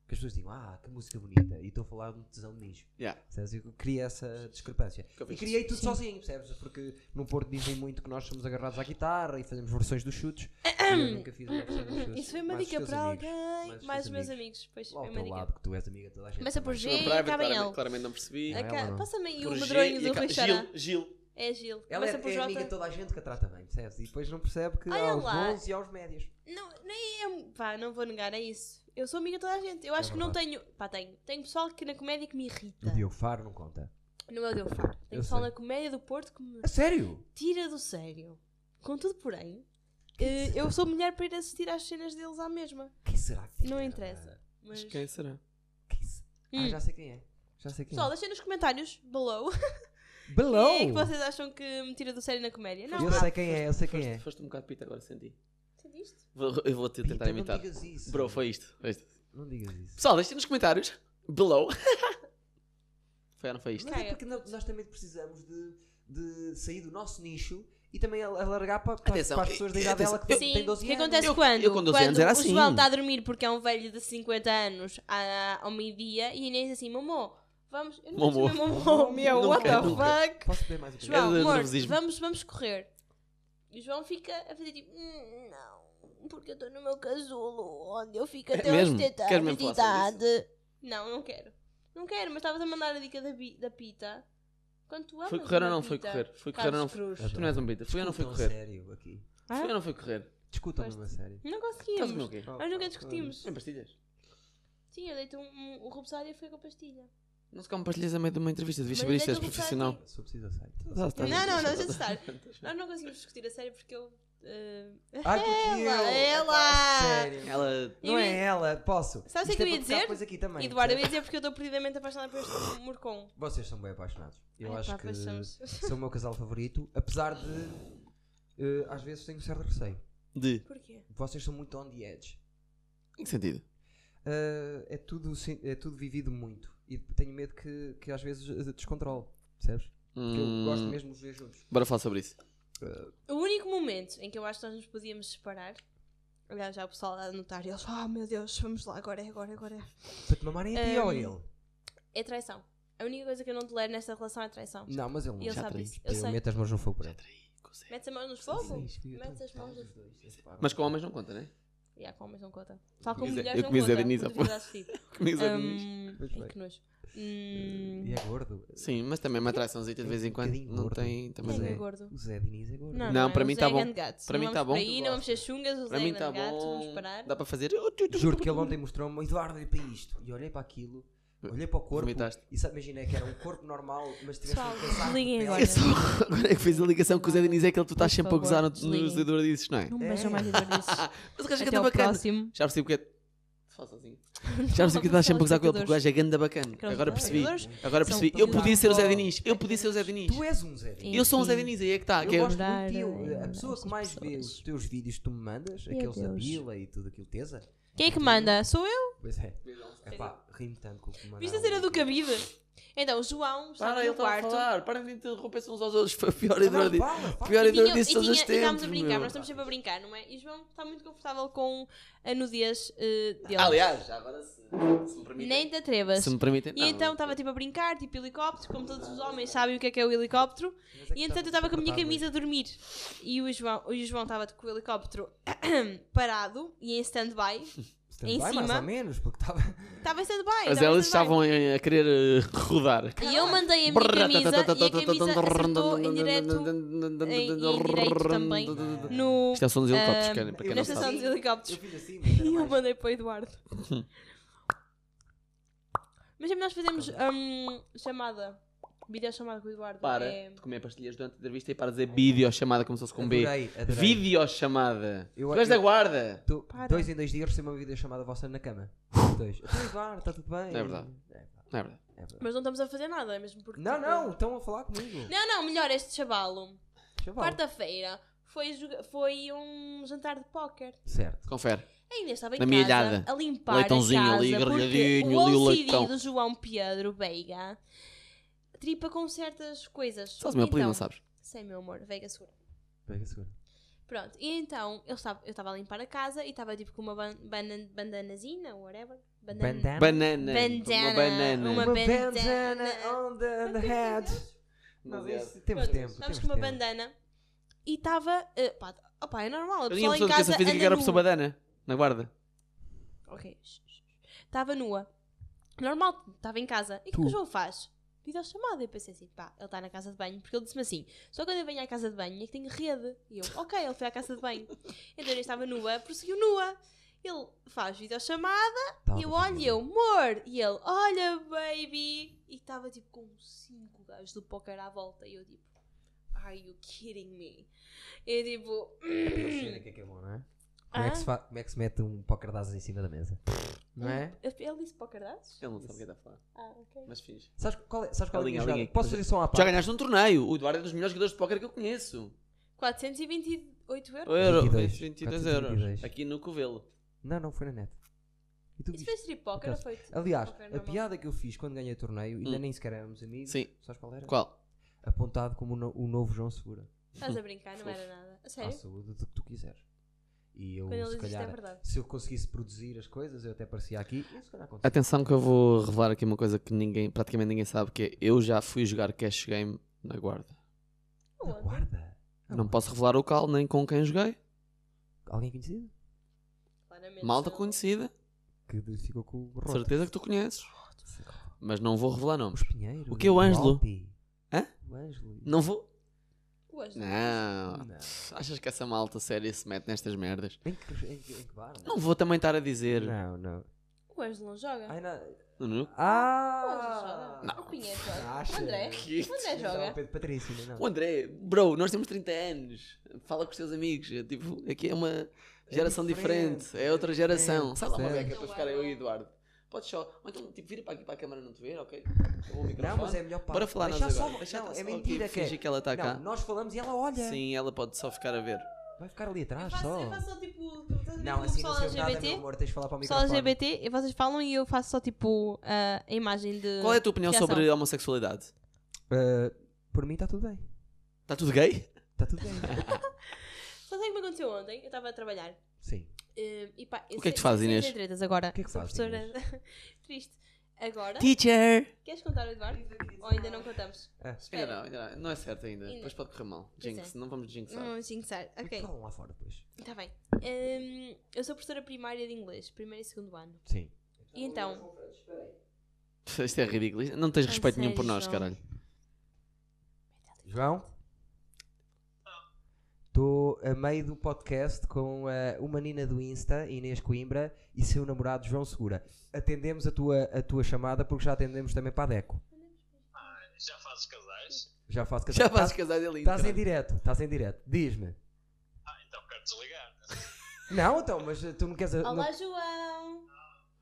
Speaker 3: Que as pessoas digam, ah, que música bonita, e estou a falar de um tesão de nicho.
Speaker 1: Yeah.
Speaker 3: Percebes? Eu criei essa discrepância.
Speaker 1: Que eu
Speaker 3: E
Speaker 1: fiz.
Speaker 3: criei tudo sozinho, percebes? Porque no Porto dizem muito que nós somos agarrados à guitarra e fazemos versões dos chutes. e eu nunca fiz uma versão dos chutes.
Speaker 2: Isso foi uma
Speaker 3: Mais os
Speaker 2: dica
Speaker 3: teus
Speaker 2: para
Speaker 3: amigos,
Speaker 2: alguém.
Speaker 3: os
Speaker 2: Mais
Speaker 3: teus
Speaker 2: os meus amigos. Pois
Speaker 3: Lá
Speaker 2: foi
Speaker 3: ao
Speaker 2: uma
Speaker 3: teu
Speaker 2: dica.
Speaker 3: lado, que tu és amiga de toda a gente.
Speaker 2: Começa por
Speaker 3: também.
Speaker 2: G
Speaker 1: Chegou
Speaker 2: e
Speaker 1: private,
Speaker 2: acaba em
Speaker 1: claramente,
Speaker 2: L.
Speaker 1: claramente não percebi.
Speaker 3: Não, ela
Speaker 2: Aca-
Speaker 3: não.
Speaker 2: Passa-me aí
Speaker 1: Por
Speaker 2: o
Speaker 1: G
Speaker 2: medronho
Speaker 1: e
Speaker 2: do
Speaker 1: acaba-
Speaker 2: Rui Xará.
Speaker 1: Gil, Gil.
Speaker 2: É Gil.
Speaker 3: Ela é,
Speaker 2: Começa por
Speaker 3: é amiga de
Speaker 2: J.
Speaker 3: toda a gente que a trata bem, percebes? E depois não percebe que
Speaker 2: Olha
Speaker 3: aos
Speaker 2: lá.
Speaker 3: bons e aos médios.
Speaker 2: Não, nem é. Pá, não vou negar, é isso. Eu sou amiga de toda a gente. Eu acho que não tenho. Pá, tenho. Tenho pessoal que na comédia que me irrita.
Speaker 3: O É Diogo Faro não conta.
Speaker 2: Não é o Diogo Faro. Tenho
Speaker 3: Eu
Speaker 2: pessoal
Speaker 3: sei.
Speaker 2: na comédia do Porto que me
Speaker 3: A sério?
Speaker 2: tira do sério. Contudo, porém, eh, eu sou mulher para ir assistir às cenas deles à mesma.
Speaker 3: Quem será que
Speaker 2: Não
Speaker 3: era?
Speaker 2: interessa. Mas...
Speaker 1: Mas quem será?
Speaker 3: Quem se- Ah,
Speaker 2: Hum.
Speaker 3: já sei quem é. Já sei quem
Speaker 2: Pessoal,
Speaker 3: é.
Speaker 2: deixem nos comentários, below,
Speaker 3: Below!
Speaker 2: quem é que vocês acham que me tira do sério na comédia. Não,
Speaker 3: Eu sei quem é, eu sei quem é.
Speaker 1: Foste, foste um bocado pita agora, senti.
Speaker 2: entendiste?
Speaker 1: Vou, eu vou te tentar
Speaker 3: Pita,
Speaker 1: imitar.
Speaker 3: Então Não digas isso.
Speaker 1: Bro, foi isto. Foi isto.
Speaker 3: Não digas isso.
Speaker 1: Pessoal, deixem nos comentários. Below. <laughs> foi ou não foi isto?
Speaker 3: Mas é porque no- nós também precisamos de, de sair do nosso nicho e também al- alargar para, para,
Speaker 1: Atenção, é,
Speaker 3: para as pessoas da idade
Speaker 1: atenção,
Speaker 3: dela que
Speaker 2: Sim,
Speaker 3: tem
Speaker 2: o
Speaker 3: 12
Speaker 2: que
Speaker 3: anos.
Speaker 2: acontece
Speaker 1: Eu-
Speaker 2: quando,
Speaker 1: eu com 12
Speaker 2: quando
Speaker 1: anos era
Speaker 2: o
Speaker 1: assim.
Speaker 2: João está a dormir porque é um velho de 50 anos à- ao meio-dia e nem diz assim, mamô, vamos... Eu não
Speaker 1: Momô.
Speaker 2: sei chamar Momô, meu,
Speaker 1: Nunca,
Speaker 2: what the
Speaker 1: nunca.
Speaker 2: fuck?
Speaker 3: Posso beber mais um bocadinho?
Speaker 2: João,
Speaker 1: de
Speaker 2: amor,
Speaker 1: É nervosismo.
Speaker 2: vamos, vamos correr. E o João fica a fazer tipo, "Hum, não, porque eu estou no meu casulo, onde eu fico até aos
Speaker 1: É mesmo?
Speaker 2: 70
Speaker 1: Queres
Speaker 2: anos
Speaker 1: mesmo
Speaker 2: de
Speaker 1: falar sobre
Speaker 2: idade. Não, não quero. Não quero, mas estavas a mandar a dica da, bi- da pita. Quando tu amas
Speaker 1: Foi correr ou
Speaker 2: uma
Speaker 1: não foi
Speaker 2: pita,
Speaker 1: correr? Foi correr ou
Speaker 2: Carlos
Speaker 1: não foi?
Speaker 2: Cruz.
Speaker 1: Tu não és um beta. Foi ou não foi
Speaker 3: Discutam a
Speaker 1: correr?
Speaker 3: sério aqui.
Speaker 2: Ah?
Speaker 1: Foi ou não foi correr?
Speaker 3: Discutam-me a sério.
Speaker 2: Não
Speaker 1: Estás a comer
Speaker 2: conseguimos.
Speaker 1: o quê?
Speaker 2: Nós nunca discutimos.
Speaker 1: Em pastilhas?
Speaker 2: Sim, eu deito um, um, o Rubsário e foi com a pastilha.
Speaker 1: Não se compartilhas a meio de uma entrevista, devias
Speaker 2: Mas
Speaker 1: saber
Speaker 2: onde
Speaker 1: isto,
Speaker 2: é
Speaker 1: és
Speaker 2: que eu vou
Speaker 1: profissional.
Speaker 3: Se eu preciso, eu sei.
Speaker 1: Tá,
Speaker 2: Não,
Speaker 1: tá, tá,
Speaker 2: não,
Speaker 1: tá,
Speaker 2: não,
Speaker 1: tá,
Speaker 2: deixa de
Speaker 1: tá.
Speaker 2: estar.
Speaker 1: <laughs>
Speaker 2: Nós não conseguimos discutir a sério porque eu. eh,
Speaker 3: Ai, porque
Speaker 2: Ela,
Speaker 3: eu-
Speaker 2: ela.
Speaker 3: Epá, Sério.
Speaker 4: Ela.
Speaker 2: eu
Speaker 3: Não
Speaker 2: ia-
Speaker 3: é ela, posso.
Speaker 2: Sabe o que
Speaker 3: Isto
Speaker 2: eu
Speaker 3: é
Speaker 2: ia
Speaker 3: para tocar
Speaker 2: dizer?
Speaker 3: coisa aqui também,
Speaker 2: Eduardo, eu ia
Speaker 3: percebes?
Speaker 2: dizer porque eu estou perdidamente apaixonada por este morcão.
Speaker 3: Vocês são bem apaixonados. Eu
Speaker 2: Ai,
Speaker 3: acho
Speaker 2: pá,
Speaker 3: que
Speaker 2: pois somos.
Speaker 3: são o meu casal favorito, apesar de eh, às vezes tenho certo receio.
Speaker 1: De.
Speaker 2: Porquê?
Speaker 3: Vocês são muito on the edge.
Speaker 1: Em que sentido?
Speaker 3: Eh, é, tudo, sen- é tudo vivido muito. E tenho medo que, que às vezes eh, descontrole. Percebes? Porque eu gosto
Speaker 1: Hum,
Speaker 3: mesmo de os ver juntos.
Speaker 1: Bora falar sobre isso.
Speaker 2: O único momento em que eu acho que nós nos podíamos separar. Aliás, já o pessoal a notar e eles, oh meu Deus, vamos lá, agora é, agora é, agora é.
Speaker 3: Para te mamarem a ti ou a
Speaker 2: Um,
Speaker 3: ele?
Speaker 2: É traição. A única coisa que eu não tolero nesta relação é traição.
Speaker 3: Não, mas ele não.
Speaker 2: E ele
Speaker 3: Já
Speaker 2: sabe
Speaker 1: traí.
Speaker 2: disso. Eu
Speaker 3: Eu
Speaker 2: sei.
Speaker 3: meto as mãos no fogo para ele.
Speaker 2: Metes a mão no fogo? Metes as mãos assim. no fogo.
Speaker 1: Mas com homens não conta, né?
Speaker 2: E há com homens não conta. Só com
Speaker 1: Eu comia-
Speaker 2: mulheres
Speaker 1: eu
Speaker 2: não
Speaker 1: comia Zé
Speaker 2: conta.
Speaker 1: Diniz há
Speaker 2: muito
Speaker 1: pouco.
Speaker 2: pedaço de tipo.
Speaker 1: Camisa de mim.
Speaker 2: Hum,
Speaker 3: Pois
Speaker 2: ai,
Speaker 3: bem.
Speaker 2: que nojo. Hum,
Speaker 3: E é gordo.
Speaker 1: Sim, mas também é uma traiçãozinha de vez em quando.
Speaker 3: bocadinho
Speaker 1: Não
Speaker 3: gordo.
Speaker 1: tem.
Speaker 2: Mas
Speaker 1: Também
Speaker 2: quem
Speaker 1: não.
Speaker 2: é
Speaker 3: é-
Speaker 2: gordo?
Speaker 3: O Zé Diniz é gordo.
Speaker 2: Não,
Speaker 1: Não, para
Speaker 2: o
Speaker 1: mim
Speaker 2: Zé
Speaker 1: tá
Speaker 2: é
Speaker 1: bom.
Speaker 2: grande gato.
Speaker 1: Para
Speaker 2: Não
Speaker 1: mim tá
Speaker 2: vamos por
Speaker 1: bom.
Speaker 2: Aí, não vamos ser chungas, o Zé
Speaker 1: Para
Speaker 2: é
Speaker 1: mim
Speaker 2: grande
Speaker 1: tá
Speaker 2: gato, vamos
Speaker 1: bom.
Speaker 2: parar.
Speaker 1: Dá para fazer. Oh,
Speaker 3: Juro que ele ontem mostrou-me, Eduardo, olha para isto. E olhei para aquilo, olhei para o corpo.
Speaker 1: Vomitaste.
Speaker 3: E sabe, imaginei que era um corpo normal, mas tivesse
Speaker 2: Pessoal,
Speaker 3: um casaco. de
Speaker 2: desliguem
Speaker 3: pele.
Speaker 2: agora.
Speaker 1: <laughs> É só agora é que fez a ligação com o Zé Diniz é que ele tu estás
Speaker 2: Por
Speaker 1: sempre a
Speaker 2: favor,
Speaker 1: gozar no- nos
Speaker 2: desliguem.
Speaker 1: Eduardices, não é?
Speaker 2: Não beijam mais Eduardo
Speaker 1: Mas o gajo é
Speaker 2: Até
Speaker 1: ganda
Speaker 2: ao
Speaker 1: bacana.
Speaker 2: próximo.
Speaker 1: Já percebi porque. Fala sozinho. <laughs> Já percebi que estás sempre a gozar com ele porque o gajo é ganda bacana.
Speaker 2: Aqueles
Speaker 1: Agora percebi.
Speaker 2: jogadores
Speaker 1: Agora
Speaker 2: são
Speaker 1: percebi. Eu
Speaker 2: todos
Speaker 1: podia ser o Zé
Speaker 2: bons.
Speaker 1: Diniz. Eu podia ser o Zé Diniz.
Speaker 3: Tu és um Zé Diniz.
Speaker 1: Eu sou um Zé
Speaker 2: Sim.
Speaker 1: Diniz, aí é que está.
Speaker 3: Tá, Eu
Speaker 1: que é-
Speaker 3: gosto
Speaker 2: Adorar,
Speaker 3: muito de ti.
Speaker 2: eh,
Speaker 3: A pessoa que
Speaker 2: essas
Speaker 3: mais vê
Speaker 2: pessoas.
Speaker 3: os teus vídeos que tu me mandas,
Speaker 2: Meu
Speaker 3: aqueles da
Speaker 2: Deus.
Speaker 3: Bila e tudo aquilo, tesa.
Speaker 2: Quem é que manda? Sou eu?
Speaker 3: Pois é. Epá, rimo tanto com o que me
Speaker 2: Viste a
Speaker 3: mandaram.
Speaker 2: cena do cabide? Então, o João está
Speaker 1: Para,
Speaker 2: aqui
Speaker 1: ele
Speaker 2: no
Speaker 1: está a
Speaker 2: quarto.
Speaker 1: falar. Para de interromper-se uns aos outros. Foi o pior
Speaker 3: Agora
Speaker 1: Eduardo.
Speaker 3: fala, fala.
Speaker 1: Pior
Speaker 2: E vinham-
Speaker 1: Eduardo
Speaker 2: e,
Speaker 1: todos
Speaker 2: tinha,
Speaker 1: os
Speaker 2: e estávamos
Speaker 1: tempos.
Speaker 2: a brincar,
Speaker 1: meu.
Speaker 2: nós estamos sempre a brincar, não é? E João está muito confortável com a nudez eh, dele.
Speaker 1: Aliás, já agora se, se me permitem.
Speaker 2: Nem te atrevas.
Speaker 1: Se me permitem.
Speaker 2: E
Speaker 1: não.
Speaker 2: então estava tipo a brincar, tipo helicóptero, como todos os homens sabem o que é que é o helicóptero.
Speaker 3: Mas é que
Speaker 2: E entretanto eu
Speaker 3: tá
Speaker 2: estava com a minha
Speaker 3: confortável.
Speaker 2: camisa a dormir. E o João o João estava com o helicóptero <coughs> parado e em stand-by.
Speaker 3: Portanto,
Speaker 2: em
Speaker 3: vai
Speaker 2: cima.
Speaker 3: mais ou menos, porque
Speaker 2: <laughs>
Speaker 3: estava...
Speaker 2: Estava em stand-by.
Speaker 1: Mas
Speaker 2: estava em
Speaker 1: elas
Speaker 2: stand-by.
Speaker 1: estavam eh, a querer eh, rodar.
Speaker 2: então, E eu mandei a minha camisa
Speaker 1: tá,
Speaker 2: e a camisa acertou em direto em- em direito também. no,
Speaker 1: Isto é o som dos helicópteros,
Speaker 2: ah,
Speaker 1: querem, para quem
Speaker 2: na
Speaker 1: não
Speaker 2: estação
Speaker 1: sabe.
Speaker 2: dos helicópteros.
Speaker 3: Eu fiz assim,
Speaker 2: <laughs>
Speaker 3: mas era
Speaker 2: E eu
Speaker 3: mais...
Speaker 2: mandei para o
Speaker 1: <laughs>
Speaker 2: Eduardo. Mas sempre nós fazemos hum, chamada. Videochamada com o Eduardo.
Speaker 1: Para
Speaker 2: É-
Speaker 1: de comer pastilhas durante a entrevista e para dizer videochamada como se fosse com B.
Speaker 3: Adorei, adorei.
Speaker 1: Videochamada.
Speaker 3: Eu-
Speaker 1: Tu és da
Speaker 3: eu-
Speaker 1: guarda.
Speaker 3: Tu,
Speaker 2: Para.
Speaker 3: dois em dois dias recebi uma vida chamada vossa na cama. dois. Então, Eduardo, está tudo bem?
Speaker 1: É verdade.
Speaker 3: É verdade,
Speaker 1: Não é verdade?
Speaker 3: é verdade.
Speaker 2: Mas não estamos a fazer nada, é mesmo porque.
Speaker 3: Não,
Speaker 2: tipo-
Speaker 3: não, estão a falar comigo.
Speaker 2: Não, não, melhor este chavalo.
Speaker 3: Chaval.
Speaker 2: Quarta-feira foi, joga- foi um jantar de póquer.
Speaker 3: Certo.
Speaker 1: Confere.
Speaker 2: Ainda estava em
Speaker 1: Na
Speaker 2: casa
Speaker 1: minha ilhada.
Speaker 2: a limpar
Speaker 1: Leitãozinho
Speaker 2: a casa
Speaker 1: ali,
Speaker 2: porque
Speaker 1: grelhadinho
Speaker 2: o
Speaker 1: ali, o
Speaker 2: OCD
Speaker 1: leitão.
Speaker 2: do João Pedro Veiga tripa com certas coisas.
Speaker 1: Sabes o meu apelido,
Speaker 2: Então,
Speaker 1: não sabes?
Speaker 2: Sei, meu amor, Veiga segura.
Speaker 3: Pega, segura.
Speaker 2: Pronto, e então eu estava, eu estava a limpar a casa e estava tipo com uma ban banan bandanazinha, whatever.
Speaker 3: Bandana.
Speaker 2: Bandana.
Speaker 1: Banana.
Speaker 2: Bandana.
Speaker 1: Uma banana.
Speaker 2: Uma-
Speaker 3: Uma
Speaker 2: bandana.
Speaker 3: bandana on the, on the head. Não, isso, temos
Speaker 2: Pronto,
Speaker 3: tempo.
Speaker 2: Estávamos
Speaker 3: temos
Speaker 2: com uma
Speaker 3: tempo.
Speaker 2: bandana e estava. eh, pá, opá, é normal, a
Speaker 1: Eu tinha a
Speaker 2: pessoa em
Speaker 1: pessoa de
Speaker 2: casa.
Speaker 1: educação física que
Speaker 2: anda
Speaker 1: era a
Speaker 2: nu.
Speaker 1: pessoa badana. Na guarda.
Speaker 2: Ok. Estava nua. Normal, estava em casa. E o que o João faz? Diz ao chamado. Eu pensei assim, pá, ele está na casa de banho. Porque ele disse-me assim, só quando eu venho à casa de banho é que tenho rede. E eu, ok, ele foi à casa de banho. Então eu estava nua, prosseguiu nua. Ele faz videochamada,
Speaker 3: Estava
Speaker 2: e eu
Speaker 3: com
Speaker 2: olho,
Speaker 3: medo.
Speaker 2: e eu, amor! E ele, olha, baby! E estava tipo com cinco gajos do póquer à volta. E eu, tipo, are you kidding me? E eu, tipo,
Speaker 3: Aquela cena que é que é bom, não é? Como, é
Speaker 2: Ah?
Speaker 3: que se fa- como é que se mete um póquer de asas em cima da mesa?
Speaker 2: Hum.
Speaker 3: Não é?
Speaker 2: ele disse póquer dados?
Speaker 1: Ele não sabe o que está a falar.
Speaker 2: Ah, ok.
Speaker 1: Mas finge.
Speaker 3: Sabes qual é, sabes qual é a
Speaker 1: Alinha,
Speaker 3: minha jogada?
Speaker 1: alinha.
Speaker 3: Posso fazer só uma
Speaker 1: Já
Speaker 3: parte?
Speaker 1: ganhaste um torneio. O Eduardo é dos melhores jogadores de póquer que eu conheço.
Speaker 2: 428 euros?
Speaker 1: Euro, 22,
Speaker 3: 22,
Speaker 1: 22 euros.
Speaker 3: 422.
Speaker 1: Aqui no Covelo.
Speaker 3: Não, não, foi na net. E tu
Speaker 2: Isso
Speaker 3: viste?
Speaker 2: foi strip poker ou
Speaker 3: Acaso.
Speaker 2: foi?
Speaker 3: Aliás,
Speaker 2: poker
Speaker 3: a
Speaker 2: normal?
Speaker 3: piada que eu fiz quando ganhei o torneio, ainda
Speaker 1: Hum.
Speaker 3: nem sequer éramos amigos.
Speaker 1: Sim.
Speaker 3: Sabes qual era?
Speaker 1: Qual?
Speaker 3: Apontado como o no- o novo João Segura.
Speaker 2: Estás a brincar, não
Speaker 1: Fofo.
Speaker 2: era nada. A
Speaker 3: À
Speaker 2: sério?
Speaker 3: saúde do que tu quiseres. E eu,
Speaker 2: Quando ele
Speaker 3: se
Speaker 2: diz isto é
Speaker 3: calhar,
Speaker 2: verdade.
Speaker 3: se eu conseguisse produzir as coisas, eu até parecia aqui. E se calhar conseguia.
Speaker 1: Atenção que eu vou revelar aqui uma coisa que ninguém, praticamente ninguém sabe, que é eu já fui jogar cash game na guarda.
Speaker 3: Na guarda?
Speaker 1: Não posso revelar o cal nem com quem joguei.
Speaker 3: Alguém conhecido?
Speaker 2: Claramente
Speaker 1: Malta
Speaker 2: não.
Speaker 1: conhecida,
Speaker 3: Que de- ficou com o rosto.
Speaker 1: certeza que tu conheces. Mas não vou revelar nomes.
Speaker 3: Os Pinheiros.
Speaker 1: O quê, o Ângelo?
Speaker 3: Alpi.
Speaker 1: Hã?
Speaker 3: O Ângelo.
Speaker 1: Não vou.
Speaker 2: Pois.
Speaker 1: Não.
Speaker 3: Não.
Speaker 1: Achas que essa malta séria se mete nestas merdas?
Speaker 3: Em que, em que, em que bar?
Speaker 1: Não vou também estar a dizer.
Speaker 3: Não, não.
Speaker 2: O Ângelo não joga.
Speaker 3: Ai, não.
Speaker 1: Não, não.
Speaker 3: Ah!
Speaker 2: Não. O Pinheiro joga.
Speaker 3: Acha?
Speaker 2: André?
Speaker 1: Que é
Speaker 2: O André
Speaker 3: Não,
Speaker 2: joga.
Speaker 3: Pedro Patrício, não.
Speaker 1: O André, bro, nós temos 30 anos. Fala com os teus amigos. é Tipo, aqui é uma geração
Speaker 3: diferente,
Speaker 1: diferente, É outra geração.
Speaker 3: diferente,
Speaker 1: Sai lá uma
Speaker 3: certo.
Speaker 1: beca para ficar eu e o Eduardo. Podes só. Ou então, tipo, vira para aqui para a câmara não te ver, ok? Ou o
Speaker 3: Não,
Speaker 1: microfone.
Speaker 3: mas é melhor para.
Speaker 1: Bora falar nós
Speaker 3: Deixa
Speaker 1: agora.
Speaker 3: só-
Speaker 1: Deixa
Speaker 3: não,
Speaker 1: estar
Speaker 3: é
Speaker 1: só aqui,
Speaker 3: mentira que é.
Speaker 1: fingir que ela está
Speaker 3: não,
Speaker 1: cá.
Speaker 3: Nós falamos e ela olha.
Speaker 1: Sim, ela pode só ficar a ver.
Speaker 3: Vai ficar ali
Speaker 2: Eu
Speaker 3: atrás
Speaker 2: faço,
Speaker 3: só.
Speaker 2: eu faço só tipo. estás a ver
Speaker 3: Não,
Speaker 2: o
Speaker 3: assim não
Speaker 2: pessoal
Speaker 3: sei nada,
Speaker 2: LGBT?
Speaker 3: meu amor. Tens de falar para o
Speaker 2: Pessoal
Speaker 3: microfone.
Speaker 2: LGBT, e vocês falam e eu faço só tipo a a imagem
Speaker 3: Hum,
Speaker 2: de.
Speaker 1: Qual é a tua opinião
Speaker 2: reação.
Speaker 1: sobre a homossexualidade?
Speaker 3: Ah, por mim está tudo bem.
Speaker 1: Está tudo gay?
Speaker 3: Está
Speaker 2: <laughs>
Speaker 3: tudo bem.
Speaker 2: Só sei o que me aconteceu ontem, eu estava a trabalhar.
Speaker 3: Sim.
Speaker 2: eh, e pá, eu
Speaker 1: O que é que
Speaker 2: sei-
Speaker 1: tu fazes,
Speaker 2: sei
Speaker 1: Inês?
Speaker 2: sem tretas agora.
Speaker 3: O que é que
Speaker 2: Sou
Speaker 3: fazes,
Speaker 2: professora. <laughs> Triste. Agora,
Speaker 4: Teacher!
Speaker 2: queres contar, Eduardo? Ou ainda não contamos?
Speaker 3: Ah,
Speaker 1: Ainda
Speaker 2: Espera.
Speaker 1: não, ainda não. Não é certo ainda.
Speaker 2: Ainda.
Speaker 1: Depois pode correr mal.
Speaker 2: Pois
Speaker 1: Jinx,
Speaker 2: é.
Speaker 1: não vamos jinxar.
Speaker 2: Não, sim, sério. Ok,
Speaker 1: Então.
Speaker 3: Falam lá fora depois.
Speaker 2: está bem. Ehm, eu sou professora primária de inglês, primeiro e segundo ano.
Speaker 3: Sim.
Speaker 2: E então,
Speaker 1: <laughs> Isto é ridículo. Não tens
Speaker 2: Ai,
Speaker 1: respeito nenhum por
Speaker 2: sério,
Speaker 1: nós,
Speaker 2: é, João.
Speaker 1: caralho.
Speaker 3: João? Estou a meio do podcast com eh, uma menina do Insta, Inês Coimbra, e seu namorado João Segura. Atendemos a tua, a tua chamada porque já atendemos também para a Deco.
Speaker 8: Já fazes casais?
Speaker 3: Já faço casar.
Speaker 1: Já fazes casar dele
Speaker 3: Estás em direto, estás em direto. Diz-me.
Speaker 8: Ah, então quero desligar.
Speaker 3: Não, então, mas eh, tu não queres. a-
Speaker 2: olá João!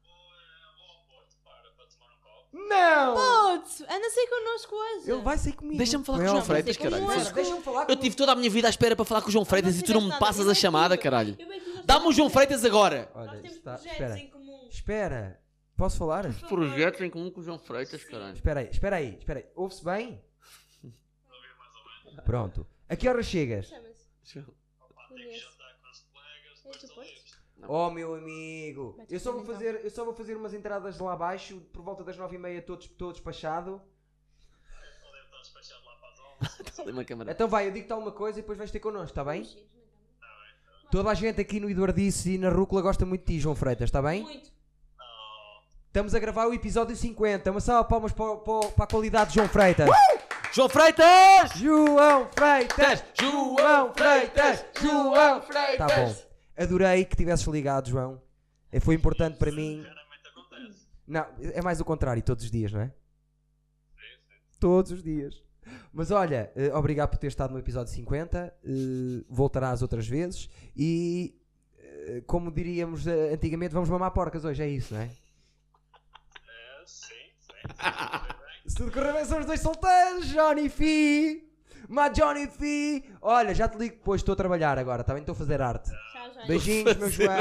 Speaker 8: Vou ao Porto para, para tomar um copo.
Speaker 3: Não! não!
Speaker 2: Putz, anda a sair connosco hoje!
Speaker 3: Ele vai sair comigo.
Speaker 1: Deixa-me falar com
Speaker 3: Não é
Speaker 1: o João
Speaker 3: óbvio.
Speaker 1: Freitas, caralho.
Speaker 2: Fora,
Speaker 3: Deixa- Deixa-me falar com
Speaker 1: Eu tive toda a minha vida à espera para falar com o João Freitas e tu não me passas a chamada, caralho.
Speaker 2: Eu bem que nós
Speaker 1: Dá-me o
Speaker 2: temos
Speaker 1: João
Speaker 2: projetos-
Speaker 1: Freitas agora!
Speaker 3: Olha,
Speaker 2: Nós temos
Speaker 3: está-
Speaker 2: projetos
Speaker 3: espera.
Speaker 2: em comum.
Speaker 3: Espera. Posso falar?
Speaker 1: Projetos em comum com o João Freitas, caralho.
Speaker 3: Espera aí, espera aí, espera aí. Ouve-se bem? Pronto. A que horas chegas?
Speaker 2: Chama-se. Conheço.
Speaker 8: Jantar com os colegas,
Speaker 2: És
Speaker 8: depois
Speaker 2: É do
Speaker 8: estou
Speaker 2: Porto?
Speaker 8: livre.
Speaker 3: Oh meu amigo,
Speaker 2: Vai-te
Speaker 3: eu só, vou
Speaker 2: experimentar.
Speaker 3: fazer, eu só vou fazer umas entradas lá abaixo por volta das 9h30 todos todo despachado.
Speaker 8: Ele deve estar despachado lá para as <laughs> 11.
Speaker 1: Ali uma câmara.
Speaker 3: Então vai, eu digo-te alguma coisa e depois vais ter connosco, está bem? Toda a gente aqui no Eduardice e na Rúcula gosta muito de ti, João Freitas, está bem?
Speaker 2: Muito.
Speaker 3: Estamos a gravar o episódio 50. Uma salva de palmas para, para- para a qualidade de João Freitas.
Speaker 1: João Freitas!
Speaker 3: João Freitas! João Freitas! João Freitas! Está bom. Adorei que tivesses ligado, João. Eh, Foi importante para mim.
Speaker 8: Raramente acontece.
Speaker 3: Não, é mais o contrário, todos os dias, não é? Todos os dias. Mas olha, eh, obrigado por ter estado no episódio 50. eh, voltarás outras vezes. E eh, como diríamos eh, antigamente, vamos mamar porcas hoje, é isso, não é?
Speaker 8: É, sim, sim.
Speaker 3: Se tudo correr bem, são os dois solteiros, Johnny Fee! Mas Johnny Fee! Olha, já te ligo depois, estou a trabalhar agora, está bem? Estou a fazer arte.
Speaker 2: Tchau, João.
Speaker 3: Beijinhos, meu João!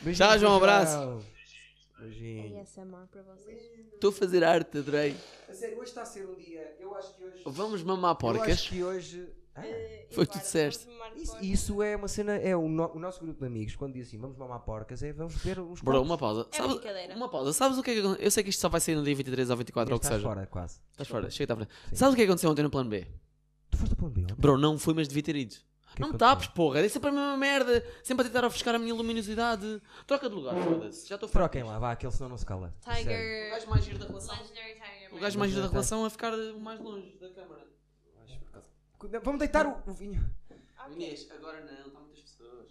Speaker 3: Beijinhos,
Speaker 1: Tchau,
Speaker 3: meu
Speaker 1: João, abraço.
Speaker 2: É
Speaker 3: Beijinhos.
Speaker 2: essa má para vocês.
Speaker 1: Estou a fazer arte, adorei.
Speaker 3: A sério, hoje está a ser um dia. Eu acho que hoje.
Speaker 1: Vamos mamar porcas.
Speaker 3: que hoje.
Speaker 1: Ah,
Speaker 2: Eh,
Speaker 1: Foi o que tu disseste.
Speaker 3: Isso, isso é uma cena, é o, no- o nosso grupo de amigos, quando diz assim, vamos mamar porcas, é vamos ver uns
Speaker 1: Bro,
Speaker 3: copos.
Speaker 1: uma pausa.
Speaker 2: É
Speaker 1: Sabes-
Speaker 2: brincadeira.
Speaker 1: uma pausa. Sabes o que é que aconteceu? Eu sei que isto só vai sair no dia 23 ou 24 ou o que
Speaker 3: Estás
Speaker 1: seja.
Speaker 3: fora, quase.
Speaker 1: Estás fora, chega à frente.
Speaker 3: Sim.
Speaker 1: Sabes o que é que aconteceu ontem no plano B?
Speaker 3: Tu foste para o meu?
Speaker 1: Bro, não fui, mas devia ter ido.
Speaker 3: que
Speaker 1: não me
Speaker 3: aconteceu?
Speaker 1: tapes, porra. É sempre a mesma merda. Sempre a tentar ofuscar a minha luminosidade. Troca de lugar, foda-se. Já estou farto
Speaker 3: Troquem lá, vá, aquele senão não se cala. Sério.
Speaker 1: O
Speaker 2: Tiger.
Speaker 1: gajo mais giro da relação.
Speaker 2: Legendary Tiger.
Speaker 1: O
Speaker 2: man.
Speaker 1: gajo mais giro da
Speaker 3: Não sei.
Speaker 1: relação é ficar o mais longe da câmara.
Speaker 3: Não, Vamos deitar o, o vinho.
Speaker 1: Inês, agora não, estão muitas pessoas.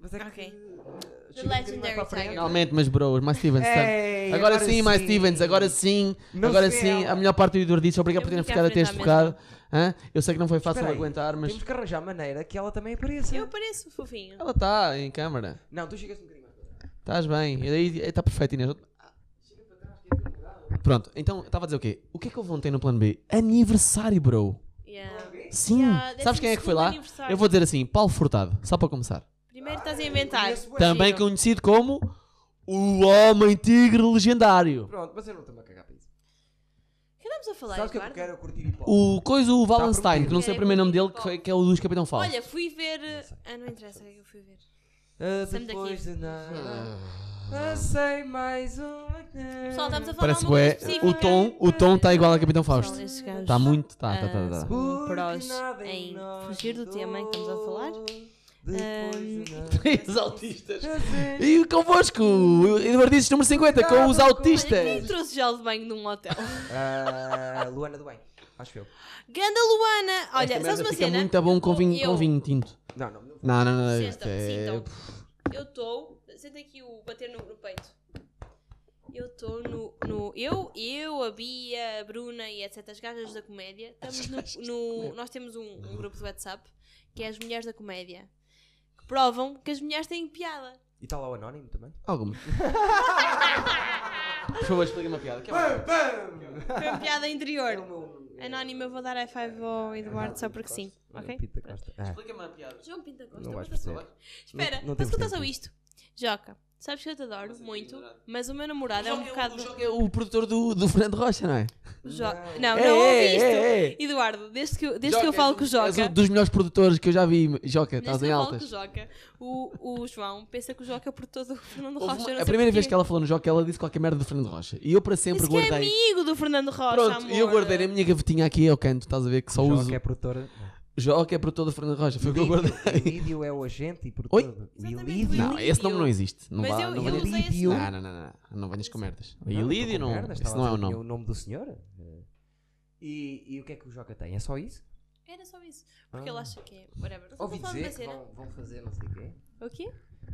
Speaker 3: Mas é que,
Speaker 2: Ok.
Speaker 3: eh,
Speaker 2: The
Speaker 3: chega um bocadinho mais
Speaker 2: Legendary
Speaker 3: para a frente.
Speaker 2: Tiger.
Speaker 1: Finalmente, mas bros, mais Stevens. tá?
Speaker 3: Ei,
Speaker 1: agora, sim, mais Stevens, agora sim.
Speaker 3: é, Não
Speaker 1: agora
Speaker 3: se vê
Speaker 1: sim,
Speaker 3: ela.
Speaker 1: a melhor parte do Eduardo disse obrigado
Speaker 2: Eu
Speaker 1: por terem
Speaker 2: fico à
Speaker 1: ficado até
Speaker 2: frente
Speaker 1: este
Speaker 2: à mesa.
Speaker 1: bocado. Hã? Eu sei que não foi fácil
Speaker 3: Espera aí,
Speaker 1: aguentar, mas
Speaker 3: Temos que arranjar maneira que ela também apareça.
Speaker 2: Eu pareço fofinho.
Speaker 1: ela está em câmara.
Speaker 3: Não, tu chegas um bocadinho mais para trás.
Speaker 1: Estás bem. E daí está perfeito, Inês. Pronto, então estava a dizer o quê? O que é que houve ontem no plano B? Aniversário, bro.
Speaker 2: Yeah.
Speaker 1: Sim.
Speaker 2: Yeah, décimo
Speaker 1: Sabes quem é que foi
Speaker 2: segundo
Speaker 1: lá?
Speaker 2: aniversário.
Speaker 1: Eu vou dizer assim, Paulo Furtado, só para começar.
Speaker 2: Primeiro
Speaker 1: Ah,
Speaker 2: estás a inventar.
Speaker 3: Conheço bué.
Speaker 1: Também
Speaker 2: Giro.
Speaker 1: conhecido como o Homem Tigre Legendário.
Speaker 3: Pronto, mas eu não estou-me a cagar para isso.
Speaker 2: O que andamos a falar,
Speaker 3: Sabes o que é que eu
Speaker 2: Eduardo?
Speaker 3: quero? Eu curtir hip hop.
Speaker 1: O coisa, o Valenstein,
Speaker 3: prometido.
Speaker 1: que não sei o primeiro nome dele, que, foi- que é o dos Capitão Fausto.
Speaker 2: Olha, fui ver. Ah, não interessa o que é que eu fui ver.
Speaker 3: Ah,
Speaker 2: Estamos
Speaker 3: depois
Speaker 2: aqui.
Speaker 3: de nada.
Speaker 1: Ah.
Speaker 3: Passei mais um uma.
Speaker 2: Pessoal,
Speaker 1: Hum.
Speaker 2: estamos a falar
Speaker 1: Parece
Speaker 2: de uma coisa
Speaker 1: bué.
Speaker 2: específica.
Speaker 1: O tom, o tom está igual a Capitão
Speaker 2: Pessoal,
Speaker 1: Fausto.
Speaker 2: esses gajos
Speaker 1: Está muito, tá, está,
Speaker 2: ah,
Speaker 1: está, está. <laughs>
Speaker 2: são prós em fugir do tema em que estamos a falar. Ahm,
Speaker 1: Três autistas. E convosco, Eduardices número 50, com os
Speaker 2: Olha, quem
Speaker 1: autistas.
Speaker 2: trouxe gel de banho num hotel?
Speaker 3: Ah, Luana do Bem, acho eu.
Speaker 2: Ganda Luana! Olha, sabes
Speaker 1: Esta merda
Speaker 2: uma
Speaker 1: fica
Speaker 2: cena?
Speaker 1: muito bom com vinho,
Speaker 2: Eu-
Speaker 1: com vinho tinto.
Speaker 3: Não, não. não.
Speaker 1: Não, não, não.
Speaker 2: Senta,
Speaker 1: isto é-
Speaker 2: sintam. Eu estou. Senta aqui o bater no, no peito. Eu estou no, no. Eu, eu, a Bia, a Bruna e etc. As gajas da comédia. Estamos no, no- nós temos um, um grupo de WhatsApp que é as mulheres da comédia. Que provam que as mulheres têm piada.
Speaker 3: E está lá o anónimo também?
Speaker 2: <laughs>
Speaker 1: Alguma. Por favor, explica uma piada. Que é uma-
Speaker 3: Bam, bam! <laughs>
Speaker 2: Foi uma piada interior. Anónimo, eu vou dar F5 ao Eduardo só porque sim. Ok?
Speaker 3: Pinto da Costa. Ah,
Speaker 1: Explica-me uma piada.
Speaker 2: João Pinto da Costa.
Speaker 3: não vais
Speaker 2: mas tá-
Speaker 3: perceber.
Speaker 2: Espera,
Speaker 3: Não- não temos
Speaker 2: posso contar
Speaker 3: tempo.
Speaker 2: só isto? Joca, sabes que eu te adoro muito, mas o meu namorado é um bocado.
Speaker 1: O jogo é o produtor do, do Fernando Rocha, não é?
Speaker 2: Jo- Não,
Speaker 1: Ei,
Speaker 2: não ouvi
Speaker 1: ei,
Speaker 2: isto.
Speaker 1: ei, ei.
Speaker 2: Eduardo, desde que eu, desde que eu
Speaker 1: Joca,
Speaker 2: falo com o
Speaker 1: és um-
Speaker 2: Joca.
Speaker 1: És um dos melhores produtores que eu já vi. Joca,
Speaker 2: Desde
Speaker 1: estás
Speaker 2: que
Speaker 1: em
Speaker 2: eu falo com
Speaker 1: altas.
Speaker 2: o Joca, o, o João pensa que o Joca é o produtor do Fernando
Speaker 1: Houve
Speaker 2: Rocha.
Speaker 1: uma- a primeira vez que ela falou no jogo, ela disse qualquer merda do Fernando Rocha. E eu para sempre
Speaker 2: Isso que é
Speaker 1: guardei.
Speaker 2: amigo do Fernando Rocha,
Speaker 1: Pronto,
Speaker 2: amor.
Speaker 1: e eu guardei na minha gavetinha aqui ao canto, estás a ver? Que só
Speaker 3: O
Speaker 1: uso.
Speaker 3: Joca é produtora.
Speaker 1: Joca é produtor do Fernando Rocha, foi o que eu guardei.
Speaker 2: <laughs>
Speaker 3: O <laughs> Lídio é o agente e produtor. O
Speaker 2: Exatamente,
Speaker 3: Lídio. é
Speaker 2: Não,
Speaker 1: Não, esse nome não existe. Não
Speaker 2: Mas
Speaker 1: vá-
Speaker 2: eu,
Speaker 1: não
Speaker 2: eu
Speaker 1: venhas-
Speaker 2: usei esse
Speaker 3: Lídio.
Speaker 2: nome.
Speaker 1: não, não, não, não, não, não venhas com merdas. E
Speaker 3: Não,
Speaker 1: Lídio
Speaker 3: estou
Speaker 1: não,
Speaker 3: com merda,
Speaker 1: esse
Speaker 3: estava
Speaker 1: não
Speaker 3: a
Speaker 1: é o
Speaker 3: dizer
Speaker 1: nome.
Speaker 3: o nome do senhor. eh, E, e o que é que o Joca tem? É só isso?
Speaker 2: Era só isso. Porque ele
Speaker 3: Ah.
Speaker 2: acha que é. Whatever. Só
Speaker 3: Ouvi
Speaker 2: vou falar de
Speaker 3: dizer
Speaker 2: uma
Speaker 3: que
Speaker 2: cena.
Speaker 3: vão, vão fazer não sei o quê.
Speaker 2: O quê?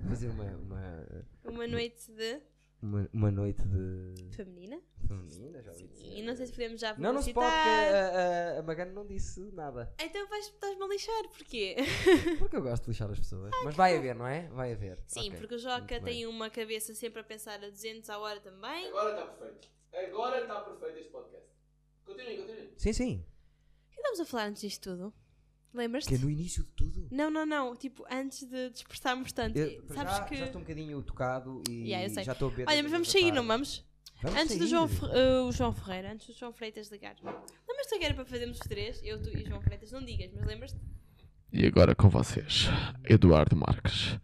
Speaker 3: Fazer uma, uma,
Speaker 2: Uma noite de
Speaker 3: uma, uma noite de
Speaker 2: feminina.
Speaker 3: feminina, já ouvi dizer.
Speaker 2: E não sei se podemos já
Speaker 3: Não, não se pode, eh, porque
Speaker 2: publicitar.
Speaker 3: a, a- a Magana não disse nada.
Speaker 2: Então vais- estás-me a lixar, porquê?
Speaker 3: Porque eu gosto de lixar as pessoas. Mas vai haver, não é? Vai haver.
Speaker 2: Sim,
Speaker 3: Ok.
Speaker 2: porque o Joca
Speaker 3: muito bem.
Speaker 2: tem uma cabeça sempre a pensar a 200 à hora também.
Speaker 1: Agora está perfeito. Agora está perfeito este podcast. Continuem, continuem.
Speaker 3: Sim, sim.
Speaker 2: O que estamos a falar antes disto tudo? Lembras-te?
Speaker 3: Que é no início de tudo.
Speaker 2: Não, não, não. Tipo, antes de dispersarmos tanto.
Speaker 3: Eu, para
Speaker 2: sabes
Speaker 3: já,
Speaker 2: que.
Speaker 3: já estou um bocadinho tocado e
Speaker 2: Yeah, eu sei.
Speaker 3: já estou a beber.
Speaker 2: Olha, mas vamos sair, não
Speaker 3: vamos?
Speaker 2: vamos? Antes do
Speaker 3: sair.
Speaker 2: João, Fer- eh, o João Ferreira, antes do João Freitas ligar. Lembras-te que era para fazermos os três? Eu, tu e João Freitas, não digas, mas lembras-te?
Speaker 9: E agora com vocês, Eduardo Marques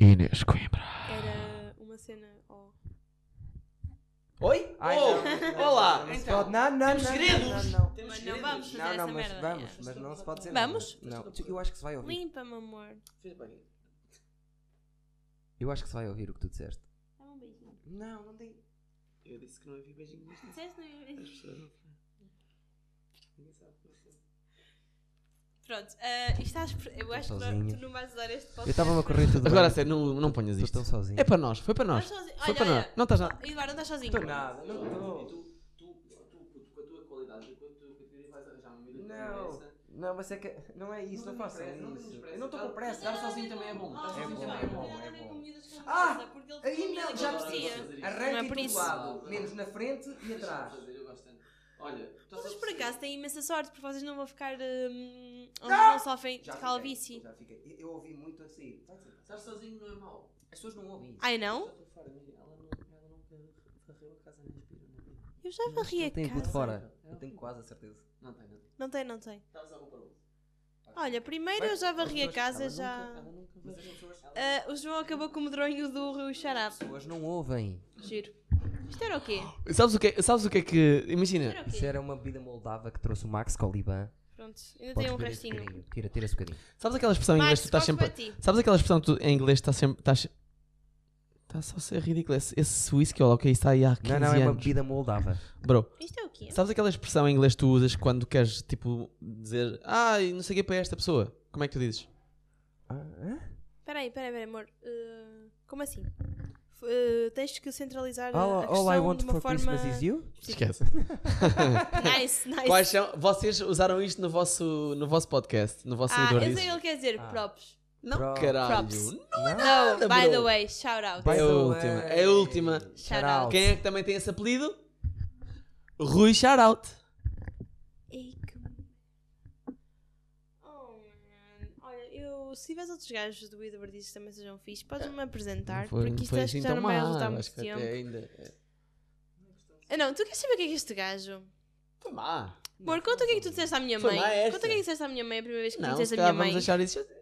Speaker 9: e Inês Coimbra.
Speaker 2: Era uma cena. Oh.
Speaker 1: Oi?
Speaker 3: Ai,
Speaker 1: Oh,
Speaker 3: não, não, não,
Speaker 1: olá!
Speaker 3: não se
Speaker 1: então,
Speaker 3: pode- não, não,
Speaker 1: temos
Speaker 3: não,
Speaker 1: segredos?
Speaker 3: Não, não, não.
Speaker 1: Temos
Speaker 2: Mas não
Speaker 1: segredos?
Speaker 2: vamos fazer
Speaker 3: Não,
Speaker 2: essa
Speaker 3: não, mas
Speaker 2: merda.
Speaker 3: vamos,
Speaker 2: yeah.
Speaker 3: mas não se pode ser.
Speaker 2: Vamos?
Speaker 3: Não, eu acho que se vai ouvir.
Speaker 2: Limpa-me, amor.
Speaker 1: Fez bem.
Speaker 3: Eu acho que se vai ouvir o que tu disseste.
Speaker 2: Dá-me um beijinho.
Speaker 3: Não, não tem.
Speaker 1: Eu disse que não havia beijinho neste
Speaker 2: Disseste não é? ia ver? Estás Pronto, eh, isto estás. Eu acho que não-
Speaker 3: sozinho.
Speaker 2: tu não vais usar este podcast.
Speaker 3: Eu estava a correr tudo
Speaker 1: Agora a
Speaker 3: bem.
Speaker 1: sério, não, não ponhas
Speaker 3: Estou
Speaker 1: isto.
Speaker 3: tão sozinho.
Speaker 1: É para nós, foi para
Speaker 2: Estás
Speaker 1: nós.
Speaker 2: sozinho.
Speaker 1: Foi
Speaker 2: Olha,
Speaker 1: para
Speaker 2: olha.
Speaker 1: nós. Não estás nada.
Speaker 2: Eduardo, não estás sozinho.
Speaker 3: nada, não estou. Não, não, mas é que. Não é isso, não, façam isso. Eu não estou com pressa, dar sozinho também é bom.
Speaker 2: É
Speaker 3: bom, é bom, é bom.
Speaker 2: Ah!
Speaker 3: Ah, Aí
Speaker 2: Ainda
Speaker 3: não, já percebi. Arranca
Speaker 2: Não é
Speaker 3: em
Speaker 2: por
Speaker 3: todo
Speaker 2: isso.
Speaker 3: lado, menos na frente e atrás.
Speaker 2: Vocês por acaso têm imensa sorte, porque vocês não vão ficar hum, onde não sofrem de
Speaker 3: Já
Speaker 2: calvície.
Speaker 3: fiquei, já fiquei. Eu- Eu ouvi muito assim. Estar sozinho não é mau. As pessoas não ouvem isso.
Speaker 2: Ai não? Eu já varri a
Speaker 3: Tem cu de
Speaker 2: casa.
Speaker 3: fora. Eu tenho quase a certeza.
Speaker 2: Não tem, não tem. Olha, primeiro eu já varri a casa, já. Ah, o João acabou com o medronho do Rio Xarape.
Speaker 3: As pessoas não ouvem.
Speaker 2: Giro. Isto era o quê?
Speaker 1: Sabes o que é, sabes o que, é que.
Speaker 2: Isto
Speaker 1: Imagina.
Speaker 2: era o
Speaker 3: Isso
Speaker 2: quê?
Speaker 3: era uma bebida moldava que trouxe o Max Coliban.
Speaker 2: Pronto, ainda
Speaker 3: Podes
Speaker 2: tem um
Speaker 3: beber esse
Speaker 2: restinho.
Speaker 3: bocadinho. Tira, tira esse bocadinho.
Speaker 1: Sabes aquela expressão em inglês
Speaker 2: Max,
Speaker 1: que tu estás
Speaker 2: corre
Speaker 1: sempre.
Speaker 2: para ti.
Speaker 1: Sabes aquela expressão que tu, em inglês estás sempre. Estás está só a ser ridículo. é Esse, esse whisky, olha, ok, está aí há 15
Speaker 3: Não, não, é uma
Speaker 1: anos.
Speaker 3: bebida moldava.
Speaker 1: Bro,
Speaker 2: Isto é o quê?
Speaker 1: sabes aquela expressão em inglês que tu usas quando queres, tipo, dizer. Ah, e não sei o que para esta pessoa? Como é que tu dizes?
Speaker 3: Ah, é?
Speaker 2: Peraí, peraí, peraí, amor. Uh, como assim? F- uh, tens que centralizar a- Eh, a questão
Speaker 3: All I want
Speaker 2: de uma
Speaker 3: for
Speaker 2: forma...
Speaker 3: Christmas is you?
Speaker 1: Esquece.
Speaker 2: <laughs> Nice, nice.
Speaker 1: Quais são. Vocês usaram isto no vosso, no vosso podcast, no vosso
Speaker 2: ah,
Speaker 1: seguidor
Speaker 2: eu
Speaker 1: disso?
Speaker 2: sei o que ele quer dizer.
Speaker 3: Ah.
Speaker 2: Props.
Speaker 1: Não,
Speaker 3: Pro-
Speaker 1: caralho.
Speaker 2: Props.
Speaker 3: Não.
Speaker 2: Oh,
Speaker 1: Nada,
Speaker 2: by
Speaker 1: bro.
Speaker 2: the way, shout out.
Speaker 3: By
Speaker 1: É
Speaker 3: the
Speaker 1: a
Speaker 3: way.
Speaker 1: última, é a última.
Speaker 2: Shout
Speaker 3: Shout
Speaker 2: out.
Speaker 3: out.
Speaker 1: Quem é que também tem esse apelido? Rui Shoutout.
Speaker 2: Ei, que... Oh, man. Olha, eu... Se tiveres outros gajos do Eduardices também sejam fixe,
Speaker 3: Ah,
Speaker 2: podes-me apresentar. porque isto é
Speaker 3: assim
Speaker 1: assim
Speaker 2: acho que já não vai resultar muito tempo.
Speaker 1: é.
Speaker 2: Ah, não, tu queres saber o que é que é este gajo?
Speaker 1: Foi má.
Speaker 2: Amor, conta o que é que tu disseste à minha
Speaker 1: Foi
Speaker 2: mãe.
Speaker 1: má esta.
Speaker 2: Conta o que é que disseste à minha mãe a primeira vez que tu
Speaker 1: Não,
Speaker 2: disseste
Speaker 1: se
Speaker 2: à minha
Speaker 1: calhar
Speaker 2: mãe.
Speaker 1: vamos deixar isso.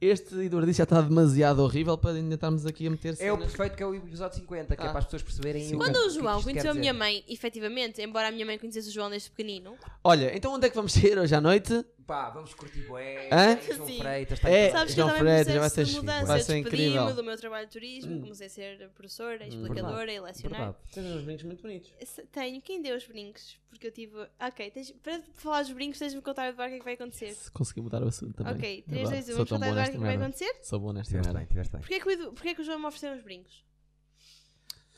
Speaker 1: Este Eduardo já está demasiado horrível para ainda estarmos aqui a meter
Speaker 3: É o
Speaker 1: cenas.
Speaker 3: perfeito que é o episódio 50, que é
Speaker 1: Ah.
Speaker 3: para as pessoas perceberem
Speaker 1: Sim.
Speaker 3: o
Speaker 2: Quando
Speaker 3: que-
Speaker 2: o
Speaker 3: o que
Speaker 2: João
Speaker 3: isto quer
Speaker 2: conheceu a
Speaker 3: dizer.
Speaker 2: minha mãe, efetivamente, embora a minha mãe conhecesse o João desde pequenino,
Speaker 1: Olha, então onde é que vamos <laughs> sair hoje à noite?
Speaker 3: Pá, vamos curtir bué.
Speaker 1: Hã?
Speaker 3: João
Speaker 2: Sim.
Speaker 3: Freitas, está
Speaker 1: É.
Speaker 3: aí.
Speaker 2: sabes que
Speaker 1: João
Speaker 2: eu também
Speaker 1: Freitas,
Speaker 2: processo
Speaker 1: vai ser
Speaker 2: de
Speaker 1: chique,
Speaker 2: mudança,
Speaker 1: vai
Speaker 2: eu
Speaker 1: ser
Speaker 2: despedi-me
Speaker 1: incrível. Hum.
Speaker 2: do meu trabalho de turismo, comecei a ser professora, explicadora, e lecionar.
Speaker 3: Verdade.
Speaker 1: Tens uns brincos muito bonitos.
Speaker 2: Se- Tenho, quem deu os brincos? Porque eu tive. Ok, tens... para falar dos brincos, tens-me contar agora o que é que vai acontecer.
Speaker 1: Se conseguir mudar o assunto também.
Speaker 2: Ok,
Speaker 1: Adoro.
Speaker 2: 3, 2, 1,
Speaker 1: Sou
Speaker 2: vamos
Speaker 1: tão
Speaker 2: contar agora
Speaker 1: bom
Speaker 2: o que
Speaker 1: nesta
Speaker 2: é que vai
Speaker 1: merda.
Speaker 2: acontecer?
Speaker 1: Sou bom nesta
Speaker 3: Estiveste
Speaker 1: merda.
Speaker 3: bem, estiveste bem.
Speaker 2: Porquê que, o Edu- porquê que o João me ofereceu os brincos?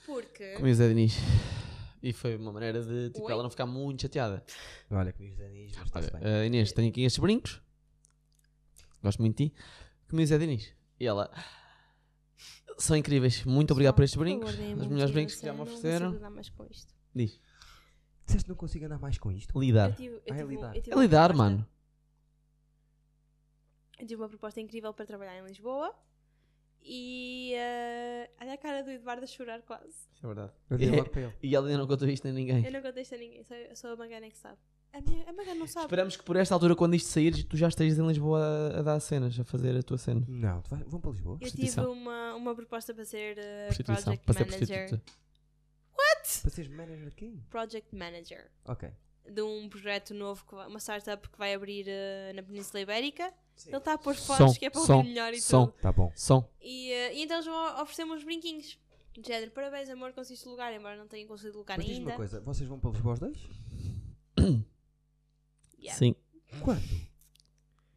Speaker 10: Porque.
Speaker 1: Comi o Zé Diniz. <laughs> E foi uma maneira de tipo,
Speaker 10: Oi?
Speaker 1: ela não ficar muito chateada.
Speaker 3: Olha, comi os anis, mas está-se
Speaker 1: Olha,
Speaker 3: bem.
Speaker 1: eh, Inês, tenho aqui estes brincos. Gosto muito de ti. Comi o Zé Diniz. E ela. São incríveis. Muito obrigado por estes
Speaker 2: Por
Speaker 1: brincos.
Speaker 2: favor, deem-me
Speaker 1: Os
Speaker 2: uma
Speaker 1: melhores brincos que já me
Speaker 2: motivação, assim, não consigo
Speaker 1: ofereceram.
Speaker 2: lidar mais com isto.
Speaker 1: Diz.
Speaker 3: Disseste que não consigo andar mais com isto?
Speaker 2: Eu
Speaker 1: Lidar.
Speaker 2: tive,
Speaker 3: Ah,
Speaker 2: eu
Speaker 3: é
Speaker 2: tive um-
Speaker 3: lidar.
Speaker 2: eu tive
Speaker 1: É
Speaker 2: uma
Speaker 1: lidar,
Speaker 2: proposta-
Speaker 1: mano.
Speaker 2: Eu tive uma proposta incrível para trabalhar em Lisboa e eh, olha a cara do Eduardo a chorar quase.
Speaker 1: É verdade.
Speaker 3: Eu dei <laughs> logo para ele.
Speaker 1: E ela ainda não contou isto a ninguém.
Speaker 2: Eu não contei isto a ninguém, só, só a Magana é que sabe. A, minha, a Magana não sabe.
Speaker 1: Esperamos que por esta altura, quando isto sair, tu já estejas em Lisboa a, a dar cenas, a fazer a tua cena.
Speaker 3: Não, tu vais- vão para Lisboa?
Speaker 2: Eu tive
Speaker 1: prostituição.
Speaker 2: uma, uma proposta para ser eh,
Speaker 1: Prostituição.
Speaker 2: project,
Speaker 1: Para ser
Speaker 2: manager,
Speaker 1: prostituta.
Speaker 3: Para seres manager aqui?
Speaker 2: project manager
Speaker 3: Ok.
Speaker 2: de um projeto novo, que vai- uma startup que vai abrir eh, na Península Ibérica. Ele está a pôr
Speaker 1: Som,
Speaker 2: fotos que é para
Speaker 1: som,
Speaker 2: ouvir melhor e
Speaker 1: som.
Speaker 2: tudo.
Speaker 3: Tá bom.
Speaker 1: Som.
Speaker 2: E, eh, e então eles vão oferecer uns brinquinhos. De género, parabéns, amor, conseguiste lugar, embora não tenham conseguido lugar
Speaker 3: Mas diz-me
Speaker 2: ainda.
Speaker 3: uma coisa, vocês vão para Lisboa os dois?
Speaker 2: Yeah.
Speaker 1: Sim. <laughs>
Speaker 3: Quando?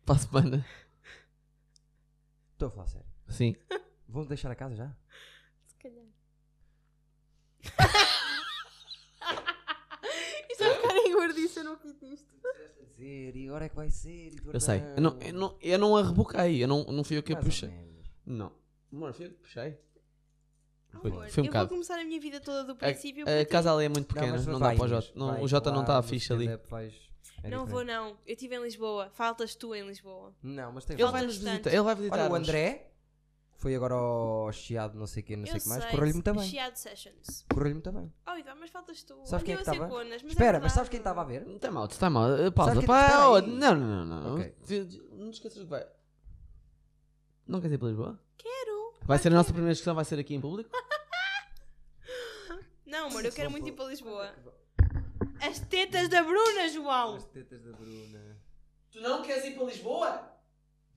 Speaker 1: Para a semana.
Speaker 3: Estou a falar sério.
Speaker 1: Sim.
Speaker 3: Vão deixar a casa já?
Speaker 2: Se calhar. Isto é um bocado engordiço, eu não quis isto.
Speaker 3: Disseste a dizer, e agora é que vai ser, e tu
Speaker 1: Eu sei. Eu não, eu não, eu não a reboquei. Eu não, não fui eu que a
Speaker 3: Mais ou
Speaker 1: puxei.
Speaker 3: menos.
Speaker 1: Não. Amor, fui eu que puxei.
Speaker 2: Amor,
Speaker 1: foi um
Speaker 2: eu vou
Speaker 1: bocado.
Speaker 2: começar a minha vida
Speaker 3: É
Speaker 2: toda do princípio.
Speaker 1: A
Speaker 2: porque-
Speaker 1: casa ali é muito
Speaker 3: Não,
Speaker 1: pequena.
Speaker 3: mas
Speaker 1: Não, dá
Speaker 3: vai,
Speaker 1: para o
Speaker 3: Inês,
Speaker 1: Jota. Não,
Speaker 3: vai,
Speaker 1: o Jota não
Speaker 3: lá
Speaker 1: está à
Speaker 3: no
Speaker 1: ficha ali.
Speaker 3: stand-up vais- é
Speaker 2: não
Speaker 3: diferente.
Speaker 2: vou, não. Eu estive em Lisboa. Faltas tu em Lisboa.
Speaker 3: Não, mas tem
Speaker 1: Ele
Speaker 3: vários.
Speaker 1: vai nos
Speaker 2: bastante.
Speaker 1: visitar. Ele vai visitar.
Speaker 3: Olha, o André foi agora ao Chiado, não sei o quê, não sei
Speaker 2: eu
Speaker 3: o que mais.
Speaker 2: sei.
Speaker 3: Correu-lhe muito bem.
Speaker 2: Chiado Sessions.
Speaker 3: Correu-lhe muito bem.
Speaker 2: Oh, Ivan, mas faltas tu.
Speaker 3: Sabes quem é
Speaker 2: Andei
Speaker 3: que
Speaker 2: a ser
Speaker 3: estava?
Speaker 2: conas, mas é
Speaker 3: Espera, mas sabes
Speaker 2: verdade.
Speaker 3: quem estava a ver?
Speaker 1: Está mal, está mal. Uh, Pausa.
Speaker 3: que-
Speaker 1: pá,
Speaker 3: espera
Speaker 1: oh,
Speaker 3: aí.
Speaker 1: não, não, não. Não,
Speaker 3: Ok.
Speaker 1: não te esqueças que vai. Não queres ir para Lisboa?
Speaker 2: Quero. Ah,
Speaker 1: Vai ser a nossa primeira discussão, vai ser aqui em público?
Speaker 2: Não, amor, eu quero
Speaker 3: Vão
Speaker 2: muito ir
Speaker 3: para-
Speaker 2: para Lisboa. As tetas da Bruna, João.
Speaker 3: As tetas da Bruna.
Speaker 1: Tu não queres ir para Lisboa?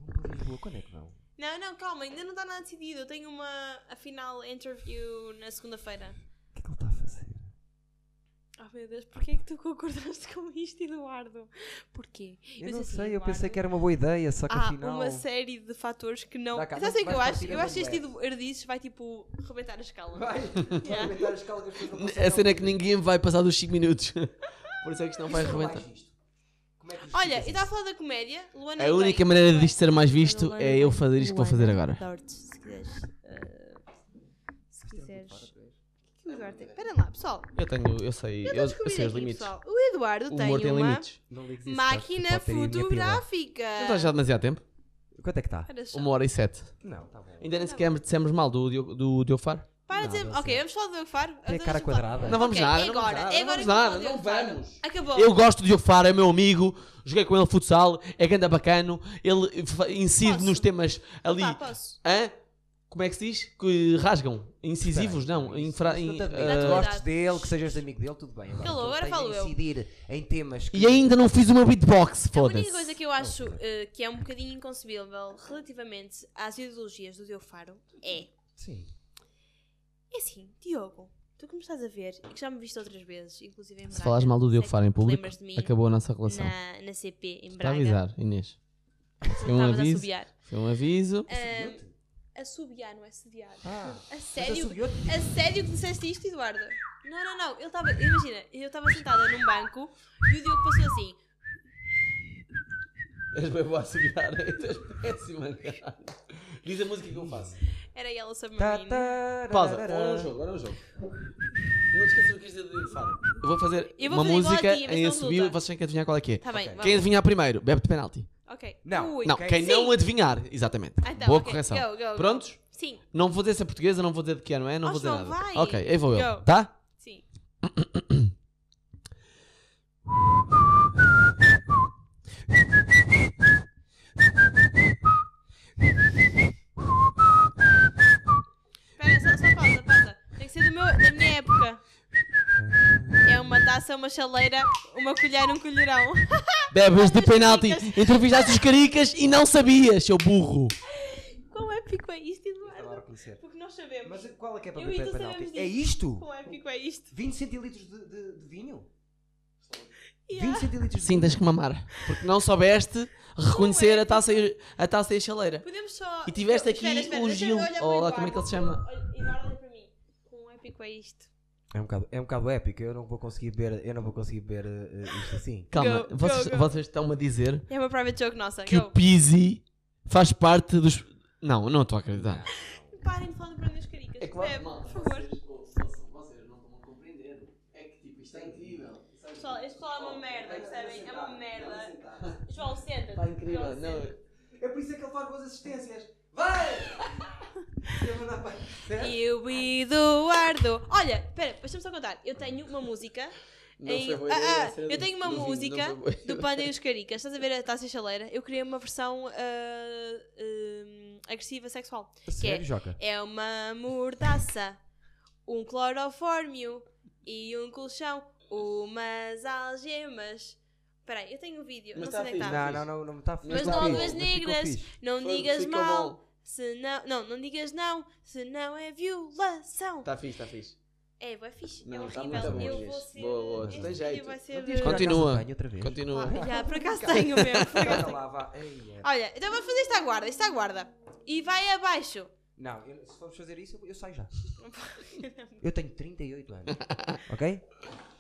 Speaker 3: Vão para Lisboa, quando é que vão?
Speaker 2: Não, não, calma, ainda não está nada decidido. Eu tenho uma a final interview na segunda-feira.
Speaker 3: O que é que ele está a fazer?
Speaker 2: Oh meu Deus, porquê é que tu concordaste <laughs> com isto, Eduardo? Porquê?
Speaker 3: Eu,
Speaker 2: disse
Speaker 3: não
Speaker 2: assim,
Speaker 3: sei, eu pensei
Speaker 2: Eduardo,
Speaker 3: que era uma boa ideia, só que
Speaker 2: Há
Speaker 3: afinal.
Speaker 2: uma série de fatores que não.
Speaker 3: Dá cá,
Speaker 2: Sabe o que é que
Speaker 3: vais
Speaker 2: eu acho?
Speaker 3: partir a
Speaker 2: Eu acho que este
Speaker 3: bandeira.
Speaker 2: tipo ardices vai tipo rebentar a escala.
Speaker 3: Vai, vai
Speaker 2: <laughs> Yeah.
Speaker 3: aumentar a escala que as pessoas não
Speaker 1: A
Speaker 3: conseguem
Speaker 1: cena é que
Speaker 3: ouvir.
Speaker 1: ninguém vai passar dos 5 minutos. <laughs> Por isso é que isto não vai
Speaker 3: Isto não
Speaker 1: arrebentar.
Speaker 3: mais isto. Como é que isto
Speaker 2: Olha,
Speaker 3: fica
Speaker 2: eu estava a
Speaker 3: assim?
Speaker 2: falar da comédia. Luana
Speaker 1: A
Speaker 2: Ribeiro.
Speaker 1: única maneira disto ser mais
Speaker 2: Mas
Speaker 1: visto
Speaker 2: Luana
Speaker 1: é eu
Speaker 2: Ribeiro-
Speaker 1: fazer isto que vou fazer
Speaker 2: Luana,
Speaker 1: agora.
Speaker 2: adoro-te, se quiseres. eh, se
Speaker 3: é
Speaker 2: quiseres. O Eduardo tem- Espera lá, pessoal.
Speaker 1: Eu tenho, eu sei, eu, eu
Speaker 2: Descobri
Speaker 1: sei os
Speaker 2: aqui,
Speaker 1: limites.
Speaker 2: pessoal. O Eduardo
Speaker 1: O
Speaker 2: tem
Speaker 1: humor tem
Speaker 2: uma
Speaker 1: limites.
Speaker 3: Não ligues isso, tipo,
Speaker 2: máquina
Speaker 3: pode ter aí a minha pila.
Speaker 2: fotográfica.
Speaker 1: Não está já demasiado tempo?
Speaker 3: Quanto é que está?
Speaker 2: Para, só.
Speaker 1: Uma hora e sete.
Speaker 3: Não, está bom.
Speaker 1: Ainda nem sequer dissemos mal do Diogo do, Diogo Faro.
Speaker 2: Para de dizer. Ok, vamos falar do Diogo Faro.
Speaker 3: Tem a cara
Speaker 2: Vamos falar.
Speaker 3: quadrada.
Speaker 1: Não vamos
Speaker 2: Ok,
Speaker 1: nada,
Speaker 2: é
Speaker 1: não vamos
Speaker 2: agora,
Speaker 1: nada,
Speaker 2: é
Speaker 1: não
Speaker 2: agora
Speaker 1: vamos
Speaker 2: que eu vou
Speaker 1: nada,
Speaker 2: dizer
Speaker 1: não
Speaker 2: o Faro.
Speaker 1: vamos.
Speaker 2: Acabou.
Speaker 1: Oh. Eu gosto do Diogo Faro, é meu amigo, joguei com ele futsal, é ganda bacano, ele fa- incide
Speaker 2: Posso?
Speaker 1: nos temas ali.
Speaker 2: Pá, posso?
Speaker 1: Hã? Como é que se diz? Que rasgam. Incisivos,
Speaker 3: Espera aí,
Speaker 1: não.
Speaker 3: isso-
Speaker 1: infra-
Speaker 3: isso não tá
Speaker 1: in-
Speaker 3: te admito.
Speaker 1: ah,
Speaker 2: Dá-te
Speaker 3: Gostes
Speaker 2: Verdade.
Speaker 3: dele, que sejas amigo dele, tudo bem. Agora,
Speaker 2: Calou,
Speaker 3: que ele
Speaker 2: agora falo
Speaker 3: esteja
Speaker 2: eu.
Speaker 3: a incidir em temas que...
Speaker 1: e ainda não fiz uma beatbox,
Speaker 2: A única coisa
Speaker 1: foda-se.
Speaker 2: que eu acho eh, que é um bocadinho inconcebível relativamente às ideologias do Diogo Faro é.
Speaker 3: Sim.
Speaker 2: É assim, Diogo, tu que me estás a ver e que já me viste outras vezes, inclusive em Braga.
Speaker 1: Se falares mal do Diogo
Speaker 2: sei
Speaker 1: Faro em
Speaker 2: é que te
Speaker 1: público,
Speaker 2: lembras de mim
Speaker 1: acabou a nossa relação.
Speaker 2: Na, na CP, em
Speaker 1: Para
Speaker 2: Braga.
Speaker 1: avisar, Inês.
Speaker 2: tu
Speaker 1: Foi um
Speaker 2: estavas a
Speaker 1: aviso.
Speaker 2: assobiar.
Speaker 1: Foi um aviso.
Speaker 2: Assobiar não é assobiar.
Speaker 3: Ah,
Speaker 2: A
Speaker 3: mas
Speaker 2: sério,
Speaker 3: assobiou-te?
Speaker 2: a sério que disseste isto, Eduardo? Não, não, não. Ele estava, imagina, eu estava sentada num banco e o Diogo passou assim.
Speaker 1: És bem boa a subir. <laughs> És péssima, cara. Diz a música que eu faço.
Speaker 2: Era Yellow Submarine.
Speaker 3: Tá, tá,
Speaker 1: Pausa,
Speaker 3: rarará.
Speaker 1: agora é um jogo, agora é um jogo. Não te esqueças o que dizer de Faro. Eu vou fazer
Speaker 2: Eu vou fazer igual
Speaker 1: uma música
Speaker 2: a ti, mas
Speaker 1: em
Speaker 2: não
Speaker 1: assobio e
Speaker 2: resulta.
Speaker 1: vocês têm que adivinhar qual é que é.
Speaker 2: Tá bem, vamos.
Speaker 1: Quem adivinhar primeiro, bebe de penalti.
Speaker 2: Ok.
Speaker 3: Não.
Speaker 2: Ui.
Speaker 1: Não,
Speaker 3: Ok.
Speaker 1: quem
Speaker 2: Sim.
Speaker 1: não é adivinhar. Exatamente.
Speaker 2: Ah, então,
Speaker 1: Boa
Speaker 2: ok.
Speaker 1: correção.
Speaker 2: Go, go, go.
Speaker 1: Prontos?
Speaker 2: Sim,
Speaker 1: Não vou dizer se é portuguesa, não vou dizer de que ano é, não
Speaker 2: Oh,
Speaker 1: vou dizer
Speaker 2: João,
Speaker 1: nada.
Speaker 2: vai.
Speaker 1: Ok, aí vou eu.
Speaker 2: Go.
Speaker 1: Tá?
Speaker 2: sim. Espera, só, só pausa, pausa. Tem que ser do meu, da minha época. É uma taça, uma chaleira, uma colher, um colherão.
Speaker 1: Bebes de
Speaker 2: Mas
Speaker 1: penalti.
Speaker 2: Ah, caricas.
Speaker 1: Entrevistaste os caricas e não sabias, seu burro.
Speaker 2: Quão épico é isto,
Speaker 3: Adoro
Speaker 2: Eduardo?
Speaker 3: conhecer.
Speaker 2: Porque nós sabemos.
Speaker 3: Mas qual é que é para
Speaker 2: Eu e
Speaker 3: beber
Speaker 2: tu
Speaker 3: penalti?
Speaker 2: sabemos
Speaker 3: É
Speaker 2: disso.
Speaker 3: isto?
Speaker 2: Quão épico é isto?
Speaker 3: 20 centilitros de, de- de vinho?
Speaker 2: Yeah.
Speaker 3: 20 centilitros de
Speaker 1: Sim,
Speaker 3: vinho?
Speaker 1: tens que mamar. Porque não soubeste reconhecer a taça, e- a taça e a chaleira.
Speaker 2: Podemos só.
Speaker 1: E tiveste aqui
Speaker 2: é Espera, espera,
Speaker 1: o
Speaker 2: deixa-me
Speaker 1: Gil. Oh,
Speaker 2: olhar para
Speaker 1: Ou lá,
Speaker 2: Eduardo.
Speaker 1: como é que ele se chama?
Speaker 2: Olha, Eduardo, olha para mim. Com um épico é isto.
Speaker 3: É um bocado, é um bocado épico, eu não vou conseguir ver, eu não vou conseguir ver eh, eh, isto assim.
Speaker 1: Calma,
Speaker 2: Go,
Speaker 1: vocês,
Speaker 2: go, go.
Speaker 1: vocês estão-me a dizer
Speaker 2: É uma private joke nossa.
Speaker 1: que
Speaker 2: Go.
Speaker 1: o Pizzi faz parte dos. Não, não estou a acreditar.
Speaker 2: Parem de falar do Bruno das Caricas.
Speaker 1: É claro,
Speaker 2: Bebe,
Speaker 1: mal.
Speaker 2: por favor.
Speaker 1: Vocês não estão a compreender. É que tipo, isto é incrível.
Speaker 2: Pessoal, este pessoal é uma merda, percebem? É uma merda. João, senta-te.
Speaker 1: Está Tá incrível.
Speaker 2: João,
Speaker 1: Não,
Speaker 2: senta-te.
Speaker 3: É por isso que ele faz boas assistências.
Speaker 2: <laughs>
Speaker 3: Vai! Eu vou dar para- Certo?
Speaker 2: Eu Eduardo. Olha, espera, deixa-me só contar. Eu tenho uma música.
Speaker 1: Não
Speaker 2: em-
Speaker 1: foi boa
Speaker 2: Ah,
Speaker 1: ideia,
Speaker 2: ah,
Speaker 1: sério.
Speaker 2: eu tenho uma
Speaker 1: Não vi- não
Speaker 2: música
Speaker 1: foi boa
Speaker 2: do
Speaker 1: ideia.
Speaker 2: Panda e os Caricas. Estás a ver a Taça Chaleira? Eu criei uma versão ah, hum, agressiva sexual.
Speaker 3: Sério, Joca?
Speaker 2: É uma mordaça, um clorofórmio e um colchão, umas algemas. Peraí, eu tenho um vídeo,
Speaker 1: Mas
Speaker 2: não sei
Speaker 1: tá
Speaker 2: onde é que
Speaker 1: fixe,
Speaker 2: está.
Speaker 3: Não, não, não, não está fixe.
Speaker 2: Mas
Speaker 3: tá
Speaker 2: não há
Speaker 3: fixe,
Speaker 2: duas
Speaker 3: mas ficou
Speaker 2: negras.
Speaker 3: fixe.
Speaker 2: Não
Speaker 1: Foi-
Speaker 2: digas
Speaker 1: ficou
Speaker 2: mal,
Speaker 1: bom.
Speaker 2: se não, não, não digas não, se não é violação.
Speaker 1: Está fixe, está fixe.
Speaker 2: É, é fixe, é
Speaker 1: Tá. Não, tá
Speaker 2: horrível.
Speaker 1: muito bom,
Speaker 2: eu
Speaker 1: Gis.
Speaker 2: vou ser.
Speaker 1: Boa, boa,
Speaker 2: este
Speaker 1: tem
Speaker 2: vídeo
Speaker 1: jeito.
Speaker 2: Vai ser.
Speaker 3: Não tens que ir à
Speaker 1: Continua.
Speaker 3: casa de banho outra vez.
Speaker 1: Continua.
Speaker 2: Ah, <laughs> já, por
Speaker 1: <laughs>
Speaker 2: acaso tenho mesmo. por acaso
Speaker 3: Olha
Speaker 2: tenho.
Speaker 3: lá, vá. Ei, é.
Speaker 2: Olha, então vamos fazer isto à guarda, isto à guarda. E vai abaixo.
Speaker 3: Não, eu- se formos fazer isso, eu- eu
Speaker 2: <laughs>
Speaker 3: saio já. Eu tenho 38 anos. ok?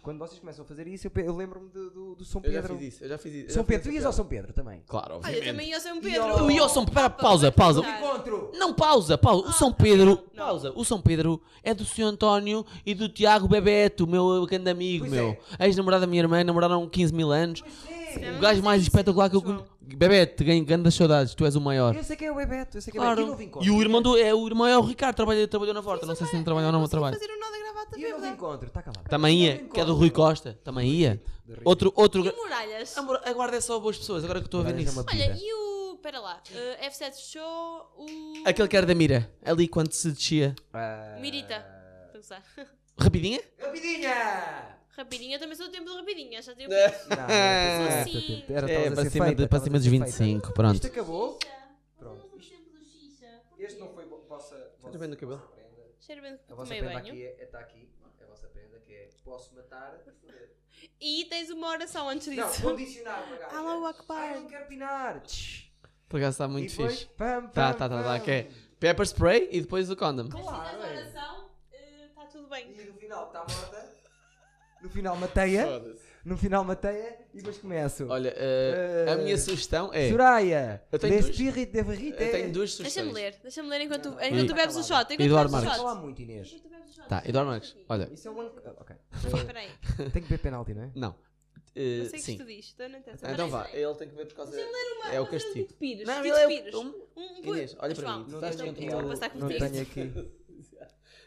Speaker 3: Quando vocês começam a fazer isso, eu, pe- eu lembro-me do, do, do São
Speaker 1: Eu já
Speaker 3: Pedro.
Speaker 1: fiz isso, eu já fiz isso.
Speaker 3: São Pedro, tu ias ao São Pedro também?
Speaker 1: Claro,
Speaker 2: Olha,
Speaker 1: obviamente.
Speaker 2: também eu sou um
Speaker 1: O
Speaker 2: Pedro.
Speaker 1: Wilson, pera, pausa, pausa.
Speaker 3: Encontro!
Speaker 1: Não, pausa, pausa. O São Pedro, pausa. O São Pedro é do Sr. António e do Tiago Bebeto, meu grande amigo,
Speaker 3: Pois
Speaker 1: meu. Ex-namorado da minha irmã, namoraram 15 mil anos.
Speaker 2: Não,
Speaker 1: O gajo
Speaker 2: não
Speaker 1: mais
Speaker 2: sei
Speaker 1: espetacular que eu
Speaker 2: João.
Speaker 1: conheço. Bebeto, ganho grandes saudades, tu és o maior.
Speaker 3: Eu sei que é o Bebeto, eu sei que é o Bebeto. E
Speaker 1: Claro.
Speaker 3: novo encontro.
Speaker 1: E o irmão, do, é, o irmão é o Ricardo, trabalhou, trabalhou na Forta. Não sei se ele trabalhou ou não, mas trabalha.
Speaker 2: fazer o nó da
Speaker 3: E
Speaker 2: gravata
Speaker 3: o novo
Speaker 2: bêbada.
Speaker 3: encontro, está calado.
Speaker 1: Também ia, que é do Rui Costa. Também ia. Outro, outro.
Speaker 2: E
Speaker 1: gra-
Speaker 2: muralhas.
Speaker 1: Amor, Aguarda é só boas pessoas, agora que eu estou a ver
Speaker 3: Olha,
Speaker 1: nisso.
Speaker 3: chama
Speaker 2: Olha,
Speaker 3: bebida.
Speaker 2: e o. Pera lá. eh, F7 Show, o.
Speaker 1: Aquele que era da mira, ali quando se descia.
Speaker 3: Ah,
Speaker 2: Mirita. Estou a gozar.
Speaker 1: Rapidinha?
Speaker 3: Rapidinha!
Speaker 2: <laughs> Rapidinho, eu também sou do tempo do rapidinho, já tenho um o
Speaker 3: Não, era
Speaker 2: Sim.
Speaker 3: esta, era-
Speaker 1: É,
Speaker 3: estavas a
Speaker 1: para
Speaker 3: ser
Speaker 1: cima,
Speaker 3: feita,
Speaker 1: de, para
Speaker 3: estavas
Speaker 1: cima
Speaker 3: a
Speaker 1: dos
Speaker 3: ser feita.
Speaker 1: 25, pronto.
Speaker 3: Isto acabou. Pronto.
Speaker 2: Pronto. tempo do xixa.
Speaker 3: Este não foi vo- vossa. vossa-
Speaker 1: bem no cabelo?
Speaker 3: vossa prenda.
Speaker 2: Cheiro bem que
Speaker 3: A vossa
Speaker 2: tomei
Speaker 3: prenda
Speaker 2: banho.
Speaker 3: aqui é, está aqui. É a vossa prenda que é posso matar.
Speaker 2: E tens uma oração antes
Speaker 3: Não,
Speaker 2: disso.
Speaker 3: condicionar, bagagens.
Speaker 2: Allahu Akbar.
Speaker 3: Ai, não quero pinar. Tch.
Speaker 1: Por acaso está muito
Speaker 3: E depois,
Speaker 1: fixe.
Speaker 3: Pam,
Speaker 1: Tá,
Speaker 3: pam,
Speaker 1: tá, tá, tá,
Speaker 3: pam.
Speaker 1: que é pepper spray e depois o condom.
Speaker 2: Mas se <laughs> tens
Speaker 3: Claro,
Speaker 2: a
Speaker 3: é.
Speaker 2: oração, está tudo bem.
Speaker 3: E no final está morta. No final mateia. No final mateia e depois começo.
Speaker 1: Olha, eh,
Speaker 3: Eh,
Speaker 1: a minha sugestão é.
Speaker 3: Soraya,
Speaker 1: Eu tenho
Speaker 3: de
Speaker 1: duas-
Speaker 3: Spirit de Verrite.
Speaker 1: Eu tenho duas
Speaker 2: Deixa-me
Speaker 1: sugestões.
Speaker 2: ler, deixa-me ler enquanto, enquanto tu
Speaker 1: E-
Speaker 2: bebes o shot. Enquanto
Speaker 1: Eduardo
Speaker 2: tu bebes
Speaker 3: Não
Speaker 2: o
Speaker 1: Marques.
Speaker 3: falar
Speaker 2: shot.
Speaker 3: muito, Inês.
Speaker 2: Enquanto tu bebes o shot.
Speaker 1: Tá, Eduardo Marques, olha.
Speaker 3: Isso é um. Ok.
Speaker 2: Espera aí,
Speaker 3: Tenho que beber penalti, não é?
Speaker 1: Não.
Speaker 2: eu
Speaker 1: Eh,
Speaker 2: sei o que
Speaker 1: sim.
Speaker 2: tu dizes, estou não interessa.
Speaker 1: Então
Speaker 2: Espera
Speaker 1: vá,
Speaker 2: aí.
Speaker 1: ele tem que ver por causa.
Speaker 2: Uma-
Speaker 1: É o
Speaker 2: uma coisa
Speaker 1: castigo.
Speaker 2: de Pires,
Speaker 1: Não,
Speaker 2: de
Speaker 1: ele é.
Speaker 2: Pires.
Speaker 1: Um...
Speaker 2: Um boi-
Speaker 1: Inês, olha para
Speaker 2: João,
Speaker 1: mim. Tu
Speaker 3: Não
Speaker 1: estás
Speaker 3: tenho
Speaker 1: dentro
Speaker 2: aqui
Speaker 1: de
Speaker 2: um-
Speaker 1: um.
Speaker 2: vou passar com
Speaker 3: Não
Speaker 2: Sim.
Speaker 3: tenho aqui.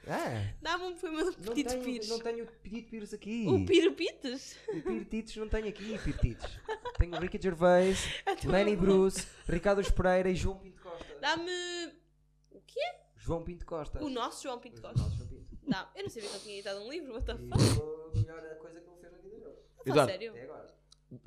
Speaker 3: Ah,
Speaker 2: Dá-me um filme do
Speaker 3: não
Speaker 2: Petit
Speaker 3: tenho,
Speaker 2: Pires.
Speaker 3: não tenho pedido pires aqui.
Speaker 2: O Piro <laughs> Pites?
Speaker 3: Pirtitos não tenho aqui, pirtitos. tenho o Ricky
Speaker 2: <laughs>
Speaker 3: Gervais,
Speaker 2: Então,
Speaker 3: Lenny Bruce, Ricardo Pereira e João Pinto Costa.
Speaker 2: Dá-me. O quê?
Speaker 3: João Pinto Costa.
Speaker 2: O nosso João Pinto
Speaker 3: Os
Speaker 2: Costa.
Speaker 3: nossos João Pinto.
Speaker 2: Dá. Eu não sabia que ele tinha editado um livro, what the
Speaker 3: E
Speaker 2: fuck?
Speaker 3: foi a melhor coisa que ele fez na vida dele.
Speaker 2: Fala
Speaker 1: Eduardo.
Speaker 2: sério.
Speaker 3: Até agora.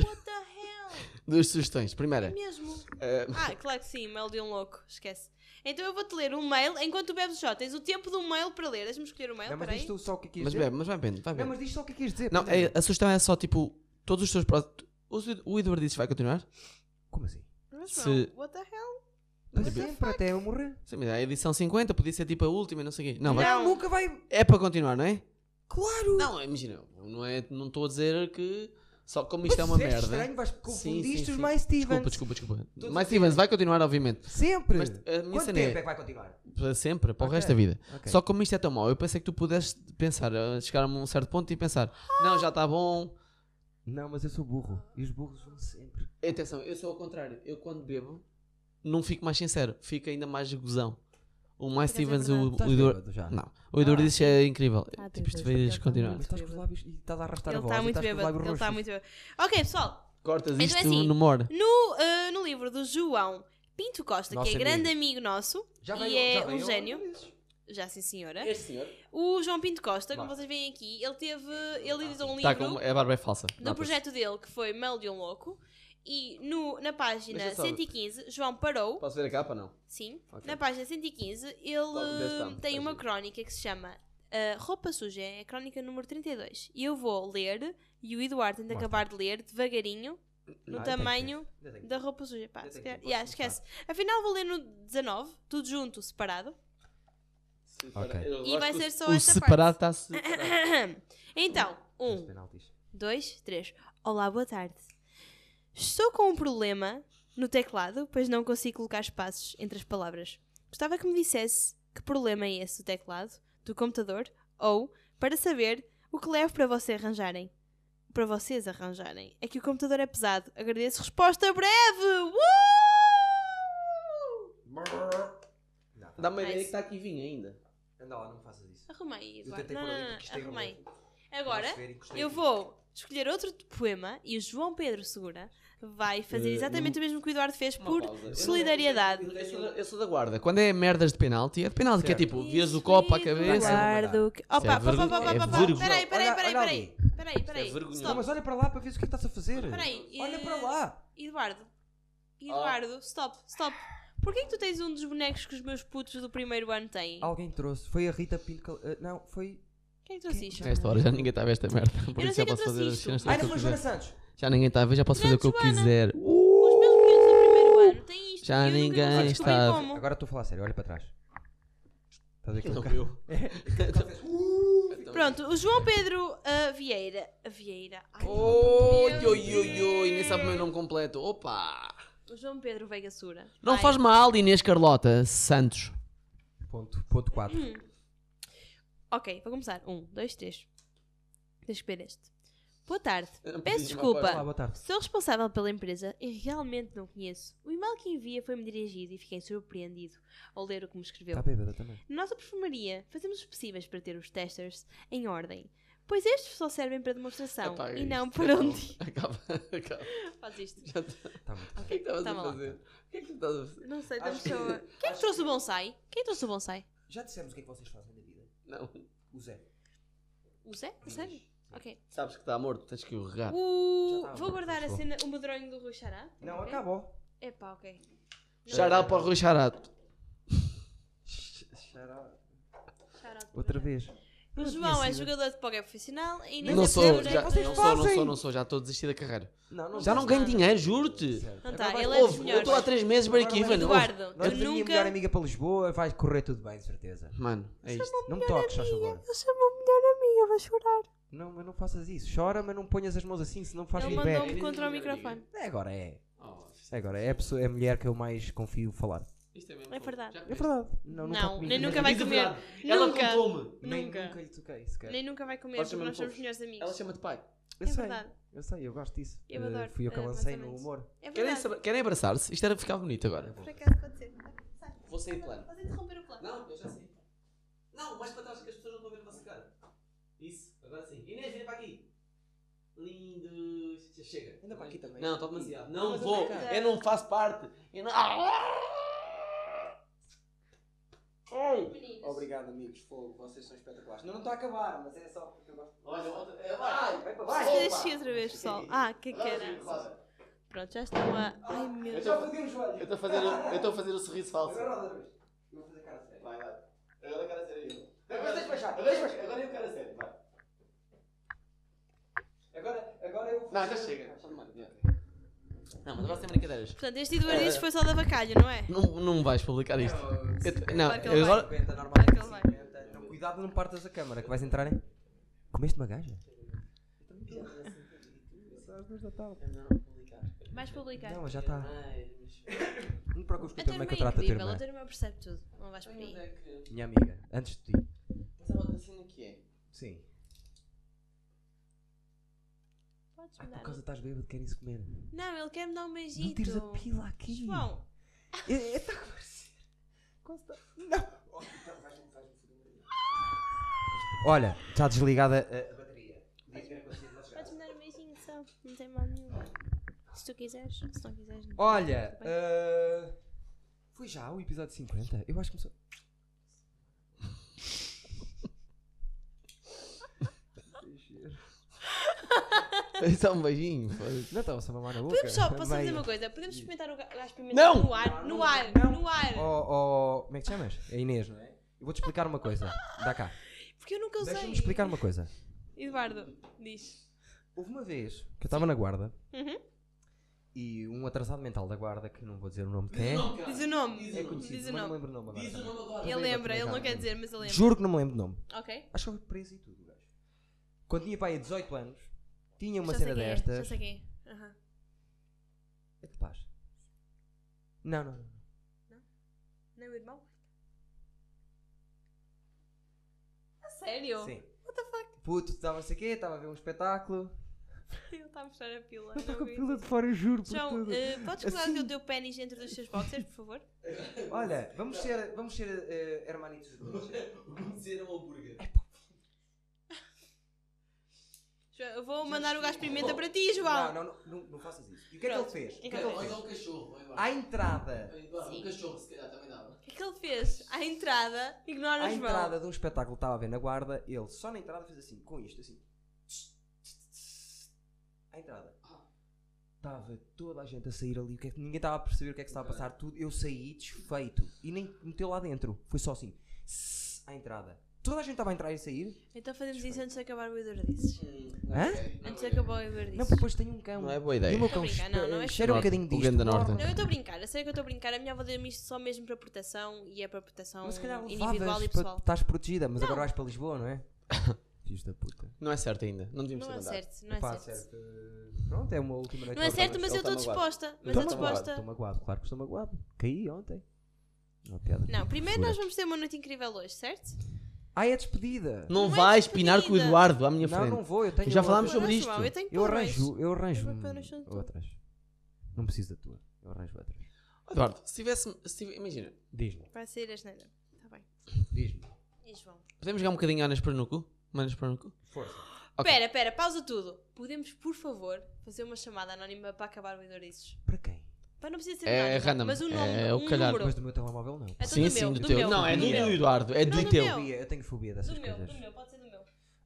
Speaker 2: What the hell?
Speaker 1: Duas sugestões. Primeira.
Speaker 2: Mesmo?
Speaker 1: eh,
Speaker 2: Ah, claro que sim, mail de um louco, esquece. Então eu vou-te ler um mail enquanto tu bebes o shot. Tens o tempo de um mail para ler. Deixa-me escolher o mail,
Speaker 3: Não, mas
Speaker 2: peraí.
Speaker 3: diz tu só o que quis
Speaker 1: mas
Speaker 3: dizer.
Speaker 1: bebe, mas vai bem, vai
Speaker 3: Não,
Speaker 1: bem.
Speaker 3: mas diz só o que quis dizer.
Speaker 1: Não,
Speaker 3: por favor.
Speaker 1: é- a sugestão é só tipo. Todos os teus. pró- O o Eduardo disse que vai continuar?
Speaker 3: Como assim?
Speaker 2: Mas
Speaker 1: se-
Speaker 2: João, What the hell?
Speaker 3: Para
Speaker 1: Tipo,
Speaker 3: sempre, até eu morrer.
Speaker 1: Sim, mas é a edição 50 podia ser tipo a última, e não sei o quê. Não, vai.
Speaker 2: Não.
Speaker 3: nunca vai.
Speaker 1: É para continuar, não é?
Speaker 3: Claro!
Speaker 1: Não, imagina, não é, não estou a dizer que só como isto é uma
Speaker 3: Mas
Speaker 1: merda.
Speaker 3: estranho, vais
Speaker 1: Sim,
Speaker 3: confundiste
Speaker 1: sim,
Speaker 3: os
Speaker 1: sim.
Speaker 3: mais Stevens.
Speaker 1: Desculpa, desculpa, desculpa.
Speaker 3: Todos
Speaker 1: Mas
Speaker 3: os
Speaker 1: Stevens vai continuar, obviamente,
Speaker 3: Sempre!
Speaker 2: Eh,
Speaker 1: Mas, a minha
Speaker 3: Quanto
Speaker 1: cena
Speaker 3: tempo
Speaker 1: é-
Speaker 3: é que vai continuar?
Speaker 1: para sempre, para
Speaker 3: Ok,
Speaker 1: o resto da vida.
Speaker 3: ok.
Speaker 1: Só como isto é tão mau, eu pensei que tu pudeste pensar, eh, chegar a um certo ponto e pensar, não, já está bom.
Speaker 3: Não, mas eu sou burro. E os burros vão sempre.
Speaker 1: Atenção, eu sou ao contrário. Eu quando bebo, não fico mais sincero, fico ainda mais gozão. O mais
Speaker 2: Por acaso é
Speaker 1: Stevens, o,
Speaker 3: Ah, Estás
Speaker 1: o Eduardo.
Speaker 3: bêbado já.
Speaker 1: Não, o Eduardo
Speaker 3: Ah.
Speaker 1: disse que é incrível.
Speaker 2: Ah,
Speaker 1: tipo, isto
Speaker 2: Deus, ele
Speaker 1: vais
Speaker 2: tá
Speaker 1: continuar.
Speaker 3: Mas estás com os lábios e estás a arrastar
Speaker 2: Ele
Speaker 3: a Tá voz.
Speaker 2: está
Speaker 3: e estás
Speaker 2: muito
Speaker 3: com os
Speaker 2: bêbado.
Speaker 3: lábios
Speaker 2: Ele está
Speaker 3: roxos.
Speaker 2: muito bêbado. Ok, pessoal.
Speaker 1: Cortas
Speaker 2: Então é
Speaker 1: isto
Speaker 2: assim.
Speaker 1: no more.
Speaker 2: No, ah, no livro do João Pinto Costa,
Speaker 3: Nosso
Speaker 2: que é
Speaker 3: amigo.
Speaker 2: grande amigo nosso
Speaker 3: Já
Speaker 2: e
Speaker 3: veio-
Speaker 2: é
Speaker 3: já
Speaker 2: um
Speaker 3: veio
Speaker 2: gênio,
Speaker 3: algumas vezes.
Speaker 2: já sim senhora.
Speaker 1: Este senhor
Speaker 2: O João Pinto Costa, como
Speaker 3: Vá.
Speaker 2: vocês veem aqui, ele teve. Ele editou um
Speaker 1: Tá
Speaker 2: livro
Speaker 1: com, a barba é falsa.
Speaker 2: do
Speaker 1: nota-se.
Speaker 2: projeto dele, que foi Mel de um Louco. E no, na página
Speaker 1: Deixa só-
Speaker 2: 115, João parou.
Speaker 1: Posso ver a capa, não?
Speaker 2: Sim.
Speaker 1: Ok.
Speaker 2: Na página 115,
Speaker 1: Logo desse
Speaker 2: ele
Speaker 1: tempo,
Speaker 2: tem
Speaker 1: faz
Speaker 2: uma
Speaker 1: isso.
Speaker 2: crónica que se chama ah, Roupa Suja, é a crónica número 32. E eu vou ler, e o Eduardo tem de
Speaker 3: Mostra.
Speaker 2: acabar de ler devagarinho, no
Speaker 3: Ah, eu tenho
Speaker 2: tamanho
Speaker 3: que ver. Eu tenho que
Speaker 2: da roupa suja. Pá,
Speaker 3: Eu
Speaker 2: se
Speaker 3: tenho
Speaker 2: calhar-
Speaker 3: que- posso
Speaker 2: Yeah, esquece. Afinal, vou ler no 19, tudo junto, separado.
Speaker 3: Ok.
Speaker 1: Eu
Speaker 2: E vai
Speaker 1: gosto-
Speaker 2: ser só
Speaker 1: o
Speaker 2: esta Ah,
Speaker 1: separado está separado.
Speaker 2: parte. <coughs> Então,
Speaker 3: Os
Speaker 2: um,
Speaker 1: é
Speaker 3: penaltis.
Speaker 2: dois, três. Olá, boa tarde. Estou com um problema no teclado, pois não consigo colocar espaços entre as palavras. Gostava que me dissesse que problema é esse do teclado, do computador, ou para saber o que levo para você arranjarem. Para vocês arranjarem. É que o computador é pesado. Agradeço resposta breve! Uh!
Speaker 3: Não, tá.
Speaker 1: Dá uma
Speaker 2: Nice.
Speaker 1: ideia que está aqui vinho ainda.
Speaker 3: Anda lá, não faças isso.
Speaker 2: Arrumei,
Speaker 3: Eu
Speaker 2: Eduardo.
Speaker 3: tentei
Speaker 2: Não,
Speaker 3: por
Speaker 2: não,
Speaker 3: ali porque
Speaker 2: não, não.
Speaker 3: isto é
Speaker 2: Arrumei.
Speaker 3: tem
Speaker 2: Agora, Eu vou escolher outro poema e o João Pedro Segura vai fazer
Speaker 1: Eh,
Speaker 2: exatamente o mesmo que o Eduardo fez por
Speaker 1: pausa. Eu não-
Speaker 2: solidariedade.
Speaker 1: Eu sou, da, eu sou da guarda. Quando é merdas de penalti, é de penalti, que é tipo, viras o copo à cabeça.
Speaker 2: Eduardo, que-
Speaker 1: Isso é
Speaker 2: Opa, opa,
Speaker 1: vergo-
Speaker 2: opa, opa,
Speaker 1: é
Speaker 2: opa, opa,
Speaker 1: vergonhoso.
Speaker 2: peraí, peraí,
Speaker 3: Olha-
Speaker 2: peraí,
Speaker 3: olha
Speaker 2: peraí,
Speaker 3: ali.
Speaker 2: peraí,
Speaker 1: é
Speaker 2: peraí,
Speaker 1: vergonhoso.
Speaker 2: stop,
Speaker 3: Não, mas olha para lá para ver o que é que estás a fazer.
Speaker 2: peraí, eh,
Speaker 3: Olha para lá.
Speaker 2: Eduardo, Eduardo, stop, stop. Porquê que tu tens um dos bonecos que os meus putos do primeiro ano têm?
Speaker 3: Alguém trouxe. Foi a Rita Pinto. Cal- eh, não, foi.
Speaker 2: Quem é que trouxe isto?
Speaker 1: A esta hora já ninguém está a ver esta merda. Por
Speaker 2: não
Speaker 1: isso
Speaker 2: sei
Speaker 1: já
Speaker 2: quem
Speaker 1: posso fazer
Speaker 2: trouxe
Speaker 1: as
Speaker 2: isto.
Speaker 1: cenas
Speaker 3: Ah, não
Speaker 1: todas É que eu
Speaker 3: foi Joana
Speaker 1: quiser.
Speaker 3: Santos.
Speaker 1: Já ninguém está a ver, já posso fazer o que eu
Speaker 2: Grande Joana. Uh,
Speaker 1: quiser.
Speaker 2: Os meus putos do primeiro ano têm isto.
Speaker 1: Já
Speaker 2: e eu nunca
Speaker 1: ninguém
Speaker 2: consegui descobrir
Speaker 1: está a-
Speaker 2: como.
Speaker 3: Agora estou a falar sério, olha para trás. Estás aqui
Speaker 1: Não,
Speaker 3: no
Speaker 1: eu.
Speaker 2: <laughs>
Speaker 1: Então,
Speaker 2: Pronto, o
Speaker 1: é.
Speaker 2: João Pedro ah, Vieira. Vieira. Ai,
Speaker 1: Oi,
Speaker 2: meu
Speaker 1: oi, oi, oi, nem
Speaker 2: Deus.
Speaker 1: sabe o meu nome completo. Opa!
Speaker 2: O João Pedro Veiga Sura.
Speaker 1: Não
Speaker 2: Vai.
Speaker 1: faz mal, Inês Carlota Santos.
Speaker 3: Ponto, ponto 4.
Speaker 2: Hum. Ok, vou começar. Um, dois, três. Deixa eu ver este. Boa tarde.
Speaker 1: não
Speaker 2: Peço
Speaker 1: preciso,
Speaker 2: desculpa.
Speaker 1: mas
Speaker 3: Olá, boa tarde.
Speaker 2: Sou responsável pela empresa e realmente não conheço. O e-mail que envia foi-me dirigido e fiquei surpreendido ao ler o que me escreveu.
Speaker 1: Tá
Speaker 3: Está Tá bêbada também.
Speaker 2: Na nossa perfumaria, fazemos os possíveis para ter os testers em ordem, pois estes só servem para demonstração
Speaker 1: Apaga
Speaker 2: Então, e não
Speaker 1: é isto,
Speaker 2: para
Speaker 1: acaba,
Speaker 2: um dia.
Speaker 1: <laughs> Acaba, acaba.
Speaker 2: Faz
Speaker 1: <laughs>
Speaker 2: isto.
Speaker 1: Já
Speaker 3: Está
Speaker 1: tá-
Speaker 3: muito.
Speaker 1: O que é que estavas a
Speaker 2: Toma lá.
Speaker 1: fazer? O que é que tu estás a fazer?
Speaker 2: Não sei,
Speaker 1: Acho
Speaker 2: estamos
Speaker 1: que-
Speaker 2: só. a-
Speaker 1: <laughs>
Speaker 2: Quem é que trouxe o bonsai? Quem trouxe o bonsai?
Speaker 3: Já dissemos o que é que vocês fazem na vida?
Speaker 1: Não,
Speaker 3: O Zé.
Speaker 2: O Zé? A sério? Ok.
Speaker 1: sabes que está morto, tens que o regar.
Speaker 2: Uh, O-
Speaker 3: tá,
Speaker 2: Vou guardar a
Speaker 3: pessoal.
Speaker 2: cena, o medronho do Rui Xará.
Speaker 3: Não, acabou.
Speaker 2: É pá, ok.
Speaker 1: Xará para o Rui Xarato.
Speaker 2: Shout out.
Speaker 3: Outra vez.
Speaker 2: O João é jogador de póquer profissional e nem
Speaker 1: Não
Speaker 2: é
Speaker 1: sou,
Speaker 2: possível-
Speaker 1: já, não
Speaker 2: Não,
Speaker 1: sou, não sou, não sou, já estou a desistir da carreira. Já não ganho dinheiro, juro-te.
Speaker 2: Não tá, ele é dos
Speaker 1: Ouve, eu
Speaker 2: melhores.
Speaker 1: estou há 3 meses break-even. ouve.
Speaker 2: Eduardo,
Speaker 3: Nós
Speaker 2: tu
Speaker 3: vim a melhor
Speaker 2: nunca.
Speaker 3: amiga para Lisboa, vai correr tudo bem, de certeza.
Speaker 1: Mano, é isto.
Speaker 3: Não me toques, faz favor.
Speaker 2: Eu chamo a melhor amiga, vai chorar.
Speaker 3: Não, mas não faças isso. Chora, mas não ponhas as mãos assim, senão faz
Speaker 2: Ele
Speaker 3: feedback.
Speaker 2: mandou-me contra o microfone.
Speaker 3: É agora, é.
Speaker 1: Oh,
Speaker 3: É agora, é a, pessoa, é a mulher que eu mais confio falar.
Speaker 2: É verdade.
Speaker 3: É verdade. Não, nunca
Speaker 2: Não,
Speaker 3: comi.
Speaker 2: nem
Speaker 3: Mas
Speaker 2: nunca vai
Speaker 1: Diz a
Speaker 2: comer.
Speaker 1: verdade. Ela
Speaker 2: Nunca. É
Speaker 1: contou-me.
Speaker 3: Nem
Speaker 2: Nunca.
Speaker 3: nunca lhe toquei sequer.
Speaker 2: Nem nunca vai comer,
Speaker 1: Ela
Speaker 2: porque
Speaker 1: chama-me
Speaker 2: nós somos
Speaker 1: fofo.
Speaker 2: melhores
Speaker 1: Ela
Speaker 2: amigos.
Speaker 1: chama-te pai.
Speaker 3: Eu
Speaker 2: É
Speaker 3: sei,
Speaker 2: verdade.
Speaker 3: eu sei, eu gosto disso.
Speaker 2: Eu
Speaker 3: Eh,
Speaker 2: adoro,
Speaker 3: Fui eu que
Speaker 2: eh,
Speaker 3: avancei no
Speaker 2: lançamentos.
Speaker 3: humor.
Speaker 2: É
Speaker 1: Querem,
Speaker 2: verdade.
Speaker 1: abra- querem abraçar-se? Isto era ficava bonito agora.
Speaker 2: Por acaso pode ser. Sai.
Speaker 1: Vou sair do plano.
Speaker 2: Podes interromper o plano.
Speaker 1: Não, eu já sei. Não, mais para trás que as pessoas não estão a ver a vossa cara. Isso, agora sim. Inês, vem para aqui. Lindo. Já Chega.
Speaker 3: Anda para aqui também.
Speaker 1: Não, está demasiado. Não
Speaker 3: mas
Speaker 1: vou.
Speaker 3: anda cá.
Speaker 1: Eu não faço parte. Eu não...
Speaker 2: Meninos.
Speaker 3: Obrigado, amigos. Fogo, vocês são espetaculares. Não, não está a acabar, mas é só porque eu gosto.
Speaker 1: Olha, outra- é, vai.
Speaker 3: Vai para
Speaker 2: Vocês desci outra vez, pessoal. Ah, que cara.
Speaker 1: Roda.
Speaker 2: Pronto, já estão a. Ai meu
Speaker 1: Eu
Speaker 2: Deus.
Speaker 1: já fazia- eu estou a fazer o- eu estou a fazer o sorriso falso.
Speaker 3: Agora um outra vez. Vou fazer cara séria.
Speaker 1: Vai, vai. Agora eu quero a sério.
Speaker 3: Agora deixa baixar.
Speaker 1: Agora eu- agora eu quero a sério. Vai.
Speaker 3: Agora, agora eu.
Speaker 1: Não, já chega. É. Não, mas agora sem brincadeiras.
Speaker 2: Portanto, este Eduardo disse que foi só da bacalha, não é?
Speaker 1: Não, não vais publicar isto. Eu te- não,
Speaker 2: Claro que ele
Speaker 1: agora.
Speaker 3: 50,
Speaker 2: Claro
Speaker 3: normalmente
Speaker 2: que ele vai.
Speaker 3: 50. Não, cuidado, não partas a câmara que vais entrar em. Comeste uma gaja? Então,
Speaker 2: Vais publicar.
Speaker 3: tá. Não, mas já tá. está. Não te preocupes que
Speaker 2: A
Speaker 3: eu
Speaker 2: tua
Speaker 3: também
Speaker 2: irmã
Speaker 3: que
Speaker 2: é
Speaker 3: trata a tua
Speaker 2: incrível,
Speaker 3: irmã.
Speaker 2: a tua irmã percebe tudo. Não vais por aí.
Speaker 1: é.
Speaker 3: Minha amiga, antes de ti.
Speaker 1: Mas a outra cena que é.
Speaker 3: Sim.
Speaker 2: Podes
Speaker 3: Ah,
Speaker 2: me
Speaker 3: por
Speaker 2: dar.
Speaker 3: causa de estás bêbado, querem-se comer.
Speaker 2: Não, ele quer me dar um beijinho.
Speaker 3: Não tires a pila aqui.
Speaker 2: João,
Speaker 3: É- é- <laughs> Está a parecer. Quase está- Não. Olha, está desligada eh, a a bateria.
Speaker 2: podes me dar um beijinho só. Não tem mal nenhum. Se tu quiseres, se não quiseres. Não.
Speaker 3: Olha,
Speaker 2: Tudo bem.
Speaker 3: ah, foi já o episódio 50? Eu acho que começou.
Speaker 1: É <laughs> só um beijinho. foda-se.
Speaker 3: Não estava-se a mamar na boca.
Speaker 2: Podemos só, posso só dizer
Speaker 3: Meio.
Speaker 2: uma coisa? Podemos experimentar o ga- o gás pimentão
Speaker 1: Não!
Speaker 2: no ar? No ar, no ar.
Speaker 3: Oh, oh, como é que te chamas? É Inês, não é? Eu vou-te explicar uma coisa. Dá cá.
Speaker 2: Porque eu nunca usei.
Speaker 3: Deixa-me explicar uma coisa.
Speaker 2: Eduardo, diz.
Speaker 3: Houve uma vez que eu estava na guarda
Speaker 2: Uhum.
Speaker 3: e um atrasado mental da guarda, que não vou dizer o nome quem é.
Speaker 2: Diz o nome.
Speaker 3: É conhecido,
Speaker 2: Diz o
Speaker 3: mas não me
Speaker 2: nome. tá
Speaker 3: lembro o nome agora. também.
Speaker 2: Ele lembra, ele não
Speaker 3: Também
Speaker 2: quer
Speaker 3: já
Speaker 2: dizer, mas ele lembra.
Speaker 3: Juro que não me lembro do nome.
Speaker 2: Ok?
Speaker 3: Acho que foi preso e tudo, gajo. Quando tinha pai a 18 anos, tinha uma
Speaker 2: já
Speaker 3: cena
Speaker 2: sei quem é, Já
Speaker 3: destas.
Speaker 2: sei quem é. Aham.
Speaker 3: É capaz. Não, não, não.
Speaker 2: Não é o irmão? A sério?
Speaker 3: Sim. What the fuck? Puto, estava a sei quê, estava a ver um espetáculo.
Speaker 2: Ele está a mostrar a
Speaker 3: Ele
Speaker 2: pila. não
Speaker 3: está com a
Speaker 2: vi.
Speaker 3: pila de fora, juro por
Speaker 2: João,
Speaker 3: tudo.
Speaker 2: eh, podes colocar
Speaker 3: Assim.
Speaker 2: o teu pênis dentro dos teus boxers, por favor?
Speaker 3: Olha, vamos ser, vamos ser eh, hermanitos de novo.
Speaker 1: um É
Speaker 2: João, eu vou mandar o gajo pimenta para ti, João.
Speaker 3: Não, não, não, não, não faças isso. E o que é que ele
Speaker 2: Pronto.
Speaker 3: fez? O que é que
Speaker 2: Então,
Speaker 3: ele fez? À entrada,
Speaker 2: O que é que ele fez? À entrada, ignora
Speaker 3: à
Speaker 2: João.
Speaker 3: entrada de um espetáculo que estava a ver na guarda, ele só na entrada fez assim, com isto, assim. À entrada. Estava toda a gente a sair ali, o que é que- ninguém estava a perceber o que é que se estava a passar, tudo. Eu saí desfeito e nem meteu lá dentro. Foi só assim, à entrada. Toda a gente estava a entrar e a sair.
Speaker 2: Então fazemos isso antes de acabar o Iberdices.
Speaker 3: Hã?
Speaker 2: Antes de acabar o Iberdices.
Speaker 3: Não, porque depois tem um cão.
Speaker 1: Não é boa
Speaker 3: E o
Speaker 1: ideia.
Speaker 3: meu cão
Speaker 2: Estou a brincar, não, não é
Speaker 3: cheira um
Speaker 1: isso.
Speaker 3: bocadinho
Speaker 1: O
Speaker 3: disto.
Speaker 1: grande norte.
Speaker 2: Não, eu estou a brincar, eu sei que eu estou a brincar. A minha avó deu-me isto só mesmo para proteção e é para proteção
Speaker 3: Mas se calhar
Speaker 2: individual
Speaker 3: levavas
Speaker 2: e
Speaker 3: para
Speaker 2: pessoal.
Speaker 3: estás protegida, mas agora vais para Lisboa, não é? Filhos da puta.
Speaker 1: Não é certo ainda. Não devíamos
Speaker 2: Não
Speaker 1: ter
Speaker 2: é
Speaker 1: mandado.
Speaker 2: certo, não é
Speaker 3: Pá,
Speaker 2: certo.
Speaker 3: certo. eh, Pronto, é uma última noite.
Speaker 2: Não é
Speaker 3: fora.
Speaker 2: certo, mas eu
Speaker 1: Ele
Speaker 2: estou
Speaker 1: tá magoado.
Speaker 2: disposta. Mas
Speaker 3: Estou
Speaker 2: eu
Speaker 3: magoado,
Speaker 2: disposta.
Speaker 3: Estou magoado, claro que estou magoado. Caí ontem. Uma piada.
Speaker 1: tá
Speaker 2: Não, primeiro
Speaker 3: Fura.
Speaker 2: nós vamos ter uma noite incrível hoje, certo?
Speaker 3: Ah, é despedida.
Speaker 1: Não
Speaker 2: Não é
Speaker 1: vais pinar com o
Speaker 2: despedida.
Speaker 1: Eduardo à minha
Speaker 3: não,
Speaker 1: frente.
Speaker 3: não vou, eu tenho
Speaker 1: Já
Speaker 3: outra.
Speaker 1: falámos sobre
Speaker 2: Não,
Speaker 1: isto.
Speaker 2: João, eu tenho
Speaker 3: Eu
Speaker 2: plano hoje.
Speaker 3: arranjo, eu arranjo
Speaker 2: Eu vou pôr no chão de tudo.
Speaker 3: outras. Não preciso da tua. Eu arranjo outras.
Speaker 1: Eduardo, se tivesse. Se tive- imagina,
Speaker 3: Diz-me,
Speaker 2: Vai sair a geneira. Tá bem.
Speaker 3: diz-me.
Speaker 2: E João?
Speaker 1: podemos jogar um bocadinho Anas para no cu? Manas para no cu?
Speaker 3: Força.
Speaker 1: Ok.
Speaker 2: Pera, pera, pausa tudo. Podemos, por favor, fazer uma chamada anónima para acabar o Idorices?
Speaker 3: Para quem?
Speaker 2: Pá, não precisa ser
Speaker 1: É
Speaker 2: anónima,
Speaker 1: random,
Speaker 2: mas um
Speaker 1: é
Speaker 2: nome,
Speaker 1: o
Speaker 2: um
Speaker 1: calhar,
Speaker 2: número.
Speaker 3: Mas do meu telemóvel não.
Speaker 2: É do
Speaker 1: sim,
Speaker 2: meu,
Speaker 1: sim,
Speaker 2: do,
Speaker 1: teu.
Speaker 2: meu.
Speaker 1: Não, é do
Speaker 3: Meu.
Speaker 1: teu, Eduardo. É
Speaker 2: Não,
Speaker 1: do
Speaker 2: do
Speaker 1: teu.
Speaker 2: meu.
Speaker 3: Fobia, Eu tenho fobia
Speaker 2: Do
Speaker 3: dessas
Speaker 2: meu,
Speaker 3: coisas.
Speaker 2: do meu, pode ser do meu.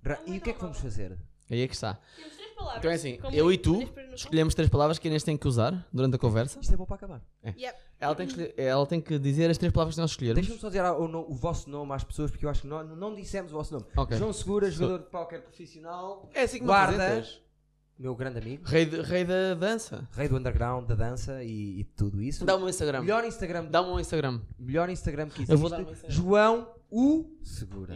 Speaker 3: Ra-
Speaker 2: Não
Speaker 3: E
Speaker 2: vai
Speaker 3: o que é que
Speaker 2: tomar
Speaker 3: vamos fazer?
Speaker 1: Aí é que está.
Speaker 2: Temos três palavras.
Speaker 1: Então é assim,
Speaker 2: Como
Speaker 1: eu e tu
Speaker 2: três para no cu.
Speaker 1: escolhemos três palavras que a Inês tem que usar durante a conversa.
Speaker 3: Isto é bom para acabar.
Speaker 2: Yep.
Speaker 1: Ela tem que, escolher- ela tem que dizer as três palavras que nós escolhermos.
Speaker 3: Deixa-me só dizer ah, o, no- o vosso nome às pessoas, porque eu acho que nós não dissemos o vosso nome.
Speaker 1: Ok.
Speaker 3: João Segura, jogador de póquer profissional,
Speaker 1: É assim que
Speaker 3: Guarda.
Speaker 1: me apresentas.
Speaker 3: meu grande amigo,
Speaker 1: Rei, de- rei da dança.
Speaker 3: rei do underground, da dança e, e tudo isso.
Speaker 1: Dá-me um Instagram.
Speaker 3: Melhor Instagram,
Speaker 1: Dá-me um Instagram.
Speaker 3: melhor Instagram que existe.
Speaker 1: Eu vou dar uma Instagram.
Speaker 3: João U Segura.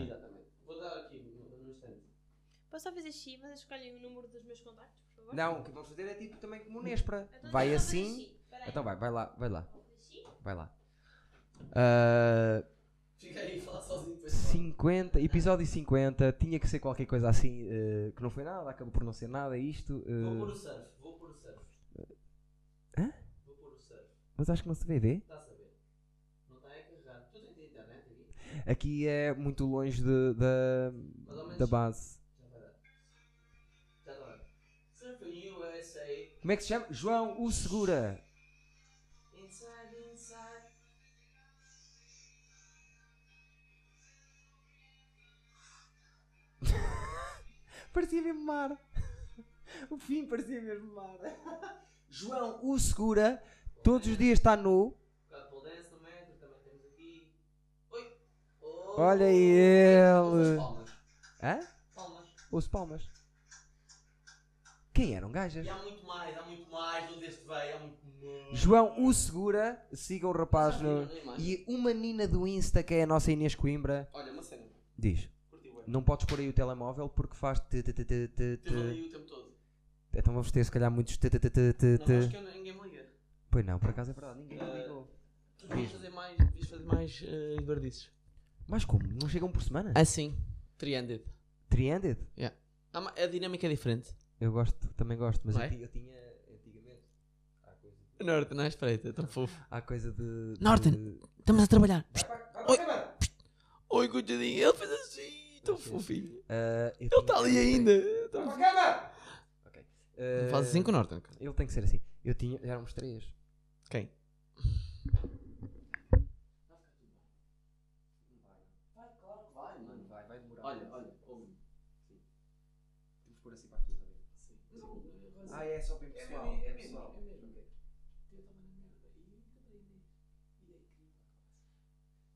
Speaker 2: Posso só fazer xixi? Vocês escolhem o número dos meus contactos, por favor?
Speaker 3: Não, o que vamos fazer é tipo também como o Nespra.
Speaker 2: Então,
Speaker 3: Vai
Speaker 2: deixa eu fazer
Speaker 3: assim.
Speaker 2: xixi. Espera aí.
Speaker 3: Então vai, vai lá, vai lá,
Speaker 2: Vou fazer xixi.
Speaker 3: vai lá. Ah,
Speaker 4: Fica aí, fala sozinho
Speaker 3: 50, episódio 50, tinha que ser qualquer coisa assim eh, que não foi nada, acabou por não ser nada isto. eh,
Speaker 4: o surf, vou pôr o surf.
Speaker 3: Hã?
Speaker 4: Vou pôr o surf.
Speaker 3: mas acho que não se vê, vê?
Speaker 4: Está a saber? Não está a carregar. Tu tens internet aqui?
Speaker 3: Aqui é muito longe de- da-
Speaker 4: Mais ou menos.
Speaker 3: da base.
Speaker 4: Já vai dar. Já está. Surf USA.
Speaker 3: Como é que se chama? João U Segura.
Speaker 4: Inside, inside.
Speaker 3: Parecia mesmo mar. <laughs> O fim parecia mesmo mar. <laughs> João U Segura, todos os dias está nu.
Speaker 4: Got pole dance no metro, também temos aqui. Oi! Oh.
Speaker 3: Olha ele.
Speaker 4: Palmas.
Speaker 3: Hã?
Speaker 4: Palmas.
Speaker 3: Ouço palmas. Quem eram gajas?
Speaker 4: E há muito mais, há muito mais onde este veio, há muito mais.
Speaker 3: João U Segura, sigam o rapaz no...
Speaker 4: Não.
Speaker 3: E uma nina do Insta, que é a nossa Inês Coimbra,
Speaker 4: Olha, uma cena.
Speaker 3: diz:
Speaker 4: Curti o
Speaker 3: Não podes pôr aí o telemóvel porque faz. te- te- te- te- te-
Speaker 4: Teve
Speaker 3: te."
Speaker 4: ali o tempo todo.
Speaker 3: Então vamos ter, se calhar, muitos. te- te- te- te- te-
Speaker 4: Não, acho
Speaker 3: te.
Speaker 4: que eu não- ninguém me liga.
Speaker 3: Pois não, por acaso é verdade, ninguém me ligou.
Speaker 4: Tu devias fazer mais, devias fazer mais uh, verdices.
Speaker 3: Mas como? Não chegam por semana?
Speaker 1: Assim. Trianded.
Speaker 3: Trianded?
Speaker 4: Ah,
Speaker 1: Há uma- A dinâmica é diferente.
Speaker 3: Eu gosto, também gosto, mas
Speaker 1: Não
Speaker 3: eu,
Speaker 1: é?
Speaker 3: ti- eu tinha antigamente. Há coisa de.
Speaker 1: Norte, não é espreita, tão fofo.
Speaker 3: Há coisa de,
Speaker 1: Norton.
Speaker 3: de-
Speaker 1: Estamos a trabalhar.
Speaker 3: Oi.
Speaker 1: Oi, coitadinho. Ele fez assim. Tão fofinho.
Speaker 3: Ah, eu tinha-
Speaker 1: Ele
Speaker 4: tá
Speaker 1: está ali ainda. Tão fofinho.
Speaker 3: Ah,
Speaker 1: Faz assim com o Norton. cara.
Speaker 3: Ele tem que ser assim. Eu tinha. Éramos três.
Speaker 1: Quem?
Speaker 4: Vai, mano, vai, vai demorar. Olha, olha, ouve.
Speaker 3: Vamos pôr assim para as pessoas verem.
Speaker 4: Não,
Speaker 3: Ah, é só bem pessoal. É pessoal.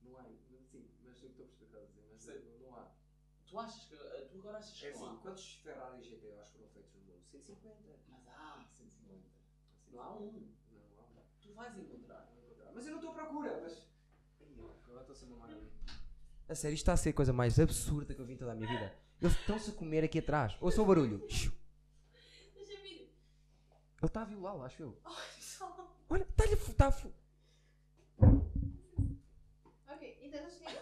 Speaker 4: Não há, não- sim, mas eu estou a perceber o que estás a dizer, mas não, não há. Tu achas que, eh, tu agora achas que
Speaker 3: É
Speaker 4: não
Speaker 3: assim,
Speaker 4: há?
Speaker 3: quantos Ferrari GTAs foram feitos no mundo? 150.
Speaker 4: Mas há 150.
Speaker 3: Não há um. Não há um. Tu vais encontrar, não encontrar. Mas eu não estou à procura, mas. Ai, eu Agora estou a ser uma maravilha. A sério, isto está a ser a coisa mais absurda que eu vi em toda a minha vida. Eles estão-se a comer aqui atrás. Ouça o barulho. Ele
Speaker 2: Deixa-me ir.
Speaker 3: está a violá-lo, acho eu. Olha, está-lhe a fu- está a fu-
Speaker 2: Ok, então já cheguei.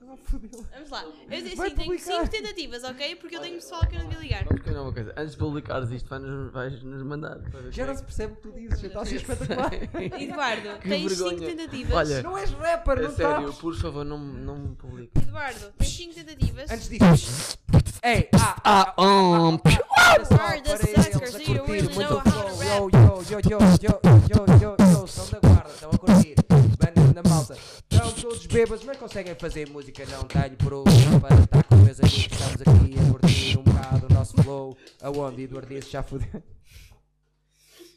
Speaker 3: está a fudê-lo.
Speaker 2: Vamos lá. Eu disse
Speaker 3: Vai
Speaker 2: assim, tenho
Speaker 3: publicar.
Speaker 2: 5 tentativas, ok? Porque eu tenho pessoal que eu não devia
Speaker 1: <laughs>
Speaker 2: ligar.
Speaker 1: Vamos
Speaker 4: é
Speaker 1: combinar uma coisa. Antes de publicares isto, vais-nos vais -nos mandar. para ver
Speaker 3: Já
Speaker 1: como
Speaker 3: não
Speaker 1: é
Speaker 3: se percebe o que tu dizes, já está a ser espetacular.
Speaker 2: Eduardo,
Speaker 1: Que
Speaker 2: tens 5
Speaker 1: vergonha.
Speaker 2: tentativas.
Speaker 1: Olha.
Speaker 3: Não és rapper,
Speaker 1: que-
Speaker 3: não
Speaker 1: É sério,
Speaker 3: estás?
Speaker 1: por favor, não, não me publique.
Speaker 2: Eduardo, tens 5 tentativas.
Speaker 3: Antes disso. Ei, ah,
Speaker 1: Ah, um,
Speaker 2: Guarda, suckers, you really know how to rap.
Speaker 3: Yo, yo, yo, yo, yo, yo, yo, yo, são da guarda, estão a curtir. Bando na malta. Estão todos bêbados, mas conseguem fazer música. Não tenho problema para estar com meus amigos. Estamos aqui a curtir um bocado o nosso flow. Aonde Eduardo disse já fudeu.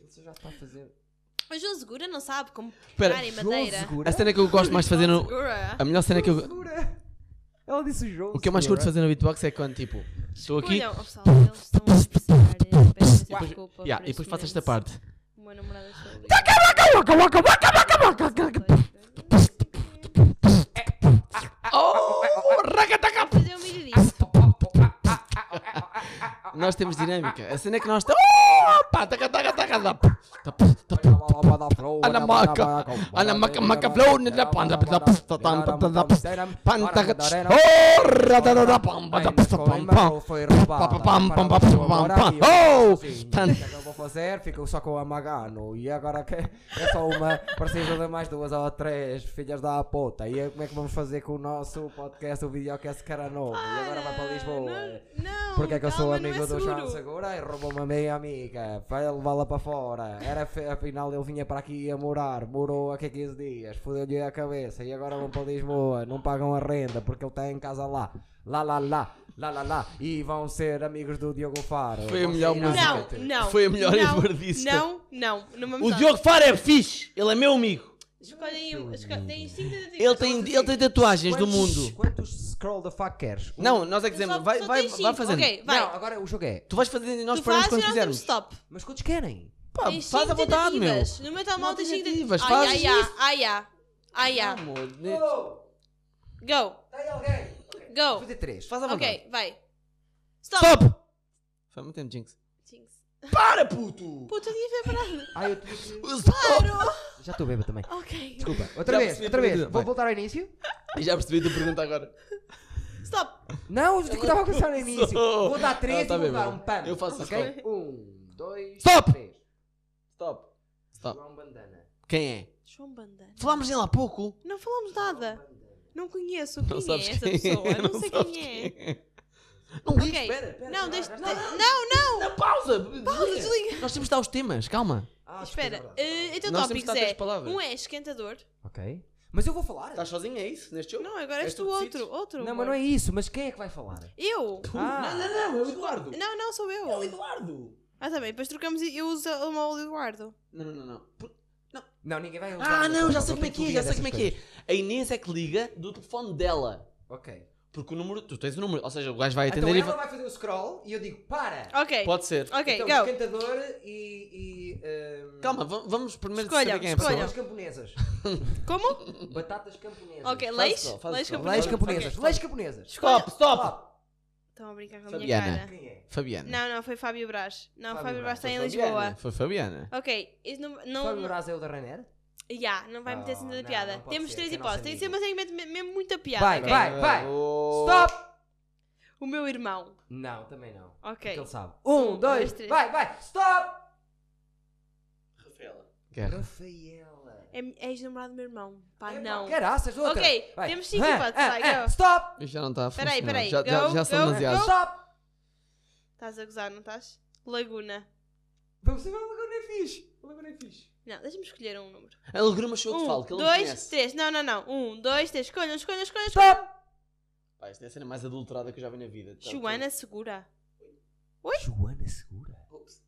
Speaker 3: Isso já está a fazer.
Speaker 2: Mas João Segura não sabe como
Speaker 1: Espera,
Speaker 2: pegar em
Speaker 3: João
Speaker 2: madeira.
Speaker 3: Segura?
Speaker 1: é a cena que eu gosto mais de fazer no.
Speaker 2: Segura.
Speaker 1: A melhor cena que eu.
Speaker 3: Segura. Ela disse o jogo.
Speaker 1: O que eu mais curto fazer no beatbox é quando, tipo, estou aqui.
Speaker 2: Olha, oh, pessoal, eles estão a precisar. eh, Peço imensa desculpa. por
Speaker 1: Yeah, e depois
Speaker 2: este
Speaker 1: faço esta
Speaker 2: momento.
Speaker 1: parte.
Speaker 2: O meu namorado achou ali.
Speaker 1: Oh,
Speaker 2: Vou fazer um vídeo
Speaker 1: Ah,
Speaker 2: disso.
Speaker 1: Nós temos dinâmica. A cena é que nós estamos. Oh, pá, taca, taca, taca, taca, taca, taca, taca. Ana Maca, Ana Maca, Maca, Flow, Nina, Panda, Panda, Panda, Panda, Panda, Panda, Panda, Oh, radadada, pam, pam, pam, pam, pam.
Speaker 3: Foi
Speaker 1: Pá, pá,
Speaker 3: roubada.
Speaker 1: pam, pam, pam, pam, pam, pam. Oh, tan-
Speaker 3: que eu vou fazer? Fico só com a Magano. E agora que é só uma, precisa de mais duas ou três filhas da puta. E aí, como é que vamos fazer com o nosso podcast, o videocast cara novo? E agora vai para Lisboa.
Speaker 2: Não, não,
Speaker 3: Porque é que eu sou
Speaker 2: calma,
Speaker 3: amigo
Speaker 2: não é
Speaker 3: do João
Speaker 2: seguro.
Speaker 3: Segura e roubou uma meia amiga. Vai levá-la para fora. Era fe... Afinal, ele vinha para aqui a morar. Morou aqui 15 dias. Fudeu-lhe a cabeça. E agora vão para Lisboa. Não pagam a renda porque ele está em casa lá. Lá, lá, lá. Lá, lá, lá. E vão ser amigos do Diogo Faro.
Speaker 1: Foi a
Speaker 3: Vão
Speaker 1: melhor
Speaker 3: ser-
Speaker 1: música.
Speaker 2: Não, não.
Speaker 1: Foi a melhor
Speaker 2: não,
Speaker 1: Eduardista.
Speaker 2: Não, não. não vamos
Speaker 1: O
Speaker 2: lá.
Speaker 1: Diogo Faro é fixe. Ele é meu amigo.
Speaker 2: Escolhem um. esco- Tem cinco tentativas.
Speaker 1: Ele tem, ele tem tatuagens do
Speaker 3: Quantos-
Speaker 1: mundo.
Speaker 3: Quantos scroll the fuck queres? Um-
Speaker 1: Não, nós é que
Speaker 2: Só-
Speaker 1: dizemos. Vai,
Speaker 2: só
Speaker 1: vai,
Speaker 2: tem cinco.
Speaker 1: vai fazendo.
Speaker 2: Ok, vai.
Speaker 3: Não, agora o jogo é.
Speaker 1: Tu vais fazendo e nós
Speaker 2: Tu fazes
Speaker 1: paramos
Speaker 2: e
Speaker 1: quando
Speaker 2: nós damos
Speaker 1: quisermos.
Speaker 2: stop.
Speaker 3: Mas quantos querem?
Speaker 1: Pá,
Speaker 2: Tens
Speaker 1: faz
Speaker 2: cinco
Speaker 1: à vontade, meu.
Speaker 2: tentativas. No meu tá
Speaker 1: Não
Speaker 2: mal tem
Speaker 1: tem
Speaker 2: 5
Speaker 1: tentativas,
Speaker 2: tentativas.
Speaker 1: fazes
Speaker 2: Ai, ai, ai,
Speaker 1: isso.
Speaker 2: ai, ai. Ai, ai.
Speaker 1: Amor de-
Speaker 2: Oh, Go,
Speaker 3: Tem alguém? Vou
Speaker 2: go.
Speaker 3: fazer três.
Speaker 1: Faz à vontade.
Speaker 2: Ok, vai.
Speaker 1: Stop! Foi muito tempo, Jinx.
Speaker 2: Jinx.
Speaker 1: Para, puto!
Speaker 2: Puta, eu devia ter parado.
Speaker 3: Ah, eu tinha que-
Speaker 1: Claro!
Speaker 3: Já estou bêbado também.
Speaker 2: Ok.
Speaker 3: Desculpa. Outra
Speaker 1: Já
Speaker 3: vez,
Speaker 1: percebi
Speaker 3: outra vez.
Speaker 1: tudo.
Speaker 3: Vou
Speaker 1: Vai.
Speaker 3: voltar ao início?
Speaker 1: Já percebi a tua pergunta agora.
Speaker 2: Stop.
Speaker 3: Não, eu estava a pensar no
Speaker 1: <laughs>
Speaker 3: início.
Speaker 1: começou.
Speaker 3: Vou dar três
Speaker 1: Ah, tá
Speaker 3: e vou
Speaker 1: bem,
Speaker 3: dar
Speaker 1: bem.
Speaker 3: um pano.
Speaker 1: Eu faço
Speaker 3: Ok?
Speaker 1: stop.
Speaker 3: Um, dois,
Speaker 1: Stop!
Speaker 3: três.
Speaker 1: Stop. Stop.
Speaker 3: João Bandana.
Speaker 1: Quem é?
Speaker 2: João Bandana.
Speaker 1: Falámos dele há pouco.
Speaker 2: Não falamos nada. Não conheço quem
Speaker 1: Não sabes
Speaker 2: é essa
Speaker 1: quem é,
Speaker 2: pessoa. Não, sei
Speaker 1: sabes
Speaker 2: quem é.
Speaker 1: Não
Speaker 2: Ok.
Speaker 1: diz, espera. espera.
Speaker 2: não, deixa. Não, não.
Speaker 1: Não, pausa!
Speaker 2: Pausa, desliga.
Speaker 1: Nós temos de dar os temas, calma.
Speaker 3: Ah,
Speaker 2: Espera.
Speaker 3: desculpa, é verdade.
Speaker 2: eh, então,
Speaker 1: Nós temos de
Speaker 2: tópicos
Speaker 1: dar três
Speaker 2: é.
Speaker 1: palavras.
Speaker 2: Um é esquentador.
Speaker 3: Ok. Mas eu vou falar?
Speaker 1: Estás sozinho, é isso? Neste jogo?
Speaker 2: Não, agora
Speaker 1: És
Speaker 2: és
Speaker 1: tu
Speaker 2: tu
Speaker 1: que
Speaker 2: outro.
Speaker 1: decides.
Speaker 2: Outro.
Speaker 3: Não, mas não é isso. Mas quem é que vai falar?
Speaker 2: Eu?
Speaker 3: Ah,
Speaker 1: não, não, é o Eduardo.
Speaker 2: Não, não, sou eu.
Speaker 1: Eduardo.
Speaker 2: Ah, tá bem. Depois trocamos e eu uso o mal do Eduardo.
Speaker 1: Não, não, não. não. Por-
Speaker 3: não, ninguém vai usar.
Speaker 1: Ah, não, já
Speaker 3: Eu
Speaker 1: sei como é
Speaker 3: tenho
Speaker 1: que é, já sei
Speaker 3: dessas
Speaker 1: como é que é. A Inês é que liga do telefone dela.
Speaker 3: coisas. Ok.
Speaker 1: Porque o número, tu tens o número, ou seja, o gajo vai
Speaker 3: Então
Speaker 1: atender e
Speaker 3: ela
Speaker 1: vai...
Speaker 3: vai fazer o scroll e eu digo para.
Speaker 2: Ok.
Speaker 1: Pode ser.
Speaker 2: Ok,
Speaker 3: Então,
Speaker 2: go.
Speaker 3: esquentador e... e um,
Speaker 1: Calma, va- vamos primeiro
Speaker 2: Escolham,
Speaker 1: saber quem é a
Speaker 2: escolham.
Speaker 1: pessoa.
Speaker 3: Batatas camponesas.
Speaker 2: Como?
Speaker 3: Batatas camponesas.
Speaker 2: Ok, leis?
Speaker 1: só, faz
Speaker 2: Leis
Speaker 1: só.
Speaker 2: camponesas.
Speaker 3: Leis
Speaker 1: Ok,
Speaker 3: camponesas. Leis camponesas.
Speaker 1: Stop, stop! né?
Speaker 3: Stop.
Speaker 2: Estão a brincar com a minha
Speaker 1: Fabiana.
Speaker 2: cara.
Speaker 3: Quem é?
Speaker 1: Fabiana.
Speaker 2: Não, não, foi Fábio Brás. Não,
Speaker 3: Fábio
Speaker 2: Fábio,
Speaker 3: Braz,
Speaker 2: Brás está em
Speaker 1: Foi Fabiana,
Speaker 2: Lisboa.
Speaker 1: Foi Fabiana.
Speaker 2: Ok, isso não.
Speaker 3: Fábio
Speaker 2: não
Speaker 3: Braz é o da Rainer?
Speaker 2: Ya, não vai meter
Speaker 3: Não,
Speaker 2: sentido
Speaker 3: não,
Speaker 2: da piada.
Speaker 3: não pode
Speaker 2: Temos
Speaker 3: ser,
Speaker 2: três
Speaker 3: que é
Speaker 2: hipóteses.
Speaker 3: nosso
Speaker 2: Tem que ser,
Speaker 3: amigo.
Speaker 2: mas tem que meter me- mesmo muita piada.
Speaker 3: Vai,
Speaker 2: ok?
Speaker 3: vai, vai.
Speaker 1: Oh.
Speaker 3: Stop!
Speaker 2: O meu irmão.
Speaker 3: Não, também não.
Speaker 2: Ok.
Speaker 3: Porque ele sabe. Um, dois,
Speaker 2: dois, três.
Speaker 3: vai, vai, stop!
Speaker 1: Guerra.
Speaker 3: Rafaela.
Speaker 2: É é ex-namorado do meu irmão. Pá,
Speaker 3: Epá,
Speaker 2: não.
Speaker 3: Caraças, outra.
Speaker 2: Ok,
Speaker 3: Vai.
Speaker 2: temos cinco
Speaker 3: Ah,
Speaker 2: hipóteses,
Speaker 3: ah,
Speaker 2: vai,
Speaker 3: ah,
Speaker 2: go.
Speaker 3: Stop!
Speaker 1: Isto já não está a
Speaker 2: Peraí,
Speaker 1: funcionar.
Speaker 2: peraí.
Speaker 1: Já, já,
Speaker 2: Go,
Speaker 1: já são
Speaker 2: go,
Speaker 1: demasiados.
Speaker 2: go.
Speaker 3: Stop!
Speaker 2: Estás a gozar, não estás? Laguna.
Speaker 3: Vamos ver o Laguna é fixe. O Laguna é fixe.
Speaker 2: Não, deixa-me escolher um número.
Speaker 1: A Legruma show de
Speaker 2: Um,
Speaker 1: falo, que ele não
Speaker 2: dois,
Speaker 1: conhece.
Speaker 2: três. Não, não, não. Um, dois, três. Escolham, escolham, escolham. escolham.
Speaker 3: Stop!
Speaker 1: Pá, esta é a cena mais adulterada que eu já vi na vida.
Speaker 3: Então,
Speaker 1: Tá,
Speaker 2: Joana Segura.
Speaker 3: Joana Segura.
Speaker 1: tá. Ups.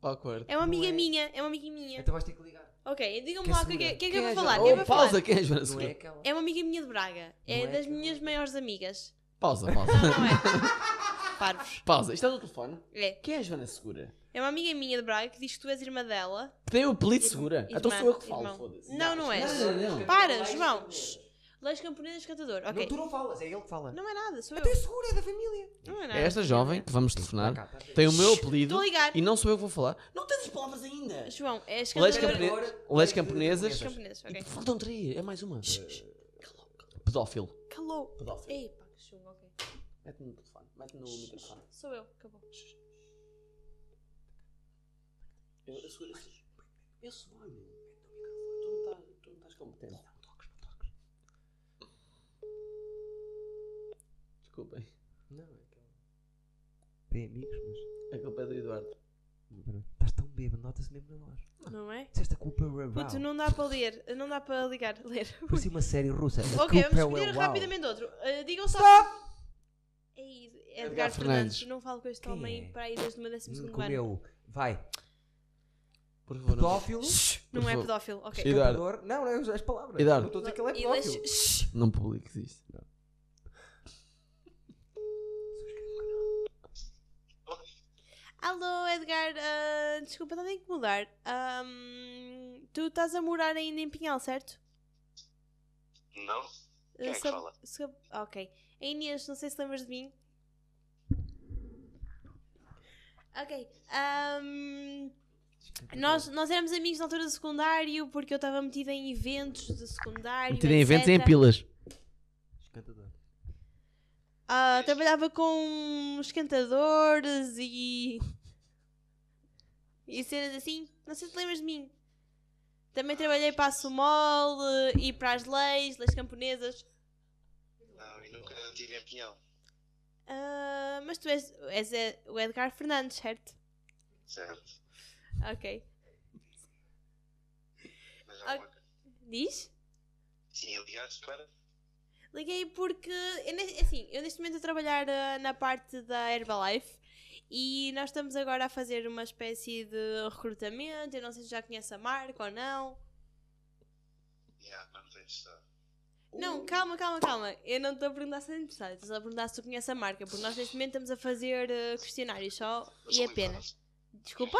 Speaker 1: Tá Awkward.
Speaker 2: É uma
Speaker 3: Não
Speaker 2: amiga
Speaker 3: é.
Speaker 2: minha, é uma amiga minha.
Speaker 3: Então vais ter que ligar.
Speaker 2: Ok, digam-me
Speaker 3: Quem
Speaker 2: lá o
Speaker 3: segura?
Speaker 2: que é que- que é que
Speaker 3: Quem
Speaker 2: eu
Speaker 3: é
Speaker 2: vou
Speaker 3: já?
Speaker 2: falar.
Speaker 3: Oh,
Speaker 2: Quem é que eu vou falar?
Speaker 1: pausa, quem é Joana
Speaker 3: Não é
Speaker 1: Segura?
Speaker 3: aquela.
Speaker 2: É uma amiga minha de Braga. É
Speaker 3: Não é
Speaker 2: das
Speaker 3: que eu-
Speaker 2: minhas
Speaker 3: <laughs>
Speaker 2: maiores amigas.
Speaker 1: Pausa,
Speaker 2: Não, <laughs>
Speaker 1: pausa.
Speaker 2: não é. Parvos.
Speaker 1: Pausa. Isto é do telefone?
Speaker 2: É.
Speaker 1: Quem é a Joana Segura?
Speaker 2: É uma amiga minha de Braga que diz que tu és irmã dela.
Speaker 1: Tem o apelido segura.
Speaker 2: Irmã,
Speaker 1: Então sou eu que
Speaker 2: irmão.
Speaker 1: falo, foda-se.
Speaker 2: Não, não és.
Speaker 1: Não, não.
Speaker 2: É. Para, João. Shh. Leis Camponesas Cantador. Ok.
Speaker 3: Não, tu não falas, é ele que fala.
Speaker 2: Não é nada, sou eu.
Speaker 3: Até seguro, é da família.
Speaker 2: Não é nada.
Speaker 1: É esta jovem que vamos
Speaker 3: Cá,
Speaker 1: telefonar.
Speaker 3: tá.
Speaker 1: Ah. Tem o meu apelido
Speaker 2: Estou a ligar.
Speaker 1: e não sou eu que vou falar. Não tens as palavras ainda.
Speaker 2: João, és
Speaker 1: Leis,
Speaker 2: cantadora.
Speaker 1: campone...
Speaker 3: Agora-
Speaker 1: Leis camponesas.
Speaker 2: Leis Camponesas, ok.
Speaker 1: E
Speaker 3: Então,
Speaker 1: faltam três. É mais uma. Pedófilo.
Speaker 2: Calou.
Speaker 1: Pedófilo.
Speaker 2: Ei, pá, que chungo, ok.
Speaker 1: Mete-me no telefone. Mete-me no microfone.
Speaker 2: Sou eu, acabou.
Speaker 1: Eu, eu, sou- eu, sou- eu sou olho. Tu não estás, tu não estás competente. Não, toques, não toques. Desculpem.
Speaker 3: Não, é que ele Tem amigos, mas.
Speaker 1: A culpa é do Eduardo.
Speaker 3: Estás tão bêbado, nota-se mesmo na voz.
Speaker 2: Não é?
Speaker 3: Disseste a culpa é o
Speaker 2: Puto, não dá para ler. Não dá para ligar. Ler.
Speaker 3: Parecia uma série russa. A
Speaker 2: Ok,
Speaker 3: culpa
Speaker 2: vamos
Speaker 3: é o
Speaker 2: escolher
Speaker 3: Uau. Tá,
Speaker 2: rapidamente outro. Ah, digam só. É isso, Edgar,
Speaker 1: Edgar
Speaker 2: Fernandes.
Speaker 1: Fernandes.
Speaker 2: Não falo com este
Speaker 3: Quem
Speaker 2: homem
Speaker 3: é?
Speaker 2: para aí desde o meu décimo
Speaker 3: Hum,
Speaker 2: segundo ano.
Speaker 3: Comeu. Vai.
Speaker 1: Por favor. não-
Speaker 3: Pedófilo.
Speaker 1: Por
Speaker 2: Não é
Speaker 1: favor.
Speaker 2: pedófilo. Ok.
Speaker 1: Eduardo.
Speaker 3: Eduardo. Não, não é as palavras.
Speaker 1: Eduardo.
Speaker 3: Não estou a dizer que ele é
Speaker 2: E deixa-
Speaker 3: pedófilo.
Speaker 2: Shhh.
Speaker 1: Não publiques isto.
Speaker 2: Alô, Edgar. ah, desculpa, está a incomodar. Ahm, tu estás a morar ainda em Pinhal, certo?
Speaker 8: Não? Quem é que
Speaker 2: Sab-
Speaker 8: fala?
Speaker 2: sab- Ok. A Inês, não sei se lembras de mim. Ok. ahm, nós, nós éramos amigos na altura do secundário porque eu estava metida em eventos do secundário.
Speaker 1: Meterem eventos em
Speaker 2: etc..
Speaker 1: pilas.
Speaker 3: Escantador.
Speaker 2: Ah, trabalhava com esquentadores e. e cenas assim. Não sei se te lembras de mim. Também trabalhei para a Sumol eh, e para as leis, leis camponesas.
Speaker 8: Não, eu nunca estive em Pinhal,
Speaker 2: Ah, mas tu és, és eh, o Edgar Fernandes, certo?
Speaker 8: certo?
Speaker 2: Ok.
Speaker 8: Mas
Speaker 2: Ah.
Speaker 8: há uma...
Speaker 2: Diz?
Speaker 8: Sim, aliás, para...
Speaker 2: Liguei porque, eu ne- assim, eu neste momento estou a trabalhar ah, na parte da Herbalife e nós estamos agora a fazer uma espécie de recrutamento. Eu não sei se já conhece a marca ou não.
Speaker 8: Yeah, não estou interessado.
Speaker 2: Não, calma, calma, calma. Eu não estou a perguntar se é interessado, estou só a perguntar se tu conheces a marca, porque nós neste momento estamos a fazer ah, questionários só e é apenas. Desculpa?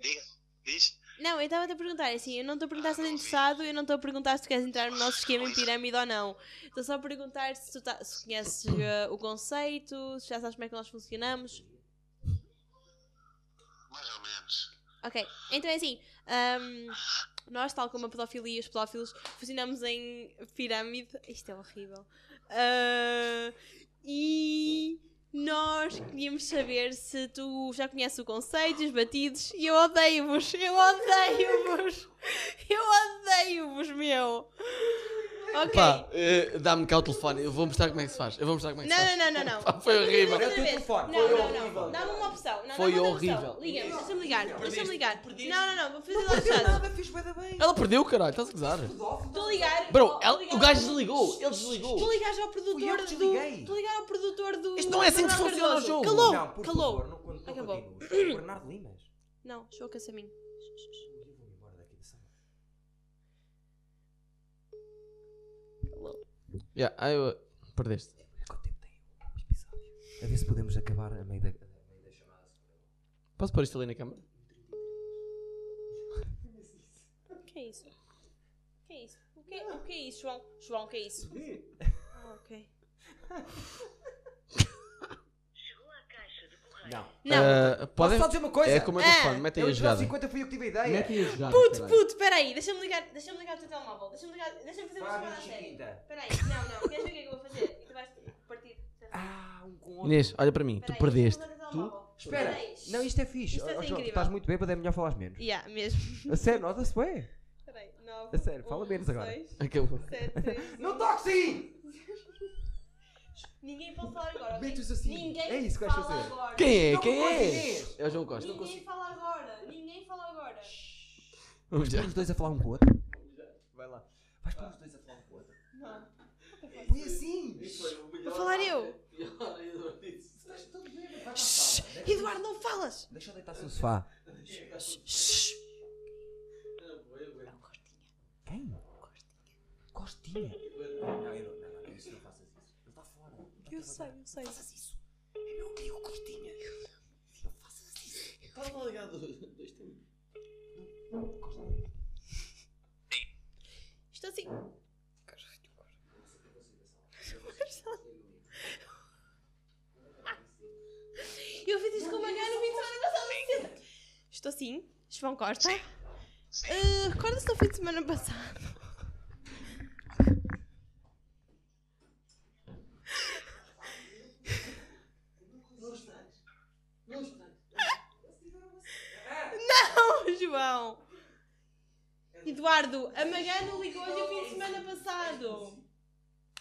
Speaker 8: Diga, diz.
Speaker 2: Não, eu estava-te a perguntar, assim, eu não estou a perguntar se estás interessado, eu não estou a perguntar se tu queres entrar no nosso esquema em pirâmide ou não. Estou só a perguntar se tu tá- se conheces eh, o conceito, se já sabes como é que nós funcionamos.
Speaker 8: Mais ou menos.
Speaker 2: Ok, então é assim, ahm, nós, tal como a pedofilia e os pedófilos, funcionamos em pirâmide. Isto é horrível. Ah, e nós queríamos saber se tu já conheces o conceito, os batidos, e eu odeio-vos, eu odeio-vos, eu odeio-vos, meu. Ok.
Speaker 1: Pá, eh, dá-me cá o telefone. Eu vou mostrar como é que se faz. Eu vou mostrar como é
Speaker 2: Não,
Speaker 1: que se faz.
Speaker 2: não, não, não, não.
Speaker 1: Pá, foi horrível.
Speaker 2: Outra
Speaker 3: Era o teu
Speaker 2: vez.
Speaker 3: telefone.
Speaker 2: Não,
Speaker 3: Foi
Speaker 2: não, não. Dá-me uma opção. Não,
Speaker 1: Foi
Speaker 2: dá-me outra opção.
Speaker 1: horrível.
Speaker 2: Liga-me, deixa-me ligar, deixa-me ligar. Não, não, não, vou fazer lá
Speaker 3: Não,
Speaker 2: atrás.
Speaker 3: Nada, fiz bué da bem.
Speaker 1: Ela perdeu, caralho. Estás a gozar?
Speaker 3: Pedófilo.
Speaker 2: Estou a ligar.
Speaker 1: Bro,
Speaker 2: Vou-
Speaker 1: ela-
Speaker 2: vou ligar
Speaker 1: o gajo
Speaker 2: ao-
Speaker 1: desligou. Ele
Speaker 2: Tu
Speaker 1: desligou.
Speaker 2: ligas ao
Speaker 3: Fui eu
Speaker 2: produtor
Speaker 3: que
Speaker 2: do.
Speaker 3: desliguei.
Speaker 2: Tu ligar ao produtor do.
Speaker 1: Isto não é assim que
Speaker 2: Bernardo
Speaker 1: funciona o
Speaker 2: Cardoso.
Speaker 1: jogo.
Speaker 2: Calou!
Speaker 3: Não, por
Speaker 2: calou!
Speaker 3: favor, não, con- não
Speaker 2: Acabou.
Speaker 3: continues. Bernardo Limas.
Speaker 2: Não, chegou o caçaminho.
Speaker 3: Eu vou-me embora daqui da sala.
Speaker 1: Yeah, ah, eu- Perdeste.
Speaker 3: Quanto tempo tem o episódio? A ver se podemos acabar a meio da, a meio da chamada.
Speaker 1: Posso pôr isto ali na câmara?
Speaker 2: O que é isso? O que é isso? O que, o que é isso, João? João, o que é isso? Ah, ok.
Speaker 3: Não.
Speaker 2: Não.
Speaker 1: Ah,
Speaker 3: Posso
Speaker 1: podem...
Speaker 3: só dizer uma coisa?
Speaker 1: É como é
Speaker 2: Ah,
Speaker 1: que se faz. Metem
Speaker 3: Eu
Speaker 1: a
Speaker 3: os jogos
Speaker 1: jogada. é
Speaker 3: 50 fui eu é que tive a ideia.
Speaker 1: Metem a jogada.
Speaker 2: Puto,
Speaker 1: caralho.
Speaker 2: puto, peraí, deixa-me ligar, deixa-me ligar o teu telemóvel. Deixa-me ligar, deixa-me fazer uma
Speaker 3: Vá,
Speaker 2: chamada a
Speaker 3: Chiquita.
Speaker 2: sério. Peraí, não, não, queres ver o que é que eu vou fazer? E tu vais partir.
Speaker 3: Ah, um com o outro.
Speaker 1: Inês, olha para mim.
Speaker 2: Peraí,
Speaker 1: Tu perdeste.
Speaker 2: deixa-me ligar o teu
Speaker 3: Tu?
Speaker 2: telemóvel.
Speaker 3: Espera.
Speaker 2: Peraí.
Speaker 3: Não, isto é fixe.
Speaker 2: Isto é
Speaker 3: Ó, João,
Speaker 2: incrível.
Speaker 3: tu estás muito bêbado, é melhor falar menos.
Speaker 2: Yeah, mesmo.
Speaker 3: A sério, nota-se bem.
Speaker 2: Peraí, nove,
Speaker 3: A sério, fala
Speaker 2: um,
Speaker 3: menos agora.
Speaker 2: seis,
Speaker 1: Acabou.
Speaker 2: sete, seis,
Speaker 3: Não toques aí!
Speaker 2: Ninguém pode falar agora. ok?
Speaker 3: Mete-os assim.
Speaker 2: Ninguém
Speaker 3: É isso que vais
Speaker 2: fala
Speaker 3: fazer.
Speaker 2: agora.
Speaker 1: Quem é?
Speaker 3: Não
Speaker 1: Quem
Speaker 3: consigo.
Speaker 1: é? É o João Costa.
Speaker 2: Ninguém fala agora. Ninguém fala agora.
Speaker 1: Vamos já.
Speaker 3: Põe os dois a falar um com o outro. Vai lá. Vais pôr os dois a falar um com o outro. Não. Põe assim.
Speaker 2: Vou falar eu. Eduardo, não falas.
Speaker 3: Deixa eu deitar-se no sofá. Quem? Costinha. tá Costinha? Não, eu não, não, não, isso não faças isso. Ele está fora.
Speaker 2: Eu sei, eu sei.
Speaker 3: É meu
Speaker 11: caiu cortinha. Não faças isso. Estava ligado dois tempos.
Speaker 2: Estou assim. Eu fiz isso com uma gana no fim de semana passada. senta. Estou assim. João Costa. Ah, Recorda-se do fim de semana passado. Não, João! Eduardo, a Magano ligou-lhe o fim de semana passado.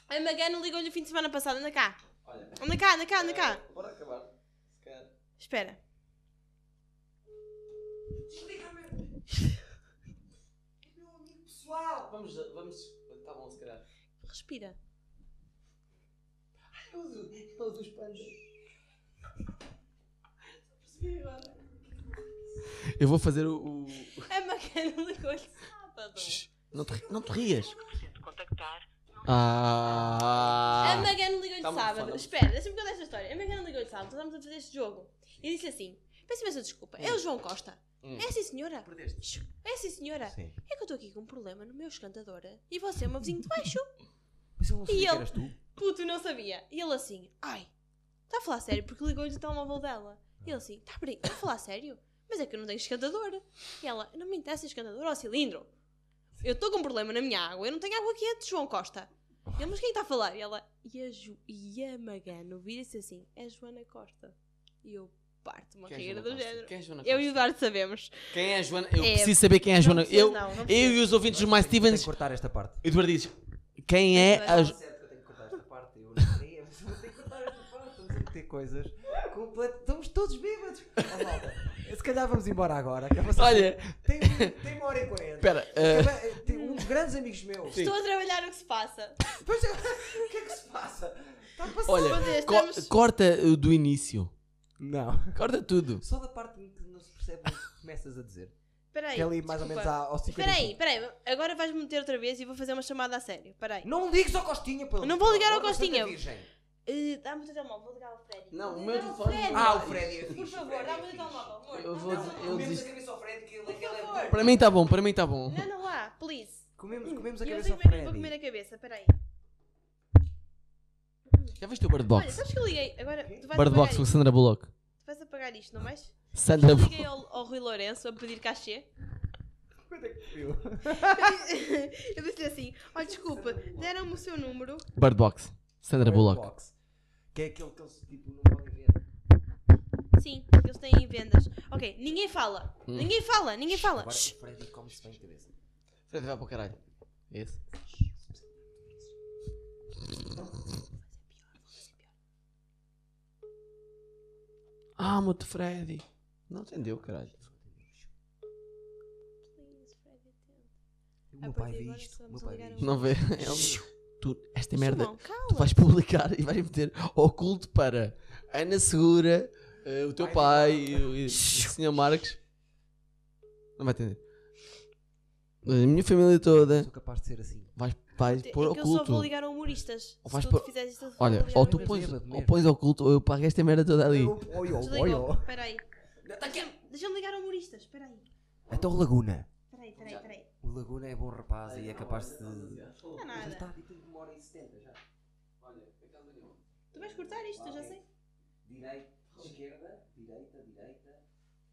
Speaker 2: A Magano ligou-lhe o fim de semana passado. Anda cá. Anda cá, anda cá, anda cá.
Speaker 3: Bora acabar. Se calhar.
Speaker 2: Espera. É
Speaker 3: Vamos, vamos. Tá bom, se calhar.
Speaker 2: Respira. É
Speaker 3: Todos os pandas.
Speaker 1: Eu vou fazer o. o-
Speaker 2: A Magano <laughs> ligou-lhe sábado.
Speaker 1: Não, te, não te rias.
Speaker 12: Contactar.
Speaker 2: A
Speaker 1: Ah.
Speaker 2: Magano ligou-lhe
Speaker 3: tá-me
Speaker 2: sábado.
Speaker 3: falando.
Speaker 2: Espera, deixa-me contar esta história. A Magano ligou-lhe sábado. Estávamos a fazer este jogo. E disse assim: Peço imensa desculpa. É o João Costa. É sim, senhora. Shhh. É sim, senhora.
Speaker 3: Sim.
Speaker 2: É que eu estou aqui com um problema no meu escantador e você é o meu vizinho de baixo.
Speaker 3: Mas eu não sabia que
Speaker 2: ele?
Speaker 3: eras tu.
Speaker 2: Puto, não sabia. E ele assim, ai, está a falar sério porque ligou-lhe o telemóvel dela. E ele assim, está a falar sério? Mas é que eu não tenho escantador. E ela, não me interessa escantador ou cilindro. Eu estou com um problema na minha água, eu não tenho água quente, João Costa. E ele, mas quem está tá a falar? E ela, e a, Ju, e a Magano vira-se assim, é Joana Costa. E eu parto-me a
Speaker 1: Quem é
Speaker 2: rir
Speaker 1: Joana
Speaker 2: do
Speaker 1: Costa?
Speaker 2: género.
Speaker 1: Quem é Joana
Speaker 2: Eu
Speaker 1: Costa?
Speaker 2: e o Eduardo sabemos.
Speaker 1: Quem é a Joana? Eu
Speaker 2: É.
Speaker 1: preciso saber quem é a
Speaker 2: Não
Speaker 1: Joana.
Speaker 2: precisa,
Speaker 1: eu,
Speaker 2: não, não
Speaker 1: eu
Speaker 2: precisa.
Speaker 1: e os ouvintes do Mais
Speaker 3: Tenho que
Speaker 1: Stevens.
Speaker 3: cortar esta parte.
Speaker 1: Eduardo diz: Quem é
Speaker 2: Mas
Speaker 1: a.
Speaker 2: não.
Speaker 1: Jo-
Speaker 3: Certo, eu tenho que cortar esta parte. Eu não queria, mas eu tenho que cortar esta parte. Estamos a meter coisas. complet- Estamos todos bêbados. Ó, malta, se calhar vamos embora agora. que é pra-
Speaker 1: Olha,
Speaker 3: Tem, tem uma hora e quarenta.
Speaker 1: espera.
Speaker 2: é
Speaker 1: ah,
Speaker 3: Acaba- eh, tem Um dos grandes amigos meus.
Speaker 2: Estou a trabalhar o que se passa.
Speaker 3: Pois é, <laughs> o que é que se passa? Está a passar.
Speaker 1: olha,
Speaker 2: Mas é,
Speaker 1: co-
Speaker 2: estamos-
Speaker 1: corta uh, do início.
Speaker 3: Não.
Speaker 1: Corta tudo.
Speaker 3: Só da parte em que não se percebe o que começas a dizer.
Speaker 2: Espera aí.
Speaker 3: Que é ali mais ou menos
Speaker 2: desculpa.
Speaker 3: à- ao 50.
Speaker 2: Espera aí, espera aí. Agora vais-me meter outra vez e vou fazer uma chamada a sério. Espera aí.
Speaker 3: Não ligues ao Costinha, pô.
Speaker 2: Não vou ligar ao
Speaker 3: Olha a Santa
Speaker 2: Costinha.
Speaker 3: Virgem.
Speaker 2: Eh, dá-me o teu telemóvel, vou ligar ao Freddy.
Speaker 1: Não, o
Speaker 2: Vou
Speaker 1: meu
Speaker 2: ligar ao
Speaker 1: telefone-
Speaker 2: Freddy.
Speaker 3: Ah, o Freddy é
Speaker 2: Por
Speaker 3: fixe, o
Speaker 2: favor,
Speaker 3: Freddy é
Speaker 2: dá-me o teu
Speaker 3: fixe.
Speaker 2: telemóvel, amor.
Speaker 1: Eu
Speaker 2: Dá-me
Speaker 1: vou
Speaker 2: o
Speaker 1: dizer-
Speaker 2: telemóvel.
Speaker 1: eu
Speaker 3: Comemos
Speaker 1: desisto.
Speaker 3: a cabeça ao Freddy, que ele, que ele é
Speaker 2: favor.
Speaker 3: bom.
Speaker 1: Para mim tá bom, para mim tá bom.
Speaker 2: Não, não lá, please.
Speaker 3: Comemos, comemos a
Speaker 2: E eu
Speaker 3: cabeça
Speaker 2: sei
Speaker 3: ao
Speaker 2: bem que vou comer
Speaker 3: Freddy.
Speaker 2: a cabeça, peraí.
Speaker 1: Já viste o Bird Box?
Speaker 2: Olha, sabes que eu liguei? Agora, tu vais
Speaker 1: Bird
Speaker 2: apagar
Speaker 1: Box
Speaker 2: isto.
Speaker 1: com Sandra Bullock.
Speaker 2: Tu vais apagar isto, não mais?
Speaker 1: Sandra
Speaker 2: Eu
Speaker 1: Bullock.
Speaker 2: liguei ao, ao Rui Lourenço a
Speaker 3: <laughs>
Speaker 2: pedir cachê.
Speaker 3: Viu?
Speaker 2: Eu disse-lhe assim, olha,
Speaker 3: é
Speaker 2: desculpa, deram-me o seu número.
Speaker 1: Bird Box. Sandra Bullock.
Speaker 3: Box. Que é aquele que eles tipo não podem ver.
Speaker 2: Sim, eles têm em vendas. Ok, ninguém fala.
Speaker 1: Hum.
Speaker 2: Ninguém fala, ninguém fala.
Speaker 3: Agora
Speaker 2: Shhh.
Speaker 3: o Freddy come-se bem a cabeça.
Speaker 1: Fred, vai para o caralho. Esse. Amo-te, Ah, Freddy. Não entendeu, caralho.
Speaker 3: E O
Speaker 2: A
Speaker 3: meu pai
Speaker 2: partir de
Speaker 3: vê
Speaker 2: Ah, é, agora
Speaker 3: isto. O
Speaker 2: estamos
Speaker 3: meu
Speaker 2: a
Speaker 3: pai
Speaker 2: ligar
Speaker 3: vê
Speaker 2: ao-
Speaker 3: isto.
Speaker 1: Não vê? Ele- Tu, esta é merda.
Speaker 2: João,
Speaker 1: Tu
Speaker 2: cala.
Speaker 1: vais publicar e vais meter oculto para Ana Segura, eh, o teu pai, e, e, o Sr. Marques. Não vai entender. A minha família toda
Speaker 3: Sou capaz de ser assim.
Speaker 1: vais, vais
Speaker 2: É
Speaker 1: pôr
Speaker 2: que eu só vou
Speaker 1: oculto.
Speaker 2: ligar a humoristas.
Speaker 1: Ou
Speaker 2: Se
Speaker 1: vais
Speaker 2: tu
Speaker 1: pôr-
Speaker 2: fizeres isto, eu só vou
Speaker 1: Olha,
Speaker 2: ligar
Speaker 1: ou
Speaker 2: a
Speaker 1: tu
Speaker 2: humoristas.
Speaker 1: pões,
Speaker 3: mesmo.
Speaker 1: ou pões oculto ou eu pago esta merda toda ali.
Speaker 3: Oi, oi, oi, tá
Speaker 2: Desligou.
Speaker 3: oi.
Speaker 2: Peraí. Deixa-me ligar a humoristas. Peraí.
Speaker 3: Até o Então, Laguna.
Speaker 2: Peraí, peraí, peraí.
Speaker 3: O Laguna é bom rapaz e é capaz de.
Speaker 2: Não é
Speaker 3: Já
Speaker 2: nada.
Speaker 3: está, e tem uma hora e setenta já. Olha, pecado nenhum.
Speaker 2: Tu vais cortar isto, eu já sei.
Speaker 3: Direita, esquerda, direita, direita.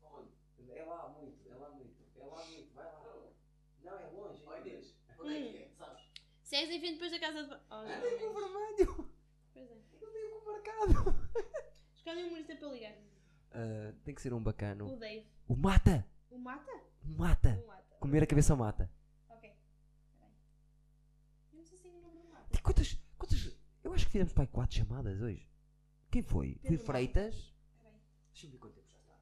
Speaker 3: Olha, é lá muito, é lá muito, é lá muito, vai lá. Não, é longe. Olha, Inês, onde é
Speaker 2: Hum.
Speaker 3: que é? Sabes?
Speaker 2: Segues em frente depois da casa de banho. Oh, já.
Speaker 3: Tem com vermelho,
Speaker 2: Pois é.
Speaker 3: eu tenho com um marcado.
Speaker 2: Escolhe um humorista para eu ligar.
Speaker 3: tem que ser um bacano.
Speaker 2: O Dave.
Speaker 3: O mata,
Speaker 2: O mata?
Speaker 3: o mata.
Speaker 2: O mata.
Speaker 3: Comer a cabeça mata.
Speaker 2: Ok. Peraí. Eu não sei se tenho o número do mata.
Speaker 3: Tem quantas, quantas. Eu acho que fizemos pai quatro chamadas hoje. Quem foi? Foi
Speaker 2: Pedro Mata.
Speaker 3: Freitas?
Speaker 2: Peraí.
Speaker 3: Deixa-me ver quanto tempo já está.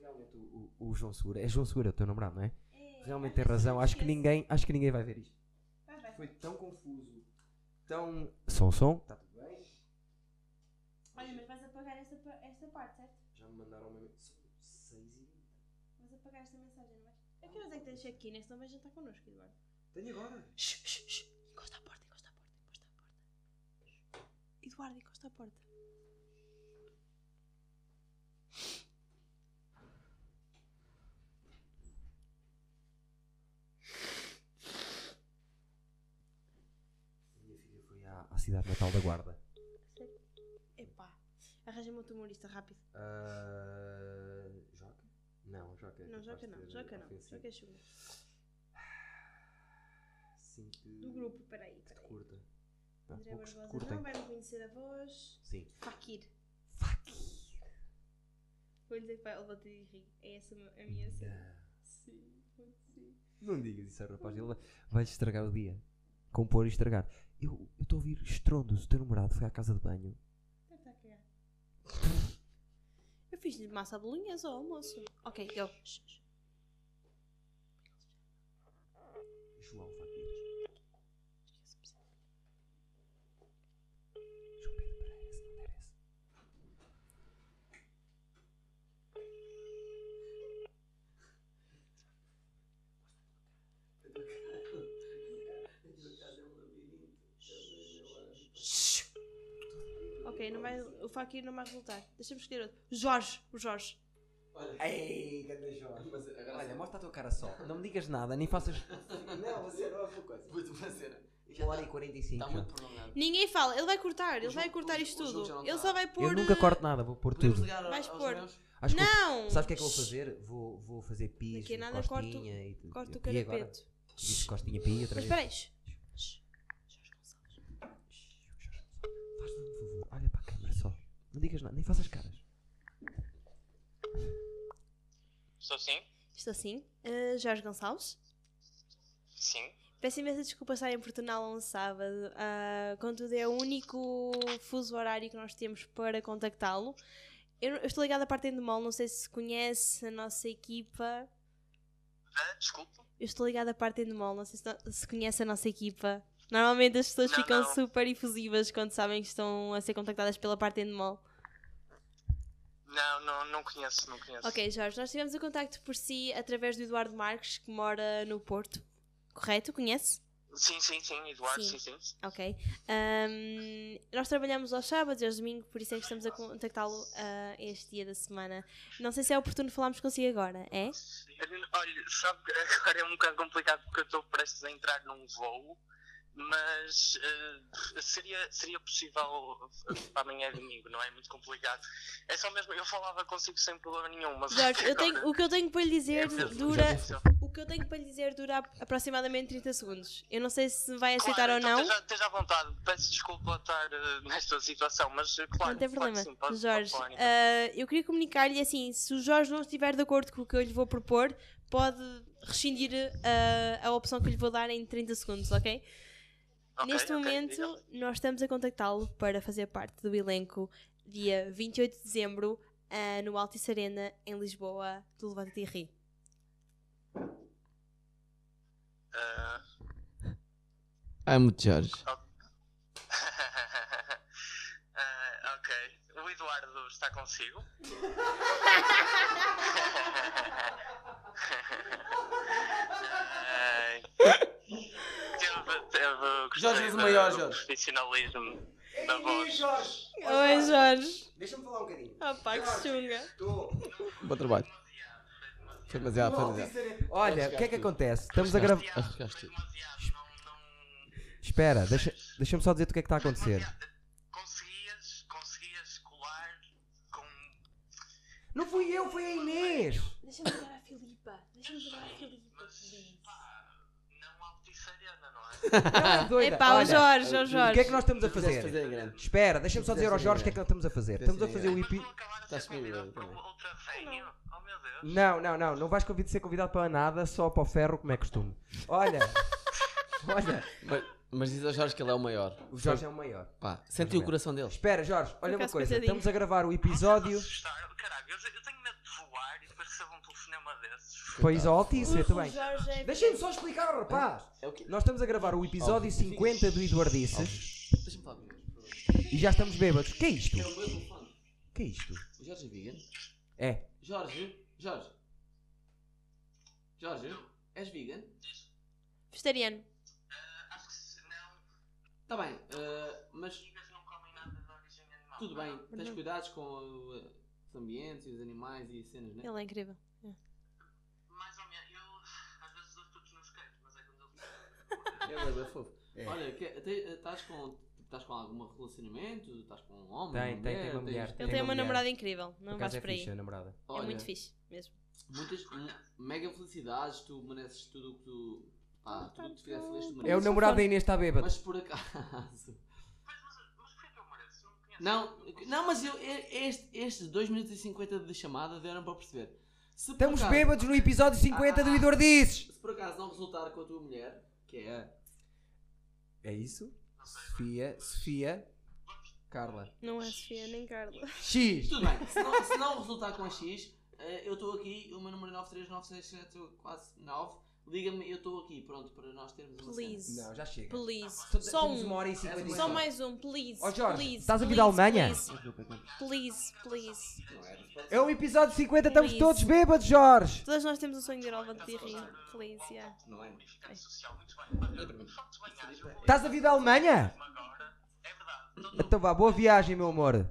Speaker 3: Realmente o, o- o João Segura. É João Segura o teu namorado, não é?
Speaker 2: É,
Speaker 3: Realmente tem razão. Acho que
Speaker 2: esquece.
Speaker 3: ninguém, acho que ninguém vai ver isto.
Speaker 2: Vai, vai.
Speaker 3: Foi tão confuso. Tão. Som, som. Tá tudo bem.
Speaker 2: Olha, mas vais apagar esta, pa- esta parte, certo?
Speaker 3: Já me mandaram uma mensagem. São 6 e.
Speaker 2: Vais apagar esta mensagem, não vais? Eu quero dizer que tens aqui, né? Senão vais jantar connosco, Eduardo.
Speaker 3: Tenho agora.
Speaker 2: Shh, shh, shh. Encosta à porta, encosta à porta, encosta à porta. Eduardo, encosta à porta.
Speaker 3: a cidade natal da Guarda?
Speaker 2: Epá, arranja-me outro humorista rápido.
Speaker 3: Uh, Joca? Não, Joca.
Speaker 2: Não, Joca não, Joca não. Joca é chunga.
Speaker 3: Sinto
Speaker 2: Do grupo, peraí.
Speaker 3: que te
Speaker 2: peraí.
Speaker 3: curta. Não,
Speaker 2: André
Speaker 3: poucos te
Speaker 2: Barbosa
Speaker 3: curtem.
Speaker 2: não vai-me conhecer a voz.
Speaker 3: Sim.
Speaker 2: Fakir. Vou dizer que vai, ele vai te rir. É essa a minha cena. Sim, pode ser.
Speaker 3: Não digas isso ao rapaz, ele vai estragar o dia. Compor e estragar. Eu eu estou a ouvir estrondos, o teu namorado foi à casa de banho.
Speaker 2: Está a cagar. Eu fiz de massa bolinhas ao almoço. Ok, eu.
Speaker 3: João Faquires. João Pedro Pereira, se não der esse.
Speaker 2: Ok, não vai, o Fakir não vai resultar. Deixa-me escolher outro. Jorge, o Jorge.
Speaker 3: Ei, ganda Jorge.
Speaker 1: é
Speaker 3: Olha, mostra a tua cara só. Não me digas nada, nem faças.
Speaker 1: Tá
Speaker 3: não, você não é uma coisa.
Speaker 1: Vou-te fazer.
Speaker 3: 1 hora e 45.
Speaker 1: Está muito prolongado.
Speaker 2: Ninguém fala, ele vai cortar, ele vai
Speaker 1: jogo-
Speaker 2: cortar
Speaker 1: o-
Speaker 2: isto
Speaker 1: o jogo já
Speaker 2: tudo.
Speaker 1: não
Speaker 2: Ele
Speaker 1: tá.
Speaker 2: só vai
Speaker 3: Eu
Speaker 2: pôr.
Speaker 3: nunca
Speaker 2: eh,
Speaker 3: corto nada, vou pôr
Speaker 1: Podemos
Speaker 3: tudo.
Speaker 1: ligar a-
Speaker 2: Vais
Speaker 1: aos
Speaker 2: pôr.
Speaker 1: meus?
Speaker 3: Acho que
Speaker 2: Não!
Speaker 3: Sabes o que é que eu vou fazer? Vou, vou fazer pis,
Speaker 2: Daqui a nada corto-
Speaker 3: costinha e tudo.
Speaker 2: Corta o
Speaker 3: Pi agora?
Speaker 2: carapeto.
Speaker 3: Diz costinha pi outra vez.
Speaker 2: Mas espera aí. shh.
Speaker 3: Faz-me um favor, olha para a câmera só. Não digas nada, nem faças caras.
Speaker 8: Estou sim?
Speaker 2: Estou assim. Eh, Jorge Gonçalves.
Speaker 8: Sim.
Speaker 2: Peço imensa desculpa estar em Portugal a um sábado, ah, contudo é o único fuso horário que nós temos para contactá-lo. Eu, eu estou ligada à parte do mal, não sei se conhece a nossa equipa.
Speaker 8: Ah, desculpe.
Speaker 2: Eu estou ligada à parte do mal, não sei se, no- se conhece a nossa equipa. Normalmente as pessoas
Speaker 8: Não,
Speaker 2: ficam
Speaker 8: não.
Speaker 2: super efusivas quando sabem que estão a ser contactadas pela parte do mal.
Speaker 8: Não, não, não conheço, não conheço.
Speaker 2: Ok, Jorge, nós tivemos o contacto por si através do Eduardo Marques, que mora no Porto. Correto? Conhece?
Speaker 8: Sim, sim, sim, Eduardo,
Speaker 2: Sim.
Speaker 8: sim, sim.
Speaker 2: Ok. Ahm, nós trabalhamos aos sábados e aos domingos, por isso é que estamos a contactá-lo ah, este dia da semana. Não sei se é oportuno falarmos consigo agora, é?
Speaker 8: Olha, sabe que agora é um bocado complicado porque eu estou prestes a entrar num voo, mas eh, seria, seria possível eh, para amanhã é domingo, não é? É muito complicado. É só mesmo, eu falava consigo sem problema nenhum, mas.
Speaker 2: Jorge, eu tenho- o que eu tenho para lhe
Speaker 8: É
Speaker 2: dizer
Speaker 8: mesmo
Speaker 2: dura.
Speaker 8: difícil.
Speaker 2: O que eu tenho para lhe dizer dura ap- aproximadamente 30 segundos. Eu não sei se vai aceitar
Speaker 8: Claro,
Speaker 2: ou
Speaker 8: então
Speaker 2: não.
Speaker 8: Esteja, esteja à vontade, peço desculpa estar eh, nesta situação, mas eh, claro,
Speaker 2: não tem
Speaker 8: claro
Speaker 2: problema.
Speaker 8: que sim, pode,
Speaker 2: Jorge,
Speaker 8: pode falar, então.
Speaker 2: ah, eu queria comunicar-lhe assim: se o Jorge não estiver de acordo com o que eu lhe vou propor, pode rescindir ah, a opção que eu lhe vou dar em 30 segundos, ok?
Speaker 8: Ok,
Speaker 2: Neste
Speaker 8: ok,
Speaker 2: momento,
Speaker 8: diga.
Speaker 2: nós estamos a contactá-lo para fazer parte do elenco dia 28 de dezembro ah, no Altice Arena, em Lisboa, do Levante e Ri.
Speaker 8: Eh, <laughs>
Speaker 1: Ai, muito Jorge.
Speaker 8: Ah, ok. O Eduardo está consigo? Ai. teve, teve, gostei
Speaker 1: Jorge, mas o
Speaker 8: da-
Speaker 1: maior,
Speaker 8: do
Speaker 1: Jorge.
Speaker 8: profissionalismo da voz.
Speaker 3: Jorge!
Speaker 2: Oi, Jorge!
Speaker 3: Deixa-me falar um bocadinho.
Speaker 2: Ah, pá, que chunga!
Speaker 3: Estou.
Speaker 1: Bom trabalho. Foi demasiado, foi demasiado.
Speaker 3: Olha, o que é que acontece? Estamos a gravar.
Speaker 1: Arriscaste- Arriscaste tudo.
Speaker 8: Demasiado, não, não...
Speaker 3: Espera, deixa- deixa-me só dizer o que é que está a acontecer.
Speaker 8: Conseguias, conseguias colar com...
Speaker 3: Não fui eu, foi a Inês!
Speaker 2: Deixa-me ligar a Filipa! Deixa-me ligar a Filipa,
Speaker 8: Não altice arena, não é?
Speaker 3: Ela é doida.
Speaker 2: Epá, o
Speaker 3: Olha,
Speaker 2: Jorge, o
Speaker 3: O que é que
Speaker 2: Jorge!
Speaker 3: nós estamos a
Speaker 1: Fizeste
Speaker 3: fazer?
Speaker 1: em grande.
Speaker 3: Espera, deixa-me só
Speaker 1: Fizeste
Speaker 3: dizer ao
Speaker 1: em
Speaker 3: Jorge o que é
Speaker 1: grande.
Speaker 3: que nós estamos a fazer.
Speaker 1: Fizeste
Speaker 3: Estamos a
Speaker 1: em
Speaker 3: fazer o
Speaker 1: grande.
Speaker 3: IP.
Speaker 8: Vou acabar a
Speaker 1: Estás
Speaker 8: ser convidado
Speaker 1: convidado
Speaker 8: para
Speaker 1: também.
Speaker 8: outra venue? Oh meu Deus.
Speaker 3: Não, não, não, não vais convid- ser convidado para nada, só para o ferro, como é costume. Olha, olha,
Speaker 1: Mas, mas diz ao Jorge que ele é o maior.
Speaker 3: o Jorge é o maior.
Speaker 1: Pá, sentiu o coração dele.
Speaker 3: Espera, Jorge, olha uma
Speaker 2: acaso,
Speaker 3: coisa.
Speaker 2: coitadinho.
Speaker 3: Estamos a gravar o episódio.
Speaker 8: Assustar. Caralho, eu, eu tenho medo de voar e depois recebo um telefonema desses.
Speaker 3: Pois ao Altice, muito bem.
Speaker 2: Jorge é-
Speaker 3: Deixem-me só explicar, rapaz.
Speaker 1: É o quê?
Speaker 3: Nós estamos a gravar o episódio 50 do Eduardices
Speaker 1: Deixa-me falar com ele.
Speaker 3: e já estamos bêbados. Que é isto?
Speaker 1: É o meu telefone.
Speaker 3: Que é isto?
Speaker 1: O Jorge é vegan?
Speaker 3: É.
Speaker 1: Jorge? Jorge? Jorge? És vegan?
Speaker 2: Vegetariano.
Speaker 8: Acho que se não,
Speaker 1: Tá bem, eh, mas
Speaker 8: niggas não comem nada de origem animal.
Speaker 1: tudo bem. Tens cuidados com o, eh, os ambientes e os animais e cenas, né?
Speaker 2: Ele é incrível.
Speaker 8: Mais ou menos. Eu às vezes dou tudo nos queijos, mas é quando eles.
Speaker 1: É, mas é fofo. Olha, que- te- eh, estás com Estás com algum relacionamento? Estás com um
Speaker 3: Tem,
Speaker 1: homem?
Speaker 3: tem, tem uma mulher.
Speaker 2: Ele
Speaker 3: Tem
Speaker 2: tem
Speaker 3: uma
Speaker 2: uma
Speaker 3: mulher.
Speaker 2: namorada incrível,
Speaker 3: Por
Speaker 2: não
Speaker 3: acaso
Speaker 2: vais
Speaker 3: é
Speaker 2: por aí.
Speaker 3: fixe, a namorada.
Speaker 2: É
Speaker 1: Olha,
Speaker 2: muito fixe, mesmo.
Speaker 1: Muitas, um, mega felicidades, tu mereces tudo o que tu. Pá, tudo o que tu fizeste, fizeste, tu
Speaker 3: É o
Speaker 1: mereces.
Speaker 3: namorado da Inês está bêbado.
Speaker 1: Mas por acaso. Não, não, mas eu, e- este, estes 2 minutos e 50 de chamada deram para perceber. Se por
Speaker 3: Estamos
Speaker 1: acaso-
Speaker 3: bêbados no episódio 50 do Idor Dizes.
Speaker 1: Se por acaso não resultar com a tua mulher, que é a
Speaker 3: É isso? Sofia, Sofia, Carla.
Speaker 13: Não é Sofia nem Carla.
Speaker 3: X.
Speaker 1: Tudo bem, se não, se não resultar com a X, eh, eu estou aqui, o meu número é 9396749. Liga-me, eu estou aqui, pronto, para nós termos uma cena.
Speaker 2: Please.
Speaker 3: Não, já chega.
Speaker 2: Please.
Speaker 3: Só-
Speaker 2: Só
Speaker 3: temos
Speaker 2: um.
Speaker 3: uma hora e cinquenta e
Speaker 2: Só
Speaker 3: cinco.
Speaker 2: mais um, please.
Speaker 3: Ó Jorge,
Speaker 2: please,
Speaker 3: estás a vir
Speaker 2: please,
Speaker 3: da Alemanha?
Speaker 2: Please, please. please.
Speaker 3: É o episódio 50, estamos
Speaker 2: Please.
Speaker 3: todos bêbados, Jorge.
Speaker 13: Todas nós
Speaker 2: um
Speaker 13: temos o sonho de ir ao Levante de Rio. Please, yeah.
Speaker 1: Não é?
Speaker 3: Estás a vir da Alemanha? Então vá, boa viagem, meu amor.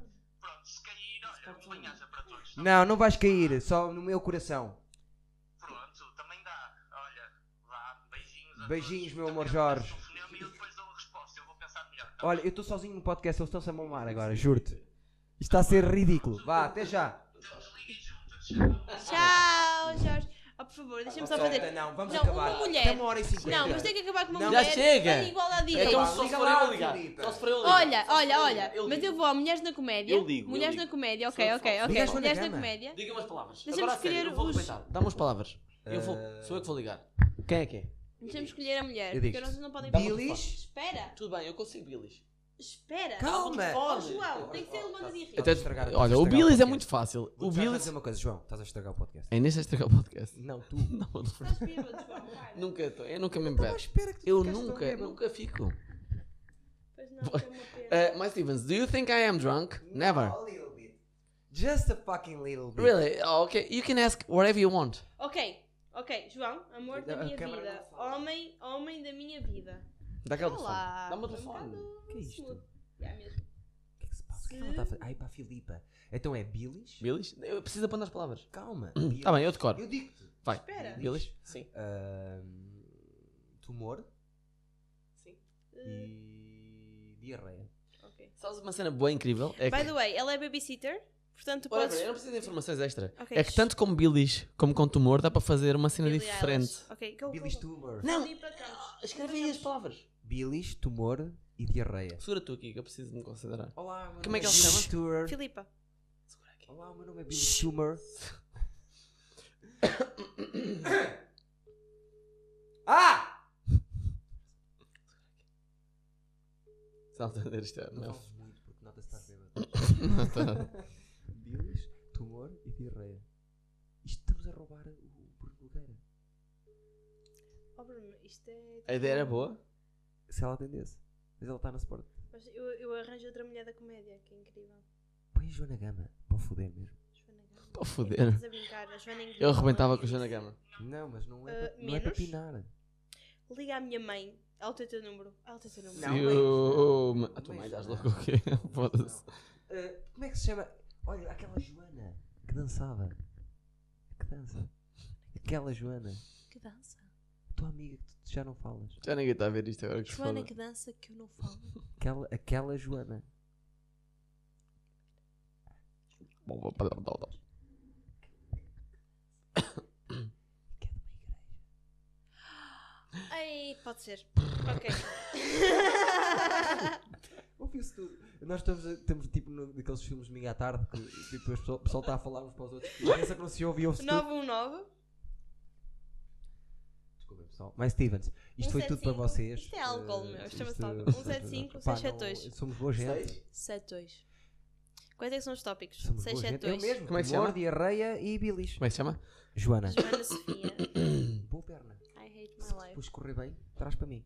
Speaker 3: Não, não vais cair, só no meu coração.
Speaker 8: Pronto, também dá. Olha, vá, beijinhos. a
Speaker 3: Beijinhos,
Speaker 8: todos.
Speaker 3: meu amor
Speaker 8: Também é um
Speaker 3: Jorge.
Speaker 8: aparece o fonema E eu depois dou a resposta, eu vou pensar melhor. tá
Speaker 3: Olha, eu estou sozinho no podcast, eles estão-se a mamar agora, juro-te. Isto está a ser ridículo. Vá, até já.
Speaker 2: Tchau, Jorge. Oh, por favor, deixa-me só fazer.
Speaker 3: Não, vamos
Speaker 2: Não,
Speaker 3: acabar.
Speaker 2: uma mulher.
Speaker 3: Tem uma hora e cinquenta.
Speaker 2: Não, mas tem que acabar com uma
Speaker 3: Não,
Speaker 2: mulher.
Speaker 1: já chega.
Speaker 2: para igualdade de
Speaker 1: É
Speaker 2: direitos.
Speaker 1: como se só
Speaker 3: liga
Speaker 1: for
Speaker 3: lá
Speaker 1: eu
Speaker 3: ao
Speaker 1: ligar.
Speaker 3: Filipe.
Speaker 1: Só se for eu ligar.
Speaker 2: Olha,
Speaker 1: Só se for
Speaker 2: olha,
Speaker 1: eu
Speaker 2: olha.
Speaker 1: ligar. Eu
Speaker 2: Mas
Speaker 1: ligo.
Speaker 2: eu vou a Mulheres na Comédia.
Speaker 1: Eu ligo, eu
Speaker 2: Mulheres
Speaker 1: ligo.
Speaker 2: na Comédia,
Speaker 1: Só
Speaker 2: ok,
Speaker 1: se
Speaker 2: ok,
Speaker 1: for-
Speaker 2: ok.
Speaker 3: Ligas na
Speaker 2: Mulheres na
Speaker 3: cama.
Speaker 2: Comédia.
Speaker 1: Diga umas palavras.
Speaker 2: Deixa-me
Speaker 1: Agora a sério,
Speaker 2: escolher
Speaker 1: eu vou
Speaker 2: os-
Speaker 1: arrebentar. Dá umas palavras. Eu vou, sou eu que vou ligar.
Speaker 3: Quem é que é?
Speaker 2: Deixa-me escolher a mulher.
Speaker 3: Eu digo.
Speaker 2: Porque vocês não podem
Speaker 3: Billis?
Speaker 2: Espera,
Speaker 1: Tudo bem, eu consigo, Billis.
Speaker 2: espera.
Speaker 3: Calma.
Speaker 2: Oh, João, tem que ser
Speaker 1: tá.
Speaker 2: levanta de rir.
Speaker 1: Então-
Speaker 3: Até- estragar- olha,
Speaker 1: olha,
Speaker 3: o estragar
Speaker 1: o
Speaker 3: o Billis é
Speaker 1: Billis é
Speaker 3: podcast. muito
Speaker 1: muito fácil.
Speaker 3: Vou
Speaker 1: O
Speaker 3: já
Speaker 1: Billis.
Speaker 3: dizer uma coisa, João. Estás a estragar o podcast.
Speaker 1: É neste estragar o podcast.
Speaker 3: Não, tu.
Speaker 1: <laughs> Não,
Speaker 2: Estás bêbado, João, para.
Speaker 1: nunca estou. Eu nunca
Speaker 2: Então,
Speaker 1: me
Speaker 3: Estava à
Speaker 1: empeço.
Speaker 3: espera que tu
Speaker 1: Eu
Speaker 3: ficasse tão
Speaker 1: nunca,
Speaker 3: bêbado.
Speaker 1: nunca fico.
Speaker 2: Pois não, foi uma pena.
Speaker 1: <laughs> Uh, my Stevens, do you think I am drunk? Never.
Speaker 3: A little bit. Just a fucking little bit.
Speaker 1: Really? Oh, okay. You can ask whatever you want.
Speaker 2: Ok, ok, João, amor da
Speaker 1: Então,
Speaker 3: A
Speaker 2: minha
Speaker 3: câmara não
Speaker 2: vida.
Speaker 3: fala.
Speaker 2: Homem, homem da minha vida.
Speaker 1: Daquele telefone.
Speaker 2: Olá.
Speaker 1: Dá-me o telefone.
Speaker 3: Que é isto?
Speaker 2: Smooth.
Speaker 3: O
Speaker 2: Já mesmo.
Speaker 3: que é que se passa? O que é que ela está a fazer? Ai, pá, Filipa. Então é Billis?
Speaker 1: Billis? Eu preciso apontar as palavras.
Speaker 3: Calma. Billis.
Speaker 1: Tá bem, eu decoro.
Speaker 3: Eu digo-te.
Speaker 1: Vai.
Speaker 2: Espera.
Speaker 1: Billis? Sim.
Speaker 3: Ahm, tumor
Speaker 2: Uh,
Speaker 3: e diarreia.
Speaker 2: Eh, ok.
Speaker 1: Sabes uma cena boa e incrível? É
Speaker 2: By
Speaker 1: que...
Speaker 2: the way, ela é babysitter, portanto tu
Speaker 1: Whatever,
Speaker 2: podes.
Speaker 1: eu não preciso de informações extra.
Speaker 2: Ok.
Speaker 1: É que tanto como Billis, como com tumor, dá para fazer uma cena
Speaker 2: Billie
Speaker 1: diferente.
Speaker 2: Eilish. Ok, go, go,
Speaker 3: Billis
Speaker 2: go.
Speaker 3: tumor.
Speaker 1: Não!
Speaker 2: Ali para trás.
Speaker 1: Ah, Escreve aí as palavras.
Speaker 3: Billis, tumor e diarreia.
Speaker 1: Segura tu aqui, que eu preciso de me considerar.
Speaker 3: Olá, meu
Speaker 1: Como é
Speaker 3: nome
Speaker 1: que ele se chama?
Speaker 3: Billis Tumor.
Speaker 2: Filipa.
Speaker 3: Olá, meu nome é Billis Tumor. ah!
Speaker 1: Se ela entender isto, é- tá.
Speaker 3: Não
Speaker 1: não. <laughs>
Speaker 3: fales muito porque nota se estás bêbado. Billis, tumor e diarreia. Isto estamos a roubar o Bruno Nogueira.
Speaker 2: Oh, Bruno, isto é.
Speaker 1: A ideia era boa.
Speaker 3: Se ela atendesse. Mas ela está na Sport.
Speaker 2: Mas eu, eu arranjo outra mulher da comédia, que é incrível.
Speaker 3: Põe a Joana Gama. Para foder mesmo.
Speaker 2: Joana Gama.
Speaker 1: Para
Speaker 2: É,
Speaker 1: foder.
Speaker 2: estás a brincar, a Joana é incrível.
Speaker 1: Eu arrebentava
Speaker 2: Ela
Speaker 1: com a
Speaker 2: diz
Speaker 1: Joana
Speaker 2: isso.
Speaker 1: Gama.
Speaker 3: Não, mas não é,
Speaker 2: Ah,
Speaker 3: para, não é para
Speaker 2: menos?
Speaker 3: pinar.
Speaker 2: Liga à minha mãe. Ela tem o teu número. Ela tem o teu número.
Speaker 3: Não,
Speaker 1: E
Speaker 3: mãe.
Speaker 1: o- ma- A tua
Speaker 3: Mãe,
Speaker 1: mãe estás
Speaker 3: não.
Speaker 1: louco o quê? <laughs> Foda-se.
Speaker 3: Ah, como é que se chama? Olha, aquela Joana que dançava. Que dança. Aquela Joana.
Speaker 2: Que dança.
Speaker 3: Tua amiga que tu já não falas.
Speaker 1: Já ninguém está a ver isto agora que se
Speaker 2: Joana
Speaker 1: foda.
Speaker 2: que dança que eu não falo.
Speaker 3: Aquela, aquela Joana.
Speaker 2: Ai, pode ser.
Speaker 1: <laughs>
Speaker 2: Ok.
Speaker 3: Ouviu-se tudo. Nós estamos, a- estamos tipo no, naqueles filmes de domingo à tarde que tipo, as pessoas- o pessoal está a falar uns para os outros. E pensa que não se ouve e ouve-se tudo.
Speaker 2: 919.
Speaker 3: Desculpa, pessoal. Mas Stevens, isto foi tudo para
Speaker 2: 175.
Speaker 3: vocês.
Speaker 2: Isto é álcool, meu.
Speaker 3: Eh,
Speaker 2: Isto chama-se Um
Speaker 3: isto-
Speaker 2: álcool.
Speaker 3: pá,
Speaker 2: 175,
Speaker 3: não-
Speaker 2: 672.
Speaker 3: Somos boa gente.
Speaker 2: 72. Quais é que são os tópicos?
Speaker 3: Somos boa gente. Eu
Speaker 2: 672.
Speaker 3: mesmo.
Speaker 1: Como é que se
Speaker 3: Tumor,
Speaker 1: chama?
Speaker 3: diarreia e bilis.
Speaker 1: Como é que se chama?
Speaker 3: Joana.
Speaker 2: Joana Sofia.
Speaker 3: Boa perna.
Speaker 2: <coughs> I hate
Speaker 3: Se
Speaker 2: my life.
Speaker 3: depois correr bem, traz para mim.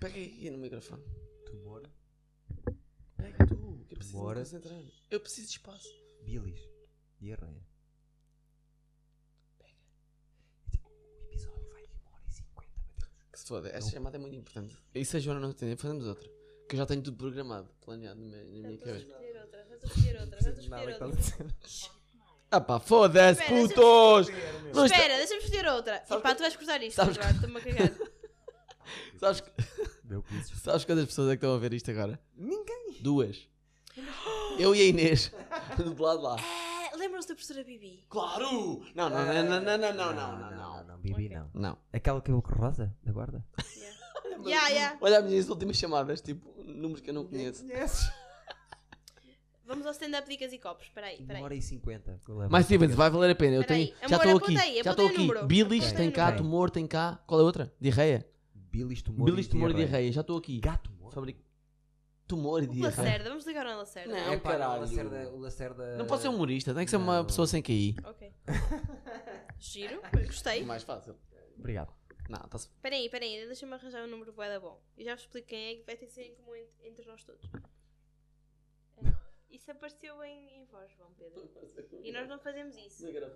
Speaker 1: Pega aí no microfone.
Speaker 3: Tumor,
Speaker 1: Pega tu, que eu preciso
Speaker 3: Bora.
Speaker 1: me concentrar. Eu preciso de espaço.
Speaker 3: bilis, diarreia. Pega. O episódio vai de uma hora e cinquenta, meu Deus.
Speaker 1: Que se foda, esta
Speaker 3: Não.
Speaker 1: chamada é muito importante. E se a Joana não atender, fazemos outra. Que eu já tenho tudo programado, planeado na minha, na minha
Speaker 2: Vamos
Speaker 1: cabeça.
Speaker 2: escolher outra. Vamos escolher outra. Vamos
Speaker 1: então
Speaker 3: Nada
Speaker 2: escolher
Speaker 3: que
Speaker 2: outra.
Speaker 3: estás a dizer.
Speaker 1: Ah pá, foda-se,
Speaker 2: Espera,
Speaker 1: putos! Não está-
Speaker 2: Espera, deixa-me escolher outra. E pá, tu vais cortar isto
Speaker 1: Sabes
Speaker 2: agora, estou-me a cagar.
Speaker 1: <laughs> Sabes, que- sabes quantas pessoas é que estão a ver isto agora? Ninguém. Duas. Eu e a Inês. <laughs> Do lado de lá.
Speaker 2: Ah, Lembram-se da professora Bibi?
Speaker 1: Claro! Não, não, não, não, não, não, não, não, não, não.
Speaker 3: Bibi não.
Speaker 1: Não.
Speaker 3: Aquela que é o rosa da guarda?
Speaker 2: Ya, ya.
Speaker 1: Olha as minhas últimas chamadas, tipo, números que eu não conheço.
Speaker 3: Conheces?
Speaker 2: Vamos ao stand-up dicas e copos. Espera aí,
Speaker 3: Uma
Speaker 2: espera aí.
Speaker 3: hora e cinquenta. que eu levo.
Speaker 1: Mas Stevens, vai valer a pena. Eu
Speaker 2: Peraí,
Speaker 1: tenho. Já
Speaker 2: amor,
Speaker 1: estou
Speaker 2: apontei,
Speaker 1: aqui. já
Speaker 2: apontei
Speaker 1: estou
Speaker 2: o
Speaker 1: aqui.
Speaker 2: número.
Speaker 1: Bilis
Speaker 3: Apontei
Speaker 1: tem
Speaker 3: o
Speaker 1: cá,
Speaker 3: número.
Speaker 1: tumor tem cá. Qual é a outra? Diarreia.
Speaker 3: Bilis, tumor
Speaker 1: Bilis,
Speaker 3: e
Speaker 1: tumor e
Speaker 3: diarreia.
Speaker 1: diarreia. Já estou aqui.
Speaker 3: Gato, morto.
Speaker 1: Fabrico. Tumor e
Speaker 2: O
Speaker 1: diarreia.
Speaker 2: Lacerda, vamos ligar ao Lacerda.
Speaker 1: Não,
Speaker 3: É pá, não, o
Speaker 1: caralho.
Speaker 3: Lacerda, o Lacerda...
Speaker 1: É. Não pode ser um- humorista, tem que ser uma
Speaker 3: Não.
Speaker 1: pessoa sem cair.
Speaker 2: <laughs> Ok. Giro, gostei.
Speaker 1: É Mais fácil.
Speaker 3: Obrigado.
Speaker 1: Não, tá tá-se.
Speaker 2: Peraí, peraí, ainda deixa-me arranjar um número boeda bom. Eu já vos explico quem é que vai ter que ser em comum ent- entre nós todos. Ah, Isso apareceu em, em voz, João Pedro. E nós não fazemos isso. Nós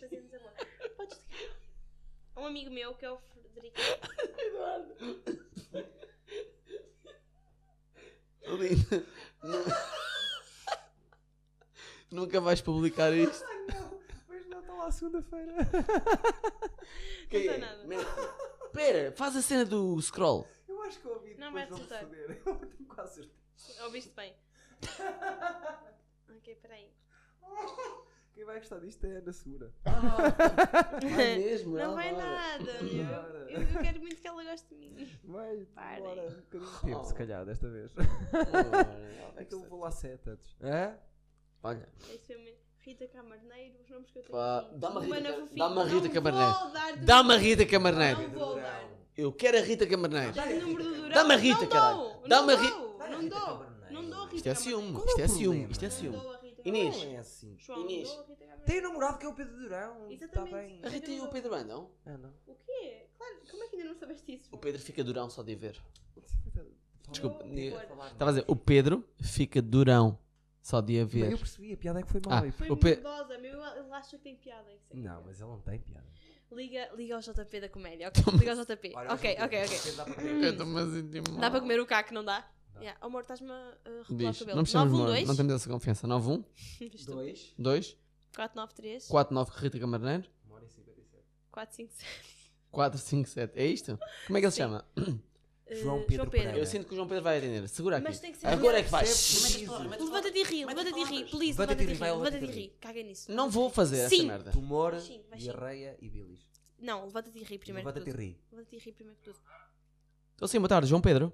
Speaker 2: fazemos amor. Podes ligar. A Um amigo meu que é o Frederico.
Speaker 1: Lindo. Nunca vais publicar isto.
Speaker 3: Mas não, está lá segunda-feira.
Speaker 2: Não dá
Speaker 1: é?
Speaker 2: nada.
Speaker 1: Pera, faz a cena do scroll.
Speaker 3: <laughs> Eu acho que eu ouvi
Speaker 2: Não vai
Speaker 3: depois vão
Speaker 2: resultar.
Speaker 3: foder. <laughs> Eu tenho quase certeza.
Speaker 2: Ouviste <laughs> bem. ok, peraí.
Speaker 3: Quem vai gostar disto é a Ana Segura.
Speaker 2: <laughs>
Speaker 1: Vai mesmo,
Speaker 2: Não vai
Speaker 1: adora.
Speaker 2: nada, meu. Eu,
Speaker 1: <laughs>
Speaker 2: eu quero muito que ela goste de mim.
Speaker 3: Vai,
Speaker 2: Parem.
Speaker 3: demora um bocadinho de tempo, se calhar, desta vez.
Speaker 1: Adora.
Speaker 3: Então vou lá sete antes. Hã?
Speaker 1: Olha,
Speaker 2: Esse foi o meu- Rita Camarneiro, os nomes que eu tenho.
Speaker 1: Pá,
Speaker 2: aqui.
Speaker 1: dá-me a Rita
Speaker 2: Humana
Speaker 1: Ca-
Speaker 2: fofinha.
Speaker 1: dá-me a
Speaker 2: Não
Speaker 1: Rita
Speaker 2: vou
Speaker 1: Camarneiro.
Speaker 2: dar-te-
Speaker 1: Dá-me a Rita Camarneiro.
Speaker 2: Não vou dar.
Speaker 1: Eu quero a Rita Camarneiro.
Speaker 2: Dá-lhe o número do Durão.
Speaker 1: Dá-me a Rita,
Speaker 2: não
Speaker 1: caralho.
Speaker 2: Dou,
Speaker 1: Dá-me a
Speaker 2: não
Speaker 1: Rita-
Speaker 2: dou, Não dou. Não dou a Rita.
Speaker 1: Isto é
Speaker 2: Camarneiro.
Speaker 1: ciúme,
Speaker 3: Qual é
Speaker 1: isto
Speaker 3: o
Speaker 1: é ciúme,
Speaker 3: problema?
Speaker 1: isto é ciúme.
Speaker 2: Não dou a Rita.
Speaker 1: Inês.
Speaker 2: Camarneiro.
Speaker 3: Não é assim.
Speaker 2: João, não
Speaker 1: Inês.
Speaker 2: dou a Rita Camarneiro.
Speaker 3: Tem um namorado que é o Pedro Durão. Está
Speaker 2: Exatamente.
Speaker 3: bem.
Speaker 1: A Rita e o Pedro andam?
Speaker 3: Ah, não.
Speaker 2: O quê? Claro, como é que ainda não sabeste isso?
Speaker 1: O Pedro fica durão só de ver. Desculpa,
Speaker 2: Oh,
Speaker 1: ninguém-
Speaker 2: agora.
Speaker 1: Estava a dizer, o Pedro fica durão só de a
Speaker 3: Mas Eu
Speaker 1: ver.
Speaker 3: percebi, a piada é que foi
Speaker 1: Ah.
Speaker 3: mal.
Speaker 2: Foi
Speaker 1: O Pe-
Speaker 2: maldosa, meu. Ele acha que tem piada. isso é que
Speaker 3: Não, mas ele não tem piada.
Speaker 2: Liga, liga ao JP da comédia, ok? Liga ao JP. ok, ok, ok.
Speaker 1: é
Speaker 2: Dá para comer o caco, não dá? Yeah. Amor, estás-me a uh, revelar o
Speaker 1: Diz,
Speaker 2: cabelo.
Speaker 1: não precisamos de nome,
Speaker 2: 912?
Speaker 1: não temos essa confiança.
Speaker 2: <laughs>
Speaker 1: 91,
Speaker 3: 2,
Speaker 1: 2,
Speaker 2: 493?
Speaker 1: 49 Rita Camarneiro,
Speaker 2: 457.
Speaker 1: 4, 5, 7. É isto? Como é que ele se chama?
Speaker 2: Eh,
Speaker 3: João Pedro Pereira.
Speaker 1: Eu sinto que o João Pedro vai atender. Segura aqui.
Speaker 2: Mas tem que ser
Speaker 1: Agora é que vai.
Speaker 2: Levanta-te e ri, levanta-te e ri,
Speaker 3: Levanta-te e
Speaker 2: please, levanta-te e
Speaker 3: ri,
Speaker 2: ri,
Speaker 3: vai,
Speaker 2: levanta-te e
Speaker 3: levanta-te e
Speaker 2: ri. Caga nisso.
Speaker 1: Não vou fazer
Speaker 2: Sim.
Speaker 1: essa merda.
Speaker 3: Tumor,
Speaker 2: Sim, vai sim.
Speaker 3: diarreia e bilis.
Speaker 2: Não, levanta-te e ri primeiro que
Speaker 3: Levanta-te e
Speaker 2: tudo.
Speaker 3: ri.
Speaker 2: Levanta-te e ri primeiro que tudo.
Speaker 1: Estou Então, sim, boa tarde, João Pedro.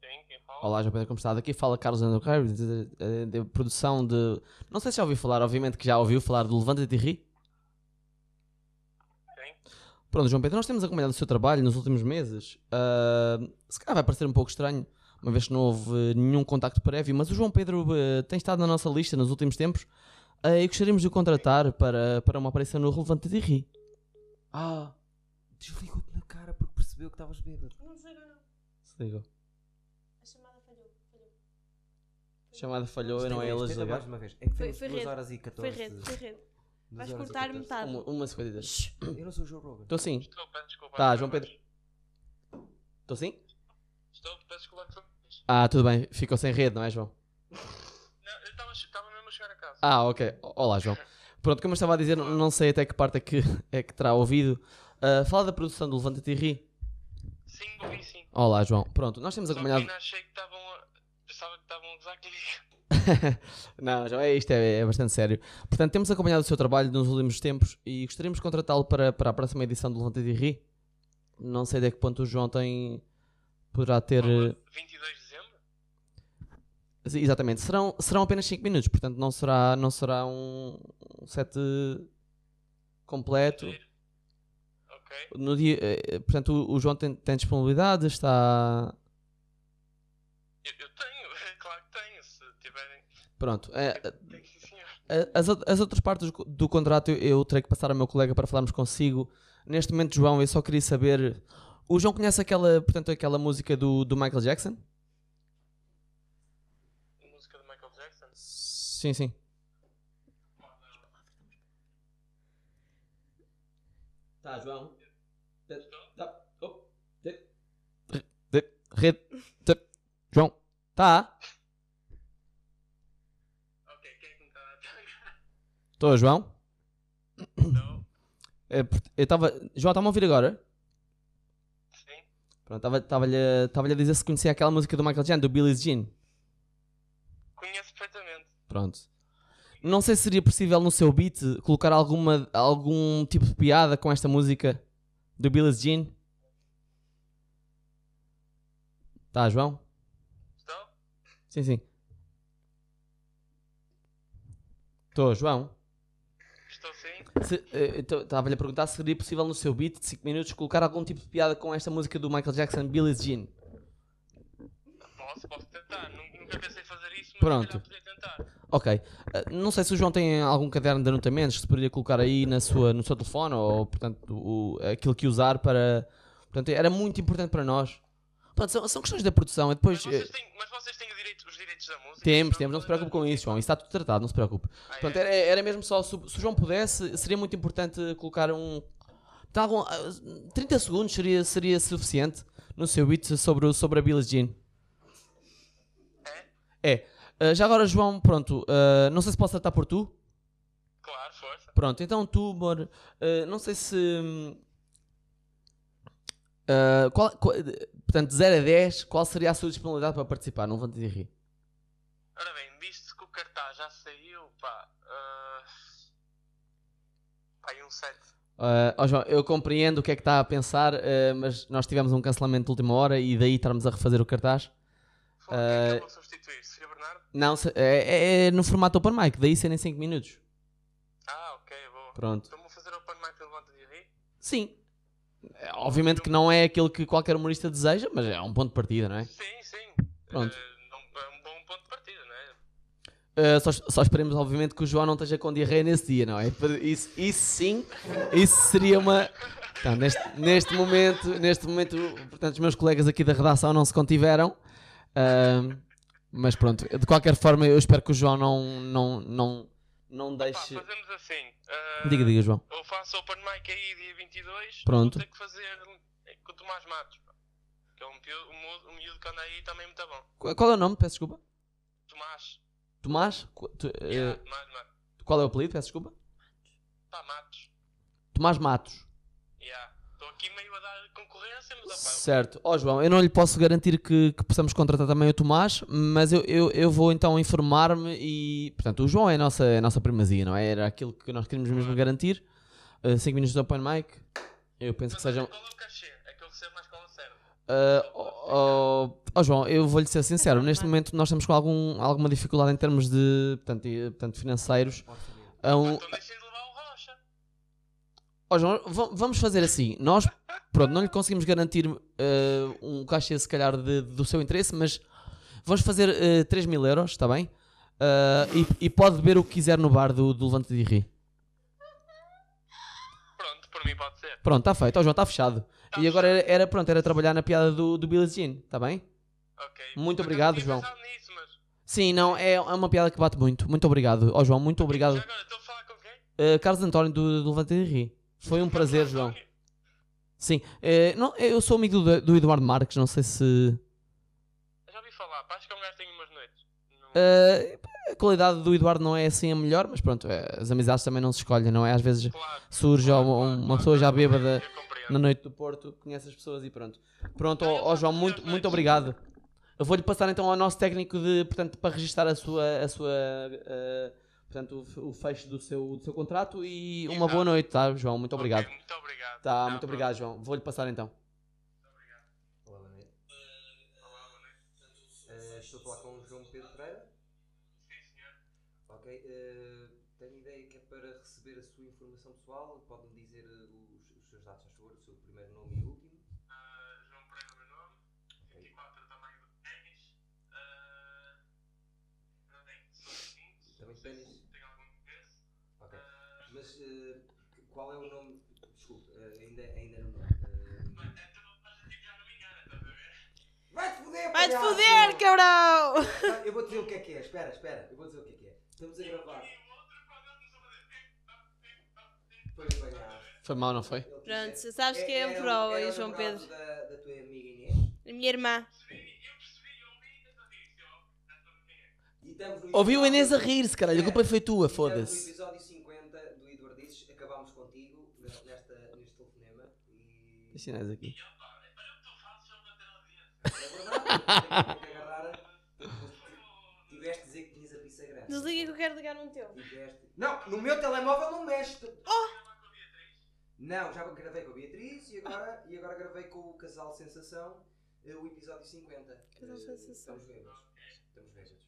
Speaker 8: Sim, quem fala?
Speaker 1: Olá, João Pedro, como está? Daqui fala Carlos Androcário, de, de, de produção de. Não sei se já ouviu falar, obviamente que já ouviu falar do Levanta-te e Ri. Pronto, João Pedro, nós temos acompanhado o seu trabalho nos últimos meses. Ah, se calhar vai parecer um pouco estranho, uma vez que não houve nenhum contacto prévio, mas o João Pedro eh, tem estado na nossa lista nos últimos tempos ah, e gostaríamos de o contratar para, para uma aparição no Levanta-te e Ri. Ah,
Speaker 3: Desligou-te na cara porque percebeu que estavas bêbado.
Speaker 2: Não sei, não.
Speaker 1: se ligou.
Speaker 2: A chamada falhou.
Speaker 1: A chamada falhou e não é
Speaker 3: Tenta
Speaker 1: ele a
Speaker 3: mais, tenta mais
Speaker 1: desligar.
Speaker 3: uma vez. É que
Speaker 2: Foi-
Speaker 3: temos
Speaker 2: foi
Speaker 3: 2
Speaker 2: rede.
Speaker 3: horas e
Speaker 2: Foi
Speaker 3: 14.
Speaker 2: rede, foi rede.
Speaker 3: duas horas
Speaker 2: Vais
Speaker 3: e
Speaker 2: cortar
Speaker 3: 14.
Speaker 2: metade.
Speaker 1: Uma, uma segunda.
Speaker 3: Eu não sou o Joe Rogan.
Speaker 1: Estou sim,
Speaker 8: Estou, peço desculpa.
Speaker 1: Tá,
Speaker 8: outra
Speaker 1: João
Speaker 8: vez.
Speaker 1: estou sim.
Speaker 8: Estou, peço desculpa. outra vez.
Speaker 1: Ah, tudo bem. Ficou sem rede, não é, João?
Speaker 8: Não, eu estava- estava mesmo a chegar a casa.
Speaker 1: Ah, ok. O- Olá, João. Pronto, como eu estava a dizer, n- não sei até que parte é que, <laughs> é que terá ouvido. Ah, fala da produção do Levanta-te e Ri. Ah.
Speaker 8: Sim, ouvi sim.
Speaker 1: Olá, João. Pronto, nós temos
Speaker 8: Só um que
Speaker 1: acompanhado...
Speaker 8: ainda achei que estavam a... Pensava que estavam a gozar comigo.
Speaker 1: não, João, é isto, é, é bastante sério. Portanto, temos acompanhado o seu trabalho nos últimos tempos e gostaríamos de contratá-lo para, para a próxima edição do Levanta-te e Ri. Não sei até que ponto o João tem... Poderá ter... eh,
Speaker 8: 22 de dezembro?
Speaker 1: Sim, Exatamente, serão, serão apenas 5 minutos, portanto não será, não será um, um set completo.
Speaker 8: Ok.
Speaker 1: No dia, eh, portanto, o, o João tem, tem disponibilidade, está.
Speaker 8: Eu, eu tenho, <laughs> claro que tenho, se tiverem.
Speaker 1: Pronto. eh,
Speaker 8: Tenho sim, senhor.
Speaker 1: eh, as, out- as outras partes do, do contrato eu, eu terei que passar ao meu colega para falarmos consigo. Neste momento, João, eu só queria saber. O João conhece aquela, portanto, aquela música do, do Michael Jackson?
Speaker 8: Música de Michael Jackson?
Speaker 1: Sim, sim. Tá, João. Tá, oh, De, rede. de- João. Tá.
Speaker 8: Ok, quem é que me está a atacar?
Speaker 1: Estou, João?
Speaker 8: Não.
Speaker 1: É, port- Eu estava. João, está-me a ouvir agora?
Speaker 8: Sim.
Speaker 1: Pronto, estava- estava-lhe a- estava-lhe a dizer se conhecia aquela música do Michael Jackson, do Billie Jean.
Speaker 8: Conheço perfeitamente.
Speaker 1: Pronto. Não sei se seria possível no seu beat colocar alguma, algum tipo de piada com esta música do Billie Jean. Tá, João?
Speaker 8: Estou?
Speaker 1: Sim, sim. Estou, João.
Speaker 8: Estou sim?
Speaker 1: eh, então, Estava-lhe a perguntar se seria possível no seu beat de 5 minutos colocar algum tipo de piada com esta música do Michael Jackson, Billie Jean.
Speaker 8: Posso, posso tentar. Nu- Nunca pensei em fazer isso, mas
Speaker 1: Pronto.
Speaker 8: se calhar podia tentar.
Speaker 1: Ok. Ah, não sei se o João tem algum caderno de anotamentos que se poderia colocar aí na sua, no seu telefone ou, portanto, o- aquilo que usar para. Portanto, era muito importante para nós. Portanto, são, são questões da produção e depois.
Speaker 8: Mas
Speaker 1: eh,
Speaker 8: vocês têm, mas vocês têm o direito- os direitos da música? Ah, é?
Speaker 1: Temos,
Speaker 8: senão-
Speaker 1: temos, não se preocupe com isso, João. Isso está tudo tratado, não se preocupe. Portanto, era, era mesmo só. Se, se o João pudesse, seria muito importante colocar um. tá algum- ah, 30 segundos seria, seria suficiente no seu beat sobre, o- sobre a Billie Jean. É. Ah, já agora, João, pronto. ah, não sei se posso tratar por tu.
Speaker 8: Claro, força.
Speaker 1: Pronto, então tu, amor, eh, não sei se. hum, eh, qual- qual- eh, portanto, de 0 a 10, qual seria a sua disponibilidade para participar? Não vão te rir.
Speaker 8: Ora bem, visto que o cartaz já saiu, pá. ah, Pá, aí um set.
Speaker 1: Eh, ó João, eu compreendo o que é que está a pensar, eh, mas nós tivemos um cancelamento de última hora e daí estarmos a refazer o cartaz.
Speaker 8: Quem é que
Speaker 1: Ah.
Speaker 8: eu vou substituir? Seria Bernardo?
Speaker 1: Não, se- é, é- é no formato open mic, daí serem 5 minutos.
Speaker 8: Ah, ok, boa.
Speaker 1: Pronto.
Speaker 8: Então vou fazer open mic pelo Levanta de Rir.
Speaker 1: Sim. Eh, Obviamente que não é aquilo que qualquer humorista deseja, mas é um ponto de partida, não é?
Speaker 8: Sim, sim.
Speaker 1: Pronto.
Speaker 8: Eh, não- é um bom ponto de partida, não é?
Speaker 1: Uh, só, só esperemos, obviamente, que o João não esteja com diarreia nesse dia, não é? Para- Isso, isso sim, isso seria uma. Então, neste, neste momento, neste momento, portanto, os meus colegas aqui da redação não se contiveram. Ahm, mas pronto, de qualquer forma, eu espero que o João não, não, não, não
Speaker 8: Pá,
Speaker 1: deixe.
Speaker 8: fazemos assim. ah,
Speaker 1: Diga, diga, João.
Speaker 8: Eu faço open mic aí dia 22.
Speaker 1: Pronto.
Speaker 8: Vou ter que fazer eh, com o Tomás Matos. pá. Que é um, pio- um, mu- um miúdo que anda aí também muito bom.
Speaker 1: Qu- Qual é o nome? Peço desculpa.
Speaker 8: Tomás.
Speaker 1: Tomás? Qu- tu- eh,
Speaker 8: Yeah, Tomás Matos.
Speaker 1: Qual é o apelido? Peço desculpa.
Speaker 8: Pá, Matos.
Speaker 1: Tomás Matos.
Speaker 8: Estou aqui meio a dar concorrência, mas opá,
Speaker 1: Certo. Ó João, eu não lhe posso garantir que, que possamos contratar também o Tomás, mas eu, eu, eu vou então informar-me e... Portanto, o João é a nossa, é a nossa primazia, não é? Era aquilo que nós queríamos mesmo garantir. 5 minutos de open mic. Eu penso que
Speaker 8: Mas olha,
Speaker 1: sejam...
Speaker 8: Qual é o cachê? É que eu recebo mais qual a sério.
Speaker 1: Ah, ó ó, João, eu vou-lhe ser sincero. Neste momento nós estamos com algum, alguma dificuldade em termos de... Portanto, e- portanto financeiros. É um-
Speaker 8: Então deixem de levar o Rocha.
Speaker 1: Ó João, va- vamos fazer assim. Nós, pronto, não lhe conseguimos garantir eh, um caixa, se calhar, de- do seu interesse, mas vamos fazer eh, 3 mil euros, está bem? Ah, e, e pode beber o que quiser no bar do, do Levante de Ri.
Speaker 8: Pronto, por mim pode ser.
Speaker 1: Pronto, está feito. Ó João, está fechado. E agora era, era, pronto, era trabalhar na piada do, do Billie Jean, está bem?
Speaker 8: Ok.
Speaker 1: Muito
Speaker 8: Por acaso
Speaker 1: obrigado,
Speaker 8: tinha
Speaker 1: João.
Speaker 8: pensado nisso, mas-
Speaker 1: Sim, não, é, é uma piada que bate muito. Muito obrigado. Ó João, muito obrigado.
Speaker 8: Já agora, estou a falar com quem?
Speaker 1: Eh, Carlos António do, do Levante de Ri. Foi um prazer, João. Sim, eh, não, eu sou amigo do, do Eduardo Marques, não sei se...
Speaker 8: Já ouvi falar, pá, acho que é um gajo que tem umas noites. Não-
Speaker 1: Uh, a qualidade do Eduardo não é assim a melhor, mas pronto, é, as amizades também não se escolhem, não é? Às vezes
Speaker 8: Claro.
Speaker 1: surge
Speaker 8: claro,
Speaker 1: uma,
Speaker 8: claro,
Speaker 1: uma
Speaker 8: claro,
Speaker 1: pessoa já
Speaker 8: claro,
Speaker 1: bêbada
Speaker 8: eu compreendo.
Speaker 1: na noite do Porto, conhece as pessoas e pronto. Pronto,
Speaker 8: Não, eu
Speaker 1: ó ó, João,
Speaker 8: faço
Speaker 1: muito, muito
Speaker 8: melhores noites.
Speaker 1: obrigado. Eu vou-lhe passar então ao nosso técnico de, portanto, para registrar a sua, a sua, eh, portanto, o f- o, fecho do seu, do seu contrato e uma boa noite, tá, João? Muito obrigado.
Speaker 8: Ok, muito obrigado.
Speaker 1: Tá,
Speaker 8: Não,
Speaker 1: muito
Speaker 8: pronto.
Speaker 1: obrigado, João. Vou-lhe passar então.
Speaker 3: Olá, boa noite. Eh, estou a falar com o João Pedro Pereira? Sim, senhor. Ok. eh, tenho ideia que é para receber a sua informação pessoal. Pode-me dizer eh, os, os seus dados, faz favor, o seu primeiro nome e último.
Speaker 8: Ah, João Pereira, é o meu nome. 24 tamanho do ténis. Ah, Não tenho, sou assim.
Speaker 3: Também ténis?
Speaker 8: Tenho algum interesse. Ah,
Speaker 3: Ok. Mas eh, qual é o nome? Desculpe, eh, ainda, ainda não. eh,
Speaker 8: Mas é tudo, mas eu tipo, já não me engana, estás a ver?
Speaker 3: Vai-te foder,
Speaker 2: Vai-te
Speaker 3: palhaço!
Speaker 2: foder, cabrão!
Speaker 3: Não, Eu vou dizer o que é que é, espera, espera, eu vou dizer o que é que é. Estamos a gravar.
Speaker 8: um tá,
Speaker 3: Foi o palhaço.
Speaker 1: Foi mal, não foi?
Speaker 3: Ele
Speaker 2: Pronto,
Speaker 3: disse-
Speaker 2: sabes que é
Speaker 3: era
Speaker 2: um
Speaker 3: o-
Speaker 2: pro
Speaker 3: era
Speaker 2: aí,
Speaker 3: o
Speaker 2: João
Speaker 3: namorado
Speaker 2: Pedro.
Speaker 3: Da, da tua amiga Inês.
Speaker 2: A minha irmã.
Speaker 3: E estamos no
Speaker 1: Ouviu a Inês a
Speaker 3: episódio-
Speaker 1: rir-se, caralho. A culpa foi tua,
Speaker 3: Estamos no
Speaker 1: foda-se.
Speaker 3: episódio 50.
Speaker 1: Os sinais aqui.
Speaker 3: é Tiveste a dizer que tinhas a pizza grande.
Speaker 2: Desliga que eu quero ligar um teu.
Speaker 3: Tiveste- Não, no meu telemóvel não mexe. Tu-
Speaker 2: Oh!
Speaker 3: Não, já gravei com a Beatriz e agora, e agora gravei com o Casal Sensação eh, o episódio 50.
Speaker 2: Casal
Speaker 3: Eh,
Speaker 2: Sensação.
Speaker 3: Estamos bêbados. Estamos bêbados.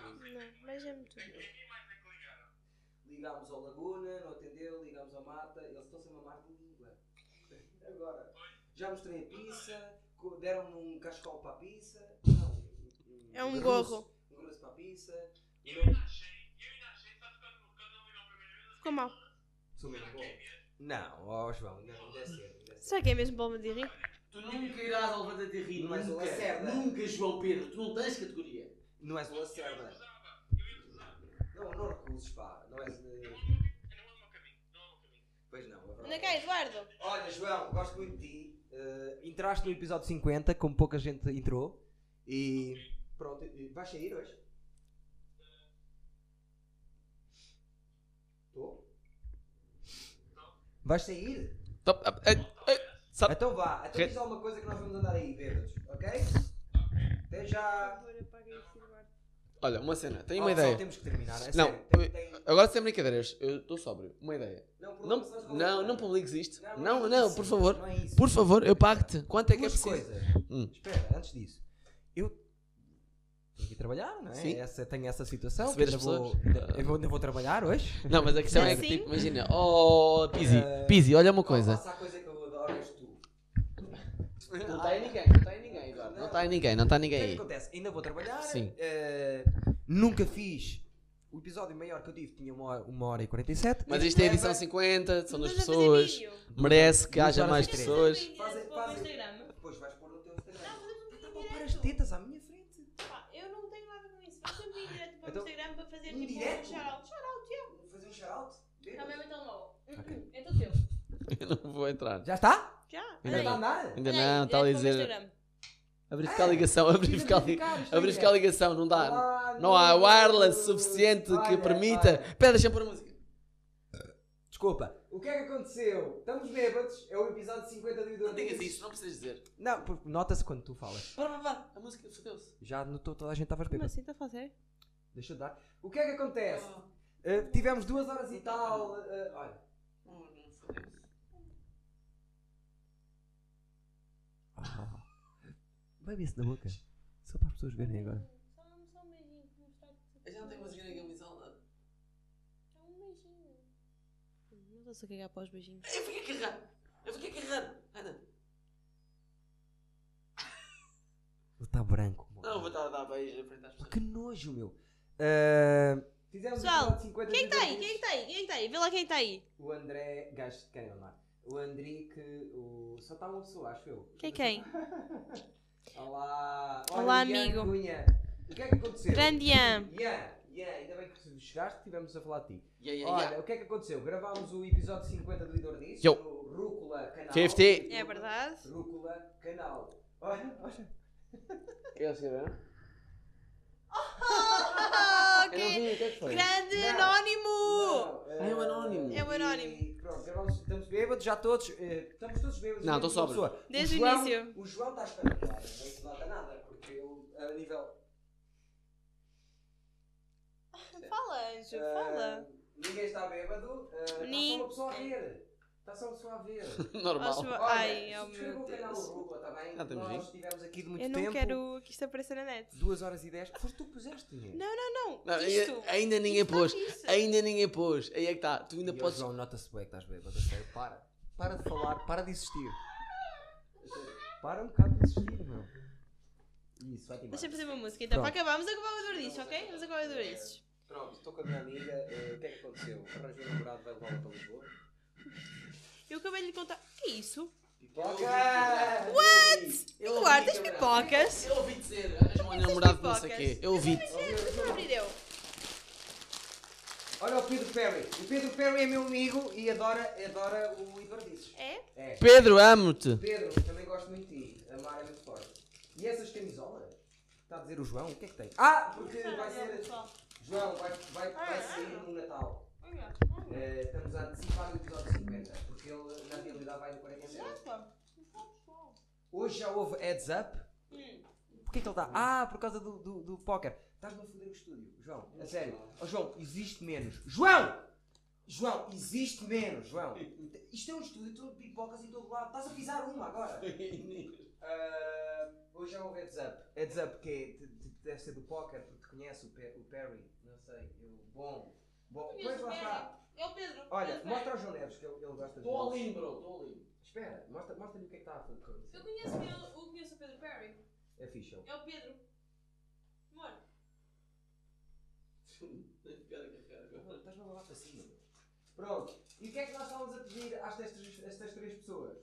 Speaker 2: Não, mas é muito.
Speaker 3: Ligámos ao Laguna, não atendeu, ligámos ao Marta, eles estão sem mamar de língua. <laughs> Agora, já mostrei a pizza, co- deram-me um cascol para a pizza. Não,
Speaker 2: É um
Speaker 3: grosso-
Speaker 2: gorro.
Speaker 3: Um grosso para a pizza.
Speaker 2: Ficou mal.
Speaker 3: Sou mesmo bom. Não, ó João, não, ainda é cedo. ainda é cedo.
Speaker 2: Será que é mesmo bomba de rir?
Speaker 14: Tu nunca irás ao Levanta de Rir,
Speaker 3: Não és o
Speaker 14: nunca,
Speaker 3: Lacerda.
Speaker 14: nunca, João Pedro, tu não tens categoria.
Speaker 3: Não és o Lacerda. Não, não recuses, pá. Não és. eh, Pois não, é verdade.
Speaker 2: Anda cá, Eduardo.
Speaker 3: Olha, João, gosto muito de ti. Eh, entraste no episódio 50, como pouca gente entrou. E. Pronto, e vais sair hoje? Eh, Estou? Vais sair?
Speaker 1: Top, ah, up, ei, ei, sabe-
Speaker 3: Então vá, então
Speaker 1: Red-
Speaker 3: diz alguma coisa que nós vamos andar aí, bêbados, ok? Até já!
Speaker 1: Olha, uma cena, tenho
Speaker 3: Oh,
Speaker 1: uma
Speaker 3: pessoal,
Speaker 1: ideia.
Speaker 3: Temos que terminar, é
Speaker 1: Não,
Speaker 3: sério. Tem- tem-
Speaker 1: Agora sem brincadeiras, eu estou sóbrio. Uma ideia.
Speaker 3: Não, é? por
Speaker 1: Não,
Speaker 3: favor,
Speaker 1: não, não publiques isto. Não, não, por favor.
Speaker 3: Não é isso.
Speaker 1: Por favor, eu pago-te. Quanto é que é
Speaker 3: Duas
Speaker 1: preciso?
Speaker 3: coisas.
Speaker 1: Hum.
Speaker 3: Espera, antes disso. Eu tenho que ir trabalhar, não é?
Speaker 1: Sim.
Speaker 3: Essa, tenho essa situação. Que
Speaker 1: Receber
Speaker 3: ainda
Speaker 1: as
Speaker 3: vou,
Speaker 1: pessoas.
Speaker 3: ainda- eu vou- ainda vou trabalhar hoje.
Speaker 1: Não, mas a questão é que,
Speaker 2: Sim.
Speaker 1: tipo, imagina. Oh, Pizzi, Pizzi, olha uma coisa.
Speaker 3: Faça a coisa que eu adoro, és tu.
Speaker 1: Não está aí ninguém, não está aí ninguém, Eduardo. Não está aí ninguém, não está
Speaker 3: O que
Speaker 1: ninguém
Speaker 3: é que
Speaker 1: aí.
Speaker 3: acontece? Ainda vou trabalhar.
Speaker 1: Sim.
Speaker 3: eh, nunca fiz. O episódio maior que eu tive tinha uma hora, uma hora e 47.
Speaker 1: Mas
Speaker 3: Este
Speaker 1: isto é
Speaker 3: leva-
Speaker 1: edição 50, são
Speaker 2: Não
Speaker 1: duas
Speaker 2: estás a fazer
Speaker 1: pessoas.
Speaker 2: vídeo.
Speaker 1: Merece que
Speaker 3: Duas
Speaker 1: haja
Speaker 3: horas
Speaker 1: mais
Speaker 3: e três.
Speaker 1: pessoas. <laughs>
Speaker 2: Fazem-
Speaker 3: Fazem-
Speaker 2: fazem-
Speaker 3: fazem-
Speaker 2: tipo, Instagram.
Speaker 3: Depois vais pôr no teu Instagram.
Speaker 2: fazemos
Speaker 3: Está a
Speaker 2: um
Speaker 3: poupar as
Speaker 2: direto.
Speaker 3: tetas à minha frente.
Speaker 2: Pá, Eu não tenho nada com isso. Faz sempre em direto para
Speaker 3: Então,
Speaker 2: o Instagram para fazer
Speaker 3: um
Speaker 2: tipo um
Speaker 3: direto?
Speaker 2: shout-out. Shout-out, yeah.
Speaker 3: Vou fazer um shout-out.
Speaker 2: Está
Speaker 3: Bêbado.
Speaker 2: mesmo então mal. Então teu.
Speaker 1: Eu não vou entrar.
Speaker 3: Já está?
Speaker 2: Já.
Speaker 3: Já está a
Speaker 2: Olha aí.
Speaker 3: andar?
Speaker 2: Olha
Speaker 1: Ainda
Speaker 2: aí,
Speaker 1: não, tá está a
Speaker 2: direto para o
Speaker 1: dizer.
Speaker 2: Instagram.
Speaker 1: A verificar a ligação, a verificar a <laughs> ligação. A verificar a ligação, não dá.
Speaker 3: ligação.
Speaker 1: Não há wireless suficiente que permita. Pera, deixa-me pôr a música.
Speaker 3: Desculpa, o que é que aconteceu? Estamos bêbados, é o episódio 50 do Eduardo.
Speaker 1: Não digas isso, não precisas dizer.
Speaker 3: Não, porque nota-se quando tu falas.
Speaker 1: Para, para, para. A música fodeu-se.
Speaker 3: Já notou toda a gente estava
Speaker 2: Como
Speaker 3: bêbada.
Speaker 2: assim? Está a fazer?
Speaker 3: Deixa eu dar. O que é que acontece?
Speaker 1: Ah.
Speaker 3: Uh, tivemos duas horas e tal. uh, olha.
Speaker 1: Oh,
Speaker 3: Ah. Bebe-se na boca. Só para as pessoas verem agora.
Speaker 2: Só um só um beijinho. para mostrar que-
Speaker 1: Eu já não tenho música na camisola.
Speaker 2: Só um beijinho. Não estou a cagar para os beijinhos.
Speaker 1: Eu fiquei carregado. Eu fiquei carregado. Anda.
Speaker 3: Ele está branco. amor.
Speaker 1: Não, vou estar a dar beijo em frente às pessoas.
Speaker 3: Que nojo, meu. Uh, fizemos
Speaker 2: Pessoal,
Speaker 3: episódio 50 do
Speaker 2: Quem está aí?
Speaker 3: Eduardo.
Speaker 2: Quem está aí? Quem está aí? Vê lá quem está aí.
Speaker 3: O André. Gajo de quem, Leonardo? O André que. O... Só está uma pessoa, acho eu.
Speaker 2: Quem é quem?
Speaker 3: Olá!
Speaker 15: Olá,
Speaker 3: Ian
Speaker 15: amigo.
Speaker 3: Cunha. O que é que aconteceu?
Speaker 15: Grande Ian.
Speaker 3: Ian, Ian, ainda bem que tu chegaste, estivemos a falar de ti.
Speaker 1: Yeah, yeah,
Speaker 3: Olha,
Speaker 1: yeah.
Speaker 3: o que é que aconteceu? Gravámos o episódio 50 do Lidor Diz
Speaker 1: Yo.
Speaker 3: no Rúcula Canal.
Speaker 1: 50.
Speaker 2: É verdade.
Speaker 3: Rúcula Canal. Olha, olha.
Speaker 1: Eles escreveram?
Speaker 2: <laughs> Ah,
Speaker 1: Eu não
Speaker 2: que
Speaker 1: vi, o que é que foi?
Speaker 2: grande
Speaker 3: Não.
Speaker 2: anónimo!
Speaker 3: Não, eh,
Speaker 1: é um anónimo.
Speaker 2: É um
Speaker 3: e
Speaker 2: anónimo.
Speaker 3: pronto, gravámos, estamos bêbados, já todos. eh, estamos todos bêbados.
Speaker 1: Não,
Speaker 3: mesmo
Speaker 1: estou
Speaker 3: uma
Speaker 1: sóbrio.
Speaker 3: pessoa.
Speaker 2: Desde o
Speaker 3: João-
Speaker 2: início.
Speaker 3: O João está espetacular, não é nota nada, porque eu, a nível.
Speaker 2: Fala, Anjo,
Speaker 3: Ah,
Speaker 2: fala.
Speaker 3: Ninguém está bêbado. ah, Está só
Speaker 2: Nin-
Speaker 3: uma pessoa a ver. Está só uma pessoa a ver.
Speaker 1: Normal.
Speaker 2: Acho-
Speaker 3: Olha,
Speaker 2: Ai, oh
Speaker 3: subscreva
Speaker 2: meu
Speaker 3: o canal
Speaker 2: Deus.
Speaker 3: Rúcula, tá bem?
Speaker 1: Ah, estamos
Speaker 3: Nós
Speaker 1: aí.
Speaker 3: estivemos aqui de muito
Speaker 2: Eu não
Speaker 3: tempo.
Speaker 2: quero que isto apareça na net.
Speaker 3: 2 horas e 10. Foste tu que puseste, Inês.
Speaker 2: Não, não,
Speaker 1: Não,
Speaker 2: não. Isto.
Speaker 1: ainda, ainda ninguém
Speaker 2: Isto
Speaker 1: pôs.
Speaker 2: faz isso.
Speaker 1: Ainda ninguém pôs. Aí é que está. Tu ainda
Speaker 3: E, ó,
Speaker 1: podes.
Speaker 3: João, nota-se bem que estás bêbado. a sério. Para. Para de falar. Para de existir. Para um bocado de existir, meu. Isso, vai embora.
Speaker 2: Deixa-me fazer uma música então. Para
Speaker 3: Pronto.
Speaker 2: acabar, vamos acabar o Eduardices, ok? Vamos acabar o Eduardices.
Speaker 3: Pronto, estou com a minha amiga. eh, o que é que aconteceu? Arranjou um namorado, vai levá-la para Lisboa.
Speaker 2: Eu acabei de lhe contar. Que isso?
Speaker 3: Pipoca! What?
Speaker 2: Eduardo, tens pipocas?
Speaker 1: Eu ouvi dizer. Arranjou um namorado de não sei o quê.
Speaker 2: pipocas.
Speaker 1: Eu ouvi.
Speaker 2: Deixa-me abrir eu.
Speaker 3: Olha o Pedro Perry. O Pedro Perry é meu amigo e adora, adora o Eduardices.
Speaker 2: É?
Speaker 3: É.
Speaker 1: Pedro, amo-te.
Speaker 3: Pedro, também gosto muito de ti. Amar é muito forte. E essas camisolas? Está a dizer o João? O que é que tem? Ah, porque vai ser. João, vai, vai, vai sair no Natal. Eh, estamos a antecipar o episódio 50, porque ele na realidade vai no 47. Hoje já houve heads up. Porquê que ele dá? Ah, por causa do, do, do póquer. Estás-me a foder o estúdio, João. A sério. Ó, João, existe menos. João! João, existe menos, João. Isto é um estúdio, tu pipocas em todo lado. Estás a pisar uma agora. Ah, hoje já houve heads up. Heads up que é, de- de- deve ser do póquer, porque conhece o, Pe- o Perry. Não sei. Eu, bom. Bom, pois lá está.
Speaker 10: É o Pedro.
Speaker 3: Olha, mostra ao João Neves, que ele, ele gosta de
Speaker 14: Estou ali, bro, estou ali.
Speaker 3: Espera, mostra- mostra-lhe o que é que está a acontecer.
Speaker 10: Eu conheço, eu, eu conheço o Pedro Perry.
Speaker 3: É fixe, ele.
Speaker 10: É o Pedro. Amor.
Speaker 14: Tenho piada com a cara agora.
Speaker 3: Estás-me a levar para cima. Pronto. E o que é que nós estávamos a pedir às testas- estas três pessoas?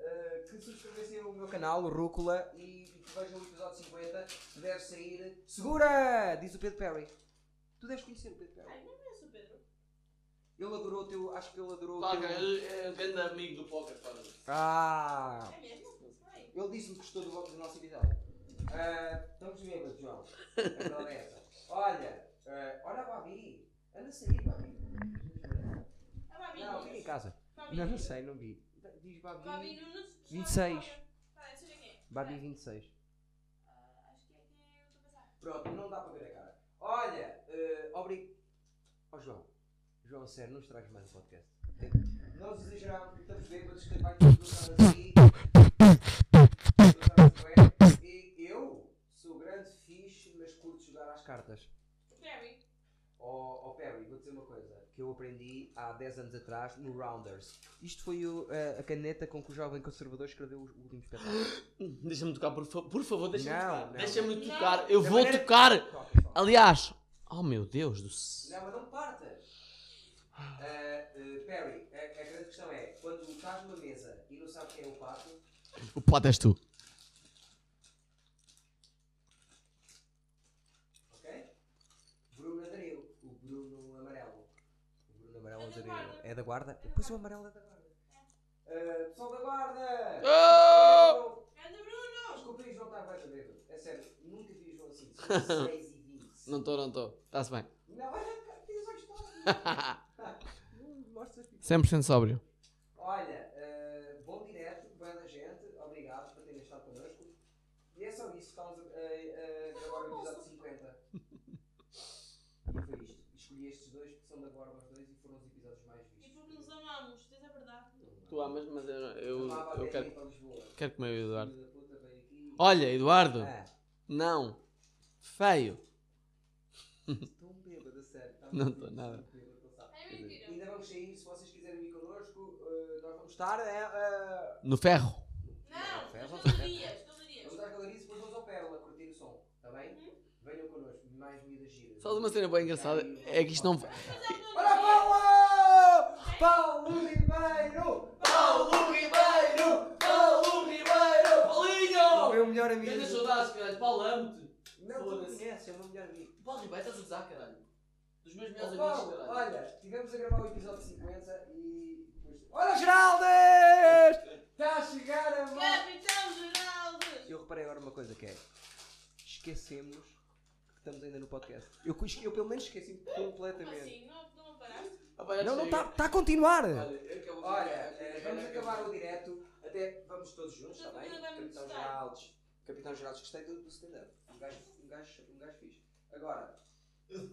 Speaker 3: Ah, que subscrevessem o meu canal, o Rúcula, e, e que vejam o episódio 50. que Deve sair. Segura! Diz o Pedro Perry. Tu deves conhecer o Pedro Perry.
Speaker 10: Conheço o Pedro.
Speaker 3: Ele adorou o teu. Acho que ele adorou o
Speaker 14: Tá,
Speaker 3: teu.
Speaker 14: cara, ele é grande amigo do poker, para
Speaker 3: Ah!
Speaker 10: É mesmo? Ai.
Speaker 3: Ele disse-me que gostou do, do nosso episódio. Ah, estamos bêbados, João. A verdade é essa. Olha, ah, olha a Babi. Anda a sair, Babi.
Speaker 10: A É Babi
Speaker 3: Não, fica em casa. Não, não sei, não vi. Diz Babi.
Speaker 10: Babi Nunes.
Speaker 3: 26.
Speaker 10: Ah, seja quem é.
Speaker 3: Babi 26.
Speaker 10: Ah, Acho que é quem eu estou a pensar.
Speaker 3: Pronto, não dá para ver a cara. Olha, eh, obrigado. Ó João, João, sério, não estragues mais o podcast. Nós exagerámos, estamos bêbados, tem mais pessoas aqui. E eu sou grande fixe, mas curto jogar às cartas.
Speaker 10: Perry.
Speaker 3: Ó oh, Perry, vou dizer uma coisa que eu aprendi há 10 anos atrás no Rounders. Isto foi o, eh, a caneta com que o jovem conservador escreveu o último espetáculo.
Speaker 1: Deixa-me tocar, por, fa- por favor, deixa-me
Speaker 3: Não,
Speaker 1: tocar.
Speaker 3: não.
Speaker 1: Deixa-me
Speaker 10: Não.
Speaker 1: tocar, eu
Speaker 3: Da
Speaker 1: vou
Speaker 3: maneira-
Speaker 1: tocar.
Speaker 3: Toca, toca.
Speaker 1: Aliás, oh meu Deus do céu.
Speaker 3: Não, mas não partas. Ah, ah, Perry, a, a grande questão é, quando estás numa mesa e não sabes quem é o pato,
Speaker 9: O pato és tu.
Speaker 3: ok? Bruno Adareu, o Bruno amarelo. O Bruno amarelo
Speaker 10: É da
Speaker 3: Adareu.
Speaker 10: guarda.
Speaker 3: É da guarda? Pois o amarelo é da guarda. Ah, pessoal da guarda!
Speaker 2: Oh!
Speaker 10: Anda, Bruno.
Speaker 3: Desculpa, o João está bem bêbado. É sério, nunca vi o João assim. São 6 e 20.
Speaker 1: Não estou, não estou. Está-se bem.
Speaker 3: Não, olha, cara, tens a história. Não mostras que
Speaker 1: 100% sóbrio.
Speaker 3: Olha, eh, bom direto, boa da gente, obrigado por terem estado connosco. E é só isso, estamos a a- a gravar o episódio 50. E foi isto. Escolhi estes dois, que são da Borba os dois, e foram os episódios mais
Speaker 10: E
Speaker 3: vistos. Então,
Speaker 10: porque nos amamos, tens a verdade.
Speaker 1: Tu amas, mas eu, eu,
Speaker 3: Amava
Speaker 1: eu
Speaker 3: até
Speaker 1: quero,
Speaker 3: vir para Lisboa.
Speaker 1: quero comer o Eduardo.
Speaker 3: Filho da puta veio aqui.
Speaker 1: Olha, Eduardo.
Speaker 3: Ah,
Speaker 1: Não. Feio.
Speaker 3: estou um bêbado, a sério. Está
Speaker 1: Não
Speaker 3: muito
Speaker 1: estou
Speaker 3: bêbado,
Speaker 1: nada.
Speaker 3: estou um bêbado, não sabe.
Speaker 10: É mentira.
Speaker 3: Ainda vamos sair, se vocês quiserem vir connosco, eh, nós vamos estar. eh, eh,
Speaker 1: No ferro.
Speaker 3: é
Speaker 10: Não,
Speaker 3: Ferro,
Speaker 10: nas
Speaker 3: ferro.
Speaker 10: galerias, galerias.
Speaker 3: vamos às galerias e depois vamos ao Pérola curtir o som, está bem?
Speaker 14: Uhum.
Speaker 3: Venham connosco, mais miúdas giras.
Speaker 1: Só de uma cena bem engraçada é que isto não.
Speaker 3: Para Paulo! Paulo Ribeiro!
Speaker 14: Paulo Ribeiro! Paulo Ribeiro!
Speaker 3: O
Speaker 14: Paulinho!
Speaker 3: meu melhor amigo.
Speaker 14: Grandes saudades, caralho. Paulo, amo-te.
Speaker 3: Não, tu me conheces, é o meu melhor amigo.
Speaker 14: Paulo Ribeiro, estás a usar, caralho. Dos meus
Speaker 3: Ó,
Speaker 14: melhores amigos,
Speaker 3: Paulo,
Speaker 14: caralho.
Speaker 3: olha, estivemos a gravar o episódio 50 e. depois- Olha, Geraldes! Está a chegar a mão.
Speaker 10: Capitão Geraldo.
Speaker 3: Eu reparei agora uma coisa que é. Esquecemos que estamos ainda no podcast. Eu, esque- eu pelo menos esqueci
Speaker 10: Como
Speaker 3: completamente.
Speaker 10: assim? Não, não paraste?
Speaker 14: Ah, pá, já
Speaker 3: Não, não,
Speaker 14: chega.
Speaker 3: está
Speaker 1: tá.
Speaker 3: a continuar!
Speaker 14: Olha, eu acabo de-
Speaker 3: Olha,
Speaker 14: acabo de-
Speaker 3: eh, vamos acabar o direto. Até vamos todos juntos, está
Speaker 10: Mas
Speaker 3: bem?
Speaker 10: também não vai muito
Speaker 3: Capitão
Speaker 10: gostar.
Speaker 3: Geraldes. Capitão Geraldes, gostei do, do stand-up. Um gajo, um, gajo, um gajo fixe. Agora.
Speaker 10: <laughs>
Speaker 3: não, não é isso que eu quero.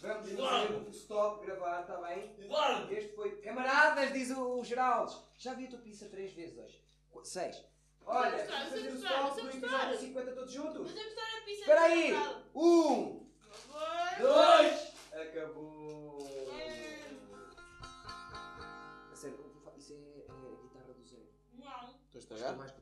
Speaker 3: Vamos fazer o stop, gravar, está bem?
Speaker 14: Eduardo!
Speaker 3: Este foi. Camaradas, diz o Geraldes. Já vi a tua pizza três vezes hoje. Qu- Seis. Olha,
Speaker 10: Vamos mostrar,
Speaker 3: vamos fazer o
Speaker 10: vamos mostrar,
Speaker 3: stop do
Speaker 10: vamos mostrar.
Speaker 3: episódio 50 todos juntos.
Speaker 10: Mas eu mostrar a pizza.
Speaker 3: Espera aí!
Speaker 10: Geraldo.
Speaker 3: Um,
Speaker 10: Por favor.
Speaker 3: dois, acabou. A sério, isso é é a guitarra do Zé.
Speaker 10: Não.
Speaker 3: Estou mais